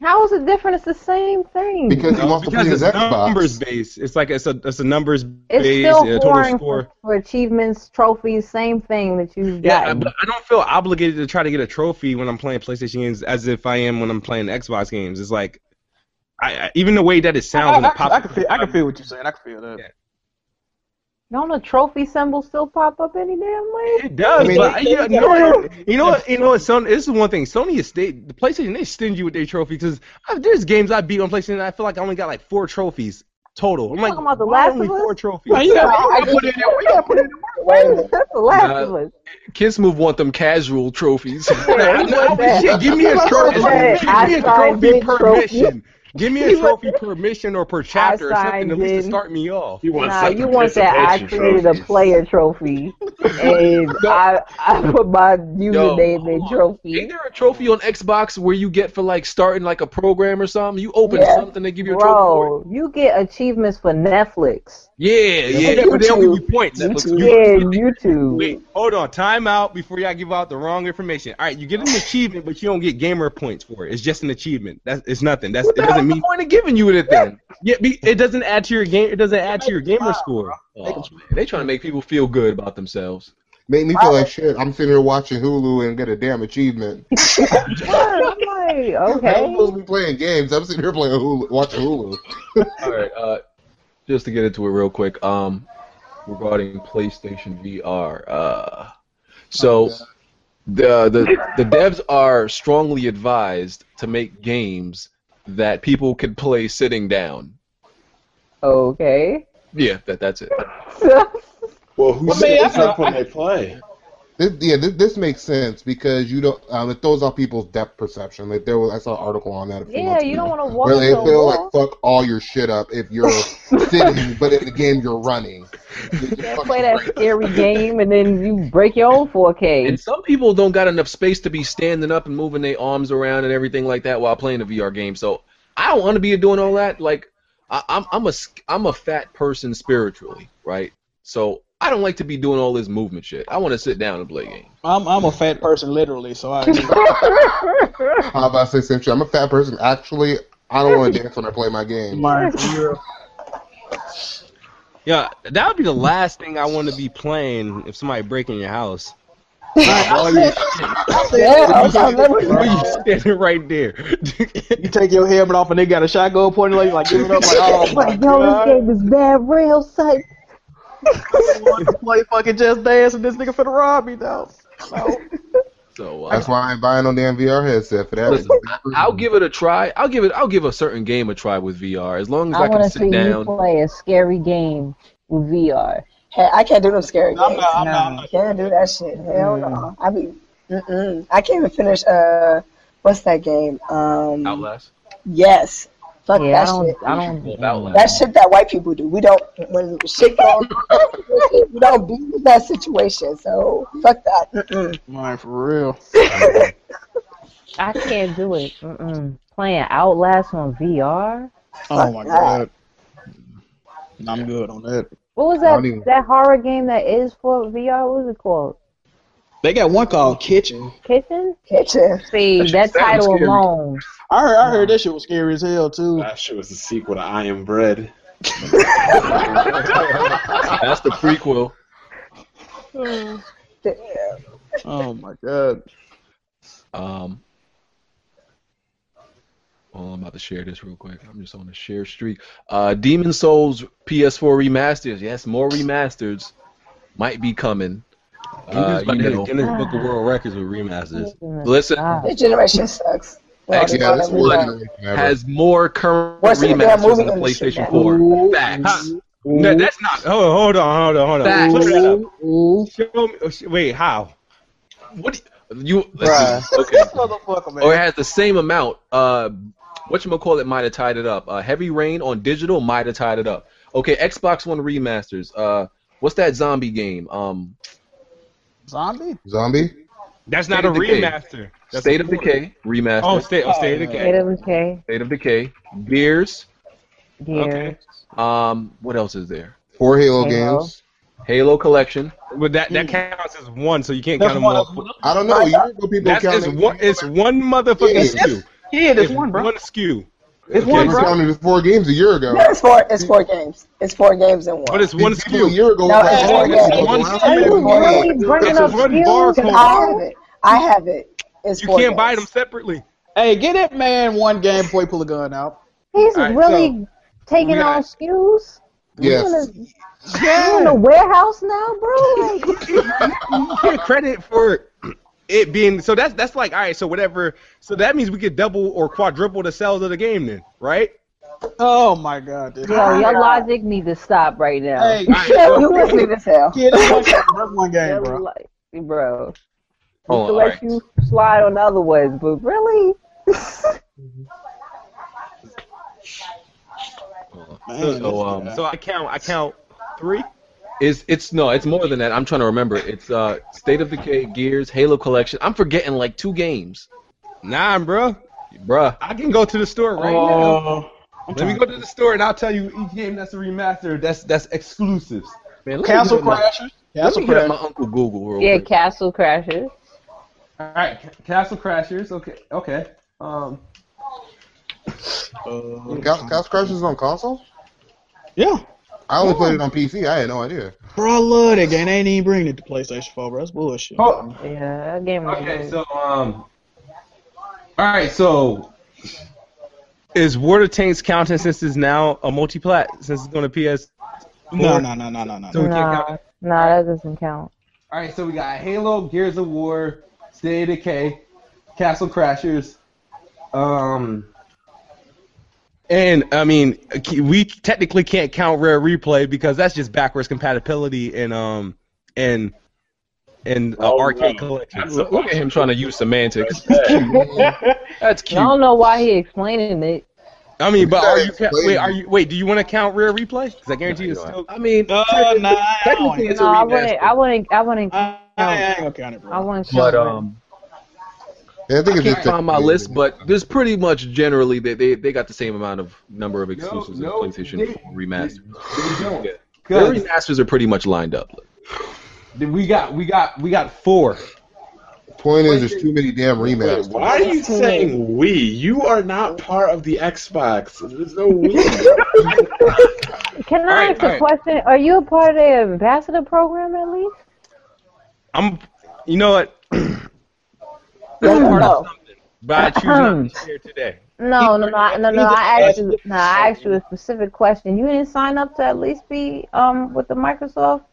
Speaker 2: How is it different? It's the same thing.
Speaker 4: No, because it's numbers based. It's like it's a it's a numbers
Speaker 2: it's
Speaker 4: based
Speaker 2: still
Speaker 4: uh, total
Speaker 2: boring
Speaker 4: score.
Speaker 2: for, for achievements, trophies, same thing that you've
Speaker 4: Yeah, I-
Speaker 2: gotten.
Speaker 4: but I don't feel obligated to try to get a trophy when I'm playing PlayStation games as if I am when I'm playing Xbox games. It's like, I, I even the way that it sounds and
Speaker 6: I,
Speaker 4: it
Speaker 6: I,
Speaker 4: pops.
Speaker 6: I, can feel, I can feel what you're saying. I can feel that.
Speaker 2: Don't a trophy symbol still pop up any damn way?
Speaker 4: It does,
Speaker 6: I mean,
Speaker 4: but
Speaker 6: they-
Speaker 4: you know,
Speaker 6: they-
Speaker 4: you know what- you know what? You know what? Son, this is one thing. Sony is they, the PlayStation. They stingy with their trophies because there's games I beat on PlayStation. And I feel like I only got like four trophies total. I'm like,
Speaker 2: Talking about the
Speaker 4: why
Speaker 2: Last
Speaker 4: only
Speaker 2: of Us?
Speaker 4: four trophies?
Speaker 2: Well, you gotta-
Speaker 4: I put in that- you gotta put in
Speaker 2: Wait a minute, that's the last
Speaker 14: Nah,
Speaker 2: of us.
Speaker 14: Kids move want them casual trophies.
Speaker 4: I know, but shit, give me a trophy.
Speaker 2: Hey, I
Speaker 4: Give me a
Speaker 2: signed
Speaker 4: trophy
Speaker 2: this trophy.
Speaker 4: permission. Give me a trophy permission or per chapter or something
Speaker 2: signed
Speaker 4: at least
Speaker 2: this.
Speaker 4: to start me off.
Speaker 2: Nah, you want that I created a player trophy and I I put my username in trophy.
Speaker 14: Ain't there a trophy on Xbox where you get for like starting like a program or something? You open
Speaker 2: Yeah.
Speaker 14: something, they give you a trophy. for it.
Speaker 2: Bro, you get achievements for Netflix.
Speaker 14: Yeah, yeah,
Speaker 2: Yeah,
Speaker 4: but they don't
Speaker 2: YouTube.
Speaker 4: give you points.
Speaker 2: Yeah, YouTube.
Speaker 4: Wait, hold on. Time out before y'all give out the wrong information. All right, you get an achievement, but you don't get gamer points for it. It's just an achievement. That's it's nothing. That's it doesn't mean.
Speaker 14: point of giving you it then?
Speaker 4: Yeah, be, it doesn't add to your game. It doesn't add to your gamer score.
Speaker 14: Oh, man, they trying to make people feel good about themselves.
Speaker 5: Make me feel like shit. I'm sitting here watching Hulu and get a damn achievement.
Speaker 2: Why?
Speaker 5: I'm
Speaker 2: okay.
Speaker 5: supposed to be playing games. I'm sitting here playing Hulu, watching Hulu.
Speaker 14: All right, uh, just to get into it real quick, um, regarding PlayStation VR, uh, so the the the devs are strongly advised to make games that people could play sitting down.
Speaker 2: Okay.
Speaker 14: Yeah, that that's it.
Speaker 1: Well, who
Speaker 5: Well, man,
Speaker 1: sits
Speaker 5: I-
Speaker 1: up when they play?
Speaker 5: This, yeah, this, this makes sense because you don't. Um, it throws off people's depth perception. Like there was, I saw an article on that. a few
Speaker 2: Yeah,
Speaker 5: months
Speaker 2: you
Speaker 5: ago.
Speaker 2: don't want to walk
Speaker 5: Where they
Speaker 2: into a
Speaker 5: feel
Speaker 2: wall.
Speaker 5: like fuck all your shit up if you're sitting, but in the game you're running.
Speaker 2: Can't play that scary game and then you break your own 4K.
Speaker 14: And some people don't got enough space to be standing up and moving their arms around and everything like that while playing a VR game. So I don't want to be doing all that. Like I, I'm I'm a sk- I'm a fat person spiritually, right? So I don't like to be doing all this movement shit. I want to sit down and play games.
Speaker 6: I'm I'm a fat person literally, so I.
Speaker 5: How about I say same shit? I'm a fat person. Actually, I don't want to dance when I play my game.
Speaker 4: Yeah, that would be the last thing I want to be playing if somebody breaking your house.
Speaker 6: you
Speaker 4: standing right there.
Speaker 6: take your helmet off and they got a shotgun pointing like like give it up like oh my
Speaker 2: like, yo,
Speaker 6: god.
Speaker 2: this game is bad real sight.
Speaker 6: Play fucking just dance and this nigga finna rob me though.
Speaker 14: So uh,
Speaker 5: That's why I ain't buying no damn VR headset for that.
Speaker 14: Listen, I'll give it a try. I'll give it. I'll give a certain game a try with VR as long as I,
Speaker 2: I want
Speaker 14: can
Speaker 2: to see
Speaker 14: sit
Speaker 2: you
Speaker 14: down.
Speaker 2: play a scary game with VR.
Speaker 7: Hey, I can't do them scary games.
Speaker 2: I'm not- I'm not- I'm
Speaker 7: I can't do that shit. Hell
Speaker 2: Mm.
Speaker 7: no. I be, mm-mm. I can't even finish. Uh, what's that game? Um,
Speaker 14: Outlast.
Speaker 7: Yes. Fuck
Speaker 2: Yeah, I
Speaker 7: that
Speaker 2: don't-
Speaker 7: shit.
Speaker 2: I don't-
Speaker 14: Well, Outlast.
Speaker 7: That shit that white people do. We don't when shit goes. we don't be with that situation. So fuck that. Mm-mm.
Speaker 6: Mine for real.
Speaker 2: I can't do it. Mm-mm. Playing Outlast on VR?
Speaker 6: Oh my god. I'm good on that.
Speaker 2: What was
Speaker 6: I
Speaker 2: that
Speaker 6: don't even-
Speaker 2: that horror game that is for VR? What was it called?
Speaker 6: They got one called Kitchen.
Speaker 2: Kitchen?
Speaker 7: Kitchen.
Speaker 2: See, that, title alone.
Speaker 6: I heard, I heard that shit was scary as hell too.
Speaker 1: That shit was the sequel to I Am Bread.
Speaker 14: That's the prequel.
Speaker 6: Oh my god.
Speaker 14: Um. Well, I'm about to share this real quick. I'm just on a share streak. Uh, Demon Souls PS4 remasters. Yes, more remasters might be coming.
Speaker 4: Demon Souls
Speaker 14: you
Speaker 1: Uh,
Speaker 4: might hit
Speaker 14: know.
Speaker 4: Guinness Book of World Records with remasters.
Speaker 14: Listen,
Speaker 7: This generation sucks.
Speaker 5: Well, yeah,
Speaker 4: Xbox
Speaker 5: that's
Speaker 4: One
Speaker 5: worse than ever.
Speaker 4: has more current
Speaker 5: What's the damn
Speaker 4: remasters
Speaker 5: movie
Speaker 4: than the
Speaker 5: industry
Speaker 4: PlayStation
Speaker 5: now?
Speaker 4: 4. Facts.
Speaker 3: No, that's not. Hold on, Oh, hold on, hold on, hold on.
Speaker 4: Facts.
Speaker 3: Flip it up. Show me, oh, sh- wait, how?
Speaker 4: What you? Let's see. Okay. Or it has the same amount. Uh, whatchamacallit might have tied it up. Uh, Heavy Rain on digital might have tied it up. Okay, Xbox One remasters. Uh, what's that zombie game? Um,
Speaker 6: Zombie?
Speaker 5: Zombie?
Speaker 3: That's not a remaster. That's
Speaker 4: State
Speaker 3: a
Speaker 4: of
Speaker 3: port.
Speaker 4: Decay remaster.
Speaker 3: Oh, State- oh, State of Decay. State
Speaker 2: of Decay.
Speaker 4: State of Decay. Gears.
Speaker 2: Gears.
Speaker 4: Um, what else is there?
Speaker 5: Four
Speaker 4: Halo Halo. games. Halo Collection.
Speaker 3: But that that counts as one, so you can't
Speaker 4: That's
Speaker 3: count them
Speaker 4: one
Speaker 3: all.
Speaker 5: I don't know. Europe people
Speaker 3: That's,
Speaker 5: count
Speaker 3: it's
Speaker 5: it-
Speaker 3: one. It's one motherfucking
Speaker 5: Yeah.
Speaker 3: skew.
Speaker 7: Yeah,
Speaker 3: there's one, bro. One skew. It's
Speaker 5: Okay, you counted it four games a year ago.
Speaker 7: No, it's four. It's four games. It's four games in one.
Speaker 3: But it's one
Speaker 5: People a year ago,
Speaker 7: No,
Speaker 5: was like,
Speaker 7: it's
Speaker 5: oh,
Speaker 7: one
Speaker 5: this is
Speaker 7: game.
Speaker 5: going
Speaker 7: It's one
Speaker 5: around. It's
Speaker 7: game.
Speaker 5: one
Speaker 7: It's
Speaker 5: game.
Speaker 7: one barcode. I have it. I have it. It's
Speaker 3: You
Speaker 7: four
Speaker 3: can't
Speaker 7: games.
Speaker 3: buy them separately.
Speaker 6: Hey, get that man one game before he pull a gun out.
Speaker 2: He's
Speaker 6: All right,
Speaker 2: really taking
Speaker 6: we got-
Speaker 2: on skews.
Speaker 6: Yes.
Speaker 2: You in, a, you in a warehouse now, bro? Like,
Speaker 3: You get credit for it being so. That's that's like all right. So whatever. So that means we could double or quadruple the sales of the game then, right?
Speaker 6: Oh my god. dude.
Speaker 2: yo, your logic need to stop right now.
Speaker 6: Hey, yo,
Speaker 2: you listening as hell.
Speaker 6: Get that one game, that's one game, bro.
Speaker 2: bro.
Speaker 4: Hold
Speaker 2: to
Speaker 4: on,
Speaker 2: let
Speaker 4: alright.
Speaker 2: you slide on the other ways, but really?
Speaker 4: So, um,
Speaker 3: So I count. I count three.
Speaker 4: Is it's no, it's more than that. I'm trying to remember. It's uh, State of Decay, Gears, Halo Collection. I'm forgetting like two games.
Speaker 3: Nah, bro.
Speaker 4: Bruh.
Speaker 3: I can go to the store right
Speaker 4: Oh.
Speaker 3: now. Let me go to the store and I'll tell you each game that's a remaster. That's that's exclusives.
Speaker 4: Man,
Speaker 6: Castle
Speaker 3: Crashers.
Speaker 4: Let me get at my uncle Google real
Speaker 2: Yeah,
Speaker 4: quick.
Speaker 2: Castle Crashers.
Speaker 3: All right, Ca- Castle Crashers. Okay, okay. Um,
Speaker 4: uh,
Speaker 5: Castle Crashers is on console?
Speaker 6: Yeah.
Speaker 5: I only played it on PC. I had no idea.
Speaker 6: Bro, I love that game. They ain't even bringing it to PlayStation 4, bro. That's bullshit.
Speaker 3: Oh.
Speaker 2: Yeah, that game
Speaker 3: okay, so um, all right, so is Water Tanks counting since it's now a multi-plat since it's going to PS?
Speaker 6: No, no, no, no, no, no.
Speaker 3: So we can't count.
Speaker 2: Nah, nah, that doesn't count.
Speaker 3: All right, so we got Halo, Gears of War, State of Decay, Castle Crashers, um, and I mean we technically can't count Rare Replay because that's just backwards compatibility and um and and uh, arcade collection.
Speaker 4: Look, look at him trying to use semantics.
Speaker 3: That's
Speaker 2: I don't know why he explaining it.
Speaker 3: I mean, but are you ca-
Speaker 2: Explain.
Speaker 3: wait? Are you wait? Do you want to count Rare Replay? Because I guarantee you, it's still.
Speaker 4: I mean,
Speaker 3: technically,
Speaker 6: nah,
Speaker 3: technically it's a
Speaker 2: No, I
Speaker 3: remaster.
Speaker 2: wouldn't. I wouldn't. I wouldn't.
Speaker 6: I ain't gonna count it, bro.
Speaker 2: I wouldn't.
Speaker 4: But
Speaker 2: count it.
Speaker 4: um,
Speaker 5: Yeah, I think
Speaker 4: I
Speaker 5: it's
Speaker 4: can't
Speaker 5: just
Speaker 4: find my
Speaker 5: technically-
Speaker 4: list, but there's pretty much generally they, they, they got the same amount of number of exclusives in
Speaker 3: no,
Speaker 4: PlayStation
Speaker 3: they-
Speaker 4: 4 remasters.
Speaker 3: They don't.
Speaker 4: Their
Speaker 3: 'Cause
Speaker 4: remasters are pretty much lined up.
Speaker 3: we got we got we got four.
Speaker 5: Point is, there's too many damn remasters.
Speaker 1: Why are you saying we? You are not part of the Xbox. There's no we.
Speaker 2: Can I
Speaker 3: right,
Speaker 2: ask a
Speaker 3: all right.
Speaker 2: question? Are you a part of the ambassador program at least?
Speaker 3: I'm. You know what? I'm part of something, but I choose not to share today.
Speaker 2: No, no, no, I- no, no.
Speaker 3: either
Speaker 2: I asked you.
Speaker 3: question.
Speaker 2: No, I asked you a specific question. You didn't sign up to at least be um with the Microsoft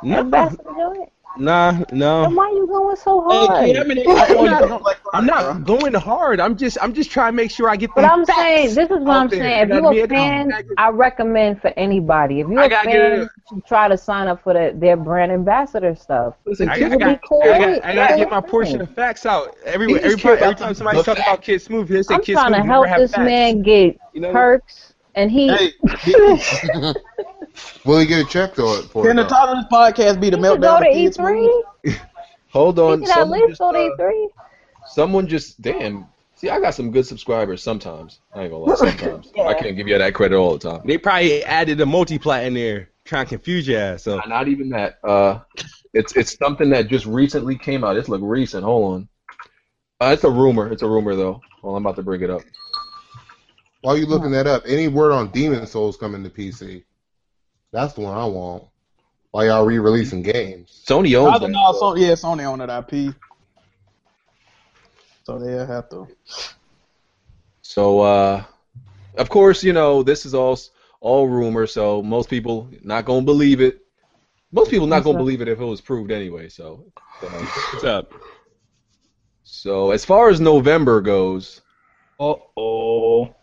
Speaker 4: Hmm?
Speaker 3: No,
Speaker 2: ambassador joint.
Speaker 3: nah,
Speaker 2: Then
Speaker 3: no.
Speaker 2: why you going so
Speaker 3: Hey,
Speaker 2: hard?
Speaker 3: Kid, I'm, an- I'm not, I'm not going hard. I'm just I'm just trying to make sure I get.
Speaker 2: But
Speaker 3: them
Speaker 2: I'm
Speaker 3: facts
Speaker 2: saying, this is what
Speaker 3: out
Speaker 2: I'm
Speaker 3: there.
Speaker 2: saying. If
Speaker 3: You know what I
Speaker 2: you're a
Speaker 3: mean?
Speaker 2: fan, I recommend for anybody. If you're
Speaker 3: I
Speaker 2: a
Speaker 3: gotta get
Speaker 2: fan,
Speaker 3: it.
Speaker 2: you should try to sign up for the, their brand ambassador stuff.
Speaker 4: Listen,
Speaker 3: I, I,
Speaker 2: People be
Speaker 3: got,
Speaker 2: cool
Speaker 3: I,
Speaker 2: with
Speaker 3: got, I gotta
Speaker 2: it.
Speaker 3: get my portion of facts out. Every,
Speaker 4: He
Speaker 3: every,
Speaker 4: just
Speaker 3: every,
Speaker 4: care about
Speaker 3: time
Speaker 4: the-
Speaker 3: somebody's
Speaker 4: the
Speaker 3: talking about Kid Smooth, they say
Speaker 2: I'm
Speaker 3: Kid
Speaker 2: trying
Speaker 3: Smooth
Speaker 2: to
Speaker 3: never
Speaker 2: help
Speaker 3: have
Speaker 2: this
Speaker 3: facts.
Speaker 2: man get
Speaker 3: You know-
Speaker 2: perks, and he
Speaker 6: Hey,
Speaker 5: Will he get a check though? For
Speaker 6: Can the
Speaker 5: it, though?
Speaker 6: title of this podcast be the meltdown
Speaker 2: should go
Speaker 6: of
Speaker 2: to E
Speaker 6: kids?
Speaker 2: E3.
Speaker 4: Hold
Speaker 2: He
Speaker 4: on,
Speaker 2: should at
Speaker 4: someone
Speaker 2: least
Speaker 4: just,
Speaker 2: go to E
Speaker 4: uh,
Speaker 2: E3.
Speaker 4: someone just damn. See, I got some good subscribers sometimes. I ain't gonna lie, sometimes I can't give you that credit all the time.
Speaker 3: They probably added a multiplat in there, trying to confuse your ass. So
Speaker 4: Nah, Not even that. Uh, it's it's something that just recently came out. It's like recent. Hold on. Uh, it's a rumor. It's a rumor though. Well, I'm about to bring it up.
Speaker 5: While you looking that up, any word on Demon Souls coming to PC? That's the one I want. While y'all re-releasing games,
Speaker 4: Sony
Speaker 6: I
Speaker 4: owns
Speaker 6: don't
Speaker 4: that.
Speaker 6: know. Sony, yeah, Sony owned that IP. So they'll have to.
Speaker 4: So, uh, of course, you know this is all all rumor. So most people not gonna believe it. Most people not gonna believe it if it was proved anyway. So, uh,
Speaker 3: what's up?
Speaker 4: So as far as November goes,
Speaker 1: uh oh,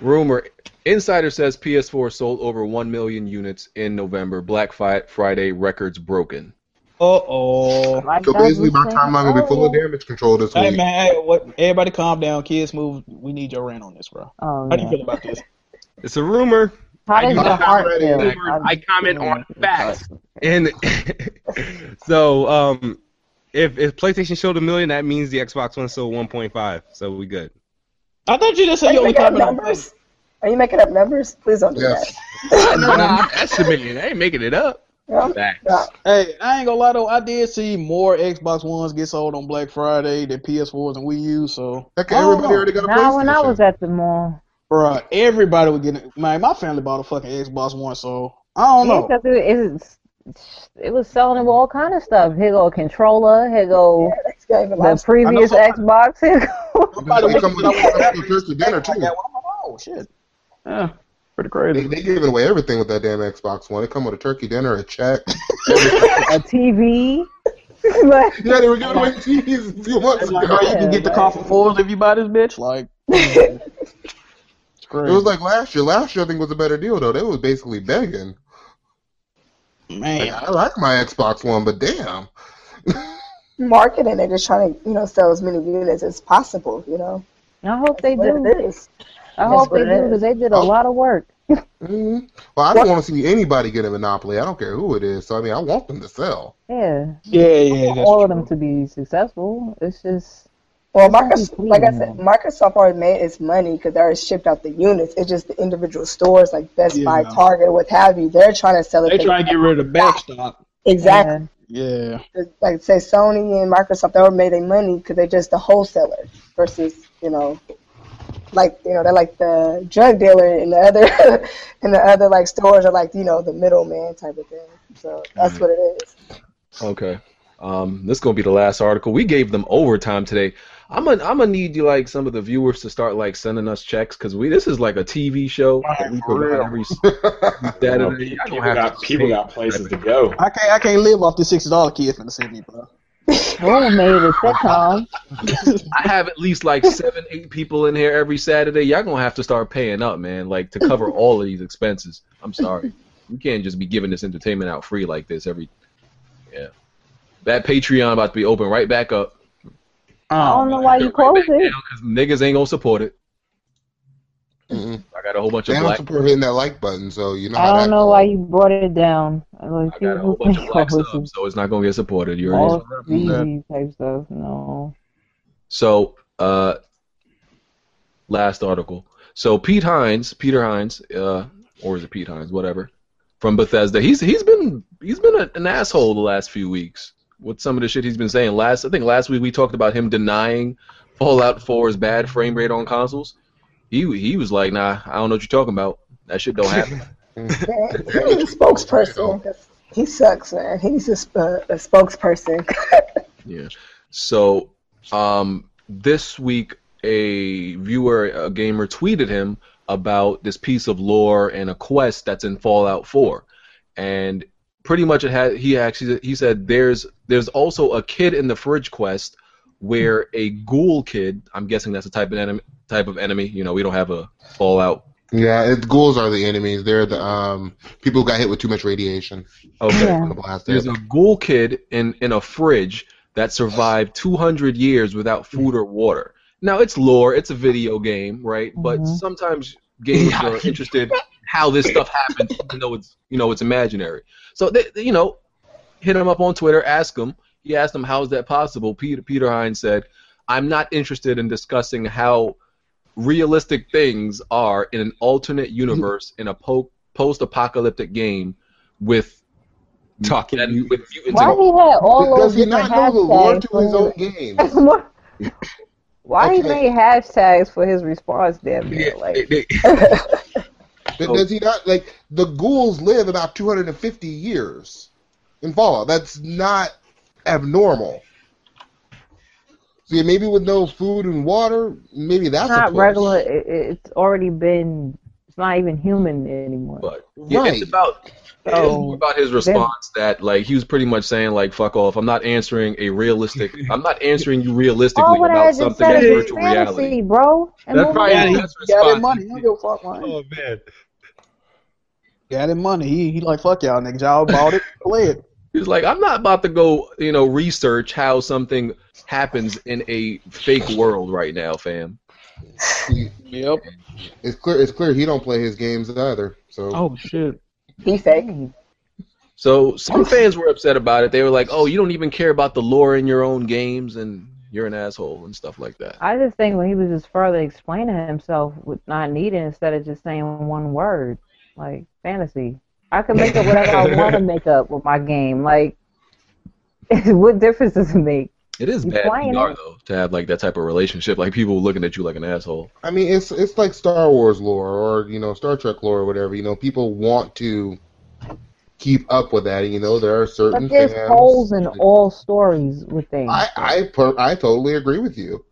Speaker 4: rumor insider says PS4 sold over 1 million units in November. Black Fi- Friday records broken.
Speaker 1: Uh oh.
Speaker 5: so basically, my timeline will be full of damage control this
Speaker 1: Hey
Speaker 5: week.
Speaker 1: man, hey, what? Everybody, calm down. Kids, move. We need your rant on this, bro.
Speaker 2: Oh,
Speaker 1: How do you feel about this?
Speaker 4: It's a rumor.
Speaker 2: How does
Speaker 4: I do
Speaker 2: your
Speaker 4: not
Speaker 2: heart
Speaker 4: read
Speaker 2: feel?
Speaker 4: rumors.
Speaker 2: I'm
Speaker 4: I comment on
Speaker 15: facts.
Speaker 4: And
Speaker 15: so, um, if if PlayStation showed a million, that means the Xbox One sold 1.5. So we good.
Speaker 1: I thought you just
Speaker 7: Are
Speaker 1: said
Speaker 7: you
Speaker 1: you only
Speaker 7: making up
Speaker 1: comment on
Speaker 7: numbers? Are you making up numbers? Please don't do
Speaker 4: I'm estimating. I ain't making it up.
Speaker 7: that.
Speaker 4: Facts.
Speaker 6: Hey, I ain't gonna lie though. I did see more Xbox Ones get sold on Black Friday than PS4s and Wii U. So
Speaker 5: okay,
Speaker 2: everybody already got a Now, when I PlayStation. was at the mall.
Speaker 6: Bruh, everybody would get it. Man, my family bought a fucking Xbox One, so I don't know.
Speaker 2: because it, it's- it was selling them all kind of stuff. Here go a controller. Here go the previous
Speaker 6: I know
Speaker 2: Xbox. Here go
Speaker 5: Somebody come with a church to dinner too.
Speaker 6: Oh shit.
Speaker 1: Yeah, pretty crazy.
Speaker 5: They, they giving away everything with that damn Xbox One. It come with a turkey dinner, a check.
Speaker 2: a TV.
Speaker 5: yeah, they were giving away TVs a few months ago.
Speaker 6: Like, bro, you can get the car for fours if you buy this bitch. Like,
Speaker 5: It was like last year. Last year, I think was a better deal though. They was basically begging.
Speaker 6: Man,
Speaker 5: I like my Xbox One, but damn.
Speaker 7: Marketing, they're just trying to, you know, sell as many units as possible, you know.
Speaker 2: I hope they
Speaker 7: That's
Speaker 2: do.
Speaker 7: what it is.
Speaker 2: I
Speaker 7: That's
Speaker 2: hope
Speaker 7: what
Speaker 2: they
Speaker 7: it
Speaker 2: do
Speaker 7: is.
Speaker 2: because they did a lot of work.
Speaker 5: Mhm. Well, I don't want to see anybody get a monopoly. I don't care who it is. So I mean, I want them to sell.
Speaker 2: Yeah.
Speaker 1: Yeah, yeah,
Speaker 2: I want
Speaker 1: that's
Speaker 2: all of them to be successful. It's just
Speaker 7: Well,
Speaker 2: it's not
Speaker 7: Microsoft, like I
Speaker 2: misleading
Speaker 7: said,
Speaker 2: them.
Speaker 7: Microsoft already made its money because they already shipped out the units. It's just the individual stores like Best
Speaker 6: Yeah.
Speaker 7: Buy, Target, what have you. They're trying to sell it.
Speaker 6: they try to get rid of the backstop.
Speaker 7: exactly.
Speaker 6: Yeah.
Speaker 7: Like say Sony and Microsoft, they already made their money because they're just the wholesaler versus you know, like you know they're like the drug dealer and the other and the other like stores are like you know the middleman type of thing. So that's
Speaker 6: Mm-hmm.
Speaker 7: what it is.
Speaker 4: Okay. Um, this is gonna be the last article. We gave them overtime today. I'm gonna I'm gonna need you like some of the viewers to start like sending us checks because we this is like a TV show that we put on every s- Saturday. I don't
Speaker 1: People
Speaker 4: have
Speaker 1: got-
Speaker 4: to
Speaker 1: people
Speaker 4: pay
Speaker 1: got
Speaker 4: for
Speaker 1: places to
Speaker 4: that.
Speaker 1: go.
Speaker 6: I can't. I can't live off this sixty dollar kid from the city, bro.
Speaker 2: Homemade a sitcom.
Speaker 4: I have at least like seven eight people in here every Saturday. Y'all gonna have to start paying up, man. Like to cover all of these expenses. I'm sorry, we can't just be giving this entertainment out free like this every. Yeah, that Patreon about to be open right back up.
Speaker 2: I don't know why you closed it.
Speaker 4: because niggas ain't gonna support it. I got a whole bunch
Speaker 5: Mm-hmm. They
Speaker 4: of
Speaker 5: don't
Speaker 4: black.
Speaker 5: support hitting that like button, so you know.
Speaker 2: I
Speaker 5: How that
Speaker 2: don't know why you brought it down. I like
Speaker 4: I got a whole
Speaker 2: people
Speaker 4: bunch of
Speaker 2: think
Speaker 4: black
Speaker 2: all this
Speaker 4: subs, so it's not gonna get supported. You already
Speaker 2: all
Speaker 4: know.
Speaker 2: easy type stuff. No.
Speaker 4: So, uh, last article. So Pete Hines, Peter Hines, uh, or is it Pete Hines? Whatever, from Bethesda. He's he's been he's been a, an asshole the last few weeks with some of the shit he's been saying. Last I think last week we talked about him denying Fallout 4's bad frame rate on consoles. He he was like, nah, I don't know what you're talking about. That shit don't happen.
Speaker 7: Yeah, he needs a spokesperson. He sucks, man. He needs a, sp- uh, a spokesperson.
Speaker 4: Yeah. So, um, this week a viewer, a gamer, tweeted him about this piece of lore and a quest that's in Fallout 4, and pretty much it had. He actually he said there's there's also a kid in the fridge quest where a ghoul kid. I'm guessing that's a type of enemy. Type of enemy. You know, we don't have a Fallout.
Speaker 5: Yeah, it, ghouls are the enemies. They're the um people who got hit with too much radiation.
Speaker 4: Okay.
Speaker 5: From the blast
Speaker 4: There's a ghoul kid in, in a fridge that survived 200 years without food or water. Now, it's lore, it's a video game, right? But sometimes games are interested how this stuff happens, even though it's, you know, it's imaginary. So, they, they- you know, hit him up on Twitter, ask him. He asked him, how is that possible? Peter, Peter Hines said, I'm not interested in discussing how realistic things are in an alternate
Speaker 2: Mm-hmm.
Speaker 4: universe in a po- post-apocalyptic game with talking with mutants
Speaker 2: Why
Speaker 4: and-
Speaker 2: he had all those
Speaker 5: Does he
Speaker 2: different
Speaker 5: not know the lore
Speaker 2: hashtags?
Speaker 5: to his own
Speaker 2: for-
Speaker 5: game?
Speaker 2: Why he
Speaker 5: Okay.
Speaker 2: made hashtags for his response? Damn near like.
Speaker 5: Th- Does he not like the ghouls live about 250 years in Fallout? That's not abnormal. So yeah, maybe with no food and water, maybe that's
Speaker 2: It's not
Speaker 5: a push.
Speaker 2: regular. It, it- it's already been It's not even human anymore.
Speaker 4: But yeah, it's about it's
Speaker 2: Oh,
Speaker 4: more about his response that like he was pretty much saying like fuck off. I'm not answering a realistic. I'm not answering you realistically
Speaker 2: All what I
Speaker 4: about
Speaker 2: just
Speaker 4: something
Speaker 2: said
Speaker 4: that's
Speaker 2: is
Speaker 4: virtual
Speaker 2: fantasy,
Speaker 4: reality.
Speaker 2: bro. And
Speaker 4: That's
Speaker 2: move
Speaker 4: probably
Speaker 2: on.
Speaker 4: his best response.
Speaker 6: money. I don't give a fuck, man.
Speaker 3: Oh man.
Speaker 6: Got him money. He, he like fuck y'all niggas. Y'all bought it. Play it.
Speaker 4: He's like, I'm not about to go, you know, research how something happens in a fake world right now, fam.
Speaker 6: Yep.
Speaker 5: It's clear. It's clear he don't play his games either. So.
Speaker 16: Oh shit.
Speaker 7: He fake.
Speaker 4: So some fans were upset about it. They were like, "Oh, you don't even care about the lore in your own games, and you're an asshole and stuff like that."
Speaker 2: I just think when he was just further explaining himself with not needing instead of just saying one word, like fantasy. I can make up whatever I want to make up with my game. Like, what difference does it make?
Speaker 4: It is
Speaker 2: You
Speaker 4: bad
Speaker 2: playing
Speaker 4: PR
Speaker 2: it.
Speaker 4: though to have like that type of relationship, like people looking at you like an asshole.
Speaker 5: I mean, it's it's like Star Wars lore or you know Star Trek lore or whatever. You know, people want to keep up with that. You know, there are certain
Speaker 2: But there's
Speaker 5: fans.
Speaker 2: holes in all stories with things.
Speaker 5: I
Speaker 4: Mm-hmm.
Speaker 5: I, per- I totally agree with you,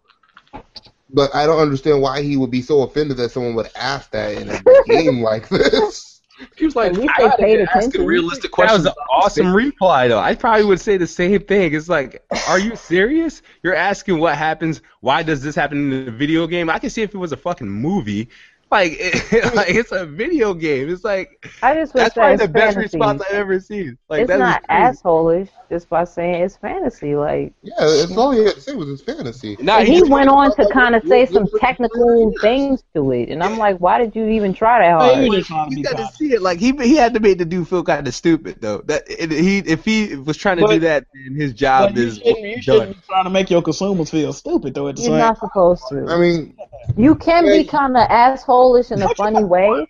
Speaker 5: but I don't understand why he would be so offended that someone would ask that in a game like this.
Speaker 4: He was like,
Speaker 2: they
Speaker 4: "I
Speaker 2: paid
Speaker 4: didn't ask the
Speaker 2: attention.
Speaker 4: realistic
Speaker 3: That
Speaker 4: questions."
Speaker 3: was an awesome reply, though. I probably would say the same thing. It's like, are you serious? You're asking what happens. Why does this happen in a video game? I can see if it was a fucking movie. Like, it, like it's a video game. It's like
Speaker 2: I just would
Speaker 3: that's
Speaker 2: say
Speaker 3: probably
Speaker 2: it's
Speaker 3: the best
Speaker 2: fantasy.
Speaker 3: response I've ever seen. Like
Speaker 2: it's
Speaker 3: that was
Speaker 2: not
Speaker 3: crazy.
Speaker 2: asshole-ish just by saying it's fantasy. Like,
Speaker 5: Yeah, it's all he had to say was his fantasy.
Speaker 3: Nah,
Speaker 2: And he went on to kind of say some technical things to it, and I'm like, why did you even try that
Speaker 3: Like,
Speaker 2: hard?
Speaker 3: you got to see it. Like he, he had to make the dude feel kind of stupid though. That it, he, if he was trying to
Speaker 16: But-
Speaker 3: do that, then his job
Speaker 16: But you
Speaker 3: is
Speaker 16: shouldn't, you
Speaker 3: done.
Speaker 16: shouldn't be trying to make your consumers feel stupid though. At the
Speaker 2: You're
Speaker 16: same,
Speaker 2: not supposed to.
Speaker 5: I mean,
Speaker 2: you can be kind of asshole-ish in a funny way.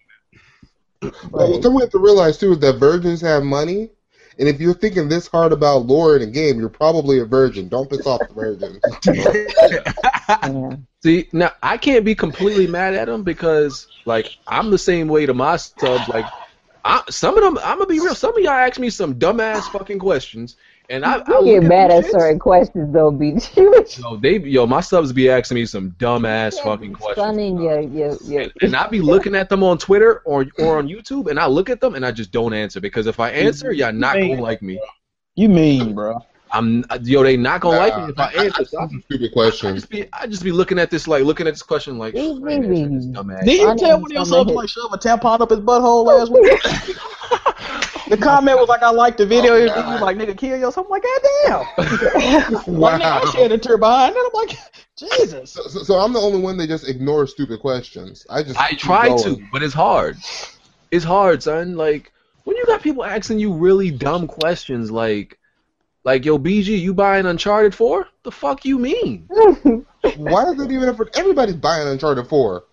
Speaker 5: Well, what we have to realize too is that virgins have money, and if you're thinking this hard about lore in a game, you're probably a virgin. Don't piss off the virgins.
Speaker 4: See, now I can't be completely mad at him because like I'm the same way to my subs. Like, I, some of them, I'm gonna be real. Some of y'all ask me some dumbass fucking questions, and I, I
Speaker 2: You
Speaker 4: look
Speaker 2: get mad
Speaker 4: them
Speaker 2: at
Speaker 4: shits.
Speaker 2: certain questions though, BG.
Speaker 4: Yo, they, yo, my subs be asking me some dumbass fucking questions.
Speaker 2: Sunning your your your
Speaker 4: and I be looking at them on Twitter or or on YouTube, and I look at them and I just don't answer because if I answer, y'all not gonna like me.
Speaker 16: you mean, bro?
Speaker 4: I'm yo, they not gonna like
Speaker 5: Nah,
Speaker 4: me if I answer. So I,
Speaker 5: Stupid questions.
Speaker 4: just be I just be looking at this like looking at this question like
Speaker 2: These
Speaker 4: "Shit, I ain't answering this
Speaker 6: Did
Speaker 4: dumbass.
Speaker 6: you tell one of your sons to like shove a tampon up his butthole last week? the comment was like, "I liked the video." he was like, "Nigga, kill yourself." I'm like, "God damn!" Like, nigga, I
Speaker 5: Wow.
Speaker 6: shared a tear behind that. I'm like, "Jesus."
Speaker 5: So, so I'm the only one that just ignores stupid questions. I just
Speaker 4: I
Speaker 5: keep
Speaker 4: try
Speaker 5: going.
Speaker 4: to, but it's hard. It's hard, son. Like when you got people asking you really dumb questions, like like yo, BG, you buying Uncharted four? The fuck you mean?
Speaker 5: Why is it even effort? Everybody's buying Uncharted Four.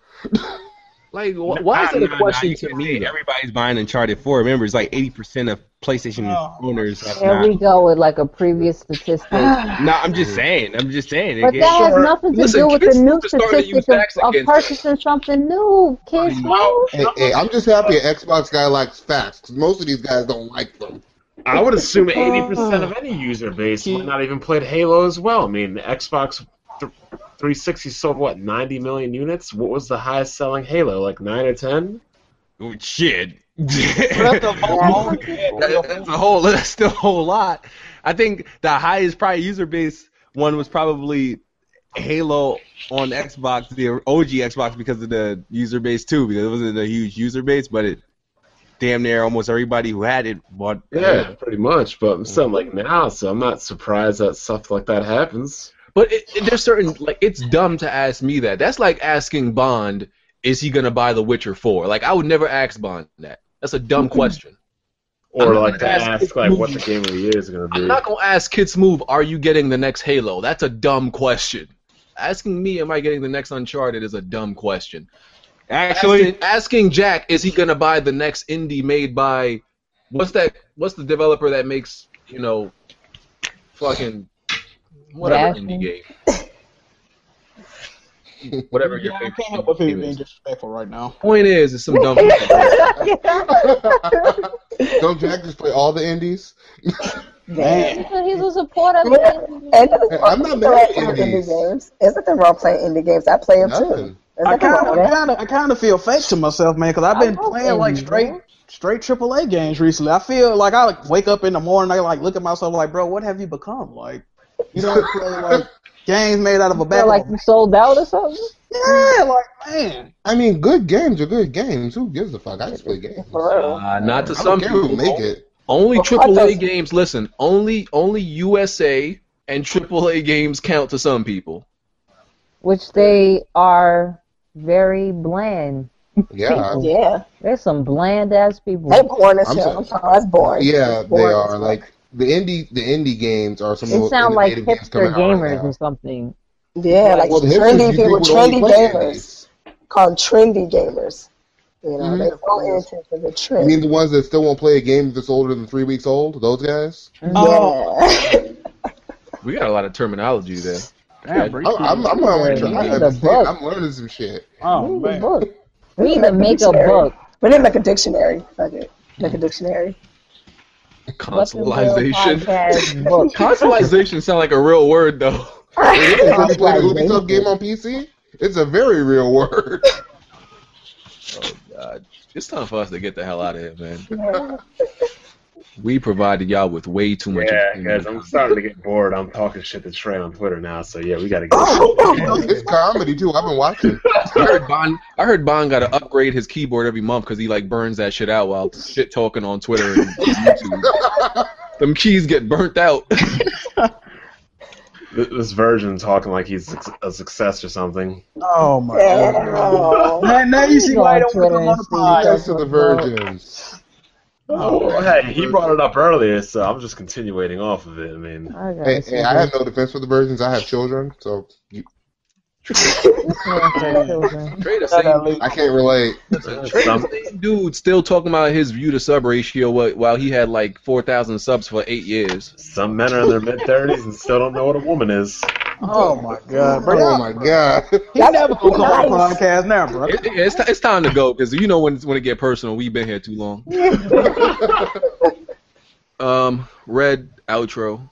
Speaker 4: Like wh- why is
Speaker 3: Nah,
Speaker 4: it
Speaker 3: nah,
Speaker 4: a
Speaker 3: nah,
Speaker 4: question
Speaker 3: you
Speaker 4: to
Speaker 3: can't
Speaker 4: me?
Speaker 3: say Everybody's buying Uncharted 4. Remember, it's like 80% of PlayStation
Speaker 6: Oh,
Speaker 3: owners have
Speaker 2: There
Speaker 3: not.
Speaker 2: we go with like a previous statistic. but
Speaker 3: No, I'm just saying. I'm just saying. it
Speaker 2: that
Speaker 3: gets-
Speaker 2: has nothing to
Speaker 4: Listen,
Speaker 2: do with
Speaker 4: kids
Speaker 2: the new
Speaker 4: need to start to use
Speaker 2: statistic
Speaker 4: facts
Speaker 2: of, of
Speaker 4: against us.
Speaker 2: purchasing something new, kids. No.
Speaker 5: Hey, hey, I'm just happy an Xbox guy likes facts. 'cause most of these guys don't like them.
Speaker 1: I would assume
Speaker 4: Oh.
Speaker 1: 80% of any user base might not even played Halo as well. I mean, the Xbox th- 360 sold, what, 90 million units? What was the highest selling Halo? Like 9 or 10?
Speaker 3: Oh, Shit.
Speaker 6: That's the whole-
Speaker 3: That- that's a whole that's still a whole lot. I think the highest probably user base one was probably Halo on Xbox, the OG Xbox because of the user base too, because it wasn't a huge user base, but it damn near almost everybody who had it bought
Speaker 1: Yeah, pretty much. But I'm saying, like, now, so I'm not surprised that stuff like that happens.
Speaker 4: But it, it- there's certain like it's dumb to ask me that. That's like asking Bond, is he gonna buy The Witcher Four? Like I would never ask Bond that. That's a dumb
Speaker 3: Hmm.
Speaker 4: question.
Speaker 1: Or,
Speaker 4: I'm not
Speaker 1: like, to
Speaker 4: gonna ask
Speaker 1: ask,
Speaker 4: if
Speaker 1: like,
Speaker 4: you-
Speaker 1: what the game of the year is going to
Speaker 4: I'm
Speaker 1: be.
Speaker 4: not gonna ask Kids Move, are you getting the next Halo? That's a dumb question. Asking me, am I getting the next Uncharted is a dumb question.
Speaker 3: Actually,
Speaker 4: asking, asking Jack, is he gonna buy the next indie made by what's that? What's the developer that makes you know, fucking whatever
Speaker 2: Bastion?
Speaker 4: indie game? whatever your
Speaker 6: I
Speaker 4: favorite
Speaker 6: can't help but feel you
Speaker 4: indie game
Speaker 6: being
Speaker 4: is.
Speaker 6: disrespectful right now.
Speaker 4: Point is, it's some dumb.
Speaker 5: Don't Jack just play all the indies?
Speaker 6: Man,
Speaker 2: He's a supporter. of
Speaker 7: Yeah.
Speaker 2: it.
Speaker 7: And nothing
Speaker 5: I'm not
Speaker 7: wrong
Speaker 5: mad at
Speaker 7: playing
Speaker 5: indies.
Speaker 7: indie games. There's nothing wrong playing indie games. I play them too.
Speaker 5: Nothing.
Speaker 6: I kind of, I kind of, I kind of feel fake to myself, man, because I've been playing like straight, straight AAA games recently. I feel like I like, wake up in the morning, I like look at myself, like, bro, what have you become? Like, you know, I play like games made out of a bag.
Speaker 2: like you sold out or something.
Speaker 6: Yeah, like man.
Speaker 5: I mean, good games are good games. Who gives a fuck? I just play games.
Speaker 3: Uh, not to
Speaker 5: I don't
Speaker 3: some
Speaker 5: care who
Speaker 3: people.
Speaker 5: make it.
Speaker 3: Only
Speaker 5: Oh, I
Speaker 3: AAA
Speaker 5: thought-
Speaker 3: games. Listen, only only USA and AAA games count to some people.
Speaker 2: Which they are very bland.
Speaker 3: Yeah.
Speaker 2: people.
Speaker 7: Yeah.
Speaker 2: There's some bland ass people.
Speaker 7: They boring as
Speaker 5: I'm
Speaker 7: hell.
Speaker 5: sorry.
Speaker 7: I'm sorry, that's boring.
Speaker 5: Yeah,
Speaker 7: It's
Speaker 5: they
Speaker 7: boring.
Speaker 5: are like the indie. The indie games are some of
Speaker 2: It
Speaker 5: the
Speaker 2: sound like
Speaker 5: innovative games coming
Speaker 2: hipster
Speaker 5: out right
Speaker 2: gamers
Speaker 5: now.
Speaker 2: or something.
Speaker 7: Yeah, like
Speaker 5: Well, the hipsters,
Speaker 7: trendy
Speaker 5: you
Speaker 7: people,
Speaker 5: people
Speaker 7: trendy
Speaker 5: only play
Speaker 7: gamers. Call them trendy gamers. You know, they so into for the
Speaker 5: Mm-hmm. You
Speaker 7: trend.
Speaker 5: mean the ones that still won't play a game that's older than three weeks old? Those guys?
Speaker 7: Yeah.
Speaker 3: We got a lot of terminology there.
Speaker 5: I'm, I'm, I'm, already trying to understand. I'm learning some shit.
Speaker 7: Oh,
Speaker 2: man.
Speaker 7: book.
Speaker 2: We need to make a book.
Speaker 7: We need to make a dictionary. Fuck it. Make a dictionary.
Speaker 3: Consolization.
Speaker 7: podcast
Speaker 2: book.
Speaker 3: Consolization sound like a real word though.
Speaker 5: It is. Have you played an Ubisoft game on PC? It's a very real word.
Speaker 3: Oh God. It's time for us to get the hell out of here, man.
Speaker 7: Yeah.
Speaker 3: We provided y'all with way too much.
Speaker 1: Yeah,
Speaker 3: entertainment.
Speaker 1: guys, I'm starting to get bored. I'm talking shit to Trey on Twitter now, so yeah, we gotta get.
Speaker 6: oh,
Speaker 5: it's comedy too. I've been watching.
Speaker 3: I heard Bon. I heard Bon got to upgrade his keyboard every month because he like burns that shit out while shit talking on Twitter and YouTube. Them keys get burnt out.
Speaker 1: Th- This virgin talking like he's suc- a success or something.
Speaker 6: Oh my
Speaker 7: Yeah.
Speaker 6: god. Man, now you see why I don't want to come on the
Speaker 5: Thanks to
Speaker 6: podcast.
Speaker 5: the virgins.
Speaker 1: Well, Oh, hey, he brought it up earlier, so I'm just continuating off of it. I mean,
Speaker 5: Hey, hey, I have no defense for the virgins. I have children, so you,
Speaker 3: Trey the same,
Speaker 5: I can't relate.
Speaker 3: Trey the same dude still talking about his view to sub ratio wh- while he had like four thousand subs for eight years.
Speaker 1: some men are in their mid 30s and still don't know what a woman is.
Speaker 6: Oh my god, bro.
Speaker 5: Oh my god.
Speaker 6: He never gonna come on the podcast now, bro.
Speaker 3: It- it- it's, ti- it's time to go because you know when when it get personal, we've been here too long. Um, red outro.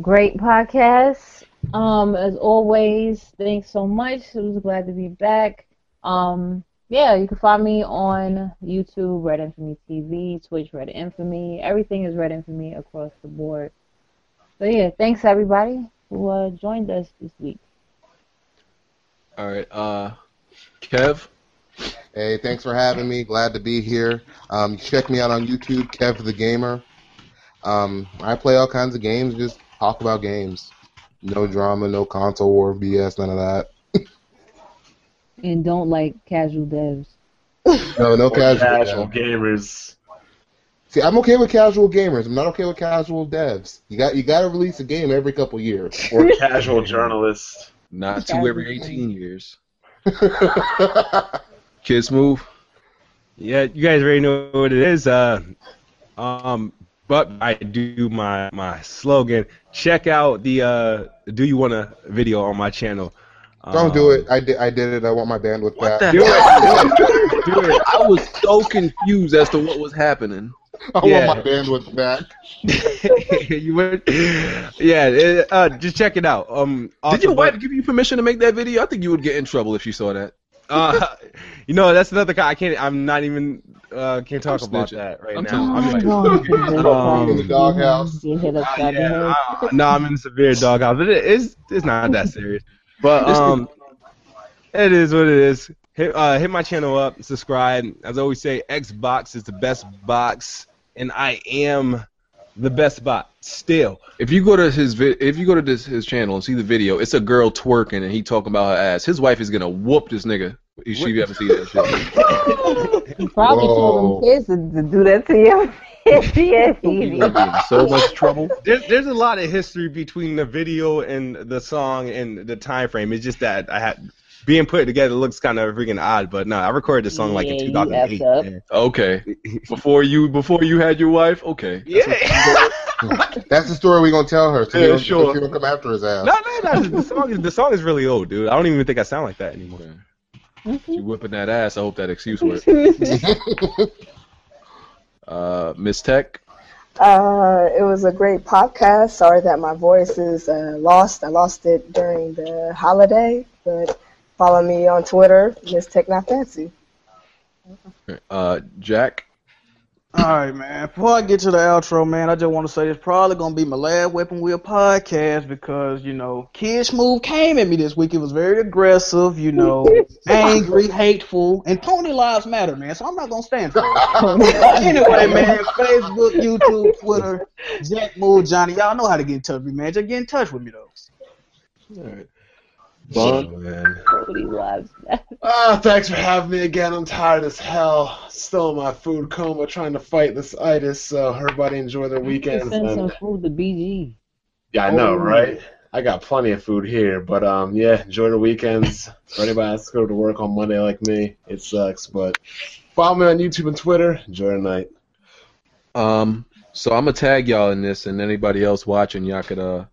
Speaker 2: Great podcast. Um, as always, thanks so much. It was glad to be back. Um, yeah, you can find me on YouTube, Red Infamy TV, Twitch, Red Infamy. Everything is Red Infamy across the board. So yeah, thanks everybody who uh, joined us this week.
Speaker 3: All right, uh, Kev.
Speaker 5: Hey, thanks for having me. Glad to be here. Um, check me out on YouTube, Kev the Gamer. Um, I play all kinds of games. Just talk about games. No drama, no console war BS, none of that.
Speaker 2: And don't like casual devs.
Speaker 5: No, no
Speaker 1: Or
Speaker 5: casual.
Speaker 1: casual
Speaker 5: dev.
Speaker 1: gamers.
Speaker 5: See, I'm okay with casual gamers. I'm not okay with casual devs. You got you got to release a game every couple years.
Speaker 1: Or casual journalists.
Speaker 3: Not two every 18 years. Kids move.
Speaker 4: Yeah, you guys already know what it is. Uh, um, but I do my my slogan. Check out the uh, "Do You Want a Video" on my channel. Um,
Speaker 5: Don't do it. I did. I did it. I want my bandwidth back.
Speaker 3: the
Speaker 4: Do it. Do it.
Speaker 3: I was so confused as to what was happening.
Speaker 5: I
Speaker 4: Yeah.
Speaker 5: want my bandwidth back.
Speaker 4: you went. Yeah. It, uh, just check it out. Um.
Speaker 3: Did your
Speaker 4: also, but-
Speaker 3: wife give you permission to make that video? I think you would get in trouble if she saw that.
Speaker 4: Uh, you know that's another. co- I can't. I'm not even. Uh, can't talk
Speaker 3: I'm
Speaker 4: about
Speaker 3: snitching.
Speaker 4: that right
Speaker 3: I'm
Speaker 4: now.
Speaker 3: telling
Speaker 4: Oh, I'm
Speaker 3: you.
Speaker 5: in the
Speaker 4: um,
Speaker 5: doghouse.
Speaker 2: You hit upside the head.
Speaker 4: no, I'm in severe doghouse. It is. It's not that serious. But um, it is what it is. Hit, uh, hit my channel up. Subscribe. As I always say, Xbox is the best box, and I am the best bot still.
Speaker 3: If you go to his vi- if you go to this, his channel and see the video, it's a girl twerking and he talking about her ass. His wife is gonna whoop this nigga. If She ever see that shit.
Speaker 2: You probably told them kids to, to do that to you. yeah,
Speaker 3: You're gonna be in so much trouble.
Speaker 4: There's there's a lot of history between the video and the song and the time frame. It's just that I had being put together looks kind of freaking odd. But no, I recorded the song like in
Speaker 2: Yeah, you
Speaker 4: 2008.
Speaker 2: effed up.
Speaker 4: man.
Speaker 3: Okay. Before you before you had your wife. Okay. That's what-
Speaker 5: That's the story we're gonna tell her. So
Speaker 4: Yeah,
Speaker 5: he don't,
Speaker 4: sure.
Speaker 5: so she don't come after his ass.
Speaker 4: No, no, no. The song is the song is really old, dude. I don't even think I sound like that anymore.
Speaker 3: She whipping that ass. I hope that excuse works. Uh, Miss Tech.
Speaker 7: Uh, it was a great podcast. Sorry that my voice is uh, lost. I lost it during the holiday, but Follow me on Twitter, Miss Tech Not Fancy.
Speaker 4: Uh, Jack.
Speaker 6: All right, man. Before I get to the outro, man, I just want to say it's probably gonna be my last Weapon Wheel podcast because you know, Kid Smooth came at me this week. It was very aggressive, you know, angry, hateful, and Tony Lives Matter, man. So I'm not gonna stand for it. anyway, man, Facebook, YouTube, Twitter, Jack Move, Johnny, y'all know how to get in touch with me, man. Just get in touch with me though.
Speaker 4: All right.
Speaker 1: Bon, man. Ah, thanks for having me again. I'm tired as hell. Still in my food coma trying to fight this itis, so everybody enjoy their weekends.
Speaker 2: Send some
Speaker 1: and-
Speaker 2: food to BG.
Speaker 1: yeah, I know,
Speaker 2: Oh.
Speaker 1: right? I got plenty of food here, but um, yeah, enjoy the weekends. for anybody that's going to work on Monday like me, it sucks, but follow me on YouTube and Twitter. Enjoy the night.
Speaker 4: Um, so I'm gonna tag y'all in this, and anybody else watching, y'all could uh,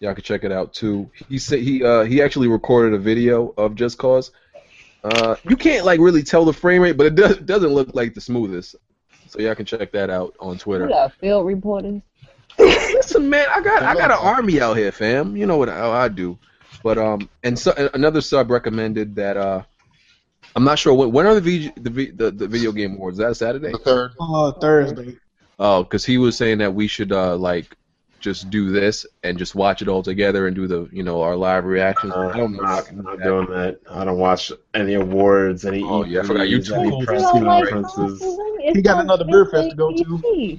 Speaker 4: y'all could check it out too. He said he uh he actually recorded a video of Just Cause. Uh, you can't like really tell the frame rate, but it does, doesn't look like the smoothest. So y'all can check that out on
Speaker 2: You
Speaker 4: Twitter.
Speaker 2: got field reporters.
Speaker 4: Listen, man, I got I got an army out here, fam. You know what how I do. But um, and so, another sub recommended that uh, I'm not sure when when are the VG, the, V- the the video game awards? Is that Saturday? The
Speaker 5: third.
Speaker 6: Oh, Thursday.
Speaker 4: Oh, because he was saying that we should uh like just do this and just watch it all together and do the you know our live reactions. I don't know.
Speaker 1: not, not doing that. I don't watch any awards, any
Speaker 4: Oh, yeah, I forgot
Speaker 1: E3s,
Speaker 4: you
Speaker 1: any
Speaker 4: too.
Speaker 1: press
Speaker 4: You don't like
Speaker 1: conferences.
Speaker 2: You
Speaker 6: got another beer fest to go to.
Speaker 1: I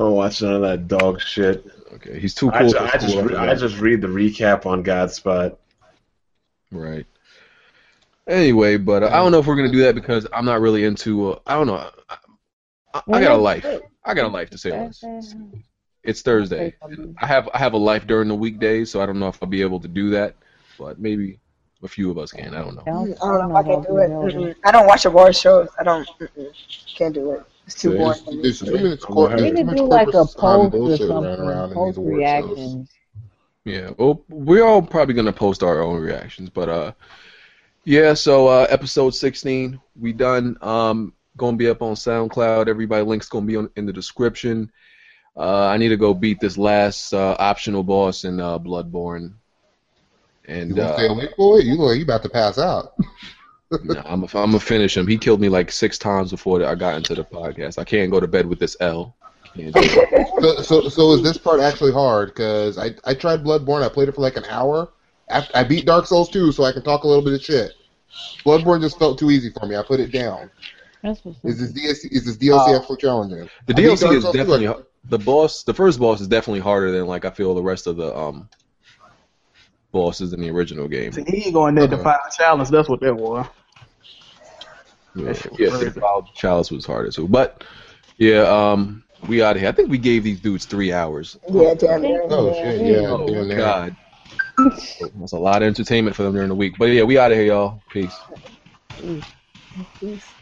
Speaker 1: don't watch none of that dog shit.
Speaker 4: Okay, he's too
Speaker 1: I
Speaker 4: cool
Speaker 1: ju-
Speaker 4: for
Speaker 1: I just,
Speaker 4: school,
Speaker 1: re-
Speaker 4: right?
Speaker 1: I just read the recap on Godspot.
Speaker 4: Right. Anyway, but uh, I don't know if we're gonna do that because I'm not really into. Uh, I don't know. I, I, I got a life. I got a life to say. the least. It's Thursday. I have I have a life during the weekdays, so I don't know if I'll be able to do that. But maybe a few of us can. I don't know.
Speaker 7: I don't know if I can do it. Mm-mm. I don't watch award shows. I don't. Mm-mm. Can't do it. It's too
Speaker 4: Yeah,
Speaker 7: boring
Speaker 4: it's-
Speaker 7: for me.
Speaker 5: There's too many
Speaker 4: I'm
Speaker 5: corporate,
Speaker 4: gonna have
Speaker 5: there's
Speaker 4: to-
Speaker 5: too much
Speaker 2: Do like a
Speaker 5: corporate
Speaker 2: post
Speaker 5: um,
Speaker 2: or
Speaker 5: bullshit running
Speaker 2: something.
Speaker 5: around in these
Speaker 2: Post
Speaker 5: award shows.
Speaker 2: reactions.
Speaker 4: Yeah, well, we're all probably gonna post our own reactions, but uh, yeah. So uh, episode 16, we done. Um, gonna be up on SoundCloud. Everybody, links gonna be on in the description. Uh, I need to go beat this last uh, optional boss in uh, Bloodborne.
Speaker 5: You
Speaker 4: And
Speaker 5: gonna stay
Speaker 4: uh,
Speaker 5: awake for it? You gonna you about to pass out?
Speaker 4: nah, I'm gonna I'm gonna finish him. He killed me like six times before I got into the podcast. I can't go to bed with this L. Can't do it.
Speaker 5: So, so, so is this part actually hard? Because I, I tried Bloodborne. I played it for like an hour. I, I beat Dark Souls 2, so I can talk a little bit of shit. Bloodborne just felt too easy for me. I put it down.
Speaker 2: That's what's
Speaker 5: Is this DLC, is this DLC
Speaker 2: Oh.
Speaker 5: actually challenging?
Speaker 4: The
Speaker 5: I beat Dark
Speaker 4: DLC is
Speaker 5: Souls 2,
Speaker 4: definitely
Speaker 5: I-
Speaker 4: the boss. The first boss is definitely harder than like I feel the rest of the um bosses in the original game.
Speaker 6: See, he ain't going there to fight the challenge. That's what that was.
Speaker 4: Yeah, yeah, the Wild Chalice was harder too. But yeah, um, we out of here. I think we gave these dudes three hours.
Speaker 7: Yeah, damn it.
Speaker 5: Oh shit! Yeah,
Speaker 4: Oh
Speaker 5: doing that.
Speaker 4: God, that's a lot of entertainment for them during the week. But yeah, we out of here, y'all. Peace.
Speaker 7: Peace.